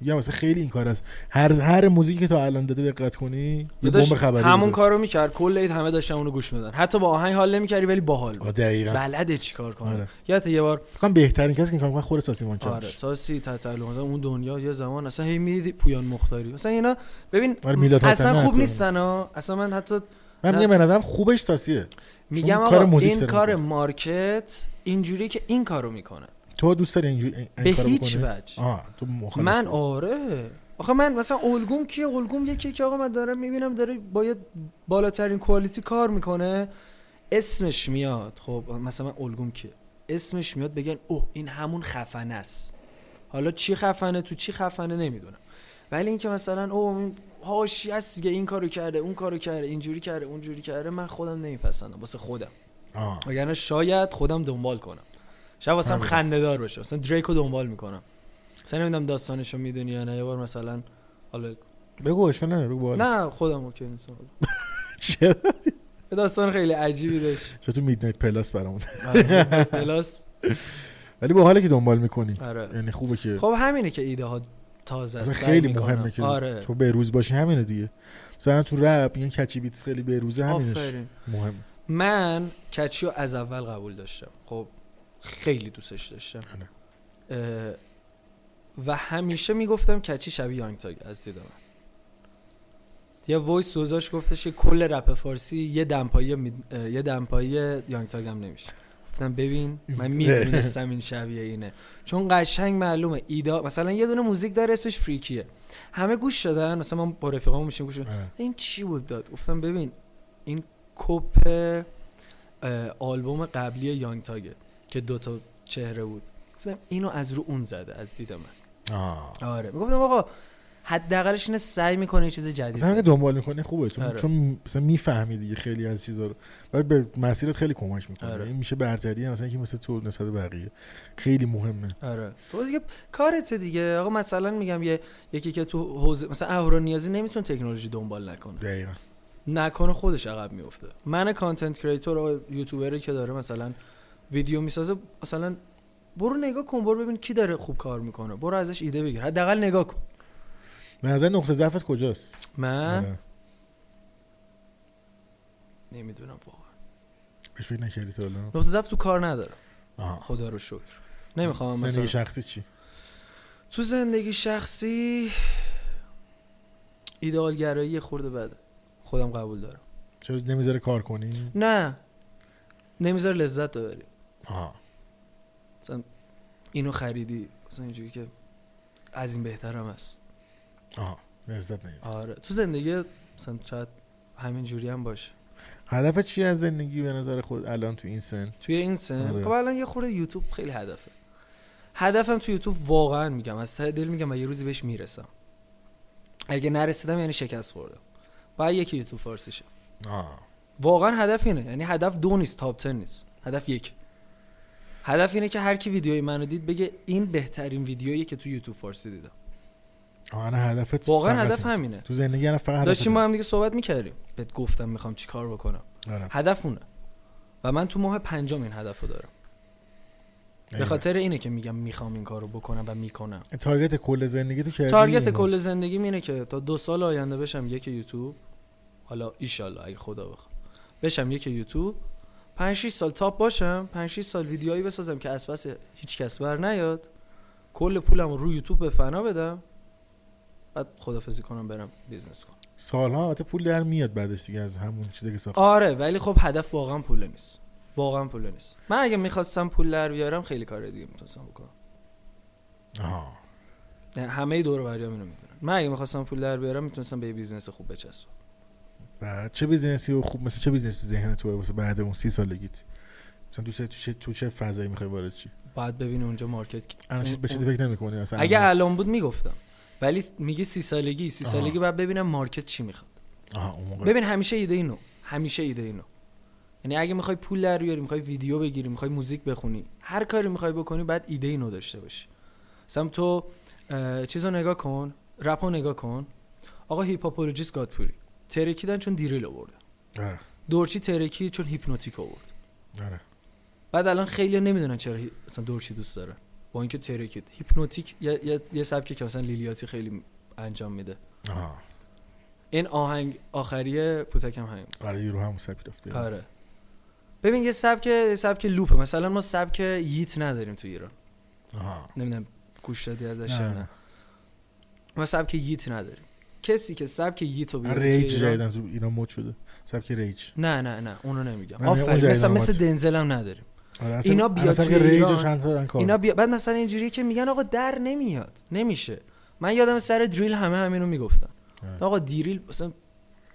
[SPEAKER 2] میگم واسه خیلی این کار است هر هر موزیکی که تا الان داده دقت کنی یه بمب
[SPEAKER 1] داداش،
[SPEAKER 2] خبری
[SPEAKER 1] همون
[SPEAKER 2] بوده.
[SPEAKER 1] کارو میکرد کل عید همه داشتن اونو گوش میدن حتی با آهنگ حال نمیکردی ولی باحال
[SPEAKER 2] آه،
[SPEAKER 1] بود
[SPEAKER 2] دقیقاً
[SPEAKER 1] بلده چیکار کنه
[SPEAKER 2] آره.
[SPEAKER 1] یا حتی یه بار
[SPEAKER 2] فکر کنم بهترین کسی که این کار میکنه خود ساسی مانچن
[SPEAKER 1] آره ساسی تتلو مثلا اون دنیا یه زمان اصلا هی میدیدی پویان مختاری مثلا اینا ببین
[SPEAKER 2] آره، میلاد
[SPEAKER 1] اصلا
[SPEAKER 2] حسنی
[SPEAKER 1] خوب
[SPEAKER 2] حتی.
[SPEAKER 1] نیستن ها اصلا من حتی
[SPEAKER 2] من
[SPEAKER 1] نه.
[SPEAKER 2] میگم به نظرم خوبش ساسیه
[SPEAKER 1] میگم
[SPEAKER 2] کار
[SPEAKER 1] آقا
[SPEAKER 2] موزیک
[SPEAKER 1] این
[SPEAKER 2] داره
[SPEAKER 1] کار
[SPEAKER 2] می‌کنه.
[SPEAKER 1] مارکت اینجوری که این کارو میکنه
[SPEAKER 2] تو دوست داری اینجوری این, این
[SPEAKER 1] به
[SPEAKER 2] کارو
[SPEAKER 1] هیچ
[SPEAKER 2] بکنی؟
[SPEAKER 1] وجه
[SPEAKER 2] آه تو مخالفی.
[SPEAKER 1] من آره آخه من مثلا الگوم کیه الگوم یکی که آقا من دارم میبینم داره با یه بالاترین کوالیتی کار میکنه اسمش میاد خب مثلا من الگوم کیه اسمش میاد بگن اوه این همون خفنه است حالا چی خفنه تو چی خفنه نمیدونم ولی اینکه مثلا اوه این هاشی هست دیگه این کارو کرده اون کارو کرده اینجوری کرده اونجوری کرده من خودم نمیپسندم واسه خودم
[SPEAKER 2] آه.
[SPEAKER 1] وگرنه شاید خودم دنبال کنم شاید واسم
[SPEAKER 2] همین.
[SPEAKER 1] خنده دار باشه مثلا دریک رو دنبال میکنم مثلا نمیدونم داستانشو میدونی یا نه یه بار مثلا حالا
[SPEAKER 2] بگو اشکال نداره بگو بالا
[SPEAKER 1] نه خودم اوکی نیستم حالا.
[SPEAKER 2] چرا
[SPEAKER 1] یه داستان خیلی عجیبی داشت
[SPEAKER 2] چرا تو میدنایت پلاس برامون
[SPEAKER 1] آره. پلاس
[SPEAKER 2] ولی با حاله که دنبال میکنی
[SPEAKER 1] آره
[SPEAKER 2] یعنی خوبه که
[SPEAKER 1] خب همینه که ایده ها تازه
[SPEAKER 2] اصلا
[SPEAKER 1] است سعی
[SPEAKER 2] خیلی
[SPEAKER 1] می‌کنم.
[SPEAKER 2] مهمه که
[SPEAKER 1] آره
[SPEAKER 2] تو به روز باشی همینه دیگه مثلا تو رپ میگن کچی بیتس خیلی به روزه همینش
[SPEAKER 1] آفرین
[SPEAKER 2] مهم
[SPEAKER 1] من کچیو از اول قبول داشتم خب خیلی دوستش داشتم
[SPEAKER 2] آره.
[SPEAKER 1] اه، و همیشه میگفتم کچی شبیه یانگ تاگ از دید من یه وایس دوزاش گفتش که کل رپ فارسی یه دمپایی مید- اه، یه دمپایی یانگ تاگ هم نمیشه گفتم ببین من میدونستم این شبیه اینه چون قشنگ معلومه ایدا مثلا یه دونه موزیک داره اسمش فریکیه همه گوش شدن مثلا من با رفیقامو میشیم گوش
[SPEAKER 2] آره.
[SPEAKER 1] این چی بود داد گفتم ببین این کپ اه، آلبوم قبلی یانگ تاگه که دوتا چهره بود گفتم اینو از رو اون زده از دید من
[SPEAKER 2] آه.
[SPEAKER 1] آره میگفتم آقا حداقلش اینه سعی میکنه یه چیز جدید
[SPEAKER 2] مثلا که
[SPEAKER 1] بده.
[SPEAKER 2] دنبال میکنی خوبه چون
[SPEAKER 1] آره.
[SPEAKER 2] چون مثلا میفهمی دیگه خیلی از چیزا رو و به مسیرت خیلی کمک میکنه
[SPEAKER 1] آره.
[SPEAKER 2] این میشه برتری مثلا که مثل تو نسبت به بقیه خیلی مهمه
[SPEAKER 1] آره تو دیگه کارت دیگه آقا مثلا میگم یه یکی که تو حوزه مثلا اهورا نیازی نمیتونه تکنولوژی دنبال نکنه
[SPEAKER 2] دقیقاً
[SPEAKER 1] نکنه خودش عقب میفته من کانتنت کریتور آقا یوتیوبری که داره مثلا ویدیو میسازه مثلا برو نگاه کن برو ببین کی داره خوب کار میکنه برو ازش ایده بگیر حداقل نگاه کن
[SPEAKER 2] به نظر نقطه ضعفت کجاست
[SPEAKER 1] من
[SPEAKER 2] آره.
[SPEAKER 1] نمیدونم واقعا
[SPEAKER 2] بهش فکر نکردی تا الان
[SPEAKER 1] نقطه ضعف تو کار نداره
[SPEAKER 2] آها.
[SPEAKER 1] خدا رو شکر نمیخوام
[SPEAKER 2] زندگی
[SPEAKER 1] مثلا
[SPEAKER 2] شخصی چی
[SPEAKER 1] تو زندگی شخصی ایدئالگرایی یه خورده بده خودم قبول دارم
[SPEAKER 2] چرا نمیذاره کار کنی
[SPEAKER 1] نه نمیذاره لذت ببری
[SPEAKER 2] آها
[SPEAKER 1] مثلا اینو خریدی مثلا اینجوری که از این بهترم هست
[SPEAKER 2] آها لذت نمیبری
[SPEAKER 1] آره تو زندگی مثلا شاید همین جوری هم باشه
[SPEAKER 2] هدف چی از زندگی به نظر خود الان تو این سن
[SPEAKER 1] توی این سن
[SPEAKER 2] آره.
[SPEAKER 1] خب الان یه خورده یوتیوب خیلی هدفه هدفم تو یوتیوب واقعا میگم از ته دل میگم و یه روزی بهش میرسم اگه نرسیدم یعنی شکست خوردم باید یکی یوتیوب فارسی شه
[SPEAKER 2] آه
[SPEAKER 1] واقعا هدف اینه یعنی هدف دو نیست تاپ 10 نیست هدف یک هدف اینه که هر کی ویدیوی منو دید بگه این بهترین ویدیویی که تو یوتیوب فارسی دیدم
[SPEAKER 2] آه نه هدفت
[SPEAKER 1] واقعا
[SPEAKER 2] فقط
[SPEAKER 1] هدف
[SPEAKER 2] این.
[SPEAKER 1] همینه
[SPEAKER 2] تو زندگی الان فقط هدفت
[SPEAKER 1] داشتیم
[SPEAKER 2] این.
[SPEAKER 1] با هم دیگه صحبت میکردیم بهت گفتم میخوام چیکار بکنم
[SPEAKER 2] آره.
[SPEAKER 1] هدف اونه و من تو ماه پنجم این هدف رو دارم به
[SPEAKER 2] ایوه.
[SPEAKER 1] خاطر اینه که میگم میخوام این کارو بکنم و میکنم
[SPEAKER 2] تارگت کل زندگی تو کردی خب،
[SPEAKER 1] تارگت کل زندگی اینه که تا دو سال آینده بشم یک یوتیوب حالا ایشالله اگه خدا بخواد بشم یک یوتیوب 5 6 سال تاپ باشم 5 6 سال ویدیوهایی بسازم که از پس هیچ کس بر نیاد کل پولم رو روی یوتیوب به فنا بدم بعد خدافزی کنم برم بیزنس کنم
[SPEAKER 2] سالها البته پول در میاد بعدش دیگه از همون چیزی که ساخت
[SPEAKER 1] آره ولی خب هدف واقعا پول نیست واقعا پول نیست من اگه میخواستم پول در بیارم خیلی کار دیگه میتونستم بکنم
[SPEAKER 2] آها
[SPEAKER 1] یعنی همه دور و بریام اینو میدونن من اگه میخواستم پول در بیارم میتونستم به یه بیزنس خوب بچسبم
[SPEAKER 2] بعد چه بیزنسی و خوب مثلا چه بیزنسی تو ذهن تو واسه بعد اون سی سالگیت مثلا دوست داری تو چه تو چه فضایی میخوای وارد چی
[SPEAKER 1] باید ببینی اونجا مارکت کی-
[SPEAKER 2] الان چیز- به چیزی فکر نمی‌کنی مثلا
[SPEAKER 1] اگه
[SPEAKER 2] الان-
[SPEAKER 1] الان بود میگفتم ولی میگه سی سالگی سی
[SPEAKER 2] آها.
[SPEAKER 1] سالگی باید ببینم مارکت چی میخواد
[SPEAKER 2] آها اون موقع
[SPEAKER 1] ببین همیشه ایده اینو همیشه ایده اینو یعنی اگه میخوای پول در بیاری میخوای ویدیو بگیری میخوای موزیک بخونی هر کاری میخوای بکنی بعد ایده اینو داشته باشی مثلا تو اه، چیزو نگاه کن رپو نگاه کن آقا هیپاپولوژیست گادپوری ترکیدن چون دیریل آوردن
[SPEAKER 2] آره
[SPEAKER 1] دورچی ترکی چون هیپنوتیک آورد
[SPEAKER 2] آره
[SPEAKER 1] بعد الان خیلی نمیدونن چرا هی- مثلا دورچی دوست داره با اینکه ترکید هیپنوتیک یه, یه،, یه سبکی که مثلا لیلیاتی خیلی انجام میده
[SPEAKER 2] آها
[SPEAKER 1] این آهنگ آخریه پوتک هم همین
[SPEAKER 2] آره یورو هم سپید رفته
[SPEAKER 1] آره ببین یه سبک یه سبک لوپه مثلا ما سبک ییت نداریم تو ایران
[SPEAKER 2] آها
[SPEAKER 1] نمیدونم گوش دادی ازش
[SPEAKER 2] نه،
[SPEAKER 1] یا
[SPEAKER 2] نه.
[SPEAKER 1] نه ما سبک ییت نداریم کسی که سبک ییت رو بیاره تو
[SPEAKER 2] آره، ریج
[SPEAKER 1] ایران-
[SPEAKER 2] جدیدن تو اینا مد شده سبک ریج
[SPEAKER 1] نه نه نه اونو نمیگم
[SPEAKER 2] نه، نه، اون
[SPEAKER 1] آفرین
[SPEAKER 2] جدیدن
[SPEAKER 1] مثلا مثل
[SPEAKER 2] اومد.
[SPEAKER 1] دنزل هم نداریم
[SPEAKER 2] آره
[SPEAKER 1] اینا
[SPEAKER 2] اصلا-
[SPEAKER 1] بیا
[SPEAKER 2] اصلا
[SPEAKER 1] توی
[SPEAKER 2] که ریج
[SPEAKER 1] ایران،
[SPEAKER 2] و چند تا دارن کار
[SPEAKER 1] اینا بیا... بعد مثلا اینجوریه که میگن آقا در نمیاد نمیشه من یادم سر دریل همه همینو میگفتن
[SPEAKER 2] آره.
[SPEAKER 1] آقا دریل مثلا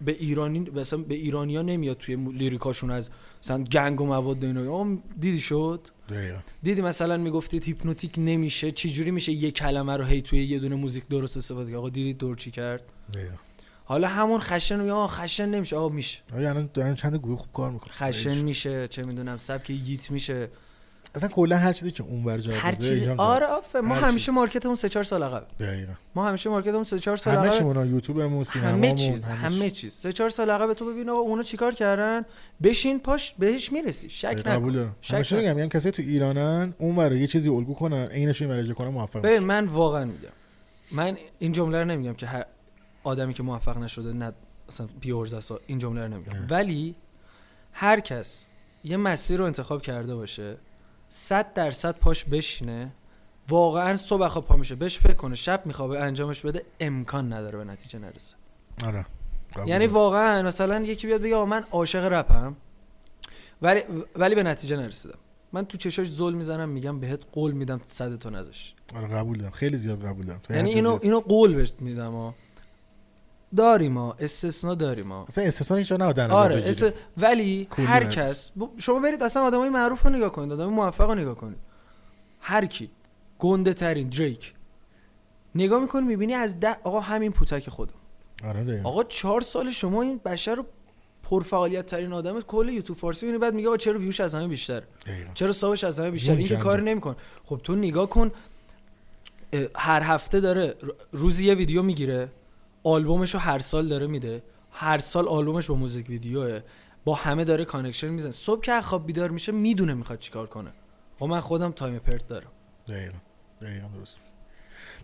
[SPEAKER 1] به ایرانی مثلا به ایرانیا نمیاد توی مو- لیریکاشون از مثلا گنگ و مواد و اینا آقا دیدی شد
[SPEAKER 2] دقیقاً.
[SPEAKER 1] دیدی مثلا میگفتید هیپنوتیک نمیشه چجوری میشه یه کلمه رو هی توی یه دونه موزیک درست استفاده کرد آقا دیدی دور چی کرد
[SPEAKER 2] دقیقاً.
[SPEAKER 1] حالا همون خشن میگه آقا خشن نمیشه آقا میشه
[SPEAKER 2] آره الان دارن چند تا گروه خوب کار میکنن
[SPEAKER 1] خشن میشه چه میدونم سبک ییت میشه
[SPEAKER 2] اصلا کلا هر چیزی که اونور جا
[SPEAKER 1] هر
[SPEAKER 2] بوده،
[SPEAKER 1] چیزی
[SPEAKER 2] ایران جا
[SPEAKER 1] آره آفه ما
[SPEAKER 2] هر چیز.
[SPEAKER 1] همیشه مارکتمون سه چهار سال عقب
[SPEAKER 2] بوده. دقیقاً.
[SPEAKER 1] ما همیشه مارکتمون سه چهار سال
[SPEAKER 2] همه
[SPEAKER 1] عقب
[SPEAKER 2] چیمون یوتیوبمون سینمامون
[SPEAKER 1] آره. همه چیز همه چیز سه چهار سال عقب تو ببین آقا اونا چیکار کردن بشین پاش بهش میرسی شک
[SPEAKER 2] قبول
[SPEAKER 1] نکن
[SPEAKER 2] دارم
[SPEAKER 1] شک
[SPEAKER 2] همیشه
[SPEAKER 1] نکن.
[SPEAKER 2] میگم میگم کسی تو ایرانن اون ور یه چیزی الگو کنن عینش این ورجه کنن موفق
[SPEAKER 1] ببین
[SPEAKER 2] میشه
[SPEAKER 1] من واقعا میگم من این جمله رو نمیگم که هر آدمی که موفق نشده نه اصلا بیورزسا این جمله رو نمیگم
[SPEAKER 2] نه.
[SPEAKER 1] ولی هر کس یه مسیر رو انتخاب کرده باشه صد درصد پاش بشینه واقعا صبح خواب پا میشه بهش فکر کنه شب میخوابه انجامش بده امکان نداره به نتیجه نرسه
[SPEAKER 2] آره قبول
[SPEAKER 1] یعنی
[SPEAKER 2] دارم.
[SPEAKER 1] واقعا مثلا یکی بیاد بگه آقا من عاشق رپم ولی ولی به نتیجه نرسیدم من تو چشاش زل میزنم میگم بهت قول میدم صد تو نذاش
[SPEAKER 2] آره قبول دارم خیلی زیاد قبول دارم تو
[SPEAKER 1] یعنی
[SPEAKER 2] حد
[SPEAKER 1] اینو
[SPEAKER 2] زیاد.
[SPEAKER 1] اینو قول بهت میدم ها داریم ها استثنا داریم ها
[SPEAKER 2] اصلا استثنا هیچ جا نباید در نظر
[SPEAKER 1] آره
[SPEAKER 2] بگیری.
[SPEAKER 1] است... ولی
[SPEAKER 2] کلی
[SPEAKER 1] هر
[SPEAKER 2] مردم.
[SPEAKER 1] کس ب- شما برید اصلا آدمای معروف رو نگاه کنید آدمای موفق رو نگاه کنید هر کی گنده ترین دریک نگاه میکنی میبینی از ده آقا همین پوتک خودم
[SPEAKER 2] آره دقیقاً.
[SPEAKER 1] آقا چهار سال شما این بشر رو پرفعالیت ترین آدم کل یوتیوب فارسی میبینی بعد میگه آقا چرا ویوش از همه بیشتر
[SPEAKER 2] دقیقاً.
[SPEAKER 1] چرا صاحبش از همه بیشتر
[SPEAKER 2] جون
[SPEAKER 1] این که
[SPEAKER 2] جنده.
[SPEAKER 1] کاری نمیکن خب تو نگاه کن اه، هر هفته داره ر- روزی یه ویدیو میگیره آلبومش رو هر سال داره میده هر سال آلبومش با موزیک ویدیوه با همه داره کانکشن میزن صبح که از خواب بیدار میشه میدونه میخواد چیکار کنه خب من خودم تایم پرت دارم
[SPEAKER 2] دقیقاً. دقیقاً درست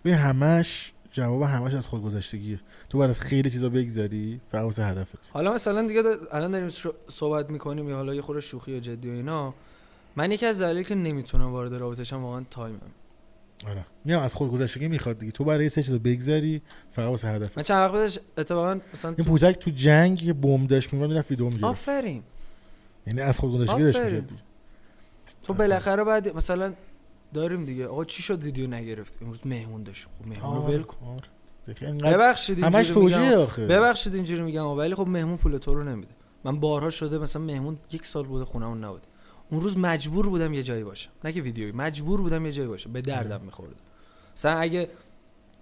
[SPEAKER 2] ببین همش جواب همش از خودگذشتگیه تو بعد از خیلی چیزا بگذری فقط واسه هدفت
[SPEAKER 1] حالا مثلا دیگه دا- الان داریم شو- صحبت میکنیم یا حالا یه خورده شوخی و جدی و اینا من یکی از دلایلی که نمیتونم وارد رابطه شم واقعا تایمم
[SPEAKER 2] آره میام از خود گذشتگی میخواد دیگه تو برای سه چیزو بگذری فقط واسه هدف
[SPEAKER 1] من چند وقت بودش اتفاقا مثلا
[SPEAKER 2] این
[SPEAKER 1] تو-
[SPEAKER 2] پوتک تو جنگ یه بمب داشت می‌موند، میرفت ویدیو میگرفت
[SPEAKER 1] آفرین
[SPEAKER 2] یعنی از خود گذشتگی داشت
[SPEAKER 1] آفرین.
[SPEAKER 2] می‌کرد.
[SPEAKER 1] تو
[SPEAKER 2] اصلا.
[SPEAKER 1] بالاخره بعد مثلا داریم دیگه آقا چی شد ویدیو نگرفت امروز مهمون داشت خب مهمون رو
[SPEAKER 2] آره،
[SPEAKER 1] ول کن
[SPEAKER 2] آره. دیگه اینقدر
[SPEAKER 1] ببخشید
[SPEAKER 2] همش
[SPEAKER 1] اینجوری میگم.
[SPEAKER 2] توجیه آخه
[SPEAKER 1] ببخشید اینجوری میگم ولی خب مهمون پول تو رو نمیده من بارها شده مثلا مهمون یک سال بوده خونمون نبود اون روز مجبور بودم یه جایی باشم نه که ویدیویی مجبور بودم یه جایی باشم به دردم میخورد مثلا اگه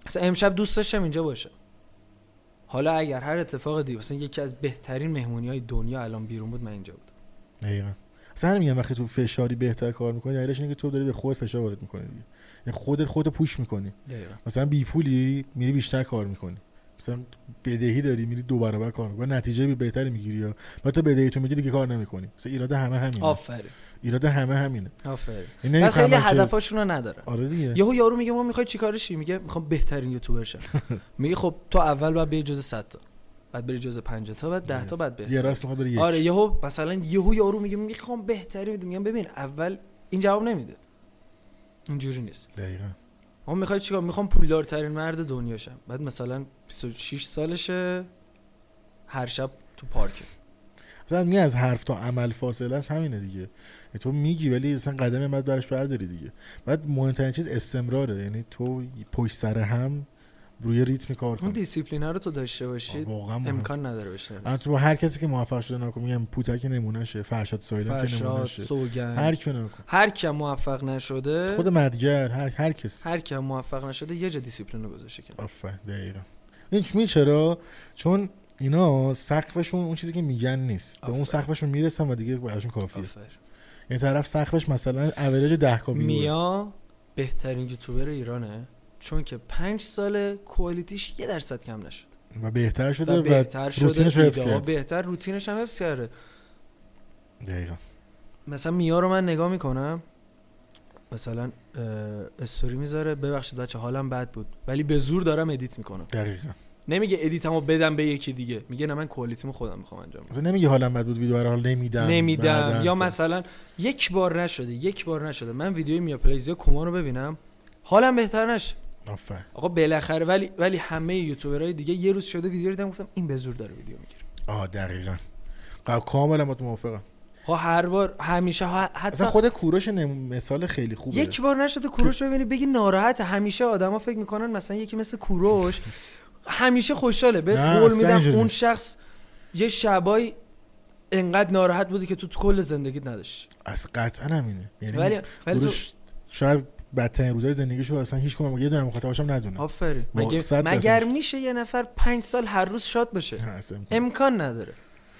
[SPEAKER 1] مثلا امشب دوست داشتم اینجا باشم حالا اگر هر اتفاق دیگه مثلا یکی از بهترین مهمونی های دنیا الان بیرون بود من اینجا بودم
[SPEAKER 2] دقیقاً اصلا همین میگم وقتی تو فشاری بهتر کار می‌کنی دلیلش اینه که تو داری به خودت فشار وارد می‌کنی دیگه یعنی خودت خودت پوش می‌کنی
[SPEAKER 1] دقیقاً
[SPEAKER 2] مثلا بی پولی میری بیشتر کار میکنی مثلا بدهی داری میری دو برابر کار میکنی و نتیجه بی بهتری میگیری یا و تو بدهی تو میگیری که کار نمیکنی مثلا ایراد همه همینه
[SPEAKER 1] آفرین
[SPEAKER 2] ایراد همه همینه
[SPEAKER 1] آفرین
[SPEAKER 2] این
[SPEAKER 1] من خیلی
[SPEAKER 2] نمی‌فهمم چه-
[SPEAKER 1] هدفاشون رو ندارم
[SPEAKER 2] آره دیگه
[SPEAKER 1] یهو یارو میگه ما میخوای چیکار شی میگه میخوام بهترین یوتیوبر شم میگه خب تو اول باید بری جزء 100 تا بعد بری جزء 50 تا بعد 10 تا بعد بری
[SPEAKER 2] یه راست میخواد بره یک
[SPEAKER 1] آره یهو مثلا یهو یارو میگه میخوام بهتری بدم میگم ببین اول این جواب نمیده اینجوری نیست
[SPEAKER 2] دقیقاً
[SPEAKER 1] ما میخوای چیکار میخوام پولدارترین مرد دنیاشم بعد مثلا 26 سالشه هر شب تو پارک
[SPEAKER 2] مثلا میگه از حرف تا عمل فاصله است همینه دیگه یعنی تو میگی ولی مثلا قدم بعد برش برداری دیگه بعد مهمترین چیز استمراره یعنی تو پشت سر هم روی ریتم کار
[SPEAKER 1] اون
[SPEAKER 2] کنی
[SPEAKER 1] دیسیپلینه رو تو داشته باشی
[SPEAKER 2] واقعا مهم.
[SPEAKER 1] امکان نداره بشه
[SPEAKER 2] الان تو با هر کسی که موفق شده نکن میگم پوتک نمونهشه فرشاد سویلنس یه
[SPEAKER 1] فرشاد
[SPEAKER 2] نمونهشه
[SPEAKER 1] سوگند
[SPEAKER 2] هر
[SPEAKER 1] هر,
[SPEAKER 2] کی نکن
[SPEAKER 1] کی هم موفق نشده
[SPEAKER 2] خود مدجر هر هر کسی
[SPEAKER 1] هر کی هم موفق نشده یه جا دیسیپلین رو گذاشته کنار
[SPEAKER 2] آفرین دقیقا این می چرا چون اینا سقفشون اون چیزی که میگن نیست به اون
[SPEAKER 1] آفرین.
[SPEAKER 2] سقفشون میرسن و دیگه براشون کافیه
[SPEAKER 1] آفر
[SPEAKER 2] این طرف سقفش مثلا اوریج 10 کا ویو
[SPEAKER 1] میا بهترین یوتیوبر ایرانه چون که پنج سال کوالیتیش یه درصد کم نشد
[SPEAKER 2] و بهتر شده
[SPEAKER 1] و
[SPEAKER 2] و
[SPEAKER 1] بهتر شده
[SPEAKER 2] روتینش رو حفظ
[SPEAKER 1] ویدیوها
[SPEAKER 2] کرد.
[SPEAKER 1] بهتر روتینش هم حفظ کرده
[SPEAKER 2] دقیقا
[SPEAKER 1] مثلا میا رو من نگاه میکنم مثلا اه، استوری میذاره ببخشید بچه حالم بد بود ولی به زور دارم ادیت میکنم
[SPEAKER 2] دقیقا
[SPEAKER 1] نمیگه ادیتمو بدم به یکی دیگه میگه نه من کوالیتیمو خودم میخوام انجام بدم.
[SPEAKER 2] مثلا نمیگه حالم بد بود ویدیو رو حال نمیدم
[SPEAKER 1] نمیدم
[SPEAKER 2] بعداً خب.
[SPEAKER 1] یا
[SPEAKER 2] ف-
[SPEAKER 1] مثلا یک بار نشده یک بار نشده من ویدیوی میا پلیزیا کما رو ببینم حالم بهتر نشه
[SPEAKER 2] آفرین
[SPEAKER 1] آقا بالاخره ولی ولی همه یوتیوبرهای دیگه یه روز شده ویدیو رو دیدم گفتم این به زور داره ویدیو میگیره
[SPEAKER 2] آه دقیقا قا- کاملا با تو موافقم
[SPEAKER 1] خب هر بار همیشه ها- حتی
[SPEAKER 2] اصلا خود کوروش نمو- مثال خیلی خوبه
[SPEAKER 1] یک بار نشده کوروش رو ببینی بگی ناراحت همیشه آدما فکر میکنن مثلا یکی مثل کوروش همیشه خوشحاله بهت
[SPEAKER 2] نه،
[SPEAKER 1] قول
[SPEAKER 2] اصلا
[SPEAKER 1] میدم
[SPEAKER 2] اینجوری
[SPEAKER 1] اون
[SPEAKER 2] نیست.
[SPEAKER 1] شخص یه شبای انقدر ناراحت بودی که تو تو کل زندگیت نداشت
[SPEAKER 2] از قطعا همینه یعنی
[SPEAKER 1] ولی ولی تو
[SPEAKER 2] کوروش شاید بدترین روزای زندگیشو اصلا هیچ کنم یه دونه مخاطباشم ندونه
[SPEAKER 1] آفرین
[SPEAKER 2] با
[SPEAKER 1] مگه
[SPEAKER 2] صد درصد
[SPEAKER 1] مگر
[SPEAKER 2] میشه.
[SPEAKER 1] میشه یه نفر پنج سال هر روز شاد
[SPEAKER 2] نه،
[SPEAKER 1] بشه
[SPEAKER 2] اصلا امکان-
[SPEAKER 1] امکان نداره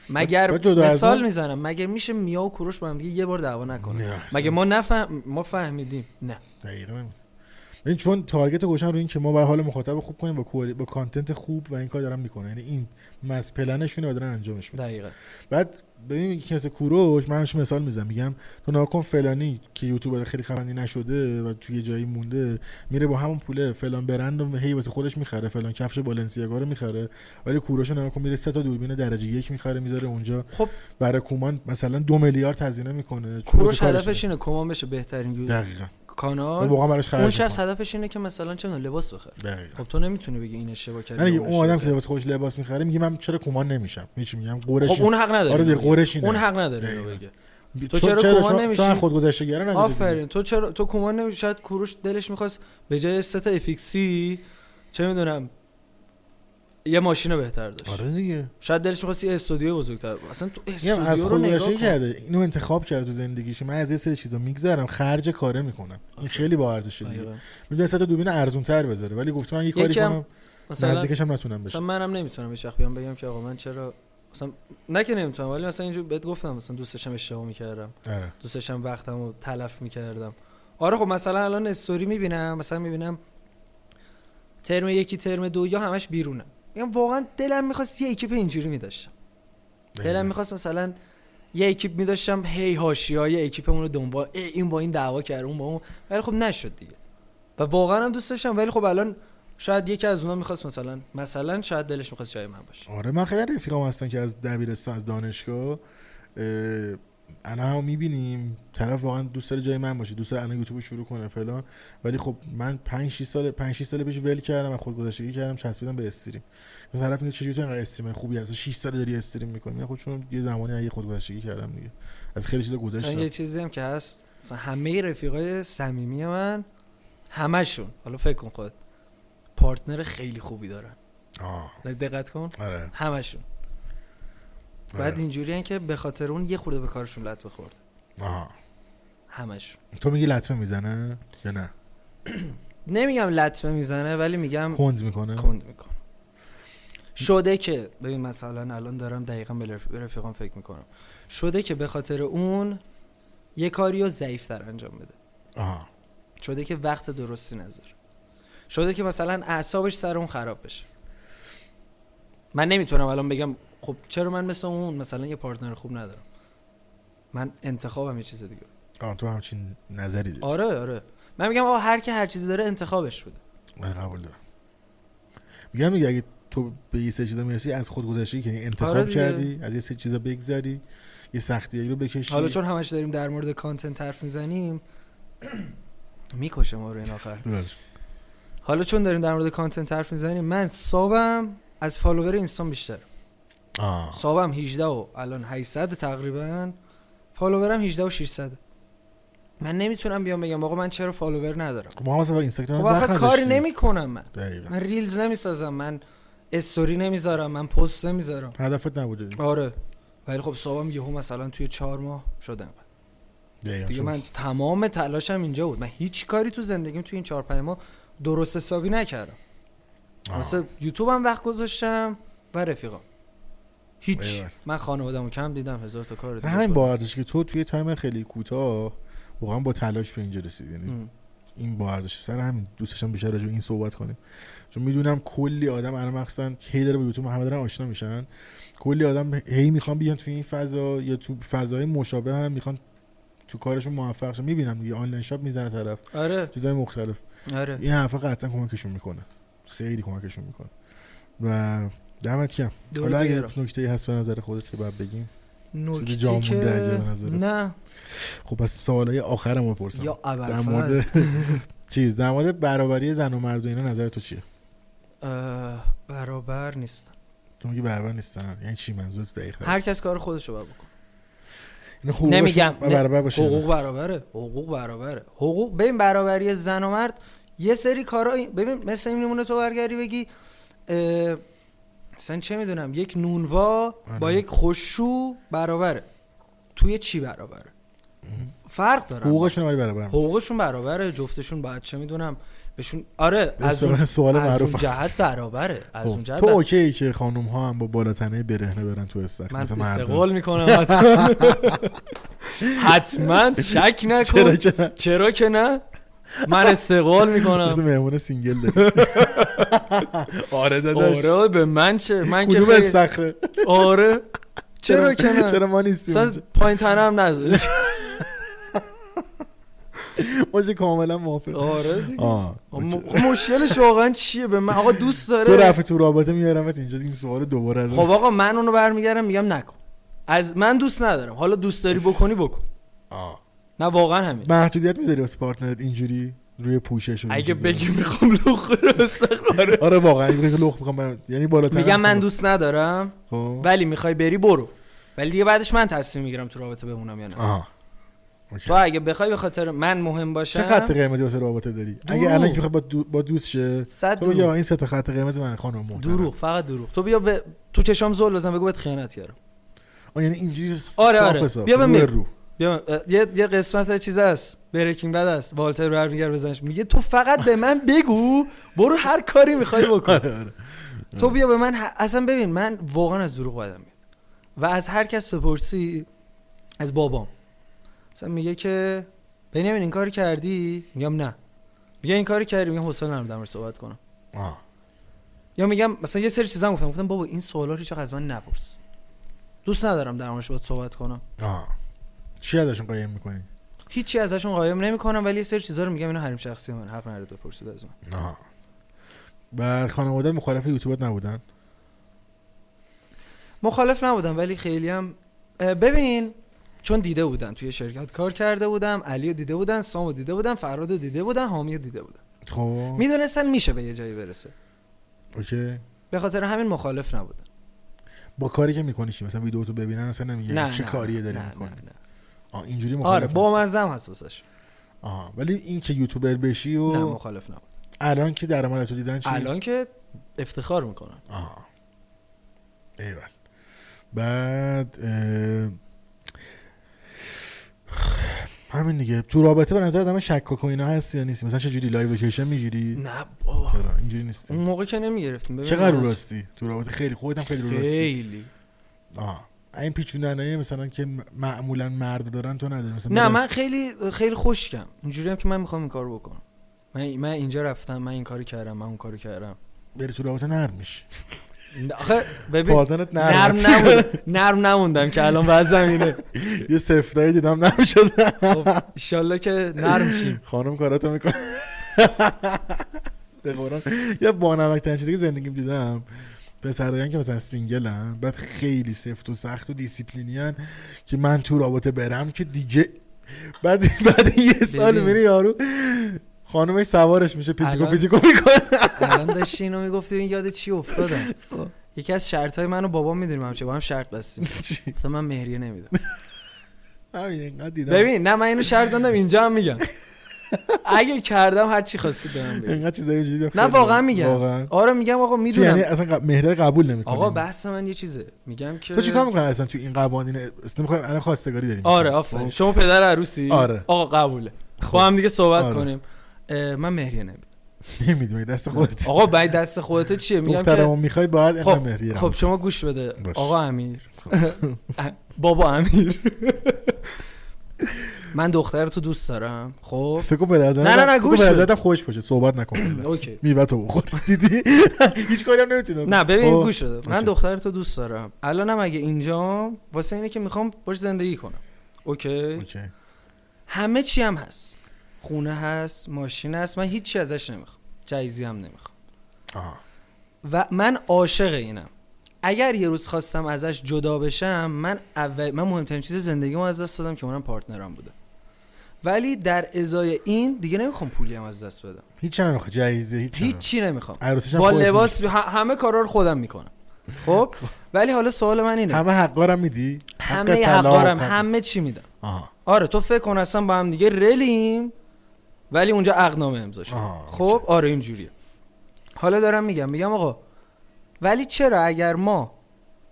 [SPEAKER 1] مگر
[SPEAKER 2] با جدا از
[SPEAKER 1] مثال
[SPEAKER 2] اون-
[SPEAKER 1] میزنم مگه میشه میا و کوروش با هم دیگه یه بار دعوا نکنه
[SPEAKER 2] نه، اصلا
[SPEAKER 1] مگه ما نفهم ما فهمیدیم نه
[SPEAKER 2] دقیقاً همین. ببین چون تارگت گوشن رو این که ما بر حال مخاطب خوب کنیم با کوالی- با کانتنت خوب و این کار دارن میکنه یعنی این مز پلنشونه و دارن انجامش میدن
[SPEAKER 1] دقیقا
[SPEAKER 2] بعد ببین یکی مثل کوروش من همش مثال میزنم میگم تو ناکن فلانی که یوتیوبر خیلی خفنی نشده و توی یه جایی مونده میره با همون پوله فلان برند و هی واسه خودش میخره فلان کفش بالنسیاگا رو میخره ولی کوروش رو ناکن میره سه تا دوربین درجه یک میخره میذاره اونجا
[SPEAKER 1] خب
[SPEAKER 2] برای کومان مثلا دو میلیارد هزینه میکنه چون
[SPEAKER 1] کوروش
[SPEAKER 2] واسه کارش
[SPEAKER 1] هدفش اینه کمان بشه بهترین یو-
[SPEAKER 2] اینه. دقیقاً و
[SPEAKER 1] کانال
[SPEAKER 2] واقعا براش خرج
[SPEAKER 1] اون شخص
[SPEAKER 2] می‌کنه.
[SPEAKER 1] هدفش اینه که مثلا چه نوع لباس بخره
[SPEAKER 2] دقیقاً
[SPEAKER 1] خب تو نمیتونی بگی این اشتباه کردی
[SPEAKER 2] نه دیگه،
[SPEAKER 1] اون
[SPEAKER 2] اون آدم که
[SPEAKER 1] اشتباه
[SPEAKER 2] واسه خودش لباس میخره میگه من چرا کومان نمیشم میشه میگم قورش
[SPEAKER 1] کرد. خب اون حق نداره
[SPEAKER 2] آره دیگه،
[SPEAKER 1] اینو بگی.
[SPEAKER 2] قورش اینه.
[SPEAKER 1] اون حق نداره اینو
[SPEAKER 2] دقیقاً.
[SPEAKER 1] بگه
[SPEAKER 2] تو
[SPEAKER 1] چرا کومان نمیشی؟
[SPEAKER 2] تو خودگذشته گرا نداری دیگه.
[SPEAKER 1] آفرین تو چرا تو کمان نمی شاید کوروش دلش میخواست به جای سه تا افیکسی چه میدونم یه ماشین بهتر داشت
[SPEAKER 2] آره دیگه
[SPEAKER 1] شاید دلش میخواست یه استودیو بزرگتر اصلا تو
[SPEAKER 2] میگم از
[SPEAKER 1] استودیو رو
[SPEAKER 2] خود
[SPEAKER 1] نگاه
[SPEAKER 2] گذشته
[SPEAKER 1] کن
[SPEAKER 2] کرده اینو انتخاب کرده تو زندگیش من از یه سری چیزا میگذرم خرج کاره میکنم این خیلی با ارزشه دیگه
[SPEAKER 1] دقیقاً.
[SPEAKER 2] میدونی سه تا دوربین ارزون تر بذاره ولی گفت من یه کاری
[SPEAKER 1] یکی هم
[SPEAKER 2] کنم
[SPEAKER 1] مثلا
[SPEAKER 2] نزدیکش هم نتونم بشه
[SPEAKER 1] مثلا منم نمیتونم هیچ وقت بیام بگم که آقا من چرا مثلا نه که نمیتونم ولی مثلا اینجور بهت گفتم مثلا دوستشم اشتباه میکردم
[SPEAKER 2] آره
[SPEAKER 1] دوست داشتم وقتم رو تلف میکردم آره خب مثلا الان استوری میبینم مثلا میبینم ترم یکی ترم دو یا همش بیرونم میگم واقعا دلم میخواست یه اکیپ اینجوری میداشتم دلم میخواست مثلا یه اکیپ میداشتم هی هاشی های اکیپمون رو دنبال ای این با این دعوا کرد اون با اون ولی خب نشد دیگه و واقعا هم دوست داشتم ولی خب الان شاید یکی از اونا میخواست مثلا مثلا شاید دلش میخواست جای من باشه
[SPEAKER 2] آره من خیلی رفیقام هستن که از دبیرستان از دانشگاه اه، الان هم میبینیم طرف واقعا دوست داره جای من باشه دوست داره الان یوتیوب رو شروع کنه فلان ولی خب من 5 6 سال 5 6 سال پیش ول کردم و خودگذشتگی کردم چسبیدم به استریم مثلا طرف میگه چجوری تو اینقدر استریم خوبی هست 6 سال داری استریم میکنی من خب چون یه زمانی یه خودگذشتگی کردم دیگه از خیلی چیزا
[SPEAKER 1] مثلا یه
[SPEAKER 2] گذشتم
[SPEAKER 1] چیزی هم که هست مثلا همه رفیقای صمیمی من همشون حالا فکر کن خود پارتنر خیلی خوبی دارن
[SPEAKER 2] آه
[SPEAKER 1] دقت کن
[SPEAKER 2] آره
[SPEAKER 1] همشون بعد
[SPEAKER 2] آره.
[SPEAKER 1] اینجوری که به خاطر اون یه خورده به کارشون لط بخورد
[SPEAKER 2] آها.
[SPEAKER 1] همشون
[SPEAKER 2] تو میگی لطمه میزنه یا نه
[SPEAKER 1] نمیگم لطمه میزنه ولی میگم
[SPEAKER 2] کند میکنه
[SPEAKER 1] کند میکنه شده که ببین مثلا الان دارم دقیقا به رف- به رفیقام فکر میکنم شده که به خاطر اون یه کاری رو ضعیفتر انجام بده
[SPEAKER 2] آها
[SPEAKER 1] شده که وقت درستی نذاره شده که مثلا اعصابش سر اون خراب بشه من نمیتونم الان بگم خب چرا من مثل اون مثلا یه پارتنر خوب ندارم من انتخابم یه چیز دیگه
[SPEAKER 2] آه تو همچین نظری داری
[SPEAKER 1] آره آره من میگم آقا هر کی هر چیزی داره انتخابش بده
[SPEAKER 2] من قبول دارم میگم میگه اگه تو به یه سری چیزا میرسی از خود گذشتی که یعنی انتخاب
[SPEAKER 1] آره دیگه.
[SPEAKER 2] کردی از یه سری چیزا بگذری یه سختیایی رو بکشی
[SPEAKER 1] حالا چون همش داریم در مورد کانتنت حرف میزنیم میکشه ما رو این آخر
[SPEAKER 2] درست.
[SPEAKER 1] حالا چون داریم در مورد کانتنت حرف میزنیم من سابم از فالوور اینستام بیشتر
[SPEAKER 2] آه.
[SPEAKER 1] سابم 18 و الان 800 تقریبا فالوورم 18 و 600 من نمیتونم بیام بگم آقا من چرا فالوور ندارم
[SPEAKER 2] خب ما هم مثلا با اینستاگرام
[SPEAKER 1] خب
[SPEAKER 2] وقت
[SPEAKER 1] آخه کاری
[SPEAKER 2] نداشتیم.
[SPEAKER 1] نمیکنم من
[SPEAKER 2] دقیقاً
[SPEAKER 1] من ریلز نمیسازم من استوری نمیذارم من پست نمیذارم
[SPEAKER 2] هدفت نبوده
[SPEAKER 1] آره ولی خب صاحبم یهو مثلا توی چهار ماه شده اینقدر.
[SPEAKER 2] دقیقاً
[SPEAKER 1] دیگه
[SPEAKER 2] چون-
[SPEAKER 1] من تمام تلاشم اینجا بود من هیچ کاری تو زندگیم توی این چهار پنج ماه درست حسابی نکردم
[SPEAKER 2] آه.
[SPEAKER 1] واسه یوتیوبم وقت گذاشتم و رفیقام هیچ
[SPEAKER 2] ایول.
[SPEAKER 1] من خانواده‌مو کم دیدم هزار تا کار دیگه
[SPEAKER 2] همین
[SPEAKER 1] کردم.
[SPEAKER 2] با ارزش که تو توی تایم خیلی کوتاه واقعا با تلاش به اینجا رسیدی یعنی
[SPEAKER 1] ام.
[SPEAKER 2] این با ارزش سر همین دوست داشتم بیشتر راجع به این صحبت کنیم چون میدونم کلی آدم الان مخصوصا هی داره به یوتیوب همه دارن آشنا میشن کلی آدم هی میخوان بیان توی این فضا یا تو فضاهای مشابه هم میخوان تو کارشون موفق شن میبینم دیگه آنلاین شاپ میزنه طرف
[SPEAKER 1] آره
[SPEAKER 2] چیزای مختلف
[SPEAKER 1] آره
[SPEAKER 2] این حرفا قطعا کمکشون میکنه خیلی کمکشون میکنه و دمت کم حالا
[SPEAKER 1] دوره
[SPEAKER 2] اگه
[SPEAKER 1] دیگرم.
[SPEAKER 2] نکته هست به نظر خودت که باید بگیم چیز جا
[SPEAKER 1] نکته
[SPEAKER 2] مونده
[SPEAKER 1] که
[SPEAKER 2] اگه به نظرت.
[SPEAKER 1] نه
[SPEAKER 2] خب پس سوالای آخرمو بپرسم
[SPEAKER 1] یا
[SPEAKER 2] در
[SPEAKER 1] ابرفز
[SPEAKER 2] مورد چیز در مورد برابری زن و مرد و اینا نظر تو چیه
[SPEAKER 1] اه، برابر نیست
[SPEAKER 2] تو میگی برابر نیستن یعنی چی منظورت دقیق
[SPEAKER 1] هر کس کار خودشو باید بکنه
[SPEAKER 2] اینا حقوقشون
[SPEAKER 1] نمیگم.
[SPEAKER 2] باید برابر باشه
[SPEAKER 1] حقوق برابره حقوق برابره حقوق ببین برابری زن و مرد یه سری کارا این- ببین مثل این نمونه تو برگردی بگی اه، مثلا چه میدونم یک نونوا با
[SPEAKER 2] آره.
[SPEAKER 1] یک خوشو برابره توی چی برابره فرق داره
[SPEAKER 2] حقوقشون باید برابر خب. باشه.
[SPEAKER 1] حقوقشون برابره جفتشون باید چه میدونم بهشون آره
[SPEAKER 2] این
[SPEAKER 1] از اون,
[SPEAKER 2] سوال- سوال
[SPEAKER 1] از اون
[SPEAKER 2] معروف
[SPEAKER 1] جهت برابره از
[SPEAKER 2] خب.
[SPEAKER 1] اون جهت
[SPEAKER 2] تو
[SPEAKER 1] برابره.
[SPEAKER 2] اوکی که خانم ها هم با بالاتنه برهنه برن تو استخر
[SPEAKER 1] من
[SPEAKER 2] مثل مردا.
[SPEAKER 1] استقبال میکنم حتما حتما شک
[SPEAKER 2] چرا
[SPEAKER 1] نکن
[SPEAKER 2] که نه؟
[SPEAKER 1] چرا که نه من استقبال
[SPEAKER 2] تو
[SPEAKER 1] میکنم
[SPEAKER 2] مهمون سینگل داری آره داداش
[SPEAKER 1] آره به من چه من که
[SPEAKER 2] کدوم
[SPEAKER 1] خیلی-
[SPEAKER 2] استخره
[SPEAKER 1] آره چرا که نه
[SPEAKER 2] چرا ما نیستیم
[SPEAKER 1] اصلا پایین تنه هم نذاری
[SPEAKER 2] ما که کاملا موافق
[SPEAKER 1] آره دیگه.
[SPEAKER 2] آه
[SPEAKER 1] م- مشکلش واقعا چیه به من آقا دوست
[SPEAKER 2] تو
[SPEAKER 1] داره
[SPEAKER 2] رفت تو رابطه میارمت اینجا این سوال دوباره از
[SPEAKER 1] آره. خب آقا من اونو برمیگردم میگم نکن از من دوست ندارم حالا دوست داری بکنی بکن
[SPEAKER 2] آه.
[SPEAKER 1] نه واقعا همین
[SPEAKER 2] محدودیت میذاری واسه پارتنرت اینجوری روی پوشش و این
[SPEAKER 1] اگه
[SPEAKER 2] چیزا؟
[SPEAKER 1] بگی میخوام لخ رو استخاره
[SPEAKER 2] آره واقعا این که لخ میخوام برم. یعنی بالاتر
[SPEAKER 1] میگم من دوست ندارم
[SPEAKER 2] خب
[SPEAKER 1] ولی میخوای بری برو ولی دیگه بعدش من تصمیم میگیرم تو رابطه بمونم یا نه
[SPEAKER 2] آها
[SPEAKER 1] تو اگه بخوای به خاطر من مهم باشم
[SPEAKER 2] چه خط قرمزی واسه رابطه داری اگه الان که میخوای با, دو... با دوست شه
[SPEAKER 1] صد
[SPEAKER 2] تو یا
[SPEAKER 1] دروغ
[SPEAKER 2] این سه تا خط قرمز من خانم محترم
[SPEAKER 1] دروغ فقط دروغ تو بیا به تو چشام زل بزن بگو بهت خیانت کردم
[SPEAKER 2] آه، یعنی اینجوری
[SPEAKER 1] آره،
[SPEAKER 2] صاف
[SPEAKER 1] آره.
[SPEAKER 2] حساب.
[SPEAKER 1] بیا
[SPEAKER 2] رو
[SPEAKER 1] بهم
[SPEAKER 2] به
[SPEAKER 1] بگو.
[SPEAKER 2] رو
[SPEAKER 1] بیا من- اه، یه یه قسمت چیز هست بریکینگ بد هست والتر برمیگره بزنش میگه تو فقط به من بگو برو هر کاری میخوای بکن
[SPEAKER 2] آره،
[SPEAKER 1] تو بیا به من ه- اصلا ببین من واقعا از دروغ بدم میاد و از هر کس بپرسی از بابام مثلا میگه که بنیامین این کار کردی میگم نه میگه این کاری کردی میگم حوصله ندارم در مورد صحبت کنم
[SPEAKER 2] آه.
[SPEAKER 1] یا میگم مثلا یه سری چیزا گفتم گفتم بابا این سوالا رو هیچ وقت از من نپرس دوست ندارم در موردش باهات صحبت کنم
[SPEAKER 2] آه. چی ازشون قایم میکنی
[SPEAKER 1] هیچی ازشون قایم نمیکنم ولی یه سری چیزا رو میگم اینا حریم شخصی من حق نداره بپرسید از من
[SPEAKER 2] آه. و خانواده مخالف یوتیوبات نبودن
[SPEAKER 1] مخالف نبودم ولی خیلی هم اه، ببین چون دیده بودن توی شرکت کار کرده بودم علی رو دیده بودن سامو دیده بودن فراد رو دیده بودن حامی رو دیده بودن
[SPEAKER 2] خب
[SPEAKER 1] میدونستن میشه به یه جایی برسه
[SPEAKER 2] اوکی
[SPEAKER 1] به خاطر همین مخالف نبودن
[SPEAKER 2] با کاری که میکنی چی مثلا ویدیو تو ببینن اصلا نمیگن
[SPEAKER 1] نه
[SPEAKER 2] یعنی چه
[SPEAKER 1] نه،
[SPEAKER 2] کاریه داری
[SPEAKER 1] نه،
[SPEAKER 2] میکنی
[SPEAKER 1] نه، نه.
[SPEAKER 2] آه اینجوری مخالف
[SPEAKER 1] آره با
[SPEAKER 2] هستی.
[SPEAKER 1] مزم هست واسش
[SPEAKER 2] آها ولی این که یوتیوبر بشی
[SPEAKER 1] نه
[SPEAKER 2] و
[SPEAKER 1] مخالف نبود
[SPEAKER 2] الان که درآمد تو دیدن چی
[SPEAKER 1] الان که افتخار میکنن
[SPEAKER 2] آها ایول بعد اه، همین دیگه تو رابطه به نظر دمه شکاک و اینا هست یا نیستی مثلا چه جوری لایو لوکیشن میگیری
[SPEAKER 1] نه بابا
[SPEAKER 2] چرا اینجوری
[SPEAKER 1] اون
[SPEAKER 2] نیستی
[SPEAKER 1] موقع که نمیگرفتیم ببین
[SPEAKER 2] چقدر رو
[SPEAKER 1] من-
[SPEAKER 2] راستی تو رابطه خیلی خودت هم خیلی رو راستی
[SPEAKER 1] خیلی
[SPEAKER 2] آها این پیچوندنه مثلا که م- معمولا مرد دارن تو نداری مثلا
[SPEAKER 1] نه
[SPEAKER 2] بگن-
[SPEAKER 1] من خیلی خیلی خشکم اینجوری هم که من میخوام این کارو بکنم من من اینجا رفتم من این کارو کردم من اون کارو کردم
[SPEAKER 2] بری تو رابطه نرم میشی
[SPEAKER 1] نه، آخه ببین
[SPEAKER 2] پادنت
[SPEAKER 1] نرم
[SPEAKER 2] نرم
[SPEAKER 1] نموندم نرم نموندم که الان وضعم اینه
[SPEAKER 2] یه سفتایی دیدم نرم شده
[SPEAKER 1] خب انشالله که نرم شیم
[SPEAKER 2] خانم کاراتو میکنه به قرآن یه بانمک ترین چیزی که زندگیم دیدم پسرایان که مثلا سینگل هم بعد خیلی سفت و سخت و دیسیپلینی هن که من تو رابطه برم که دیگه بعد بعد یه سال
[SPEAKER 1] ببین.
[SPEAKER 2] میری یارو خانمش سوارش میشه پیچیکو
[SPEAKER 1] الان-
[SPEAKER 2] پیچیکو میکنه
[SPEAKER 1] الان داشتی اینو میگفتی این یاد چی افتادم یکی از شرط های منو بابام میدونیم همچه با هم شرط بستیم مثلا من مهریه نمیدم
[SPEAKER 2] همین اینقدر دیدم
[SPEAKER 1] ببین نه من اینو شرط دادم اینجا هم میگم اگه کردم هر چی خواستی به من بگو.
[SPEAKER 2] اینقدر چیزایی دیدم
[SPEAKER 1] نه
[SPEAKER 2] خیلی.
[SPEAKER 1] واقعا میگم
[SPEAKER 2] واقعا
[SPEAKER 1] آره میگم آقا
[SPEAKER 2] چی یعنی
[SPEAKER 1] میدونم
[SPEAKER 2] اصلا ق- مهریه رو قبول نمیکنه
[SPEAKER 1] آقا بحث من یه چیزه میگم که
[SPEAKER 2] تو چیکار خب، میکنی اصلا تو این قوانین اصلا میخوایم الان خواستگاری داریم
[SPEAKER 1] آره آفرین شما پدر عروسی
[SPEAKER 2] خب. آره.
[SPEAKER 1] آقا قبوله خب هم دیگه صحبت
[SPEAKER 2] آره.
[SPEAKER 1] کنیم اه، من مهریه نمیدم
[SPEAKER 2] نمیدونی دست خودت
[SPEAKER 1] آقا بعد دست خودت چیه میگم که
[SPEAKER 2] دخترمو میخوای باید اینقدر مهریه
[SPEAKER 1] خب, خب
[SPEAKER 2] خب
[SPEAKER 1] شما گوش بده
[SPEAKER 2] باش. خب.
[SPEAKER 1] آقا امیر بابا امیر من دختر تو دوست دارم خب
[SPEAKER 2] فکر کن پدر
[SPEAKER 1] نه، نه، نه، گوش بده.
[SPEAKER 2] خوش باشه صحبت نکن
[SPEAKER 1] اوکی
[SPEAKER 2] میوه تو بخور دیدی هیچ کاری هم نمیتونم
[SPEAKER 1] نه ببین
[SPEAKER 2] خب.
[SPEAKER 1] گوش بده من
[SPEAKER 2] اوکی.
[SPEAKER 1] دختر تو دوست دارم الانم اگه اینجا واسه اینه که میخوام باش زندگی کنم اوکی
[SPEAKER 2] اوکی.
[SPEAKER 1] همه چی هم هست خونه هست ماشین هست من هیچی ازش نمیخوام جایزی هم نمیخوام
[SPEAKER 2] آها.
[SPEAKER 1] و من عاشق اینم اگر یه روز خواستم ازش جدا بشم من اول من مهمترین چیز زندگیمو از دست دادم که اونم پارتنرم بوده ولی در ازای این دیگه نمیخوام پولی هم از دست بدم
[SPEAKER 2] هیچ چند آخه جایزه هیچ چند.
[SPEAKER 1] هیچی نمیخوام
[SPEAKER 2] عروسیش هم
[SPEAKER 1] با
[SPEAKER 2] خودت
[SPEAKER 1] لباس ه- همه کارا رو خودم میکنم خب ولی حالا سوال من
[SPEAKER 2] می‌دی.
[SPEAKER 1] اینه
[SPEAKER 2] همه حقا رو میدی حق
[SPEAKER 1] همه
[SPEAKER 2] طلاق،
[SPEAKER 1] حقارم
[SPEAKER 2] حق-
[SPEAKER 1] همه چی میدم
[SPEAKER 2] آها.
[SPEAKER 1] آره تو فکر کن اصلا با هم دیگه رلیم ولی اونجا عقدنامه امضا شد
[SPEAKER 2] آها.
[SPEAKER 1] خب آره اینجوریه حالا دارم میگم میگم آقا ولی چرا اگر ما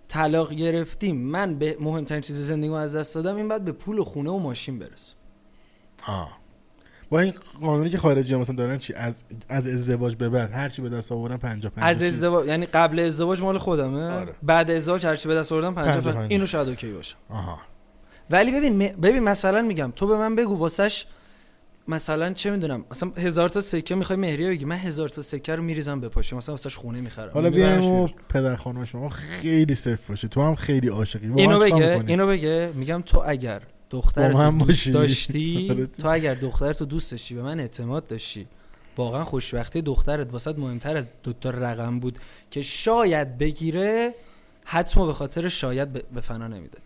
[SPEAKER 1] طلاق گرفتیم من به مهمترین چیز زندگیم از دست دادم این بعد به پول و خونه و ماشین برس
[SPEAKER 2] آها. با این قانونی که خارجی ها مثلا دارن چی از از ازدواج به بعد هر چی به دست آوردن 50 50
[SPEAKER 1] از ازدواج یعنی قبل ازدواج مال خودمه
[SPEAKER 2] آره.
[SPEAKER 1] بعد ازدواج هرچی به دست آوردم 50
[SPEAKER 2] پنجاه پنجاه.
[SPEAKER 1] اینو شاید اوکی باشه
[SPEAKER 2] آها
[SPEAKER 1] ولی ببین م- ببین مثلا میگم تو به من بگو واسش مثلا چه میدونم مثلا هزار تا سکه میخوای مهریه بگی من هزار تا سکه رو میریزم به پاشه مثلا واسش خونه میخرم
[SPEAKER 2] حالا بیایم و پدر خانم شما خیلی صفر باشه تو هم خیلی عاشقی واقعا
[SPEAKER 1] اینو
[SPEAKER 2] چیکار
[SPEAKER 1] بگه
[SPEAKER 2] می‌کنی؟
[SPEAKER 1] اینو بگه میگم تو اگر دختر
[SPEAKER 2] با من
[SPEAKER 1] تو دوست
[SPEAKER 2] باشی. آره.
[SPEAKER 1] داشتی تو اگر دختر تو دوست داشتی به من اعتماد داشتی واقعا خوشبختی دخترت واسط مهمتر از دو تا رقم بود که شاید بگیره حتما به خاطر شاید به- به فنا نمیده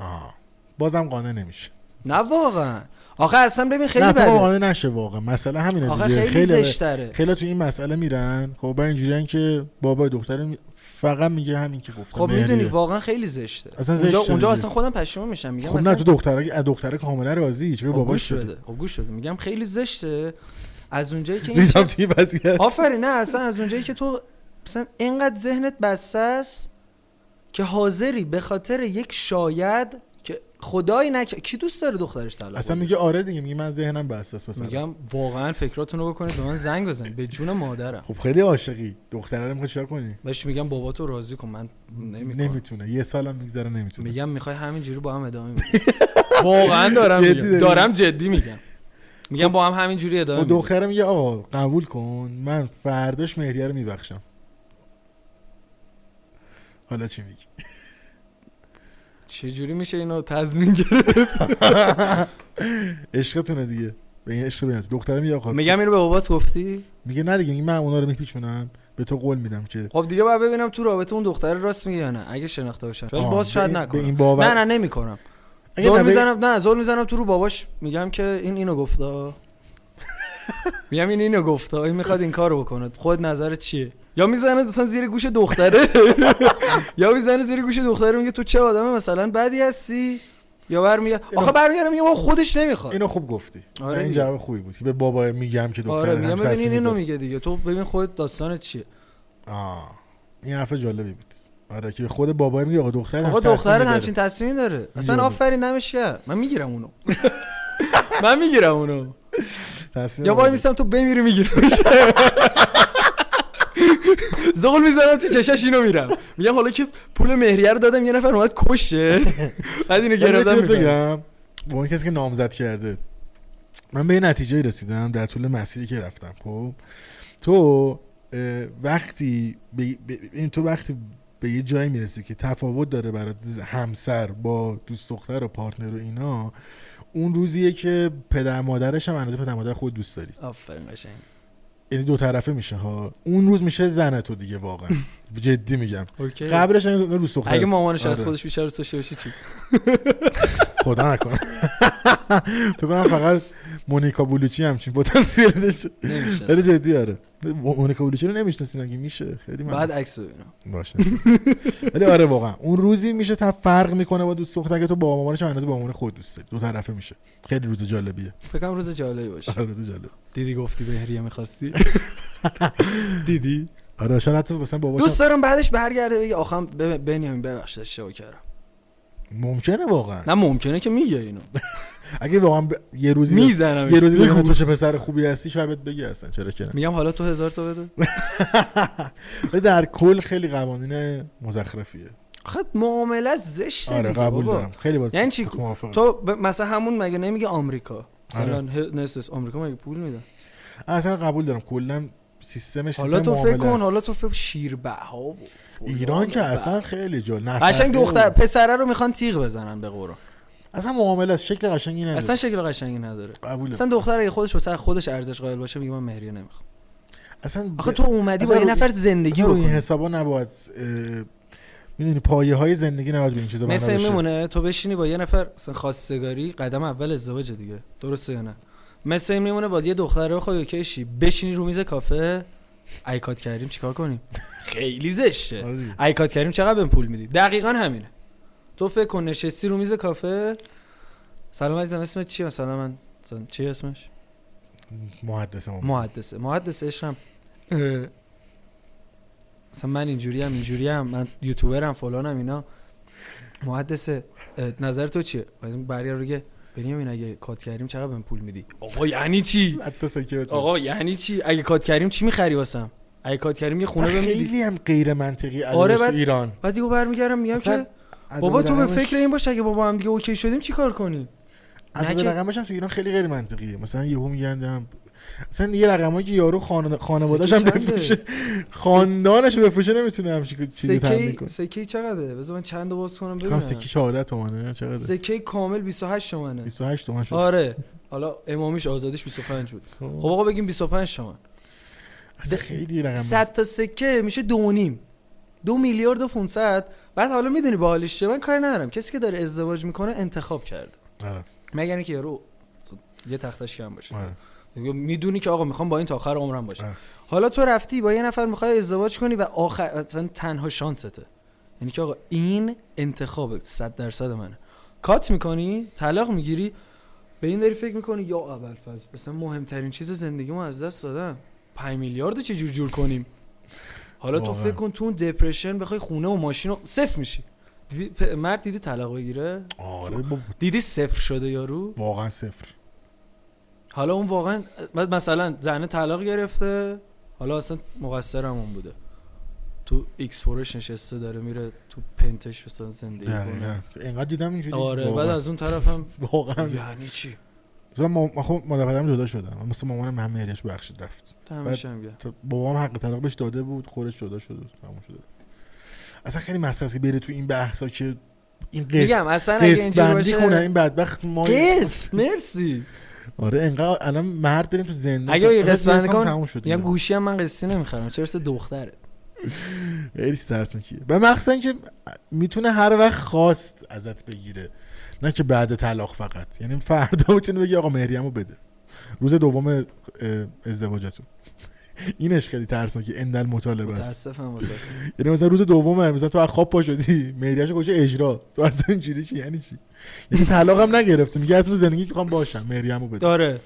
[SPEAKER 2] آها. بازم قانع نمیشه
[SPEAKER 1] نه واقعا آخه اصلا ببین خیلی
[SPEAKER 2] نه فکر کنم
[SPEAKER 1] بده
[SPEAKER 2] قانع نشه واقعا مسئله همینه
[SPEAKER 1] آخه
[SPEAKER 2] دیگه.
[SPEAKER 1] خیلی, زشتره
[SPEAKER 2] خیلی تو این مسئله میرن خب با اینجوریان که بابای دختر می- فقط میگه همین که گفتم
[SPEAKER 1] خب
[SPEAKER 2] مهریه.
[SPEAKER 1] میدونی واقعا خیلی زشته
[SPEAKER 2] اصلا زشت
[SPEAKER 1] اونجا
[SPEAKER 2] شده
[SPEAKER 1] اونجا
[SPEAKER 2] دیگه.
[SPEAKER 1] اصلا خودم پشیمون میشم میگم
[SPEAKER 2] خب
[SPEAKER 1] اصلا
[SPEAKER 2] نه تو دختره که دختره که حامله راضی چه
[SPEAKER 1] خب
[SPEAKER 2] باباش
[SPEAKER 1] گوش
[SPEAKER 2] شده
[SPEAKER 1] بده خب گوش بده میگم خیلی زشته از اونجایی که این
[SPEAKER 2] ریدم
[SPEAKER 1] شخص-
[SPEAKER 2] توی وضعیت
[SPEAKER 1] آفرین نه اصلا از اونجایی که تو مثلا اینقدر ذهنت بسته است که حاضری به خاطر یک شاید که خدایی نکرد کی دوست داره دخترش طلاق
[SPEAKER 2] اصلا
[SPEAKER 1] بده؟
[SPEAKER 2] میگه آره دیگه میگه من ذهنم بسته است مثلا
[SPEAKER 1] میگم واقعا فکراتونو بکنید به من زنگ بزنید به جون مادرم
[SPEAKER 2] خب خیلی عاشقی دختره رو میخوای چیکار کنی
[SPEAKER 1] بهش میگم باباتو راضی کن من نمیکنم
[SPEAKER 2] نمیتونه یه سالم میگذره نمیتونه
[SPEAKER 1] میگم میخوای همینجوری با هم ادامه بدیم واقعا دارم
[SPEAKER 2] جدی
[SPEAKER 1] میگم
[SPEAKER 2] داری؟
[SPEAKER 1] دارم جدی میگم میگم با هم همینجوری ادامه
[SPEAKER 2] خب
[SPEAKER 1] بدیم
[SPEAKER 2] دختره میگه آقا قبول کن من فرداش مهریه رو میبخشم حالا چی میگی
[SPEAKER 1] چجوری میشه اینو تضمین گرفت
[SPEAKER 2] عشقتونه دیگه به این عشق بینتون دختره میگه آقا
[SPEAKER 1] میگم اینو به بابات گفتی
[SPEAKER 2] میگه نه دیگه میگه من اونا رو میپیچونم به تو قول میدم که
[SPEAKER 1] خب دیگه باید ببینم تو رابطه اون دختره راست میگه یا نه اگه شناخته باشم ولی
[SPEAKER 2] آه،
[SPEAKER 1] باز شاید
[SPEAKER 2] به این- به
[SPEAKER 1] نکنم
[SPEAKER 2] این باور
[SPEAKER 1] نه نه نمیکنم
[SPEAKER 2] اگه
[SPEAKER 1] زور
[SPEAKER 2] نبه-
[SPEAKER 1] میزنم نه زور میزنم تو رو باباش میگم که این اینو گفته میگم این اینو گفته این میخواد این کارو بکنه خود نظرت چیه یا میزنه مثلا زیر گوش دختره یا میزنه زیر گوش دختره میگه تو چه آدمه مثلا بدی هستی یا برمیگه آخه برمیگره میگه بابا خودش نمیخواد
[SPEAKER 2] اینو خوب گفتی
[SPEAKER 1] آره
[SPEAKER 2] آره این
[SPEAKER 1] دیگه.
[SPEAKER 2] جواب خوبی بود که به بابا میگم که دختر
[SPEAKER 1] آره میگم
[SPEAKER 2] همسر
[SPEAKER 1] ببین این اینو
[SPEAKER 2] سنی
[SPEAKER 1] میگه دیگه تو ببین خود داستانت چیه
[SPEAKER 2] آه. این حرف جالبی بود آره که به خود بابا میگه آقا دختر
[SPEAKER 1] آقا دختر همچین تصمیمی داره اصلا
[SPEAKER 2] میدونم.
[SPEAKER 1] آفرین دمش گرم. من میگیرم اونو من میگیرم اونو یا وای میسم تو بمیری میگیرم زغل میزنم تو چشش اینو میرم میگم حالا که پول مهریه رو دادم یه نفر اومد کشه بعد اینو گرفتم می‌خرم.
[SPEAKER 2] بگم با اون کسی که نامزد کرده من به یه نتیجه رسیدم در طول مسیری که رفتم خب تو اه، وقتی به به- این تو وقتی به یه جایی میرسی که تفاوت داره برای ز- همسر با دوست دختر و پارتنر و اینا اون روزیه که پدر مادرش هم اندازه پدر مادر خود دوست داری
[SPEAKER 1] آفرین قشنگ
[SPEAKER 2] یعنی دو طرفه میشه ها اون روز میشه زن تو دیگه واقعا جدی میگم
[SPEAKER 1] اوکی
[SPEAKER 2] قبلش هم یه دوست دختر
[SPEAKER 1] اگه مامانش از
[SPEAKER 2] آره.
[SPEAKER 1] خودش بیشتر دوست داشته باشه چی
[SPEAKER 2] خدا نکنه تو کنم فقط مونیکا بولوچی همچین پتانسیل داشت
[SPEAKER 1] نمی‌شه
[SPEAKER 2] خیلی
[SPEAKER 1] اصلا.
[SPEAKER 2] جدی آره مونیکا بولوچی رو نمیشناسین اگه میشه خیلی من
[SPEAKER 1] بعد عکس ببینم
[SPEAKER 2] باش ولی آره واقعا اون روزی میشه تا فرق میکنه با دوست دختر که تو با مامانش هم اندازه با مامان خود دوست داری. دو طرفه میشه خیلی روز جالبیه
[SPEAKER 1] فکر کنم روز جالبی باشه
[SPEAKER 2] آره روز جالب
[SPEAKER 1] دیدی گفتی بهریه میخواستی دیدی
[SPEAKER 2] آره شاید حتی مثلا باباش هم-
[SPEAKER 1] دوست دارم بعدش برگرده بگه آخم بب- بنیامین ببخشید اشتباه کردم
[SPEAKER 2] ممکنه واقعا
[SPEAKER 1] نه ممکنه که میگه اینو
[SPEAKER 2] اگه واقعا ب... یه روزی به-
[SPEAKER 1] میزنم
[SPEAKER 2] یه روزی بگم تو چه پسر خوبی هستی شاید بهت بگی اصلا چرا که نه
[SPEAKER 1] میگم حالا تو هزار تا بده
[SPEAKER 2] ولی در کل خیلی قوانین مزخرفیه
[SPEAKER 1] آخه معامله زشته
[SPEAKER 2] آره
[SPEAKER 1] دیگه
[SPEAKER 2] قبول
[SPEAKER 1] بابا.
[SPEAKER 2] دارم خیلی با
[SPEAKER 1] یعنی چی؟
[SPEAKER 2] موافقم.
[SPEAKER 1] تو ب... مثلا همون مگه نمیگه آمریکا مثلا
[SPEAKER 2] آره.
[SPEAKER 1] ه- نسس آمریکا مگه پول میدن
[SPEAKER 2] اصلا قبول دارم کلا سیستمش سیستم
[SPEAKER 1] حالا تو فکر
[SPEAKER 2] معامله
[SPEAKER 1] کن
[SPEAKER 2] است.
[SPEAKER 1] حالا تو فکر شیربه ها و فلان
[SPEAKER 2] ایران که
[SPEAKER 1] و
[SPEAKER 2] اصلا خیلی جال نه
[SPEAKER 1] قشنگ دختر پسره رو میخوان تیغ بزنن به قرآن
[SPEAKER 2] اصلا معامله است شکل قشنگی نداره
[SPEAKER 1] اصلا شکل قشنگی نداره
[SPEAKER 2] قبول
[SPEAKER 1] اصلا دختر اگه خودش واسه خودش ارزش قائل باشه میگه من مهریه نمیخوام
[SPEAKER 2] اصلا
[SPEAKER 1] آخه تو اومدی با
[SPEAKER 2] اصلا
[SPEAKER 1] یه
[SPEAKER 2] رو-
[SPEAKER 1] نفر زندگی
[SPEAKER 2] اصلا رو این
[SPEAKER 1] بکنی
[SPEAKER 2] حسابا نباید میدونی پایه های زندگی نباید به این چیزا بنا
[SPEAKER 1] مثل این
[SPEAKER 2] بشه.
[SPEAKER 1] میمونه تو بشینی با یه نفر مثلا خواستگاری قدم اول ازدواج دیگه درسته یا نه مثل این میمونه با یه دختره بخوای اوکی شی بشینی رو میز کافه ایکات کردیم چیکار کنیم خیلی زشته
[SPEAKER 2] آره دیگه.
[SPEAKER 1] ایکات کردیم چقدر بهم پول میدی دقیقا همینه تو فکر کن نشستی رو میز کافه سلام عزیزم اسمت چیه مثلا من مثلا چی اسمش
[SPEAKER 2] محدثه ما.
[SPEAKER 1] محدثه محدث عشقم اه، مثلا من اینجوری هم اینجوری هم من یوتیوبرم فلانم اینا محدثه اه، نظر تو چیه بریا رو بگه بنیامین اگه کات کردیم چقدر بهم پول میدی آقا یعنی چی
[SPEAKER 2] حتی سکه بتونه.
[SPEAKER 1] آقا یعنی چی اگه کات کردیم چی میخری واسم اگه کات کردیم یه خونه
[SPEAKER 2] و
[SPEAKER 1] بهم میدی
[SPEAKER 2] خیلی هم غیر منطقی
[SPEAKER 1] آره،
[SPEAKER 2] آره تو
[SPEAKER 1] بعد-
[SPEAKER 2] ایران
[SPEAKER 1] بعد دیگه برمیگردم میگم
[SPEAKER 2] اصلا
[SPEAKER 1] که بابا تو به
[SPEAKER 2] عدد
[SPEAKER 1] فکر این باش اگه بابا هم دیگه اوکی شدیم چیکار کنیم نه
[SPEAKER 2] عدد
[SPEAKER 1] که-
[SPEAKER 2] رقمش هم تو ایران خیلی غیر منطقیه مثلا یهو میگن هم مثلا یه رقمایی که یارو خانه خانواده‌اش هم
[SPEAKER 1] سکه چنده؟
[SPEAKER 2] بفروشه خاندانش رو بفروشه نمیتونه همچین چیزی تامین
[SPEAKER 1] سکه
[SPEAKER 2] کنه
[SPEAKER 1] سکه چقدره بذار من چند تا باز کنم
[SPEAKER 2] کام
[SPEAKER 1] ببینم
[SPEAKER 2] سکی 14 تومنه چقدر
[SPEAKER 1] سکه کامل 28 تومنه
[SPEAKER 2] 28 تومن شد
[SPEAKER 1] آره حالا امامیش آزادیش 25 بود خب
[SPEAKER 2] خب
[SPEAKER 1] آقا بگیم 25 تومن
[SPEAKER 2] اصلا خیلی رقم
[SPEAKER 1] 100 تا سکه میشه دو و نیم دو میلیارد و 500 بعد حالا میدونی با حالش چیه من کاری ندارم کسی که داره ازدواج میکنه انتخاب کرده
[SPEAKER 2] آره
[SPEAKER 1] مگر اینکه یارو یه تختش کم باشه
[SPEAKER 2] آره.
[SPEAKER 1] میدونی که آقا میخوام با این تا آخر عمرم باشه
[SPEAKER 2] آره.
[SPEAKER 1] حالا تو رفتی با یه نفر میخوای ازدواج کنی و آخر اصلا تنها شانسته یعنی که آقا این انتخاب 100 درصد منه کات میکنی طلاق میگیری به این داری فکر میکنی یا اول فاز مثلا مهمترین چیز زندگیمو از دست دادم 5 میلیارد رو چه جور جور کنیم حالا تو
[SPEAKER 2] واقعا.
[SPEAKER 1] فکر کن تو اون دپرشن بخوای خونه و ماشین رو صفر میشی دیدی پ- مرد دیدی طلاق بگیره
[SPEAKER 2] آره با-
[SPEAKER 1] دیدی صفر شده یارو
[SPEAKER 2] واقعا صفر
[SPEAKER 1] حالا اون واقعا بعد مثلا زنه طلاق گرفته حالا اصلا مقصرم اون بوده تو ایکس فورش نشسته داره میره تو پنتش مثلا زندگی کنه
[SPEAKER 2] دقیقاً اینقدر دیدم اینجوری
[SPEAKER 1] آره
[SPEAKER 2] واقعاً. آره.
[SPEAKER 1] بعد از اون طرف هم
[SPEAKER 2] واقعا
[SPEAKER 1] یعنی چی
[SPEAKER 2] مثلا ما ما خب مادر پدرم جدا شدم مثل مامانم به همه هریش بخشید رفت
[SPEAKER 1] تمشم گرم
[SPEAKER 2] تا- بابام حق طلاق بهش داده بود خودش جدا شده بود. تموم شده اصلا خیلی مسخره است که بری تو این بحثا که این قسط
[SPEAKER 1] میگم اصلا اگه
[SPEAKER 2] قسط
[SPEAKER 1] اینجوری
[SPEAKER 2] بندی کنن
[SPEAKER 1] باشه
[SPEAKER 2] این بدبخت ما
[SPEAKER 1] قسط مرسی
[SPEAKER 2] آره انقدر الان مرد بریم تو زندان
[SPEAKER 1] اگه یه قسط بندی کن،
[SPEAKER 2] تموم شد
[SPEAKER 1] میگم گوشی هم من قسطی نمیخرم چرا سه دختره
[SPEAKER 2] خیلی ترسناکیه به مخصوصا اینکه میتونه هر وقت خواست ازت بگیره نه که بعد طلاق فقط یعنی فردا میتونی بگی آقا مهریه‌مو بده روز دوم اه، ازدواجتون اینش خیلی ترسناکه اندل مطالبه است
[SPEAKER 1] متاسفم واسه
[SPEAKER 2] یعنی مثلا روز دومه مثلا تو از خواب پا شدی مهریه‌شو گوشه اجرا تو اصلا اینجوری چی یعنی چی یعنی طلاقم نگرفتی میگه اصلا زندگی میخوام باشم مهریه‌مو بده
[SPEAKER 1] داره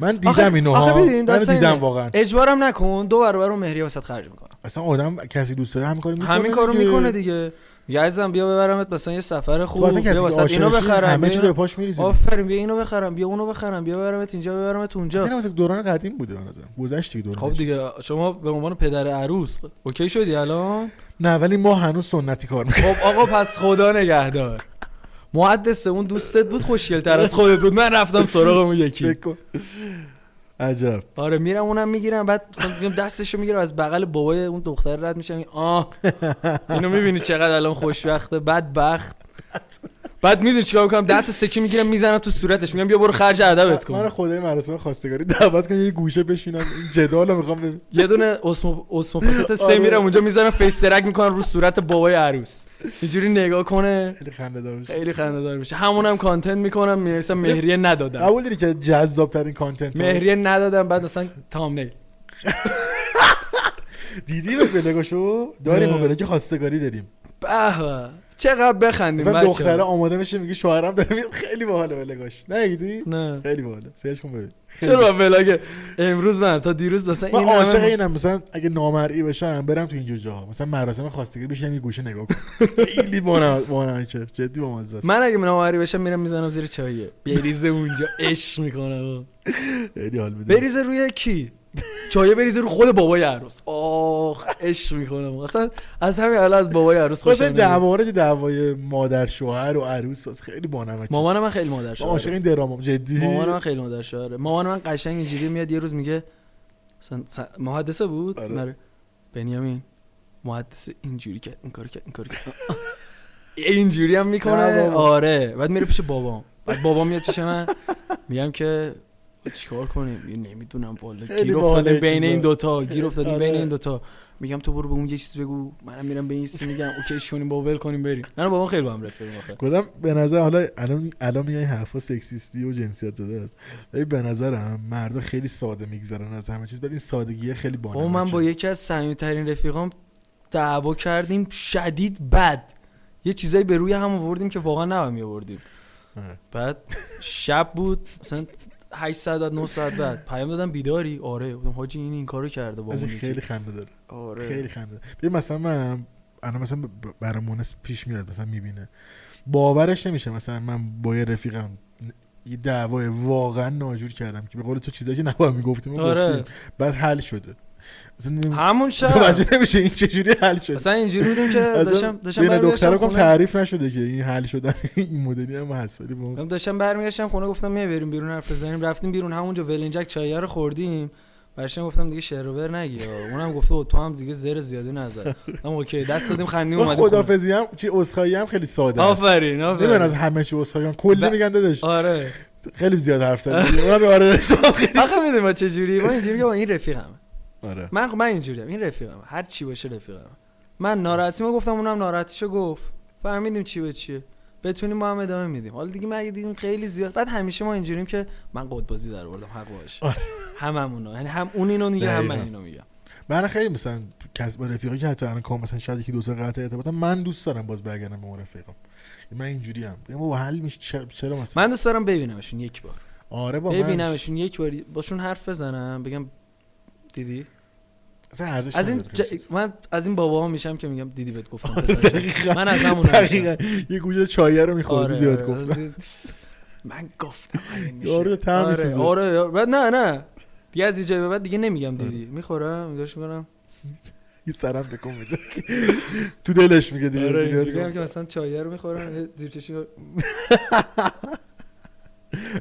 [SPEAKER 2] من
[SPEAKER 1] آخه-
[SPEAKER 2] دیدم اینو
[SPEAKER 1] آخه
[SPEAKER 2] ها
[SPEAKER 1] ببین،
[SPEAKER 2] من
[SPEAKER 1] داستان
[SPEAKER 2] دیدم
[SPEAKER 1] اینه.
[SPEAKER 2] واقعا
[SPEAKER 1] اجبارم نکن دو برابر اون مهریه واسط خرج میکنم
[SPEAKER 2] اصلا آدم کسی دوست داره همین کارو میکنه
[SPEAKER 1] همین کارو میکنه دیگه میگه عزیزم بیا ببرمت مثلا یه سفر خوب
[SPEAKER 2] واسه
[SPEAKER 1] بیا
[SPEAKER 2] خب، کسی که
[SPEAKER 1] واسط اینو
[SPEAKER 2] عاشقشی،
[SPEAKER 1] بخرم
[SPEAKER 2] همه
[SPEAKER 1] بیا
[SPEAKER 2] چی رو
[SPEAKER 1] اینو-
[SPEAKER 2] پاش میریزه
[SPEAKER 1] آفرین بیا اینو بخرم بیا اونو بخرم بیا ببرمت اینجا ببرمت
[SPEAKER 2] اصلا
[SPEAKER 1] اونجا
[SPEAKER 2] واسه دوران قدیم بوده به نظرم گذشت دیگه دوران
[SPEAKER 1] خب دیگه شما به عنوان پدر عروس اوکی شدی الان
[SPEAKER 2] نه ولی ما هنوز سنتی کار میکنیم
[SPEAKER 1] خب آقا پس خدا نگهدار محدثه اون دوستت بود خوشگلتر از خودت بود من رفتم سراغ اون یکی
[SPEAKER 2] فکر کن عجب
[SPEAKER 1] آره میرم اونم میگیرم بعد مثلا میگم دستشو میگیرم از بغل بابای اون دختر رد میشم آه اینو میبینی چقدر الان خوشبخته بدبخت بعد میدونی چیکار میکنم ده تا سکی میگیرم میزنم تو صورتش میگم بیا برو خرج ادبت
[SPEAKER 2] من
[SPEAKER 1] کن
[SPEAKER 2] آره، خدای مراسم خواستگاری دعوت کن یه گوشه بشینم این جدال رو میخوام ببین
[SPEAKER 1] یه دونه اسمو اسموپت سه
[SPEAKER 2] آره.
[SPEAKER 1] میرم اونجا میزنم فیس ترک میکنم رو صورت بابای عروس اینجوری نگاه کنه
[SPEAKER 2] خیلی خنده دار میشه.
[SPEAKER 1] خیلی خنده دار میشه همونم کانتنت میکنم مینویسم مهریه ندادم
[SPEAKER 2] قبول داری که جذاب ترین کانتنت هاست؟
[SPEAKER 1] مهریه ندادم بعد مثلا تامنیل
[SPEAKER 2] دیدی به بلگاشو داریم
[SPEAKER 1] نه.
[SPEAKER 2] ما بلگ خواستگاری داریم
[SPEAKER 1] به به. چقدر بخندیم
[SPEAKER 2] مثلا
[SPEAKER 1] بچه‌ها.
[SPEAKER 2] دختره آماده میشه میگه شوهرم داره میاد خیلی باحاله بلگاش نگیدی
[SPEAKER 1] نه
[SPEAKER 2] خیلی باحاله سرچ کن ببین خیلی.
[SPEAKER 1] چرا بلاگ امروز من تا دیروز مثلا
[SPEAKER 2] من
[SPEAKER 1] این
[SPEAKER 2] عاشق
[SPEAKER 1] همه
[SPEAKER 2] اینم مثلا اگه نامرئی بشم برم تو اینجور جاها مثلا مراسم خواستگاری بشینم یه گوشه نگاه کنم خیلی بانم بانم جدی با مزه است.
[SPEAKER 1] من اگه مناوری بشم میرم میزنم زیر چاییه بریزه اونجا عشق میکنه
[SPEAKER 2] خیلی حال میده
[SPEAKER 1] بریزه روی کی چایه بریزه رو خود بابای عروس آخ عشق میکنم اصلا از همین الان از بابای عروس خوشم
[SPEAKER 2] خب، مثلا
[SPEAKER 1] نمیاد
[SPEAKER 2] دعوا رو دعوای مادر شوهر و عروس هست. خیلی بانمکه من
[SPEAKER 1] مامان من خیلی مادر شوهره.
[SPEAKER 2] عاشق این درامم جدی
[SPEAKER 1] مامان من خیلی مادر شوهره مامان من قشنگ اینجوری میاد یه روز میگه مثلا س- محدثه بود
[SPEAKER 2] آره.
[SPEAKER 1] آره. بنیامین محدثه اینجوری کرد این کارو کرد این کارو کرد اینجوری هم
[SPEAKER 2] نه
[SPEAKER 1] میکنه
[SPEAKER 2] بابا.
[SPEAKER 1] آره بعد میره پیش بابام بعد بابام میاد پیش من میگم که چیکار کنیم میگه نمیدونم والا
[SPEAKER 2] خیلی
[SPEAKER 1] گیر
[SPEAKER 2] باحاله
[SPEAKER 1] افتادیم
[SPEAKER 2] این
[SPEAKER 1] بین این
[SPEAKER 2] چیزا.
[SPEAKER 1] دوتا گیر افتادیم
[SPEAKER 2] آره.
[SPEAKER 1] بین این دوتا میگم تو برو به اون یه چیز بگو منم میرم به این سی میگم اوکیش کنیم با ول کنیم بریم من و بابام خیلی با هم رفیقیم آخه.
[SPEAKER 2] کدام به نظر حالا الان الان میای حرفا سکسیستی و جنسیت زده است ولی به نظرم مردا خیلی ساده میگذرن از همه چیز بعد این سادگی خیلی
[SPEAKER 1] بابا
[SPEAKER 2] بانمکه
[SPEAKER 1] من با یکی از صمیمیت‌ترین رفیقام دعوا کردیم شدید بد یه چیزایی به روی هم آوردیم که واقعا نباید می‌آوردیم
[SPEAKER 2] آه.
[SPEAKER 1] بعد شب بود مثلا 8 ساعت بعد 9 ساعت بعد پیام دادم بیداری آره گفتم حاجی این این کارو کرده با
[SPEAKER 2] از
[SPEAKER 1] اون
[SPEAKER 2] این
[SPEAKER 1] یکی.
[SPEAKER 2] خیلی خنده داره
[SPEAKER 1] آره
[SPEAKER 2] خیلی خنده داره. ببین مثلا من الان مثلا ب- برای مونس پیش میاد مثلا میبینه باورش نمیشه مثلا من با یه رفیقم یه دعوای واقعا ناجور کردم که به قول تو چیزایی که نباید میگفتیم و
[SPEAKER 1] آره.
[SPEAKER 2] گفتیم. بعد حل شده مثلا نمی-
[SPEAKER 1] همون شب
[SPEAKER 2] متوجه نمیشه این چجوری حل شده
[SPEAKER 1] مثلا اینجوری بودیم که
[SPEAKER 2] اصلا
[SPEAKER 1] داشتم داشتم
[SPEAKER 2] بین
[SPEAKER 1] برمی‌گشتم
[SPEAKER 2] دخترا کم
[SPEAKER 1] خونه.
[SPEAKER 2] تعریف نشده که این حل شدن این مدلی هم هست ولی ما-
[SPEAKER 1] داشتم برمیگشتم خونه گفتم می بریم بیرون حرف بزنیم رفتیم بیرون همونجا ولنجک چایه رو خوردیم برشم گفتم دیگه شعر و بر نگی اونم گفته بود تو هم دیگه زر زیادی نزد گفتم اوکی دست دادیم خندیم
[SPEAKER 2] ما
[SPEAKER 1] اومدیم خونه.
[SPEAKER 2] خدافظی هم چی عذرخواهی هم خیلی ساده است
[SPEAKER 1] آفرین
[SPEAKER 2] نمیدونم از
[SPEAKER 1] آفرین
[SPEAKER 2] همه چی عذرخواهی هم کلی
[SPEAKER 1] ب-
[SPEAKER 2] میگن داداش
[SPEAKER 1] آره
[SPEAKER 2] خیلی زیاد حرف زدی اونم آره داداش
[SPEAKER 1] آخه میدونی ما چجوری ما اینجوری که با این رفیقم
[SPEAKER 2] آره
[SPEAKER 1] من من اینجوریم این رفیقم هر چی باشه رفیقم من ناراحتیمو گفتم اونم ناراحتیشو گفت فهمیدیم چی به چیه بتونیم ما هم ادامه میدیم حالا دیگه مگه دیدیم خیلی زیاد بعد همیشه ما اینجوریم که من قد بازی در آوردم حق باش
[SPEAKER 2] آره.
[SPEAKER 1] هممونا یعنی هم اون اینو میگه هم من
[SPEAKER 2] دقیقاً.
[SPEAKER 1] اینو میگم
[SPEAKER 2] من خیلی مثلا کس با رفیقی که حتی الان کام مثلا شاید یکی دو سه قطع ارتباطم من دوست دارم باز برگردم به اون رفیقم من اینجوری ام ما حل میشه چرا مثلا
[SPEAKER 1] من دوست دارم ببینمشون یک بار
[SPEAKER 2] آره با من
[SPEAKER 1] ببینمشون یک بار باشون حرف بزنم بگم دیدی
[SPEAKER 2] اصلا ارزش
[SPEAKER 1] از این
[SPEAKER 2] نداره
[SPEAKER 1] ج...
[SPEAKER 2] خیلی چیز.
[SPEAKER 1] من از این باباها میشم که میگم دیدی بهت گفتم
[SPEAKER 2] آره،
[SPEAKER 1] پسر شدی.
[SPEAKER 2] دقیقاً.
[SPEAKER 1] من از همون
[SPEAKER 2] دقیقاً یه گوشه چایه رو میخوردی دیوت گفت
[SPEAKER 1] آره، من گفتم همین میشه
[SPEAKER 2] یارو طعم
[SPEAKER 1] آره
[SPEAKER 2] می‌سوزه.
[SPEAKER 1] آره آره. بعد نه نه دیگه از اینجا به بعد دیگه نمیگم دیدی
[SPEAKER 2] آره.
[SPEAKER 1] میخورم نگاش میکنم
[SPEAKER 2] یه سرم بکن میده تو دلش میگه دیگه
[SPEAKER 1] آره
[SPEAKER 2] دیگه
[SPEAKER 1] اینجوری هم
[SPEAKER 2] دیگه.
[SPEAKER 1] که مثلا چایه رو میخورم یه زیر چشم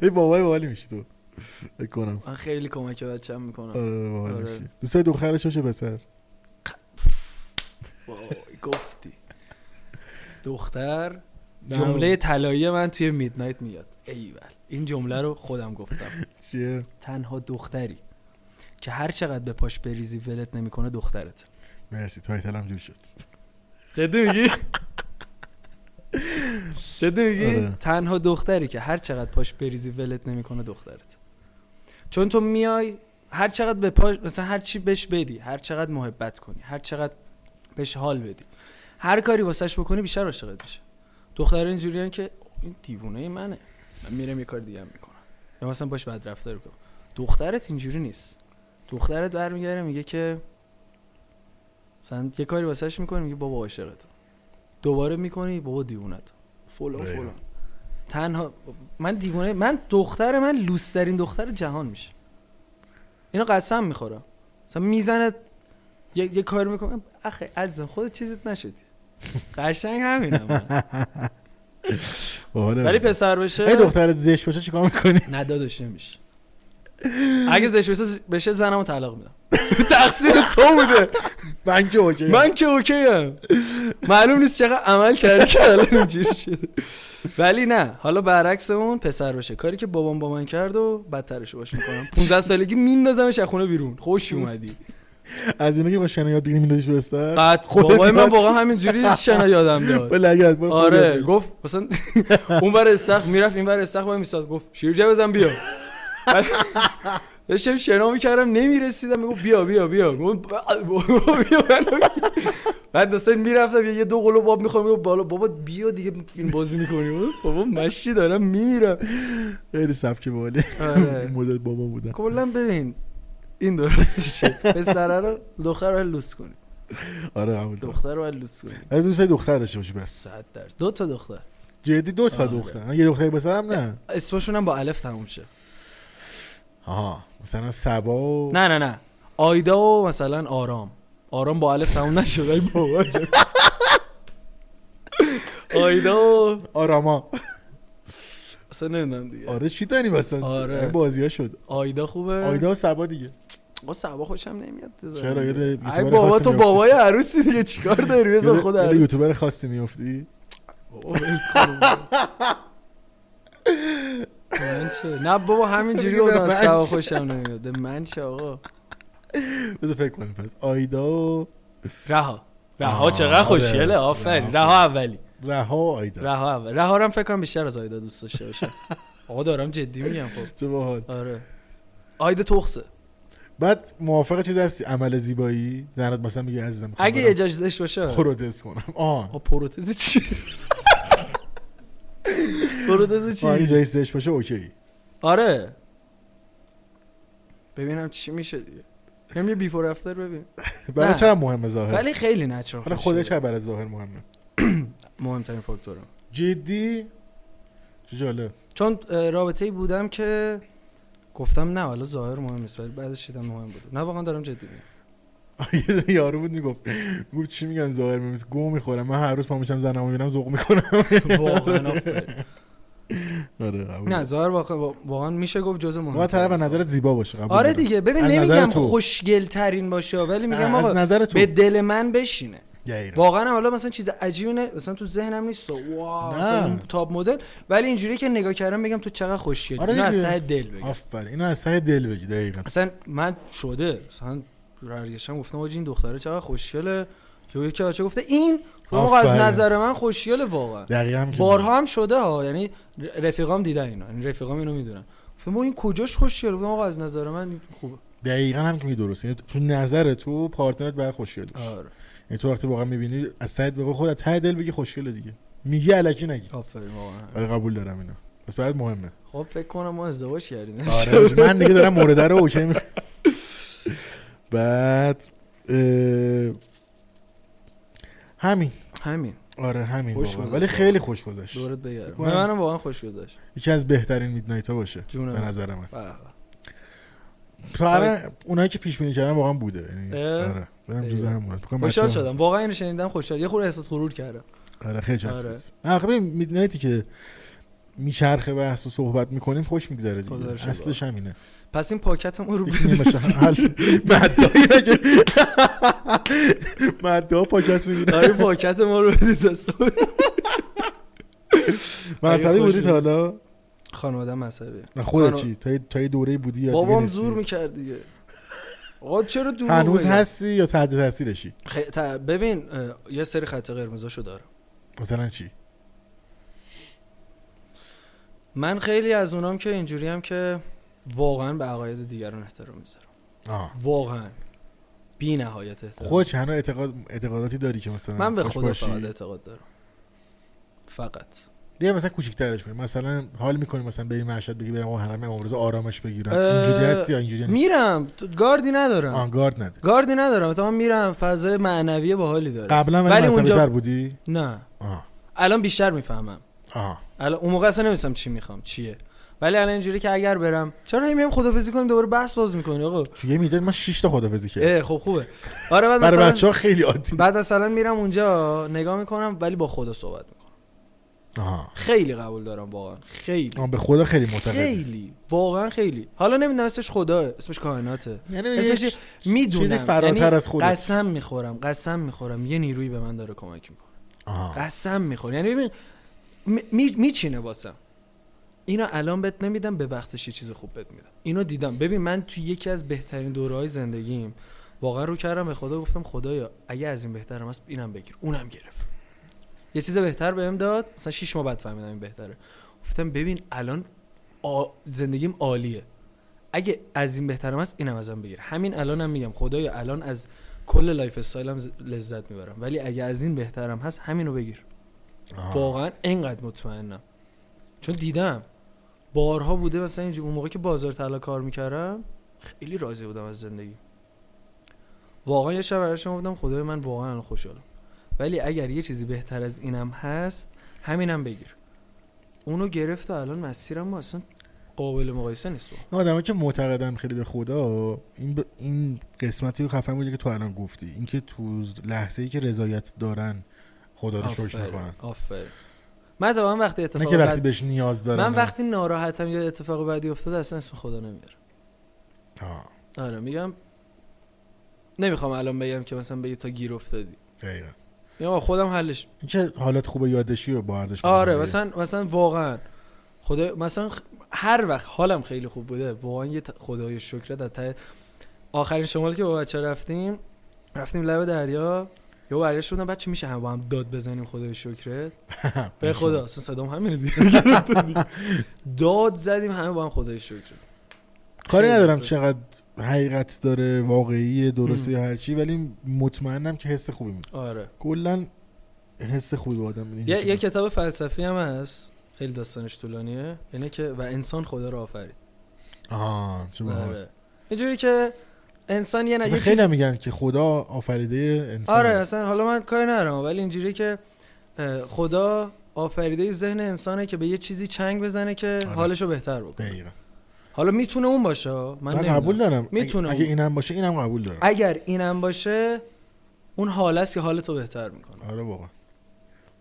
[SPEAKER 2] ای بابای بالی میشی تو فکر کنم
[SPEAKER 1] من خیلی کمک بچم میکنم
[SPEAKER 2] آره باحال
[SPEAKER 1] آره.
[SPEAKER 2] میشی دوست داری دخترش باشه پسر
[SPEAKER 1] وای گفتی دختر
[SPEAKER 2] نه.
[SPEAKER 1] جمله طلایی من توی میدنایت میاد ایول این جمله رو خودم گفتم
[SPEAKER 2] چیه
[SPEAKER 1] تنها دختری که هر چقدر به پاش بریزی ولت نمیکنه دخترت
[SPEAKER 2] مرسی تایتل هم جور شد
[SPEAKER 1] جدی میگی جدی میگی
[SPEAKER 2] آره.
[SPEAKER 1] تنها دختری که هر چقدر پاش بریزی ولت نمیکنه دخترت چون تو میای هر چقدر به پاش مثلا هر چی بهش بدی هر چقدر محبت کنی هر چقدر بهش حال بدی هر کاری واسش بکنی بیشتر عاشقت میشه دختر اینجوریان که این دیوونه منه من میرم یه کار دیگه هم میکنم یا مثلا باش بد رفتار کنم دخترت اینجوری نیست دخترت برمیگره میگه که مثلا یه کاری واسش میکنی میگه بابا عاشقتم دوباره میکنی بابا دیوونت فلان
[SPEAKER 2] دقیقا.
[SPEAKER 1] فلان تنها من دیوونه من دختر من لوسترین دختر جهان میشه اینو قسم میخورم مثلا میزنه یه, یه کار میکنه اخه عزیزم خودت چیزت نشدی قشنگ همینم من.
[SPEAKER 2] باحاله.
[SPEAKER 1] ولی پسر
[SPEAKER 2] اگه
[SPEAKER 1] بشه
[SPEAKER 2] دخترت زشت باشه چیکار میکنی
[SPEAKER 1] ندادش نمیشه اگه زشت بشه- بشه زنمو طلاق میدم تقصیر تو بوده
[SPEAKER 2] من که اوکی
[SPEAKER 1] من که اوکی ام معلوم نیست چقدر عمل کرده که الان اینجوری شده ولی نه حالا برعکس اون پسر بشه کاری که بابام با من کرد و بدترش باش میکنم 15 سالگی میندازمش از خونه بیرون خوش اومدی
[SPEAKER 2] از اینا که با شنا یاد بگیری میندازیش رو بستر
[SPEAKER 1] بعد
[SPEAKER 2] خودت
[SPEAKER 1] بابای من
[SPEAKER 2] یاد-
[SPEAKER 1] واقعا همینجوری شنا یادم داد
[SPEAKER 2] به لگت برو خودت یاد
[SPEAKER 1] آره
[SPEAKER 2] بگیر.
[SPEAKER 1] گفت مثلا اون بر استخ میرفت این بر استخ وای میساد گفت شیرجه بزن بیا بعد داشتم شنا میکردم نمیرسیدم میگفت بیا بیا بیا میگفت بیا منو بیا. بعد مثلا میرفتم یه- یه دو قلو باب میخوام میگفت بالا بابا بیا دیگه فیلم بازی میکنی بابا مشی دارم میمیرم
[SPEAKER 2] خیلی سبک باله
[SPEAKER 1] آره
[SPEAKER 2] مدل بابا بودن
[SPEAKER 1] کلا ببین این درستشه پسره رو دختر رو لوس کنی
[SPEAKER 2] آره قبول دارم
[SPEAKER 1] دختر رو لوس کنی
[SPEAKER 2] از دوست دختر داشته باشی بس
[SPEAKER 1] صد درصد دو تا دختر
[SPEAKER 2] جدی دو تا
[SPEAKER 1] آره.
[SPEAKER 2] دختر من یه دختر پسرم نه
[SPEAKER 1] اسمشون هم با الف تموم شه
[SPEAKER 2] آها مثلا سبا و
[SPEAKER 1] نه نه نه آیدا و مثلا آرام آرام با الف تموم نشد ای بابا آیدا و
[SPEAKER 2] آراما
[SPEAKER 1] اصلا نمیدونم دیگه
[SPEAKER 2] آره چی داری مثلا
[SPEAKER 1] آره.
[SPEAKER 2] بازی ها شد
[SPEAKER 1] آیدا خوبه
[SPEAKER 2] آیدا و سبا دیگه
[SPEAKER 1] با سبا خوشم نمیاد بذار.
[SPEAKER 2] چرا؟ یه ده
[SPEAKER 1] ای
[SPEAKER 2] یوتیوبر
[SPEAKER 1] بابا
[SPEAKER 2] خاصی
[SPEAKER 1] تو
[SPEAKER 2] می‌افتی.
[SPEAKER 1] بابای عروسی دیگه چیکار داری بذار
[SPEAKER 2] یه-
[SPEAKER 1] خود
[SPEAKER 2] یه
[SPEAKER 1] عروس
[SPEAKER 2] یوتیوبر خاصی میافتی
[SPEAKER 1] بابا، ول کن. من چه نه بابا همینجوری
[SPEAKER 2] میگه به
[SPEAKER 1] بودن
[SPEAKER 2] من
[SPEAKER 1] سبا
[SPEAKER 2] چه؟
[SPEAKER 1] خوشم نمیاد به من چه آقا
[SPEAKER 2] بذار فکر کنیم پس آیدا و
[SPEAKER 1] رها رها
[SPEAKER 2] آه،
[SPEAKER 1] چقدر
[SPEAKER 2] آره.
[SPEAKER 1] خوشگله آفرین
[SPEAKER 2] رها.
[SPEAKER 1] رها اولی
[SPEAKER 2] رها و آیدا
[SPEAKER 1] رها اول رها رو هم فکر کنم بیشتر از آیدا دوست داشته باشه آقا دارم جدی میگم خب
[SPEAKER 2] چه باحال
[SPEAKER 1] آره آیدا تخصه
[SPEAKER 2] بعد موافق چیز هستی عمل زیبایی زنت مثلا میگه عزیزم خب می‌خوام
[SPEAKER 1] اگه
[SPEAKER 2] برم
[SPEAKER 1] اجازه خب داشت باشه
[SPEAKER 2] پروتز کنم آه
[SPEAKER 1] آقا پروتز چی پروتز
[SPEAKER 2] آه، اگه
[SPEAKER 1] چی
[SPEAKER 2] جایی زشت باشه اوکی
[SPEAKER 1] آره ببینم چی میشه دیگه هم یه بیفور افتر ببین
[SPEAKER 2] برای
[SPEAKER 1] نه.
[SPEAKER 2] چقدر مهمه ظاهر
[SPEAKER 1] ولی خب خیلی نچرال
[SPEAKER 2] آره. حالا خودت چقدر برای ظاهر مهمه
[SPEAKER 1] مهمترین فاکتورم
[SPEAKER 2] جدی چه جالب
[SPEAKER 1] چون رابطه ای بودم که گفتم نه حالا ظاهر مهم نیست ولی بعدش دیدم مهم بود نه واقعا دارم جدی میگم
[SPEAKER 2] یه یارو بود میگفت گفت چی میگن ظاهر میمیز گو میخورم من هر روز پا میشم زنمو میبینم ذوق میکنم
[SPEAKER 1] واقعا آفرین.
[SPEAKER 2] آره قبول
[SPEAKER 1] نه ظاهر واقعا واقعا میشه گفت جزء مهم
[SPEAKER 2] ما طرف از نظر زیبا باشه قبول
[SPEAKER 1] آره
[SPEAKER 2] دارم.
[SPEAKER 1] دیگه ببین
[SPEAKER 2] از نظر
[SPEAKER 1] نمیگم
[SPEAKER 2] تو.
[SPEAKER 1] خوشگل ترین باشه ولی
[SPEAKER 2] نه،
[SPEAKER 1] میگم
[SPEAKER 2] از
[SPEAKER 1] آقا
[SPEAKER 2] نظر تو
[SPEAKER 1] به دل من بشینه
[SPEAKER 2] دقیقاً.
[SPEAKER 1] واقعا هم حالا مثلا چیز عجیبی نه مثلا تو ذهنم نیست واو
[SPEAKER 2] نه.
[SPEAKER 1] مثلا تاپ مدل ولی اینجوری که نگاه کردم بگم تو چقدر خوشگلی
[SPEAKER 2] آره
[SPEAKER 1] آره از
[SPEAKER 2] دیگه.
[SPEAKER 1] ته دل بگم
[SPEAKER 2] آفرین اینو از ته دل بگی دقیقاً
[SPEAKER 1] اصلا من شده مثلا برگشتم گفتم آجی این دختره چقدر خوشگله که یکی بچه گفته این آقا از
[SPEAKER 2] آفرین.
[SPEAKER 1] نظر من خوشگله واقعا
[SPEAKER 2] دقیقاً هم که
[SPEAKER 1] بارها هم شده ها یعنی ر- رفیقام دیدن اینو یعنی رفیقام اینو میدونن گفتم با این کجاش خوشگله گفتم آقا از نظر من این خوبه
[SPEAKER 2] دقیقاً هم که می درست یعنی تو نظر تو پارتنرت برای خوشگل باشه
[SPEAKER 1] آره
[SPEAKER 2] یعنی تو وقتی واقعا میبینی از سایت بگو خود از ته دل بگی خوشگله دیگه میگی الکی نگی
[SPEAKER 1] آفرین واقعا
[SPEAKER 2] ولی قبول دارم اینو پس برات مهمه
[SPEAKER 1] خب فکر کنم ما ازدواج کردیم
[SPEAKER 2] آره من دیگه دارم مورد رو اوکی می‌کنم. بعد اه، همین
[SPEAKER 1] همین
[SPEAKER 2] آره همین
[SPEAKER 1] خوش
[SPEAKER 2] واقعا.
[SPEAKER 1] گذشت
[SPEAKER 2] ولی
[SPEAKER 1] واقعا.
[SPEAKER 2] خیلی خوش گذشت
[SPEAKER 1] دورت بگردم
[SPEAKER 2] بکنم.
[SPEAKER 1] به منم واقعا خوش گذشت
[SPEAKER 2] یکی از بهترین میدنایت ها باشه
[SPEAKER 1] جونم.
[SPEAKER 2] به نظر من
[SPEAKER 1] به به.
[SPEAKER 2] فعلا اونایی که پیش بینی کردن واقعا بوده یعنی
[SPEAKER 1] آره. اه.
[SPEAKER 2] آره بدم جزء
[SPEAKER 1] خیلی.
[SPEAKER 2] همون بود. بکنم
[SPEAKER 1] خوشحال
[SPEAKER 2] بچه‌ها-
[SPEAKER 1] شدم واقعا اینو شنیدم خوشحال یه خورده احساس غرور کردم
[SPEAKER 2] آره خیلی جذاب
[SPEAKER 1] آره.
[SPEAKER 2] است عقب میدنایتی که میچرخه بحث و صحبت میکنیم خوش میگذره
[SPEAKER 1] خدا
[SPEAKER 2] دیگه
[SPEAKER 1] رو شکر.
[SPEAKER 2] اصلش همینه
[SPEAKER 1] پس این پاکتمون رو
[SPEAKER 2] یکی
[SPEAKER 1] بده
[SPEAKER 2] نمیشه حل مدایی را که مدها پاکت میگیره
[SPEAKER 1] آره پاکت ما رو بده دست
[SPEAKER 2] مذهبی
[SPEAKER 1] اگه
[SPEAKER 2] بودی
[SPEAKER 1] خوشی-
[SPEAKER 2] تا حالا
[SPEAKER 1] خانواده مذهبی
[SPEAKER 2] نه خودت
[SPEAKER 1] خانوا-
[SPEAKER 2] چی تا یه- تا یه دوره بودی یا دیگه
[SPEAKER 1] بابام
[SPEAKER 2] نیستی؟
[SPEAKER 1] زور میکرد دیگه آقا چرا دور
[SPEAKER 2] هنوز هستی یا تحت تاثیرشی
[SPEAKER 1] ببین اه، یه سری خط قرمزاشو دارم
[SPEAKER 2] مثلا چی
[SPEAKER 1] من خیلی از اونام که اینجوری هم که واقعا به عقاید دیگران احترام میذارم
[SPEAKER 2] آه.
[SPEAKER 1] واقعا بی نهایت احترام
[SPEAKER 2] خود چند اعتقاد اعتقاداتی داری که مثلا
[SPEAKER 1] من به
[SPEAKER 2] خوش
[SPEAKER 1] خدا
[SPEAKER 2] باشی؟
[SPEAKER 1] فقط اعتقاد دارم فقط
[SPEAKER 2] یه مثلا کوچیک‌ترش کنی مثلا حال می‌کنی مثلا بری مشهد بگی برم آقا حرم امام رضا آرامش بگیرم
[SPEAKER 1] اه،
[SPEAKER 2] اینجوری هستی یا اینجوری نیستی
[SPEAKER 1] میرم تو- گاردی ندارم
[SPEAKER 2] آن گارد نداری
[SPEAKER 1] گاردی ندارم تا میرم فضای معنوی باحالی داره
[SPEAKER 2] قبلا
[SPEAKER 1] ولی
[SPEAKER 2] ولی
[SPEAKER 1] اونجا-
[SPEAKER 2] اونجا بودی
[SPEAKER 1] نه
[SPEAKER 2] آه
[SPEAKER 1] الان بیشتر میفهمم
[SPEAKER 2] آه
[SPEAKER 1] الان اون موقع اصلا نمیستم چی میخوام چیه ولی الان اینجوری که اگر برم چرا هی میام خدافظی کنیم دوباره بحث باز میکنی آقا
[SPEAKER 2] تو یه میداد ما 6 تا خدافظی کردیم
[SPEAKER 1] اه خب خوبه آره بعد
[SPEAKER 2] برای
[SPEAKER 1] مثلا
[SPEAKER 2] بچه‌ها خیلی عادی
[SPEAKER 1] بعد مثلا میرم اونجا نگاه میکنم ولی با خدا صحبت میکنم
[SPEAKER 2] آه
[SPEAKER 1] خیلی قبول دارم واقعا خیلی
[SPEAKER 2] آه، به خدا خیلی معتقد
[SPEAKER 1] خیلی واقعا خیلی حالا نمیدونم اسمش خدا اسمش کائناته
[SPEAKER 2] یعنی
[SPEAKER 1] اسمش
[SPEAKER 2] یه
[SPEAKER 1] میدونم یعنی
[SPEAKER 2] چیزی فراتر از خودت.
[SPEAKER 1] قسم میخورم قسم میخورم یه نیروی به من داره کمک میکنه
[SPEAKER 2] آه.
[SPEAKER 1] قسم میخورم یعنی ببین می- می- میچینه واسم اینا الان بهت نمیدم به وقتش یه چیز خوب بهت میدم اینو دیدم ببین من توی یکی از بهترین دوره های زندگیم واقعا رو کردم به خدا گفتم خدایا اگه از این بهترم هست اینم بگیر اونم گرفت یه چیز بهتر بهم داد مثلا 6 ماه بعد فهمیدم این بهتره گفتم ببین الان آ... زندگیم عالیه اگه از این بهترم هست اینم ازم بگیر همین الانم میگم خدایا الان از کل لایف استایلم ز- لذت میبرم ولی اگه از این بهترم هست همینو بگیر
[SPEAKER 2] آه.
[SPEAKER 1] واقعا انقدر مطمئنم چون دیدم بارها بوده مثلا اینجوری اون موقع که بازار طلا کار میکردم خیلی راضی بودم از زندگی واقعا یه شب برای شما بودم خدای من واقعا الان خوشحالم ولی اگر یه چیزی بهتر از اینم هست همینم بگیر اونو گرفت و الان مسیرم اصلا قابل مقایسه نیست با
[SPEAKER 2] نه آدمایی که معتقدن خیلی به خدا این ب... این قسمتی خفن بوده که تو الان گفتی اینکه تو لحظه ای که رضایت دارن خدا رو شکر
[SPEAKER 1] آفرین،
[SPEAKER 2] میکنن
[SPEAKER 1] آفرین من طبعا وقتی
[SPEAKER 2] نه
[SPEAKER 1] اتفاق
[SPEAKER 2] که وقتی
[SPEAKER 1] بعد...
[SPEAKER 2] بهش نیاز دارن
[SPEAKER 1] من وقتی ناراحتم یا اتفاق بعدی افتاده اصلا اسم خدا نمیارم
[SPEAKER 2] آه.
[SPEAKER 1] آره میگم نمیخوام الان بگم که مثلا بگی تا گیر افتادی
[SPEAKER 2] دقیقاً
[SPEAKER 1] میگم آقا خودم حلش
[SPEAKER 2] اینکه حالت خوب یادشی رو با ارزش
[SPEAKER 1] آره
[SPEAKER 2] بدونی.
[SPEAKER 1] مثلا مثلا واقعا خدا مثلا خ- هر وقت حالم خیلی خوب بوده واقعا یه ت- خدای شکر در ته آخرین شمال که با بچه رفتیم رفتیم لب دریا یه برگشت بودم بچه میشه هم با هم داد بزنیم خدای شکرت به خدا اصلا صدام همینه دیگه داد زدیم همه با هم خدای شکرت
[SPEAKER 2] کاری
[SPEAKER 1] خیلی
[SPEAKER 2] ندارم
[SPEAKER 1] بسه.
[SPEAKER 2] چقدر حقیقت داره واقعی درسته یا هرچی ولی مطمئنم که حس خوبی میده
[SPEAKER 1] آره
[SPEAKER 2] کلا حس خوبی به آدم میده
[SPEAKER 1] یه, یه کتاب فلسفی هم هست خیلی داستانش طولانیه اینه که و انسان خدا رو آفرید
[SPEAKER 2] آه چه باحال.
[SPEAKER 1] آره. اینجوری که انسان یه نه
[SPEAKER 2] مثلا
[SPEAKER 1] یه
[SPEAKER 2] خیلی
[SPEAKER 1] چیز...
[SPEAKER 2] هم میگن که خدا آفریده انسان
[SPEAKER 1] آره اصلا حالا من کاری ندارم ولی اینجوری که اه، خدا آفریده ذهن انسانه که به یه چیزی چنگ بزنه که
[SPEAKER 2] آره.
[SPEAKER 1] حالشو بهتر بکنه
[SPEAKER 2] دقیقاً
[SPEAKER 1] حالا میتونه اون باشه من
[SPEAKER 2] من
[SPEAKER 1] نمی‌دونم.
[SPEAKER 2] قبول دارم اگه-
[SPEAKER 1] میتونم.
[SPEAKER 2] اگه اینم باشه اینم قبول دارم
[SPEAKER 1] اگر اینم باشه اون حاله است که حالتو بهتر میکنه
[SPEAKER 2] آره واقعا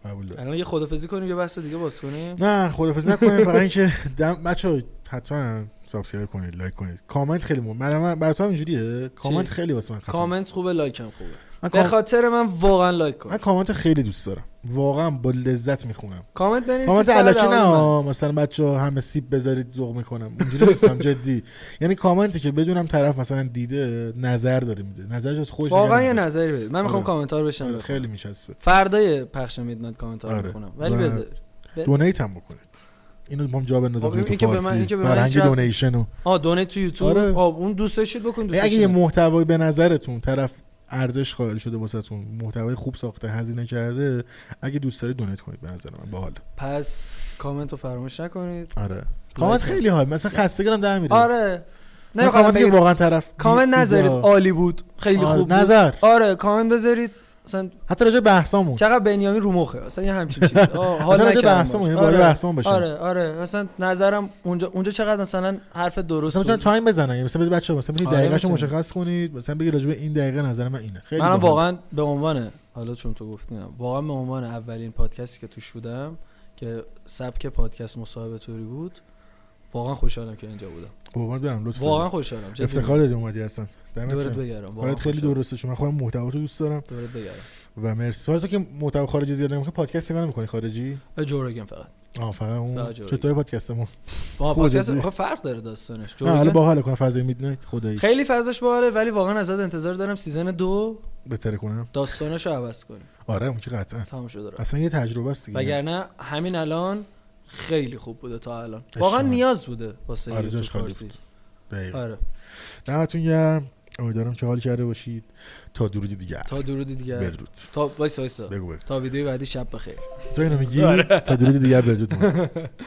[SPEAKER 2] قبول دارم
[SPEAKER 1] الان یه خدافزی کنیم یه بحث دیگه باز کنیم
[SPEAKER 2] آره. نه خدافظ نکنید فقط اینکه دم بچا حتما سابسکرایب کنید لایک کنید کامنت خیلی مهم من من برات هم اینجوریه کامنت
[SPEAKER 1] چی؟
[SPEAKER 2] خیلی واسه من خفنه.
[SPEAKER 1] کامنت خوبه لایکم خوبه
[SPEAKER 2] خب. من
[SPEAKER 1] به
[SPEAKER 2] کام-
[SPEAKER 1] خاطر من واقعا لایک کن
[SPEAKER 2] من کامنت خیلی دوست دارم واقعا با لذت میخونم
[SPEAKER 1] کامنت بنویسید
[SPEAKER 2] کامنت
[SPEAKER 1] فقط
[SPEAKER 2] الکی نه
[SPEAKER 1] درباره من.
[SPEAKER 2] آه، مثلا بچه همه سیب بذارید ذوق میکنم اونجوری نیستم جدی یعنی کامنتی که بدونم طرف مثلا دیده نظر داره میده نظرش از خودش
[SPEAKER 1] واقعا یه
[SPEAKER 2] نمیده.
[SPEAKER 1] نظری بده من میخوام
[SPEAKER 2] آره.
[SPEAKER 1] کامنت ها رو بشنم
[SPEAKER 2] آره،
[SPEAKER 1] بخونم.
[SPEAKER 2] خیلی میچسبه
[SPEAKER 1] فردای پخش میدنات کامنت ها رو
[SPEAKER 2] آره.
[SPEAKER 1] بخونم ولی
[SPEAKER 2] و-
[SPEAKER 1] بده
[SPEAKER 2] دونیت هم بکنید اینو ما هم جا بندازم
[SPEAKER 1] آه،
[SPEAKER 2] تو
[SPEAKER 1] این خب، که به من- این
[SPEAKER 2] فارسی
[SPEAKER 1] که به من
[SPEAKER 2] فرهنگ
[SPEAKER 1] هیچ وقت-
[SPEAKER 2] دونیشن و
[SPEAKER 1] آ دونیت تو یوتیوب
[SPEAKER 2] آره.
[SPEAKER 1] آه، اون دوست داشتید بکن دوست
[SPEAKER 2] اگه یه
[SPEAKER 1] داشتید نکن.
[SPEAKER 2] محتوایی به نظرتون طرف ارزش قائل شده واسهتون محتوای خوب ساخته هزینه کرده اگه دوست دارید دونیت کنید به نظر من باحال
[SPEAKER 1] پس کامنت رو فراموش نکنید
[SPEAKER 2] آره کامنت خیلی حال مثلا خستگیرم در میره
[SPEAKER 1] آره
[SPEAKER 2] نه
[SPEAKER 1] نمیخوام
[SPEAKER 2] کامنت که
[SPEAKER 1] بگید
[SPEAKER 2] واقعا طرف
[SPEAKER 1] کامنت
[SPEAKER 2] دیده.
[SPEAKER 1] نذارید عالی بود خیلی
[SPEAKER 2] آره،
[SPEAKER 1] خوب بود
[SPEAKER 2] نظر
[SPEAKER 1] آره کامنت بذارید مثلا
[SPEAKER 2] حتی راجع به بحثامون
[SPEAKER 1] چقدر بنیامین رو مخه مثلا یه همچین چیز آه، حال
[SPEAKER 2] حال راجع به
[SPEAKER 1] نکردم
[SPEAKER 2] بحثامون
[SPEAKER 1] باش.
[SPEAKER 2] یعنی بالا
[SPEAKER 1] آره
[SPEAKER 2] بحثامون باشه
[SPEAKER 1] آره آره مثلا نظرم اونجا اونجا چقدر مثلا حرف درست
[SPEAKER 2] مثلا میتونن
[SPEAKER 1] بود.
[SPEAKER 2] تایم بزنن یعنی مثلا بچه مثلا میتونید
[SPEAKER 1] آره،
[SPEAKER 2] دقیقه‌شو
[SPEAKER 1] می‌تونیم.
[SPEAKER 2] مشخص کنید مثلا بگید راجع به این دقیقه نظر من اینه خیلی
[SPEAKER 1] منم
[SPEAKER 2] باحال.
[SPEAKER 1] واقعا به عنوان حالا چون تو گفتیم واقعا به عنوان اولین پادکستی که توش بودم که سبک پادکست مصاحبه توری بود واقعا خوشحالم که اینجا بودم
[SPEAKER 2] قربونت برم لطف
[SPEAKER 1] واقعا خوشحالم جدی
[SPEAKER 2] افتخار دادی اومدی هستن
[SPEAKER 1] میگم.
[SPEAKER 2] دمت
[SPEAKER 1] دورت
[SPEAKER 2] گرم.
[SPEAKER 1] بگردم واقعا
[SPEAKER 2] کارت خیلی
[SPEAKER 1] خوشحالم.
[SPEAKER 2] درسته چون من خودم محتوا رو دوست دارم
[SPEAKER 1] دورت بگردم
[SPEAKER 2] و مرسی حالا تو که محتوا خارجی زیاد نمی‌کنی پادکست نگاه نمی‌کنی خارجی
[SPEAKER 1] و جورگن فقط
[SPEAKER 2] آه فقط اون
[SPEAKER 1] فقط جوری.
[SPEAKER 2] چطور پادکستمون
[SPEAKER 1] با
[SPEAKER 2] خوبه
[SPEAKER 1] پادکست
[SPEAKER 2] خب، جدی.
[SPEAKER 1] آخه فرق داره داستانش
[SPEAKER 2] نه حالا
[SPEAKER 1] جورگن
[SPEAKER 2] باحال کن فاز میدنایت خدایی
[SPEAKER 1] خیلی فضاش باحاله ولی واقعا ازت انتظار دارم سیزن دو
[SPEAKER 2] بهتره کنم
[SPEAKER 1] داستانش رو عوض کنی
[SPEAKER 2] آره اون که قطعا
[SPEAKER 1] تمام شده رفت
[SPEAKER 2] اصلا یه تجربه است دیگه
[SPEAKER 1] وگرنه همین الان خیلی خوب بوده تا الان واقعا
[SPEAKER 2] اشتباه.
[SPEAKER 1] نیاز بوده واسه
[SPEAKER 2] آره،
[SPEAKER 1] یه
[SPEAKER 2] جاش
[SPEAKER 1] تو
[SPEAKER 2] خالی
[SPEAKER 1] فارسی.
[SPEAKER 2] بود. دقیقا.
[SPEAKER 1] آره
[SPEAKER 2] دمتون گرم امیدوارم که حال کرده باشید تا درودی دیگر
[SPEAKER 1] تا درود دیگه
[SPEAKER 2] بدرود بله.
[SPEAKER 1] تا وایسا وایسا
[SPEAKER 2] بگو بگو
[SPEAKER 1] تا ویدیوی بعدی شب بخیر
[SPEAKER 2] تو اینو میگی تا درودی دیگر بدرود